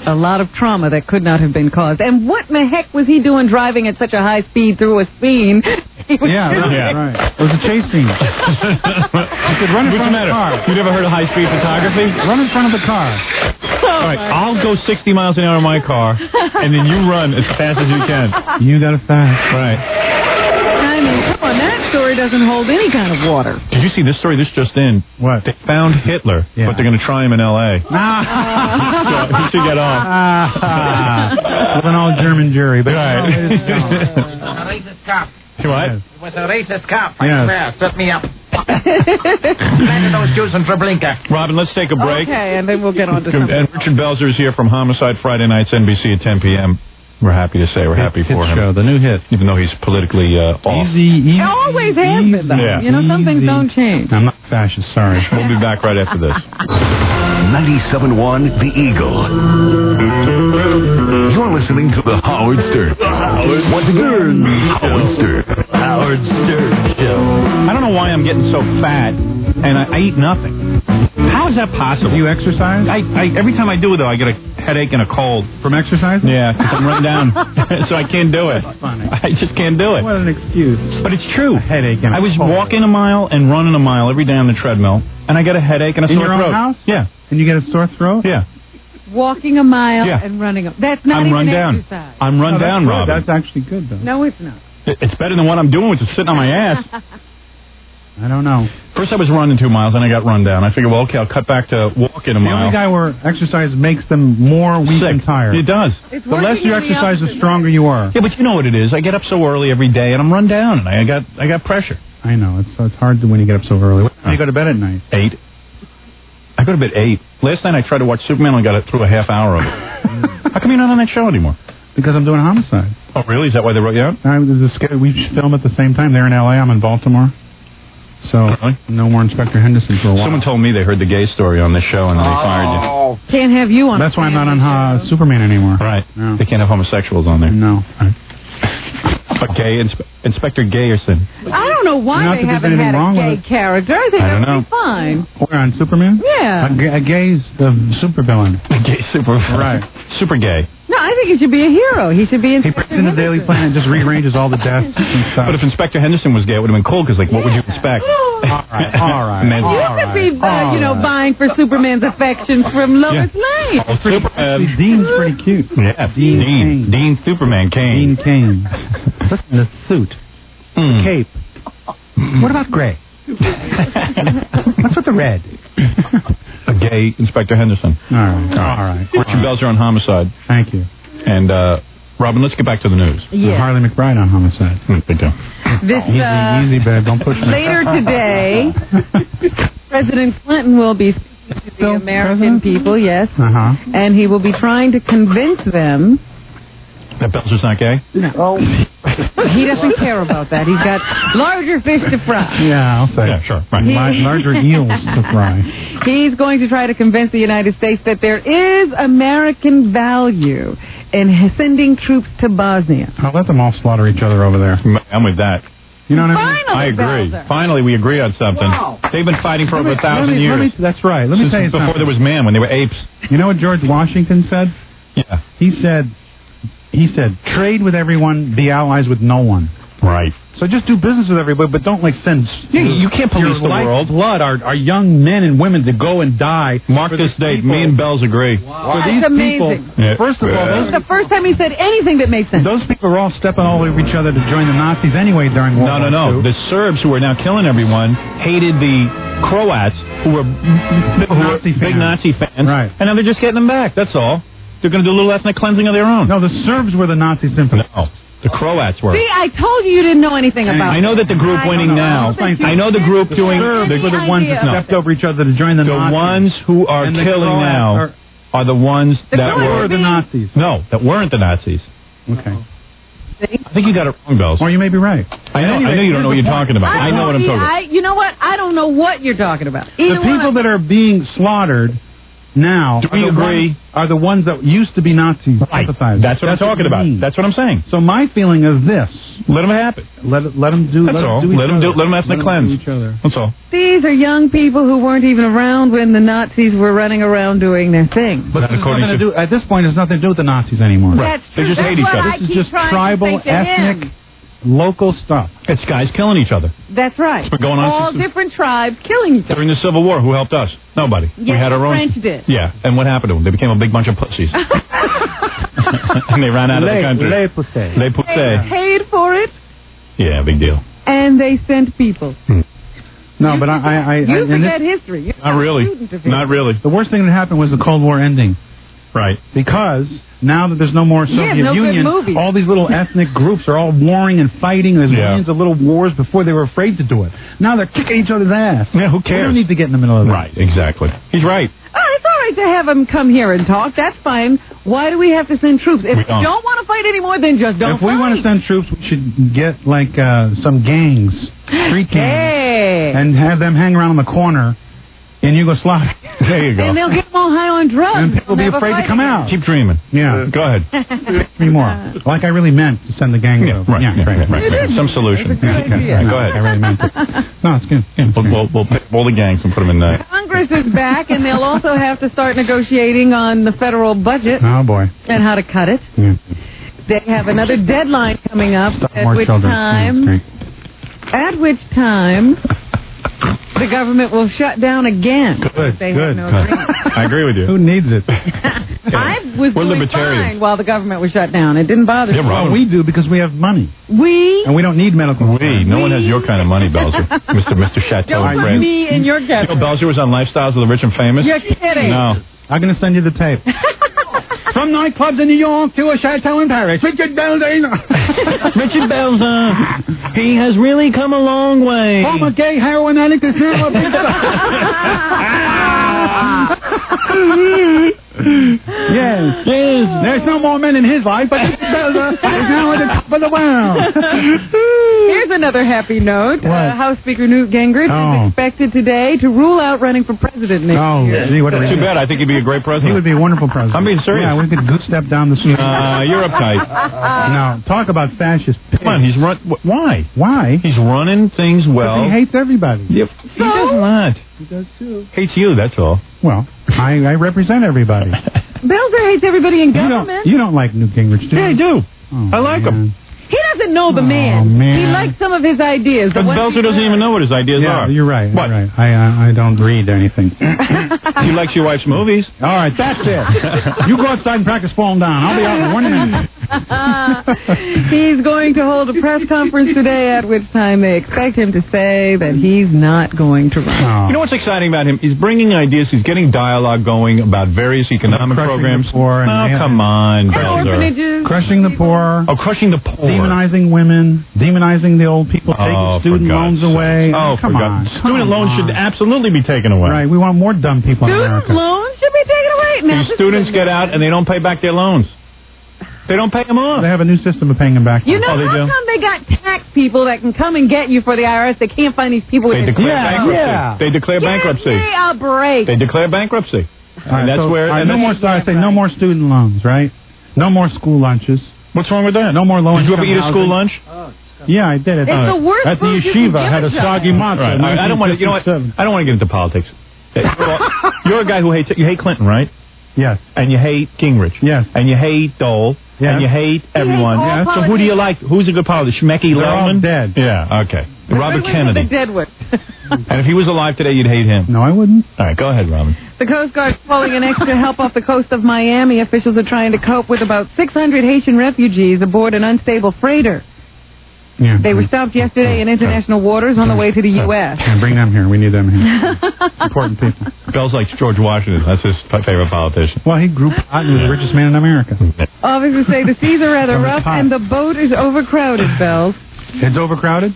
a lot of trauma that could not have been caused. And what in the heck was he doing driving at such a high speed through a scene? He was
Yeah,
just-
right, right. It was a chase scene. I said, run in
What's the
front of the
matter?
car.
You've never heard of high speed photography?
Run in front of the car.
All right, I'll go 60 miles an hour in my car, and then you run as fast as you can.
You got to fast.
Right.
I mean, come on, that story doesn't hold any kind of water.
Did you see this story? This just in.
What?
They found Hitler, but they're going to try him in L.A. so he should get off.
With an all German jury. But
Right.
no, Oh, it is-
a racist cop.
What?
It was a racist cop. I
Yes.
swear. Set me up. Landed those Jews in Treblinka.
Robin, let's take a break.
Okay, and then we'll get on to something.
And Richard Belzer is here from Homicide Friday nights, NBC at 10 p.m. We're happy to say we're happy for him.
the new hit.
Even though he's politically uh, off.
Easy, easy.
It always has been, though.
Yeah.
You know, some things don't change.
I'm not fascist, sorry.
We'll be back right after this.
97.1 The Eagle. You're listening to The Howard Stern. Howard Once again, Howard Stern. Howard Stern Show.
I don't know why I'm getting so fat, and I, I eat nothing. How is that possible?
Do you exercise?
I, I every time I do it though, I get a headache and a cold
from exercise.
Yeah, because I'm run down, so I can't do it. I just can't do it.
What an excuse.
But it's true.
headache and a
I was
cold.
walking a mile and running a mile every day on the treadmill, and I got a headache and a
In
sore
your own
throat.
house?
Yeah,
And you get a sore throat?
yeah.
Walking a mile
Yeah.
and running a... That's not
I'm
even
run down.
exercise.
I'm run
No, Oh, that's
down,
good.
Robin.
That's actually good, though.
No, it's not.
It- It's better than what I'm doing, which is sitting on my ass.
I don't know.
First, I was running two miles, and I got run down. I figured, well, okay, I'll cut back to walking a
The only
mile.
guy where exercise makes them more weak
Sick.
and tired.
It does.
It's
the less
working
you
in the
exercise, the
opposite
stronger you are.
Yeah, but you know what it is. I get up so early every day, and I'm run down, and I got I got pressure.
I know. It's it's hard to when you get up so early. What time do you go to bed at night?
Eight. I go to bed eight. Last night I tried to watch Superman and got it through a half hour of it. How come you're not on that show anymore?
Because I'm doing homicide.
Oh, really? Is that why they wrote you out?
I, there's a scary, we film at the same time. They're in L.A. I'm in Baltimore. So no more Inspector Henderson for a while.
Someone told me they heard the gay story on this show and they fired you.
Oh.
Can't have you on
That's
a
why I'm not on
family
uh, Superman anymore.
Right.
No.
They can't have homosexuals on there.
No.
But gay, inspe- Inspector Gayerson.
I don't know why
Not
they
that there's
haven't had
anything wrong
a
with
gay character. I think
I don't
that would
know.
be fine.
We're on Superman.
Yeah.
A, ga- a gay's the supervillain.
A gay super.
Right.
Super gay.
No, I think he should be a hero. He should be in.
He puts in the Daily Planet, and just rearranges all the deaths and stuff.
But if Inspector Henderson was gay, it would have been cool because, like, what would you expect?
all right, all right,
Men-
all
You
right.
could be, uh, you know,
All
buying
right.
for Superman's affections from Lois Lane.
Oh, super, um,
See, Dean's pretty cute.
yeah, Dean.
Dean Cain.
Dean Superman Kane.
Dean Kane. Listen, the suit,
Mm.
cape. What about gray? What's with the red?
A gay Inspector Henderson.
All right, all right.
Richard Belzer on homicide.
Thank you.
And, uh, Robin, let's get back to the news. Hmm,
Yeah.
Harley McBride on homicide.
Big deal.
This
Easy,
uh,
easy, babe. Don't push me.
later today, President Clinton will be speaking to the
Still
American
president?
people. Yes,
Uh
Uh-huh.
huh.
and he will be trying to convince them.
That Belzer's not gay?
No, he doesn't care about that. He's got larger fish to fry.
Yeah, I'll say.
Yeah, sure. Right.
Lar- larger eels to fry.
He's going to try to convince the United States that there is American value in sending troops to Bosnia.
I'll let them all slaughter each other over there.
I'm with that.
You know what I mean?
Finally,
I agree.
Belzer.
Finally, we agree on something. They've been fighting for over a thousand
Let me- let
years.
me- that's right. Let me
Since
tell you
before
something.
there was man, when they were apes.
you know what George Washington said?
Yeah.
He said, he said, trade with everyone, be allies with no one.
Right.
So just do business with everybody, but don't like send.
Yeah, you can't police
your
the
life
world.
Blood, our, our young men and women to go and die.
Mark
for
this
these
date.
people.
Me and Bells agree.
For
That's
these
amazing.
people, first of all,
It's
those,
the first time he said anything that made sense.
those people are all stepping all over each other to join the Nazis anyway during World
No, no,
War
no.
II.
The Serbs, who are now killing everyone, hated the Croats, who were, who were
Nazi
big
fans.
Nazi fans.
Right.
And now they're just getting them back. That's all. They're going to do a little ethnic cleansing of their own.
No, the Serbs were the Nazi sympathies.
No. The Croats were.
See, I told you you didn't know anything
And
about
I
it.
know that the group
I
winning
don't
now.
know. I don't think
I know the
you
group
did
doing.
have
The,
any
were the ones that
idea.
stepped over each other to join the,
the
Nazis.
ones who are
And the
killing
Croats
now
are-
are the ones
The
that
Croats
Who
were.
are the Nazis?
No, that weren't the Nazis.
Okay.
I think you got it wrong, Bells. Or you may be right. I know. I know you don't know what you're talking about. I, know what I'm
Tony,
talking about.
I, you know what? I don't know what you're talking about.
the
Either one
people that are being slaughtered now
Do we
are, the
agree?
Ones, are the ones that used to be Nazi sympathizers.
That's what I'm talking about.
That's what I'm saying. So my feeling is this:
Let them happen.
Let it- let them do.
That's
let 'em
all.
do each
Let 'em do-
other.
let 'em ethnic
Let 'em do
cleanse.
each other.
That's all.
These are young people who weren't even around when the Nazis were running around doing their thing.
But this has nothing to do, at this point, it has nothing to do with the Nazis anymore.
Right. That's true. They just That's hate each what other. I
This is
keep
just
trying to
tribal,
think to
ethnic,
him.
local stuff.
It's guys killing each other
That's right.
It's been going on
All
since the-
different tribes killing each other.
during the Civil War. Who helped us? Nobody. we
Yes,
had our
the
own.
French did.
Yeah, and what happened to them? They became a big bunch of pussies, and they ran out of the
Les-
country.
les
pussies. Les
They paid for it,
Yeah, big deal.
and they sent people.
No, but I, I, I
You
I- and
forget
this-
history. You're
Not really. Not really.
The worst thing that happened was the Cold War ending.
Right.
Because now that there's no more
Yeah,
Soviet
no good
Union,
movies.
all these little ethnic groups are all warring and fighting. There's
Yeah.
millions of little wars before they were afraid to do it. Now they're kicking each other's ass.
Yeah, who
We
cares?
don't need to get in the middle of it.
Right. Exactly. He's right.
Oh, it's all right to have them come here and talk. That's fine. Why do we have to send troops? If
We
you
don't.
don't want to fight anymore, then just don't
if we want to
fight.
send troops, we should get like uh, some gangs, street
Hey.
gangs, and have them hang around on the corner in Yugoslavia.
There you
and they'll get them all high on drugs.
And people
They'll
be
never
afraid
fight
to come
again.
out.
Keep dreaming. Uh,
Yeah.
Go ahead.
Three more. Like I really meant to send the gang
Yeah,
over.
right, yeah, right, right, right. Some solution. Yeah, okay. Right, go ahead.
I really meant it. No, it's good.
We'll, we'll, we'll pick all the gangs and put them in there.
Congress is back, and they'll also have to start negotiating on the federal budget
Oh boy.
and how to cut it.
Yeah.
They have another deadline coming up, at
More
which
children.
time,
Yeah, it's
at which time, the government will shut down again.
Good,
if they
good.
have no agreement.
I agree with you.
Who needs it?
I was
We're
doing
libertarians.
fine while the government was shut down. It didn't bother
great.
me.
Well, we do because we have money.
We
And we don't need medical.
We. No one has your kind of money, Belzer. Mr. Mr. Chateau.
don't put
Fred.
me in your
You know,
category.
Belzer was on Lifestyles of the Rich and Famous.
You're kidding.
No.
I'm going to send you the tape. From nightclubs in New York to a chateau in Paris. Richard Belzer.
Richard Belzer. He has really come a long way.
Former gay heroin addict is now a big Yes. Yes. There's no more men in his life, but Richard Belzer is now at the top of the world.
Here's another happy note. Uh, House Speaker Newt Gingrich
Oh.
is expected today to rule out running for president next
Oh,
year.
gee, what a
Too
relief.
bad. I think he'd be a great
He
president.
would be a wonderful president.
I'm being serious.
Yeah, we could goose step down the street.
Uh, you're uptight.
no, talk about fascist.
Come on, he's run. wh- Why?
Why?
He's running things well.
he hates everybody.
Yep. He does not.
He does too.
Hates you. That's all.
Well, I, I represent everybody.
Belzer hates everybody in
you don't.
government.
You don't like Newt Gingrich, do you?
Yeah, I do. I like him.
He doesn't know the
Oh,
man.
man.
He likes some of his ideas.
But
the ones
Belzer
he
doesn't even know what his ideas
Yeah,
are.
you're right. You're
What?
right. I, I I don't read anything.
He likes your wife's movies.
All right, that's it. you go outside and practice falling down. I'll be out in one minute.
he's going to hold a press conference today, at which time they expect him to say that he's not going to run.
You know what's exciting about him? He's bringing ideas. He's getting dialogue going about various economic
Crushing the
programs.
poor and
oh,
man-
come on,
And
Belzer.
orphanages.
Crushing the poor,
Oh, crushing the poor.
demonizing women, demonizing the old people, taking
Oh, for
student
God's
loans
sakes.
away.
Oh,
come
for
on.
God's- Student
Come
loans
on.
should absolutely be taken away.
Right, we want more dumb people in
Student
Oh, America.
loans should be taken away. Now,
These
this is
students
a-
get out and they don't pay back their loans. They don't pay them off.
They have a new system of paying them back.
You
Oh,
know
they do?
how come they got tax people that can come and get you for the IRS? They can't find these people.
They
with
declare
their-
bankruptcy.
yeah.
They declare bankruptcy.
Give me a break.
They declare bankruptcy.
All right,
and that's
so,
where.
all right,
and
no
that's-
more. I say no more student loans, right? No more school lunches.
What's wrong with that?
No more low
Did you
income
ever eat a school lunch?
Yeah, I did it.
It's the worst
At the
food you can
uh, yeshiva,
give
had
a
a
child.
soggy matzah.
Right. I, I don't want to. You know what? I don't want to get into politics. Hey, you're all- You're a guy who hates. You hate Clinton, right?
Yes.
And you hate Gingrich.
Yes.
And you hate Dole.
Yes.
And you hate everyone.
all
So who do you like? Who's a good politician? Schmecky
They're all
Lellman?
dead.
Yeah. Okay.
The
Robert
Red Wings are
Kennedy.
The Deadwood.
And if he was alive today, you'd hate him.
No, I wouldn't.
All right. Go ahead, Robin.
The Coast Guard's pulling in extra help off the coast of Miami. Officials are trying to cope with about 600 Haitian refugees aboard an unstable freighter.
Yeah.
They were stopped yesterday in international waters on the way to the U.S.
Yeah, bring them here. We need them here. Important people.
Bell's likes George Washington. That's his favorite politician.
Well, he grew up and was the richest man in America.
Officers say the seas are rather rough and the boat is overcrowded, Bells.
It's overcrowded.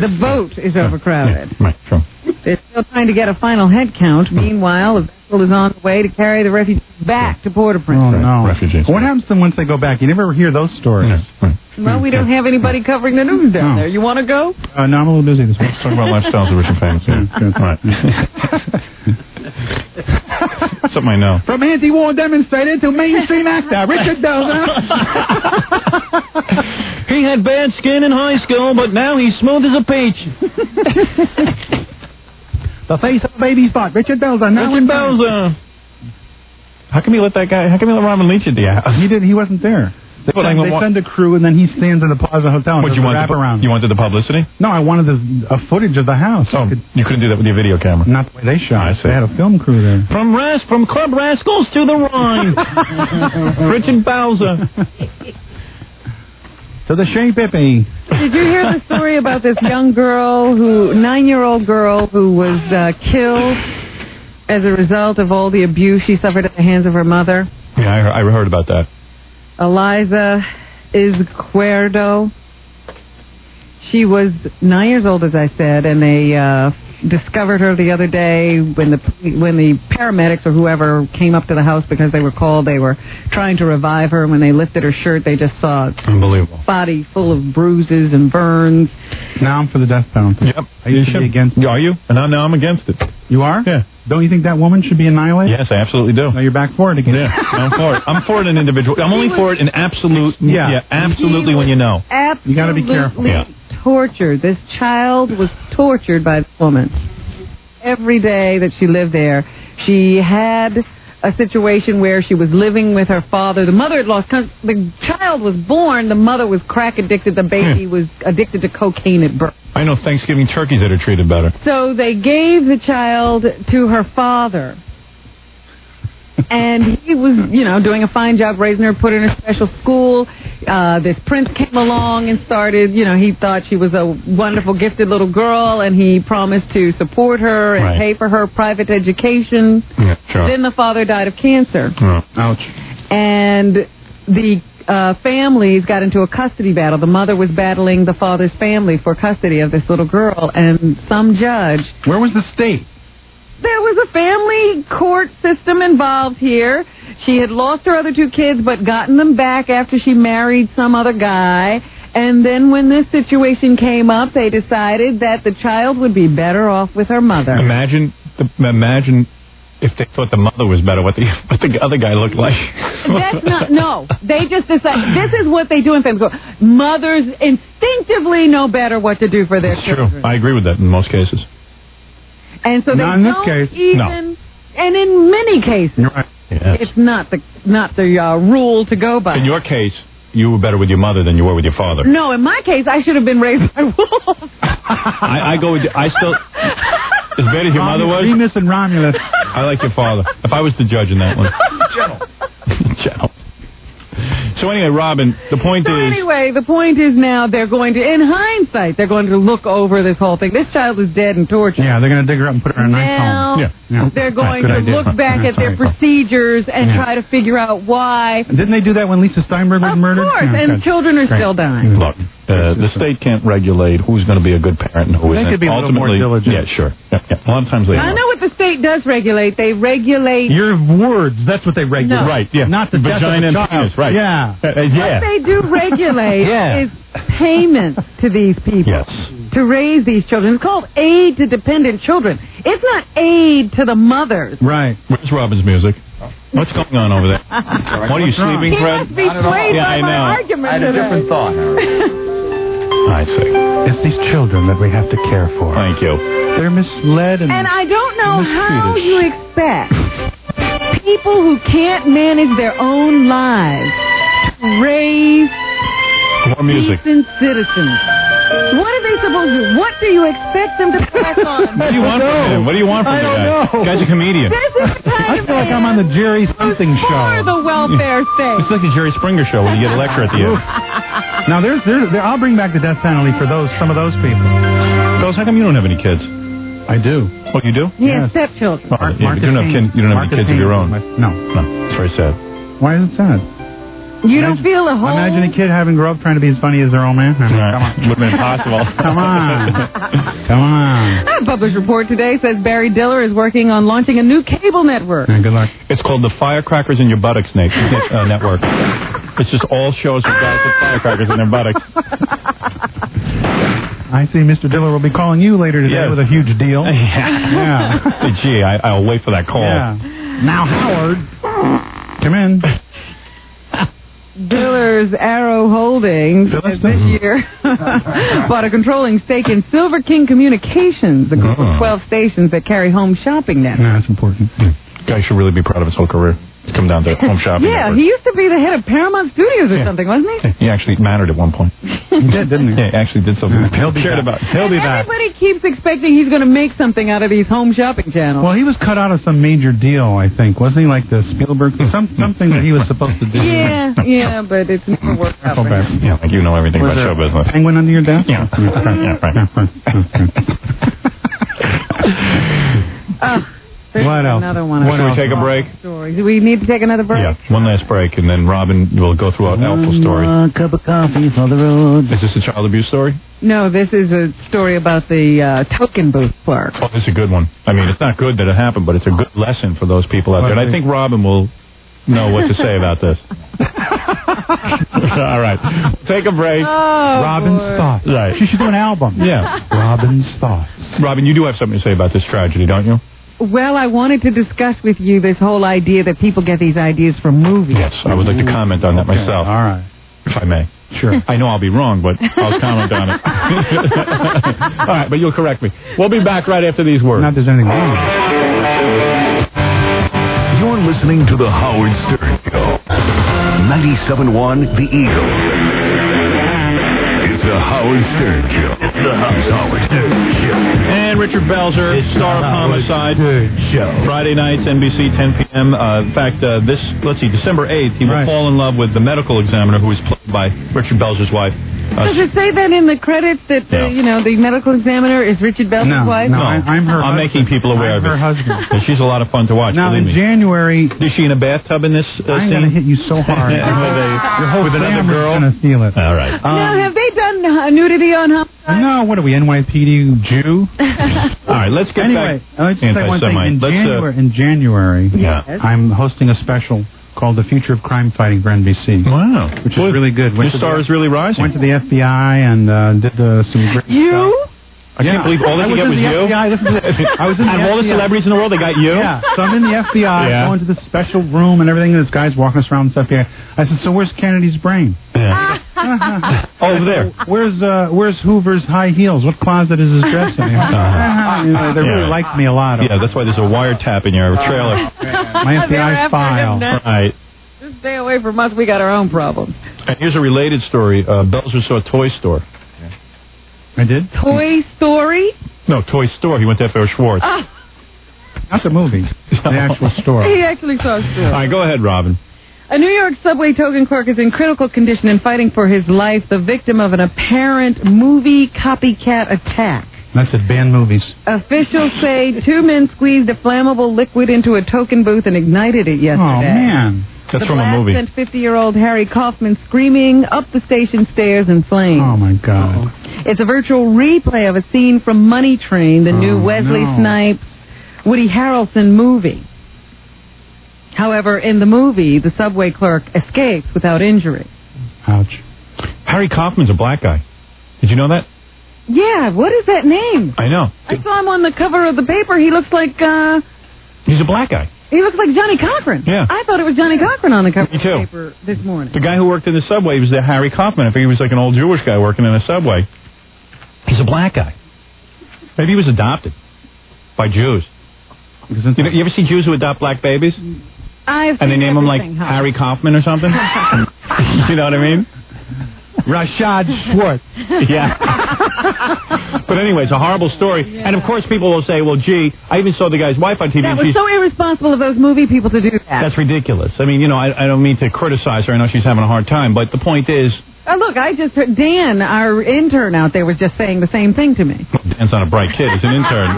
The boat is overcrowded.
Right. True.
They're still trying to get a final head count. Meanwhile, a vessel is on the way to carry the refugees back to Port-au-Prince.
Oh no.
Refugees.
What happens to them once they go back? You never hear those stories.
Right.
Well, we don't have anybody covering the news down there. You want to go?
Uh, no, I'm a little busy this week. Let's
talk about lifestyles of rich and famous. Yeah.
All right.
Something I know.
From anti-war demonstrator to mainstream actor, Richard Dozer.
He had bad skin in high school, but now he's smooth as a peach.
the face of a baby spot, Richard Dozer. Now
Richard
Dozer.
How come you let that guy? How come you let Robin Leach into your house?
He did. He wasn't there. They,
Well,
send,
I'm
they
wa-
send a crew, and then he stands in the Plaza Hotel and
What
does
you
Oh, a
wanted?
wrap
the,
around.
You wanted the publicity?
No, I wanted the, a footage of the house. Oh,
You couldn't do that with your video camera.
Not the way they shot.
I see.
They had a film crew there.
From Ras- from Club Rascals to the Rhine. Richard Bowser.
To the Shea Bippy.
Did you hear the story about this young girl who, nine-year-old girl who was uh, killed as a result of all the abuse she suffered at the hands of her mother?
Yeah, I, heard- I heard about that.
Eliza Izquierdo. She was nine years old, as I said, and they uh, discovered her the other day when the when the paramedics or whoever came up to the house because they were called. They were trying to revive her, and when they lifted her shirt, they just saw
Unbelievable.
a body full of bruises and burns.
Now I'm for the death penalty.
Yep.
I used to be against it.
Are you? And now, now I'm against it.
You are?
Yeah.
Don't you think that woman should be annihilated?
Yes, I absolutely do.
Now you're back for it again.
Yeah, I'm for it. I'm for it in individual. I'm
He
only
was-
for it in absolute. Yeah, absolutely. When you know.
Absolutely
You gotta be careful. Yeah.
tortured. This child was tortured by this woman. Every day that she lived there, she had a situation where she was living with her father. The mother had lost. Con- the child was born. The mother was crack addicted. The baby was addicted to cocaine at birth.
I know Thanksgiving turkeys that are treated better.
So they gave the child to her father. And he was, you know, doing a fine job raising her, put her in a special school. Uh, this prince came along and started, you know, he thought she was a wonderful, gifted little girl, and he promised to support her and
Right.
pay for her private education.
Yeah,
Then the father died of cancer
Ouch.
and the uh, families got into a custody battle. The mother was battling the father's family for custody of this little girl, and some judge.
Where was the state?
There was a family court system involved here. She had lost her other two kids, but gotten them back after she married some other guy. And then when this situation came up, they decided that the child would be better off with her mother.
Imagine, the, imagine if they thought the mother was better, what the what the other guy looked like.
That's not no. They just decide this is what they do in family court. Mothers instinctively know better what to do for their children,
True. I agree with that in most cases.
and so they
Not in this
don't
case.
even.
No.
And in many cases,
You're right.
it's not the not the uh, rule to go by.
In your case, you were better with your mother than you were with your father.
No, in my case, I should have been raised by wolves.
I, I go with. I still as bad as your mother was.
Remus and Romulus.
I like your father. If I was the judge in that one. General. So anyway, Robin, the point
So
is.
anyway, the point is now they're going to, in hindsight, they're going to look over this whole thing. This child is dead and tortured.
Yeah, they're going to dig her up and put her in a nice
now
home.
they're going
Good
to
idea.
look back at their
Sorry.
procedures and
Yeah.
try to figure out why.
Didn't they do that when Lisa Steinberg was murdered?
Of course,
Mm,
Yeah,
and
good.
children are
Great.
still dying.
Look, uh, the state can't regulate who's going to be a good parent and who
They
isn't.
could be a little more
Ultimately, Yeah, sure. Yeah, yeah. A lot of times they.
I know what the state does regulate. They regulate.
Your words, that's what they regulate.
No.
Right, yeah.
Not the death
Vagina
of
and
the child.
penis, right.
Yeah.
Uh, uh, yeah.
What they do regulate
Yeah.
is payments to these people to raise these children. It's called aid to dependent children. It's not aid to the mothers.
Right.
Where's Robin's music? What's going on over there? What are you
What's wrong?
sleeping,
He
Fred?
must be Not at all. swayed
yeah,
by
I
my
know.
argument I had a today. different
thought. I see.
It's these children that we have to care for.
Thank you.
They're misled and,
And I don't know how
Mistreated.
you expect people who can't manage their own lives to raise
More music.
decent citizens. What are they supposed to do? What do you expect them to pass on?
What do you want from him? What do you want from
I
the
don't
guy?
know.
Guy's a comedian.
This is the kind
I feel like I'm on the Jerry something
for
show.
the welfare state.
It's like the Jerry Springer show when you get a lecture at the end.
Now there's, there's there, I'll bring back the death penalty for those some of those people.
Phil, how come you don't have any kids?
I do.
Oh, you do?
He has stepchildren.
Oh, yeah, but you don't have, kid, you don't have any kids of your own.
no.
No, it's very sad.
Why is it sad?
You don't feel a hole?
Imagine a kid having grown up trying to be as funny as their own man. I mean, Come
Would
on.
have been impossible.
Come on. Come on.
A published report today says Barry Diller is working on launching a new cable network.
good luck.
It's called the Firecrackers in Your Buttocks Nate, uh, Network. It's just all shows with guys with firecrackers in their buttocks.
I see Mr. Diller will be calling you later today
Yes.
with a huge deal.
Yeah. Gee, I, I'll wait for that call.
Yeah. Now, Howard. Come in.
Diller's Arrow Holdings has this year bought a controlling stake in Silver King Communications, a group
Oh.
of 12 stations that carry home shopping networks.
No, that's important.
Guy should really be proud of his whole career. He's come down to home shopping.
yeah,
network.
he used to be the head of Paramount Studios or something, wasn't he?
He actually mattered at one point.
He did, didn't he?
Yeah, he actually did something. He'll
be
Cared
back.
about.
He'll be back.
Everybody keeps expecting he's going to make something out of these home shopping channels.
Well, he was cut out of some major deal, I think, wasn't he? Like the Spielberg, some something that he was supposed to do.
yeah, yeah, but it's never worked out. for him.
Yeah, like you know everything
Was
about
there
show business.
Penguin under your desk. Yeah.
yeah, right.
Ugh, there's
What else?
Another one.
Should we take a break?
Stories. Do we need to take another break?
Yeah, one last break, and then Robin will go through an awful story.
cup of coffee for the road.
Is this a child abuse story?
No, this is a story about the uh, token booth clerk.
Oh, it's a good one. I mean, it's not good that it happened, but it's a good lesson for those people out there. And I think Robin will know what to say about this. All right. Take a break.
Oh,
Robin's thoughts.
Right.
She should do an album.
Yeah.
Robin's thoughts.
Robin, you do have something to say about this tragedy, don't you?
Well, I wanted to discuss with you this whole idea that people get these ideas from movies.
Yes, I would like to comment on that myself. All
right.
If I may.
Sure.
I know I'll be wrong, but I'll comment on it. All right, but you'll correct me. We'll be back right after these words. Not
there's anything
You're listening to The Howard Stern Show. 97.1 The Eagle. It's The Howard Stern Show. It's The Howard Stern Show.
And Richard Belzer, star of Homicide. Friday nights, NBC, 10 p.m. Uh, in fact, uh, this, let's see, December 8th, he will fall in love with the medical examiner who is played by Richard Belzer's wife. Uh,
Does it say that in the credits that
Yeah.
uh, you know the medical examiner is Richard Bell's wife?
I'm making people aware of
I'm
it.
her husband.
And she's a lot of fun to watch,
Now,
believe
in
me.
January,
Is she in a bathtub in this uh,
I'm
scene?
going to hit you so hard.
With a-
Your whole
with another
family's
girl?
going to feel it. Uh,
All right.
now, have they done uh, nudity on Homicide?
No, what are we, NYPD Jew?
All right, let's get
anyway,
back.
let's just say one thing.
anti-Semite.
In
Let's, uh,
January, in January
Yeah.
I'm hosting a special called The Future of Crime Fighting for NBC.
Wow.
Which is really good.
Your star is really rising.
Went to the FBI and uh, did uh, some great
You?
stuff.
I can't believe all they
I
could get
in
was
the
you.
FBI. Listen to this. I was in the
Out of all the
FBI.
celebrities in the world, they got you?
Yeah. So I'm in the FBI,
Yeah.
going to this special room and everything, and this guy's walking us around and stuff here. I said, so where's Kennedy's brain?
Oh, Over there.
Where's uh, where's Hoover's high heels? What closet is his dress in? You know, they
Uh-huh.
really
Yeah.
liked me a lot. Uh,
Yeah, that's why there's a wiretap in your
Oh,
trailer.
My
They're
FBI
after him
file.
now.
Right.
Just stay away from us. We got our own problems.
And here's a related story. Uh, Belzer saw Toy Store.
I did?
Toy Story.
No, Toy Store. He went to F.O. Schwartz.
Ah,
Not the movie. The actual
he
story.
actually saw a
All
story.
right, go ahead, Robin.
A New York subway token clerk is in critical condition and fighting for his life, the victim of an apparent movie copycat attack.
That's it, banned movies.
Officials say two men squeezed a flammable liquid into a token booth and ignited it yesterday.
Oh, man.
That's
the
from a
blast
movie.
sent 50-year-old Harry Kaufman screaming up the station stairs in flames.
Oh, my God.
It's a virtual replay of a scene from Money Train, the new
Oh,
Wesley
no.
Snipes, Woody Harrelson movie. However, in the movie, the subway clerk escapes without injury.
Ouch.
Harry Kaufman's a black guy. Did you know that?
Yeah, what is that name?
I know.
I saw him on the cover of the paper. He looks like uh
He's a black guy.
he looks like Johnny Cochran.
Yeah.
I thought it was Johnny Cochran on the cover
Me
of the
too.
paper this morning.
The guy who worked in the subway he was the Harry Kaufman. I think he was like an old Jewish guy working in a subway. He's a black guy. Maybe he was adopted by Jews.
You,
know, you ever see Jews who adopt black babies and
I've
they
seen
name them like
everything, huh?
Harry Kaufman or something? you know what I mean?
Rashad Schwartz.
Yeah. but anyway, it's a horrible story. And of course, people will say, "Well, gee, I even saw the guy's wife on TV."
That
and
was
she's,
so irresponsible of those movie people to do that.
That's ridiculous. I mean, you know, I, I don't mean to criticize her. I know she's having a hard time, but the point is,
Oh, look, I just heard Dan, our intern out there, was just saying the same thing to me.
Dan's not a bright kid. He's an intern.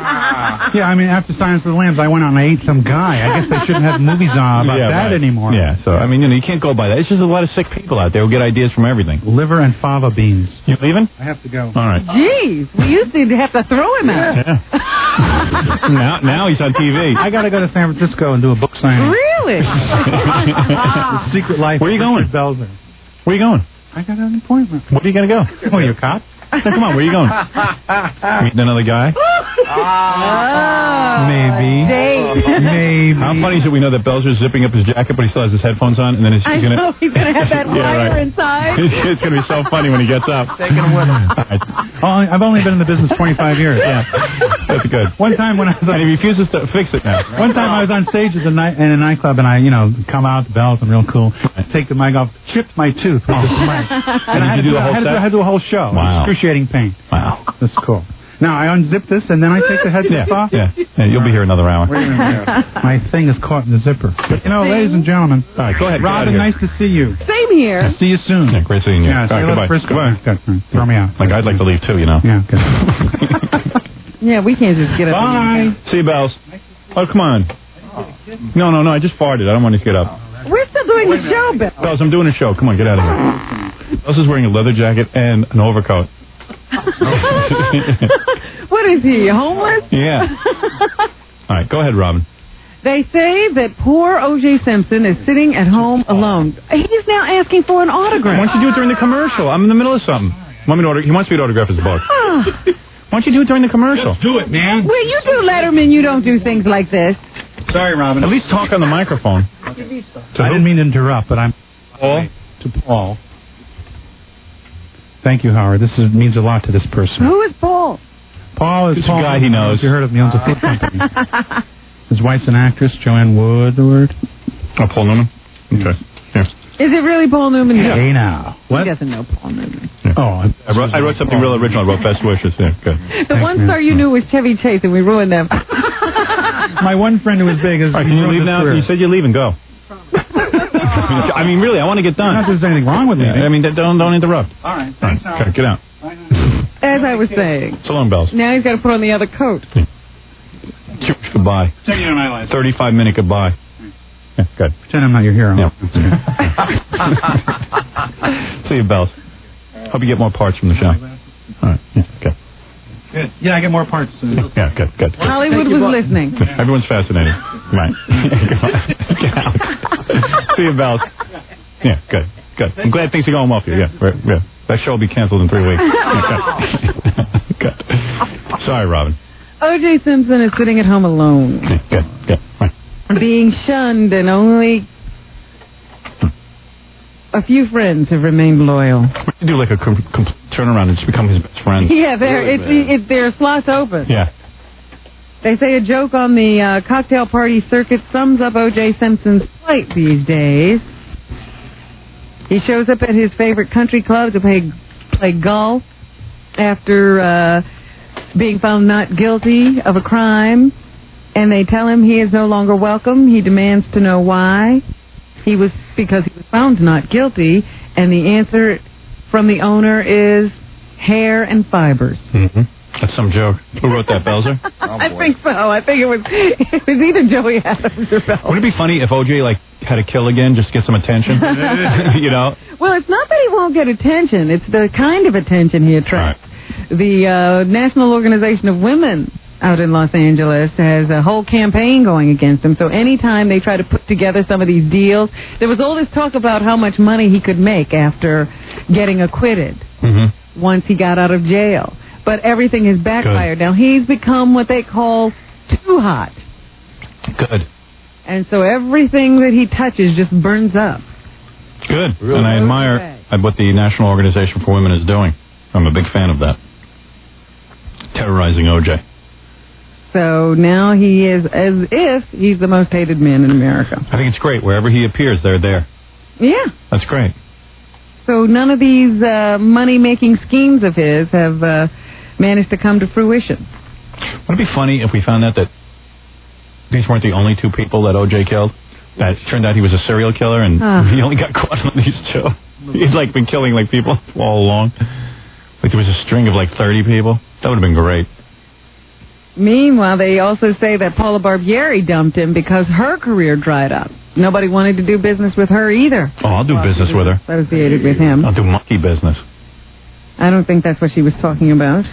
yeah, I mean, after Science of the Lambs, I went out and I ate some guy. I guess they shouldn't have movies on about
yeah,
that
right.
anymore.
Yeah, so I mean, you know, you can't go by that. It's just a lot of sick people out there who get ideas from everything.
Liver and fava beans.
You leaving?
I have to go.
All right.
Jeez, we used to have to throw him out.
now, now he's on TV.
I got to go to San Francisco and do a book signing.
Really?
the Secret Life. Where are you going? Belzer.
Where are you going?
I got an appointment.
Where are you going to go?
Oh, you a cop?
Now, come on, where are you going? Meeting another guy? Ah.
Uh,
Maybe.
Maybe.
How funny is it we know that Belzer's zipping up his jacket, but he still has his headphones on, and then he's,
I
he's going
know, he's gonna have that
yeah,
wire
right.
inside.
It's, it's going to be so funny when he gets up.
Taking him with him.
All right.
Oh, I've only been in the business 25 years.
Yeah, that's good.
One time when I was
and
on,
he refuses to fix it now.
One time I was on stage at the night in a nightclub, and I, you know, come out the bells, I'm real cool. Take the mic off, chipped my tooth with this mic, and
did
I had,
you do the
to
whole
I, had
set?
to, I had to do a whole show.
Wow.
Excruciating pain.
Wow.
That's cool. Now I unzip this, and then I take the headset
Yeah,
off.
yeah. Yeah, you'll be here another hour.
Wait a minute. My thing is caught in the zipper. But, you know, ladies and gentlemen.
All right, go ahead. Get out of
Robin,
here.
nice to see you.
Same here.
See you soon.
Yeah, great seeing you. All
Yeah,
right,
see you
goodbye.
later, Frisco.
Goodbye.
Okay, Throw me out.
Like I'd like to leave too, you know.
Yeah. Okay.
Yeah, we can't just get up.
Bye. See you, Bells. Oh, come on. No, no, no. I just farted. I don't want you to get up.
We're still doing the show, Bill.
Bells, I'm doing a show. Come on, get out of here. Bells is wearing a leather jacket and an overcoat.
What is he, homeless?
yeah. All right, go ahead, Robin.
They say that poor O.J. Simpson is sitting at home alone. He's now asking for an autograph.
Why don't you do it during the commercial? I'm in the middle of something. Want me to auto- he wants me to autograph his book.
Ah.
Why don't you do it during the commercial?
do it, man.
Well, you do Letterman, you don't do things like this.
Sorry, Robin.
At least talk on the microphone.
I didn't mean to interrupt, but I'm Paul to Paul. Thank you, Howard. This is, means a lot to this person.
Who is Paul?
Paul is
It's a
Paul.
guy he knows.
You heard of him? He owns a food company. His wife's an actress, Joanne Woodward.
Oh, Paul Newman? Okay. Yes.
Is it really Paul Newman?
Hey now. What?
He doesn't know Paul Newman.
Oh, I-
I wrote, I wrote something real original. I wrote Best Wishes. Yeah, good.
The one star you knew was Chevy Chase, and we ruined them.
my one friend who was big is.
All right, can you
ruined
leave
his
now?
career.
You said you're leaving. Go. I mean, really, I want to get done.
Not that there's anything wrong with me.
Yeah, I mean, don't don't interrupt.
All right.
All right, okay, get out.
As I was saying,
So long, Bells.
now he's got to put on the other coat.
Huge goodbye.
Pretend you don't idolize.
35 minute goodbye. Yeah, good.
Hmm. Pretend I'm not your hero.
See you, Bells. Hope you get more parts from the show. All right. Yeah, okay.
Good. Yeah, I get more parts. soon.
Yeah, good, good. good.
Hollywood was listening.
Everyone's fascinated. Right. Get out. See you, Bells. Yeah, good, good. I'm glad things are going well for you. Yeah, right, yeah. That show will be canceled in three weeks. Okay. good. Sorry, Robin.
O.J. Simpson is sitting at home alone,
Yeah, good, good. Right.
being shunned, and only a few friends have remained loyal.
We should do like a com- com- turnaround and just become his best friend.
Yeah, they're, it's, it, their slots open.
Yeah.
They say a joke on the uh, cocktail party circuit sums up O.J. Simpson's plight these days. He shows up at his favorite country club to play, play golf after uh, being found not guilty of a crime, and they tell him he is no longer welcome. He demands to know why. He was because he was found not guilty, and the answer from the owner is hair and fibers.
Mm-hmm. That's some joke. Who wrote that, Belzer?
I think so. I think it was it was either Joey Adams or Bell.
Wouldn't it be funny if OJ like had a kill again just to get some attention? you know?
Well, it's not that he won't get attention. It's the kind of attention he attracts. The uh, National Organization of Women out in Los Angeles has a whole campaign going against him. So anytime they try to put together some of these deals, there was all this talk about how much money he could make after getting acquitted
Mm-hmm.
once he got out of jail. But everything has backfired. Now he's become what they call too hot.
Good.
And so everything that he touches just burns up.
Good. And I admire at what the National Organization for Women is doing. I'm a big fan of that. Terrorizing OJ.
So now he is as if he's the most hated man in America.
I think it's great. Wherever he appears, they're there.
Yeah.
That's great.
So none of these uh, money-making schemes of his have uh, managed to come to fruition.
Wouldn't it be funny if we found out that these weren't the only two people that OJ killed? That it turned out he was a serial killer and
Ah.
he only got caught on these two. He's like been killing like people all along. Like there was a string of like 30 people. That would have been great.
Meanwhile, they also say that Paula Barbieri dumped him because her career dried up. Nobody wanted to do business with her either.
Oh, I'll do business with her.
Associated with him.
I'll do monkey business.
I don't think that's what she was talking about.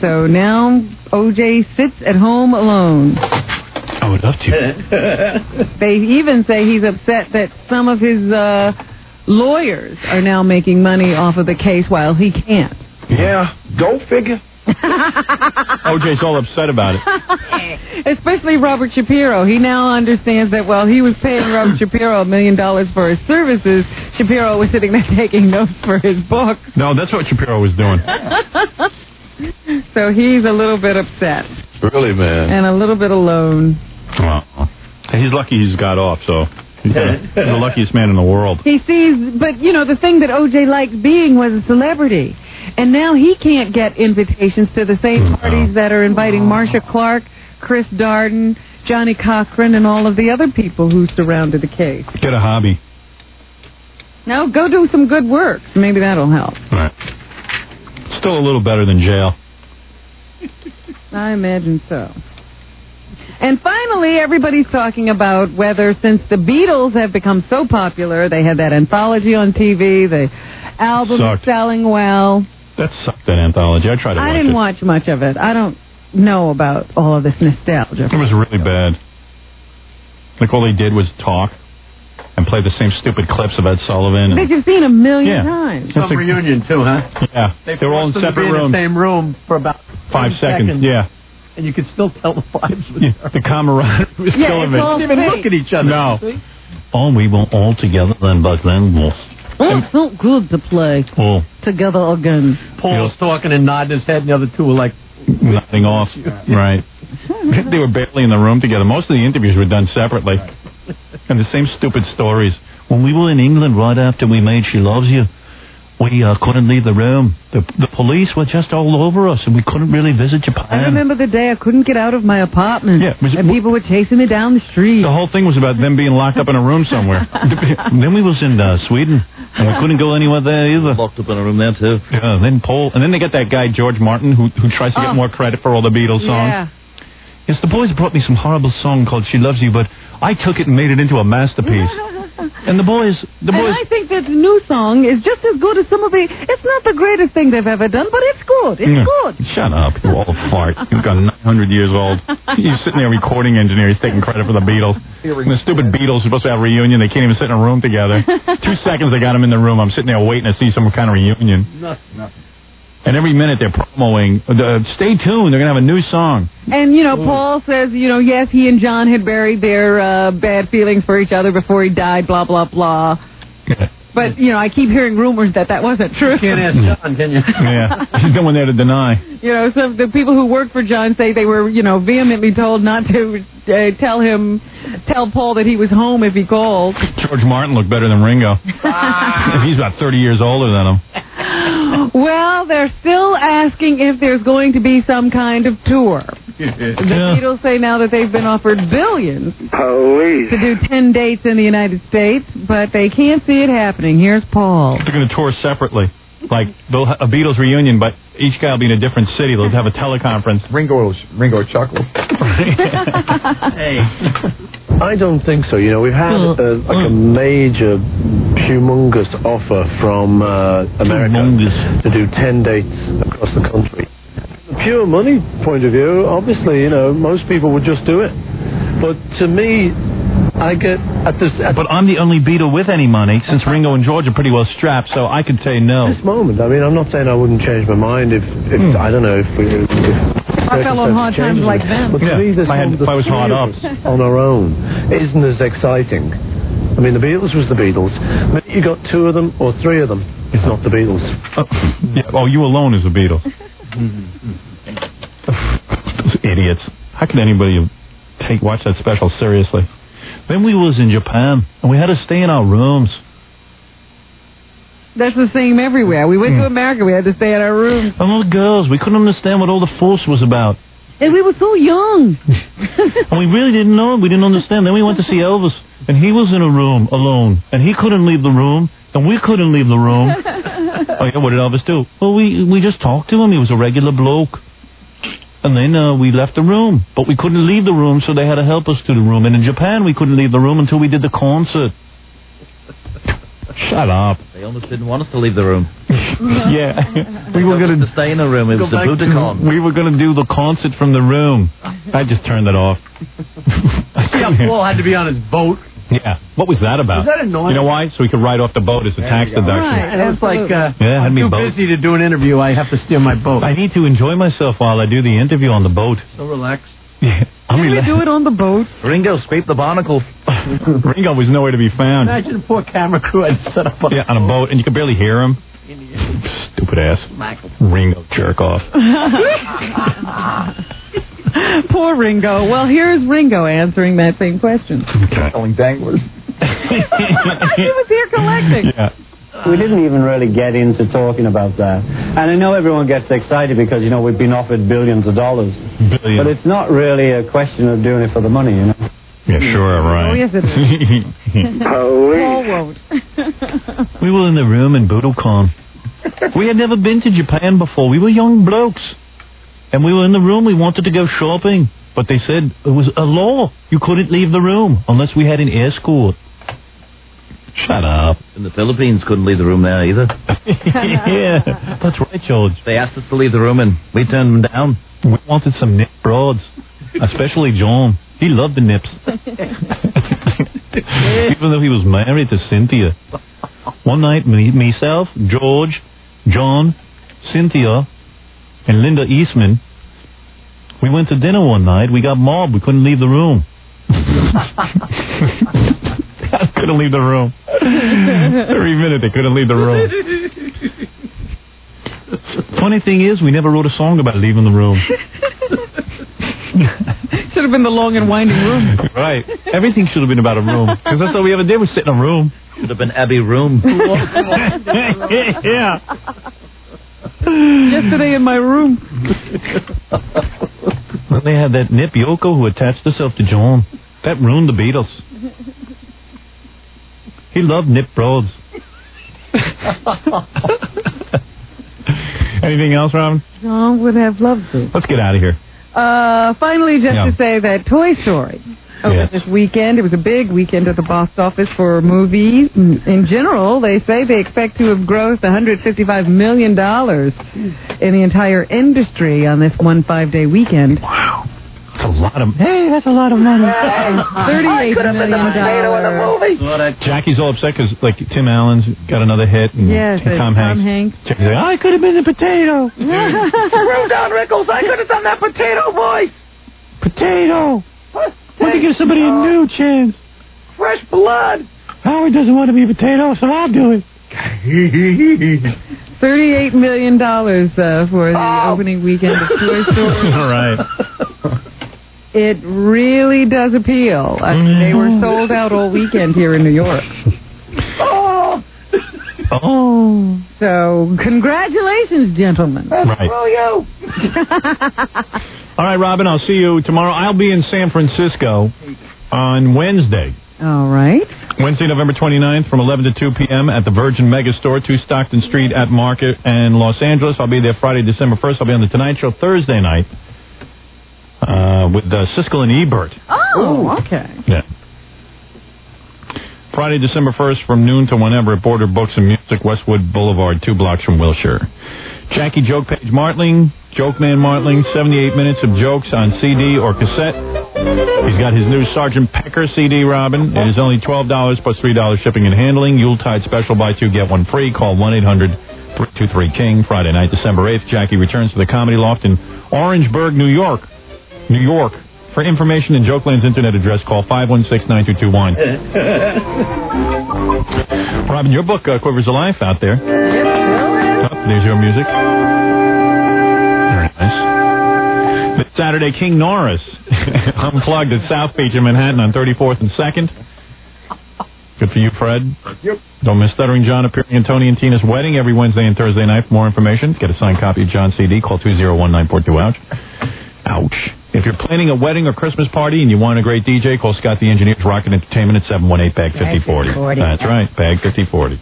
So now OJ sits at home alone.
I would love to.
They even say he's upset that some of his uh, lawyers are now making money off of the case while he can't.
yeah, go figure. OJ's all upset about it.
Especially Robert Shapiro. He now understands that while he was paying Robert Shapiro a million dollars for his services, Shapiro was sitting there taking notes for his book.
No, that's what Shapiro was doing.
So he's a little bit upset
Really, man.
and a little bit alone.
Well, he's lucky he's got off, so he's the he's the luckiest man in the world.
He sees, but you know, the thing that OJ liked being was a celebrity. And now he can't get invitations to the same parties that are inviting Marcia Clark, Chris Darden, Johnny Cochran, and all of the other people who surrounded the case.
Get a hobby.
Now go do some good work. Maybe that'll help.
All right. Still a little better than jail.
I imagine so. And finally, everybody's talking about whether, since the Beatles have become so popular, they had that anthology on TV, the album
Sucked.
selling well.
That sucked, that anthology. I tried to
I
watch
didn't
it.
watch much of it. I don't know about all of this nostalgia.
It was really bad. Like, all they did was talk and play the same stupid clips of Ed Sullivan.
That
And,
you've seen a million
Yeah.
times.
Some reunion,
too, huh?
yeah. They, were all in
forced them to be
separate
in
rooms.
the same room for about
Five
30
seconds. Yeah.
and you could still tell the vibes. Was there.
The camaraderie was
Yeah, it's
killing me.
all They didn't even look at each other.
No.
See?
Oh, we were all together then, back then.
Oh, it's so good to play
Oh,
together again.
Paul's talking and nodding his head, and the other two were like,
nothing off. Right. they were barely in the room together. Most of the interviews were done separately. And the same stupid stories. When we were in England right after we made She Loves You, we uh, couldn't leave the room. The, the police were just all over us, and we couldn't really visit
I
Japan.
remember the day I couldn't get out of my apartment.
Yeah, was it-
and people were chasing me down the street.
The whole thing was about them being locked up in a room somewhere. then we was in uh, Sweden, and we couldn't go anywhere there either. Locked up in a room there too. Yeah. Then Paul, and then they got that guy George Martin, who who tries to get
Oh.
more credit for all the Beatles songs.
Yeah.
Yes, the boys brought me some horrible song called "She Loves You," but I took it and made it into a masterpiece. and the boys, the boys.
And I think that the new song is just as good as some of the. It's not the greatest thing they've ever done, but it's good. It's
Yeah.
good.
Shut up, you old fart. You've got 900 years old. You're sitting there, recording engineer. He's taking credit for the Beatles. And the stupid Beatles are supposed to have a reunion. They can't even sit in a room together. Two seconds they got him in the room. I'm sitting there waiting to see some kind of reunion.
nothing, nothing.
And every minute they're promoing. Uh, stay tuned. They're gonna have a new song.
And you know,
Mm.
Paul says, you know, yes, he and John had buried their uh, bad feelings for each other before he died. Blah blah blah. But you know, I keep hearing rumors that that wasn't true.
Can't ask John, can you?
Yeah, he's going there to deny.
You know, some of the people who worked for John say they were, you know, vehemently told not to uh, tell him, tell Paul that he was home if he called.
George Martin looked better than Ringo. he's about 30 years older than him.
well, they're still asking if there's going to be some kind of tour. The Beatles say now that they've been offered billions
Police.
to do 10 dates in the United States, but they can't see it happening. Here's Paul.
They're going to tour separately. Like they'll ha- a Beatles reunion, but each guy will be in a different city. They'll have a teleconference. Ringo, Ringo chuckles.
I don't think so. You know, we've had
Mm.
a, like a major, humongous offer from uh, America to do 10 dates across the country. From a pure money point of view, obviously, you know, most people would just do it. But to me, I get at this. At
But I'm the only Beatle with any money, since Ringo and George are pretty well strapped, so I could say no.
this moment, I mean, I'm not saying I wouldn't change my mind if, if
Mm.
I don't know, if we. If,
I fell on hard times like them.
But to me, this
if I had-
one, the
if I was
three
hard
of
up.
us on our own isn't as exciting. I mean, the Beatles was the Beatles. But you got two of them or three of them, it's not the Beatles.
Yeah, oh, you alone is a Beatle. Those idiots. How can anybody take watch that special seriously? Then we was in Japan, and we had to stay in our rooms.
That's the same everywhere. We went to America, we had to stay in our rooms.
And all the girls, we couldn't understand what all the force was about.
And we were so young.
And we really didn't know him. We didn't understand. Then we went to see Elvis, and he was in a room alone, and he couldn't leave the room, and we couldn't leave the Oh, room. oh yeah, what did Elvis do? Well, we we just talked to him. He was a regular bloke. And then uh, we left the room, but we couldn't leave the room, so they had to help us to the room. And in Japan, we couldn't leave the room until we did the concert. Shut up.
They almost didn't want us to leave the room.
yeah, we were going
to stay in the room. It was the
Go back to-
Budokan.
We were going to do the concert from the room. I just turned it off.
Yeah,
Paul had to be on his boat. Yeah, what was that
Was
about?
that annoying?
You know why? So he could write off the boat as a tax deduction.
And it's like, uh,
Yeah,
I'm
had me
too
boat.
busy to do an interview. I have to steal my boat.
I need to enjoy myself while I do the interview on the boat.
So relaxed.
Yeah,
Can
I'm
we
relaxed.
do it on the boat?
Ringo scraped the barnacle. Ringo was nowhere to be found.
Imagine the poor camera crew had set up.
Yeah, on a boat, and you could barely hear him. Stupid ass. Ringo jerk off.
Poor Ringo. Well, here's Ringo answering that same question.
Selling danglers.
he was here collecting.
We didn't even really get into talking about that. And I know everyone gets excited because, you know, we've been offered billions of dollars.
Billions.
But it's not really a question of doing it for the money, you know.
Yeah, sure, right.
Oh, yes, it
is.
Oh,
Paul won't.
we were in the room in Budokan. We had never been to Japan before. We were young blokes. And we were in the room. We wanted to go shopping. But they said it was a law. You couldn't leave the room unless we had an escort. Shut up.
In the Philippines, couldn't leave the room there either.
yeah, that's right, George.
They asked us to leave the room, and we turned them down.
We wanted some nip broads, especially John. He loved the nips. even though he was married to Cynthia. One night, me, myself, George, John, Cynthia, and Linda Eastman, we went to dinner one night. We got mobbed. We couldn't leave the room. I couldn't leave the room. Every minute they couldn't leave the room. Funny thing is, we never wrote a song about leaving the room.
Should have been the long and winding room.
Right. Everything should have been about a room. Because that's all we ever did was sit in a room.
Should have been Abbey Room.
yeah.
Yesterday in my room.
Then they had that Nip Yoko who attached herself to John. That ruined the Beatles. He loved Nip Broads. Anything else, Robin?
John would have loved to.
Let's get out of here.
Uh, finally, just
Yeah.
to say that Toy Story opened this weekend. It was a big weekend at the box office for movies. In in general, they say they expect to have grossed $155 million in the entire industry on this one five day weekend. Wow.
That's a lot of.
Hey, that's a lot of money.
I
$38
could have been the
million.
potato in the
dollars.
Jackie's all upset because like Tim Allen's got another hit and
Yes,
Tom,
Tom
Hanks.
Hanks.
Jackie's like, I could have been a potato.
Screw down, Rickles. I could have done that potato voice.
Potato. Want to give somebody a new chance.
Fresh blood.
Howard doesn't want to be a potato, so I'll do it.
$38 million uh, for the
Oh.
opening weekend of Toy Story.
all right.
It really does appeal. I mean, they were sold out all weekend here in New York.
Oh,
Oh. So, congratulations, gentlemen.
Right.
you.
All right, Robin, I'll see you tomorrow. I'll be in San Francisco on Wednesday.
All right.
Wednesday, November 29th from 11 to 2 p.m. at the Virgin Mega Store, 2 Stockton Street at Market and Los Angeles. I'll be there Friday, December 1st. I'll be on The Tonight Show Thursday night uh, with uh, Siskel and Ebert.
Oh, okay.
Yeah. Friday, December 1st from noon to whenever at Border Books and Music, Westwood Boulevard, two blocks from Wilshire. Jackie Joke Page Martling, Joke Man Martling, 78 minutes of jokes on CD or cassette. He's got his new Sergeant Pecker CD, Robin. It is only $12 plus $3 shipping and handling. Yuletide special buy two, get one free. Call 1 800 323 King, Friday night, December 8th. Jackie returns to the Comedy Loft in Orangeburg, New York. New York. For information and Jokeland's internet address, call 516 9221. Robin, your book, uh, Quivers of Life, out there. Oh, there's your music. Very nice. This Saturday, King Norris unplugged at South Beach in Manhattan on 34th and 2nd. Good for you, Fred.
Yep.
Don't miss Stuttering John appearing in Tony and Tina's wedding every Wednesday and Thursday night. For more information, get a signed copy of John's CD. Call 201-942-OUCH. Ouch. If you're planning a wedding or Christmas party and you want a great DJ, call Scott the Engineer's Rocket Entertainment at 718-BAG-5040.
Bag 5040.
That's right, BAG 5040.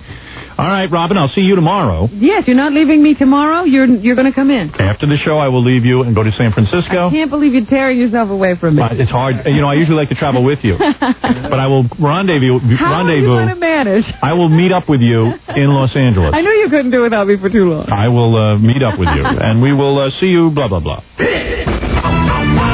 All right, Robin, I'll see you tomorrow.
Yes, you're not leaving me tomorrow. You're you're going to come in.
After the show, I will leave you and go to San Francisco.
I can't believe you're tearing yourself away from me.
Uh, it's hard. You know, I usually like to travel with you, but I will rendezvous.
How are you
rendezvous.
going to manage?
I will meet up with you in Los Angeles.
I knew you couldn't do without me for too long.
I will uh, meet up with you, and we will uh, see you. Blah blah blah.